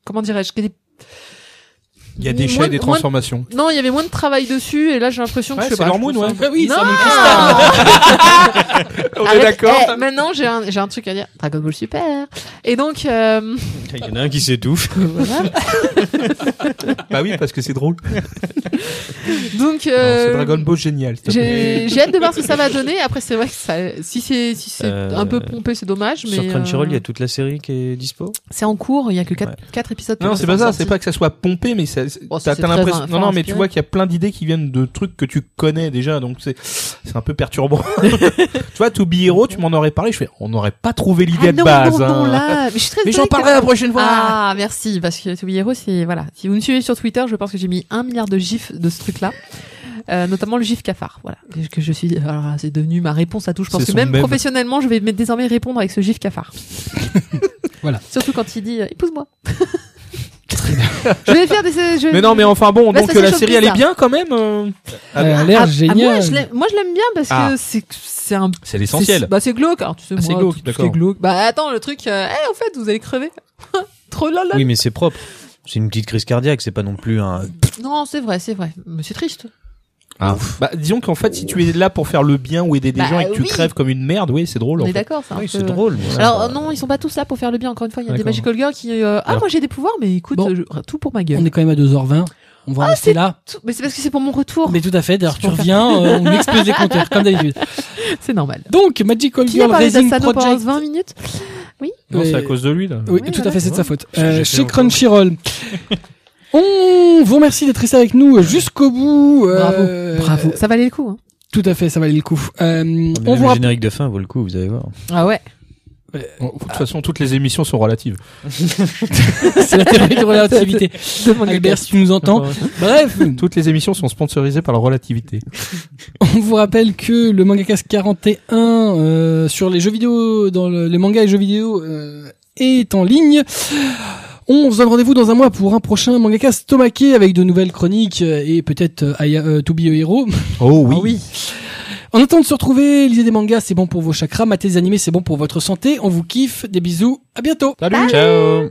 Speaker 2: comment dirais-je que des-
Speaker 3: Il y a des
Speaker 2: moins-
Speaker 3: chats et des
Speaker 2: moins-
Speaker 3: transformations.
Speaker 2: Non, il y avait moins de travail dessus, et là j'ai l'impression
Speaker 3: Ouais,
Speaker 2: que je sais
Speaker 3: c'est
Speaker 2: pas, hein.
Speaker 3: leur
Speaker 2: je trouve
Speaker 3: moon,
Speaker 2: ça-
Speaker 3: ouais.
Speaker 1: Bah oui,
Speaker 2: Non
Speaker 1: ça me-
Speaker 3: On
Speaker 2: Arrête, eh, Maintenant, j'ai un, j'ai un truc à dire. Dragon Ball Super. Et donc, euh,
Speaker 15: Il y en a un qui s'étouffe.
Speaker 2: voilà.
Speaker 3: Bah oui, parce que c'est drôle.
Speaker 2: donc
Speaker 3: Non, C'est
Speaker 2: euh,
Speaker 3: Dragon Ball génial. s'il te plaît.
Speaker 2: j'ai j'ai hâte de voir ce que ça va donner. Après, c'est vrai que ça, si c'est si c'est
Speaker 6: Euh,
Speaker 2: un peu pompé, c'est dommage.
Speaker 6: Sur
Speaker 2: mais,
Speaker 6: Crunchyroll,
Speaker 2: euh,
Speaker 6: il y a toute la série qui est dispo.
Speaker 2: C'est en cours, il y a que 4, épisodes.
Speaker 3: Non,
Speaker 2: qui
Speaker 3: c'est
Speaker 2: sont
Speaker 3: pas ça,
Speaker 2: sortis.
Speaker 3: c'est pas que ça soit pompé, mais ça,
Speaker 2: Bon, ça,
Speaker 3: t'as
Speaker 2: c'est
Speaker 3: t'as
Speaker 2: très
Speaker 3: l'impression.
Speaker 2: in-
Speaker 3: Non, non, mais tu
Speaker 2: inspiré.
Speaker 3: vois qu'il y a plein d'idées qui viennent de trucs que tu connais déjà, donc c'est c'est un peu perturbant. tu vois, To Be Hero, tu m'en aurais parlé, je fais, on n'aurait pas trouvé l'idée
Speaker 2: Ah
Speaker 3: de
Speaker 2: non, non,
Speaker 3: base.
Speaker 2: non,
Speaker 3: hein.
Speaker 2: là, mais je suis très
Speaker 3: Mais j'en
Speaker 2: étonnée
Speaker 3: parlerai
Speaker 2: que-
Speaker 3: la prochaine fois.
Speaker 2: Ah, merci, parce que To Be Hero, c'est, voilà. Si vous me suivez sur Twitter, je pense que j'ai mis un milliard de gifs de ce truc-là. Euh, notamment le gif cafard, voilà. Et Que je suis, alors, ah, c'est devenu ma réponse à tout. Je pense
Speaker 3: C'est
Speaker 2: que
Speaker 3: son
Speaker 2: même
Speaker 3: mème.
Speaker 2: professionnellement, je vais me- désormais répondre avec ce gif cafard.
Speaker 1: Voilà.
Speaker 2: Surtout quand il dit, euh, épouse-moi. je vais faire des, je vais-
Speaker 3: Mais non, mais enfin bon,
Speaker 2: Là,
Speaker 3: donc
Speaker 2: ça,
Speaker 3: euh, la
Speaker 2: c'est
Speaker 3: série elle est
Speaker 2: bizarre.
Speaker 3: bien quand même. euh,
Speaker 1: Elle a
Speaker 2: Ah,
Speaker 1: l'air
Speaker 2: ah, moi,
Speaker 1: géniale.
Speaker 2: je l'aime- moi, je l'aime bien parce
Speaker 3: Ah.
Speaker 2: que c'est, c'est un
Speaker 3: C'est
Speaker 2: C'est- Bah c'est glauque, alors tu sais
Speaker 3: Ah, c'est
Speaker 2: moi,
Speaker 3: glauque,
Speaker 2: tout ce
Speaker 3: d'accord.
Speaker 2: qui est glauque. Bah attends, le truc, euh, eh, au fait, vous allez crever. Trop lol.
Speaker 6: Oui, mais c'est propre. C'est une petite crise cardiaque, c'est pas non plus un.
Speaker 2: Non, c'est vrai, c'est vrai. Mais c'est triste.
Speaker 6: Ah.
Speaker 3: Bah, disons qu'en fait, si tu es là pour faire le bien ou aider des
Speaker 2: Bah,
Speaker 3: gens et que tu
Speaker 2: oui.
Speaker 3: crèves comme une merde, oui, c'est drôle.
Speaker 2: On
Speaker 3: en
Speaker 2: est
Speaker 3: fait.
Speaker 2: d'accord, c'est un
Speaker 6: Oui,
Speaker 2: peu-
Speaker 6: c'est drôle. mais ça,
Speaker 2: Alors
Speaker 6: ça-
Speaker 2: euh, non, ils sont pas tous là pour faire le bien. Encore une fois, il y a des
Speaker 3: D'accord.
Speaker 2: magical girls qui euh, ah
Speaker 3: Alors-
Speaker 2: moi j'ai des pouvoirs, mais écoute,
Speaker 1: Bon.
Speaker 2: euh, je- tout pour ma
Speaker 1: On
Speaker 2: gueule.
Speaker 1: est quand même à 2h20. On va rester là.
Speaker 2: Tout- Mais Ah, c'est parce que c'est pour mon retour.
Speaker 1: Mais tout à fait. D'ailleurs, tu reviens, euh, on explose les compteurs, comme d'habitude.
Speaker 2: C'est normal.
Speaker 1: Donc, Magical
Speaker 2: Qui a
Speaker 1: Girl
Speaker 2: parlé
Speaker 1: Racing
Speaker 2: d'Asano pendant
Speaker 1: Project.
Speaker 2: 20 minutes
Speaker 3: Non, c'est
Speaker 1: Euh,
Speaker 3: à cause de lui là.
Speaker 1: Oui,
Speaker 2: Oui,
Speaker 1: tout à
Speaker 2: voilà.
Speaker 1: fait, c'est de sa faute.
Speaker 15: que
Speaker 1: Euh,
Speaker 15: j'ai fait
Speaker 1: chez
Speaker 15: encore.
Speaker 1: Crunchyroll. On vous remercie d'être resté avec nous euh, jusqu'au bout. euh,
Speaker 2: Bravo. Ça valait le coup. hein.
Speaker 1: Tout à fait, ça valait le coup. Euh, on
Speaker 6: Mais même
Speaker 1: vous
Speaker 6: le
Speaker 1: rappelle.
Speaker 6: générique de fin vaut le coup, vous allez voir.
Speaker 2: Ah ouais.
Speaker 3: De toute façon, toutes les émissions sont relatives.
Speaker 1: C'est la théorie de relativité.
Speaker 2: Demande
Speaker 1: Albert, si tu nous entends. Bref,
Speaker 3: Toutes les émissions sont sponsorisées par la relativité.
Speaker 1: On vous rappelle que le Mangakast 41 euh, sur les jeux vidéo, dans le, les mangas et jeux vidéo, euh, est en ligne. On se donne rendez-vous dans un mois pour un prochain Mangakast Tomaqué avec de nouvelles chroniques euh, et peut-être euh, Aya- euh, To Be a Hero.
Speaker 3: Oh
Speaker 2: Ah
Speaker 3: oui.
Speaker 1: En attendant de se retrouver, lisez des mangas, c'est bon pour vos chakras, matez des animés, c'est bon pour votre santé. On vous kiffe, des bisous, à bientôt
Speaker 3: Ciao.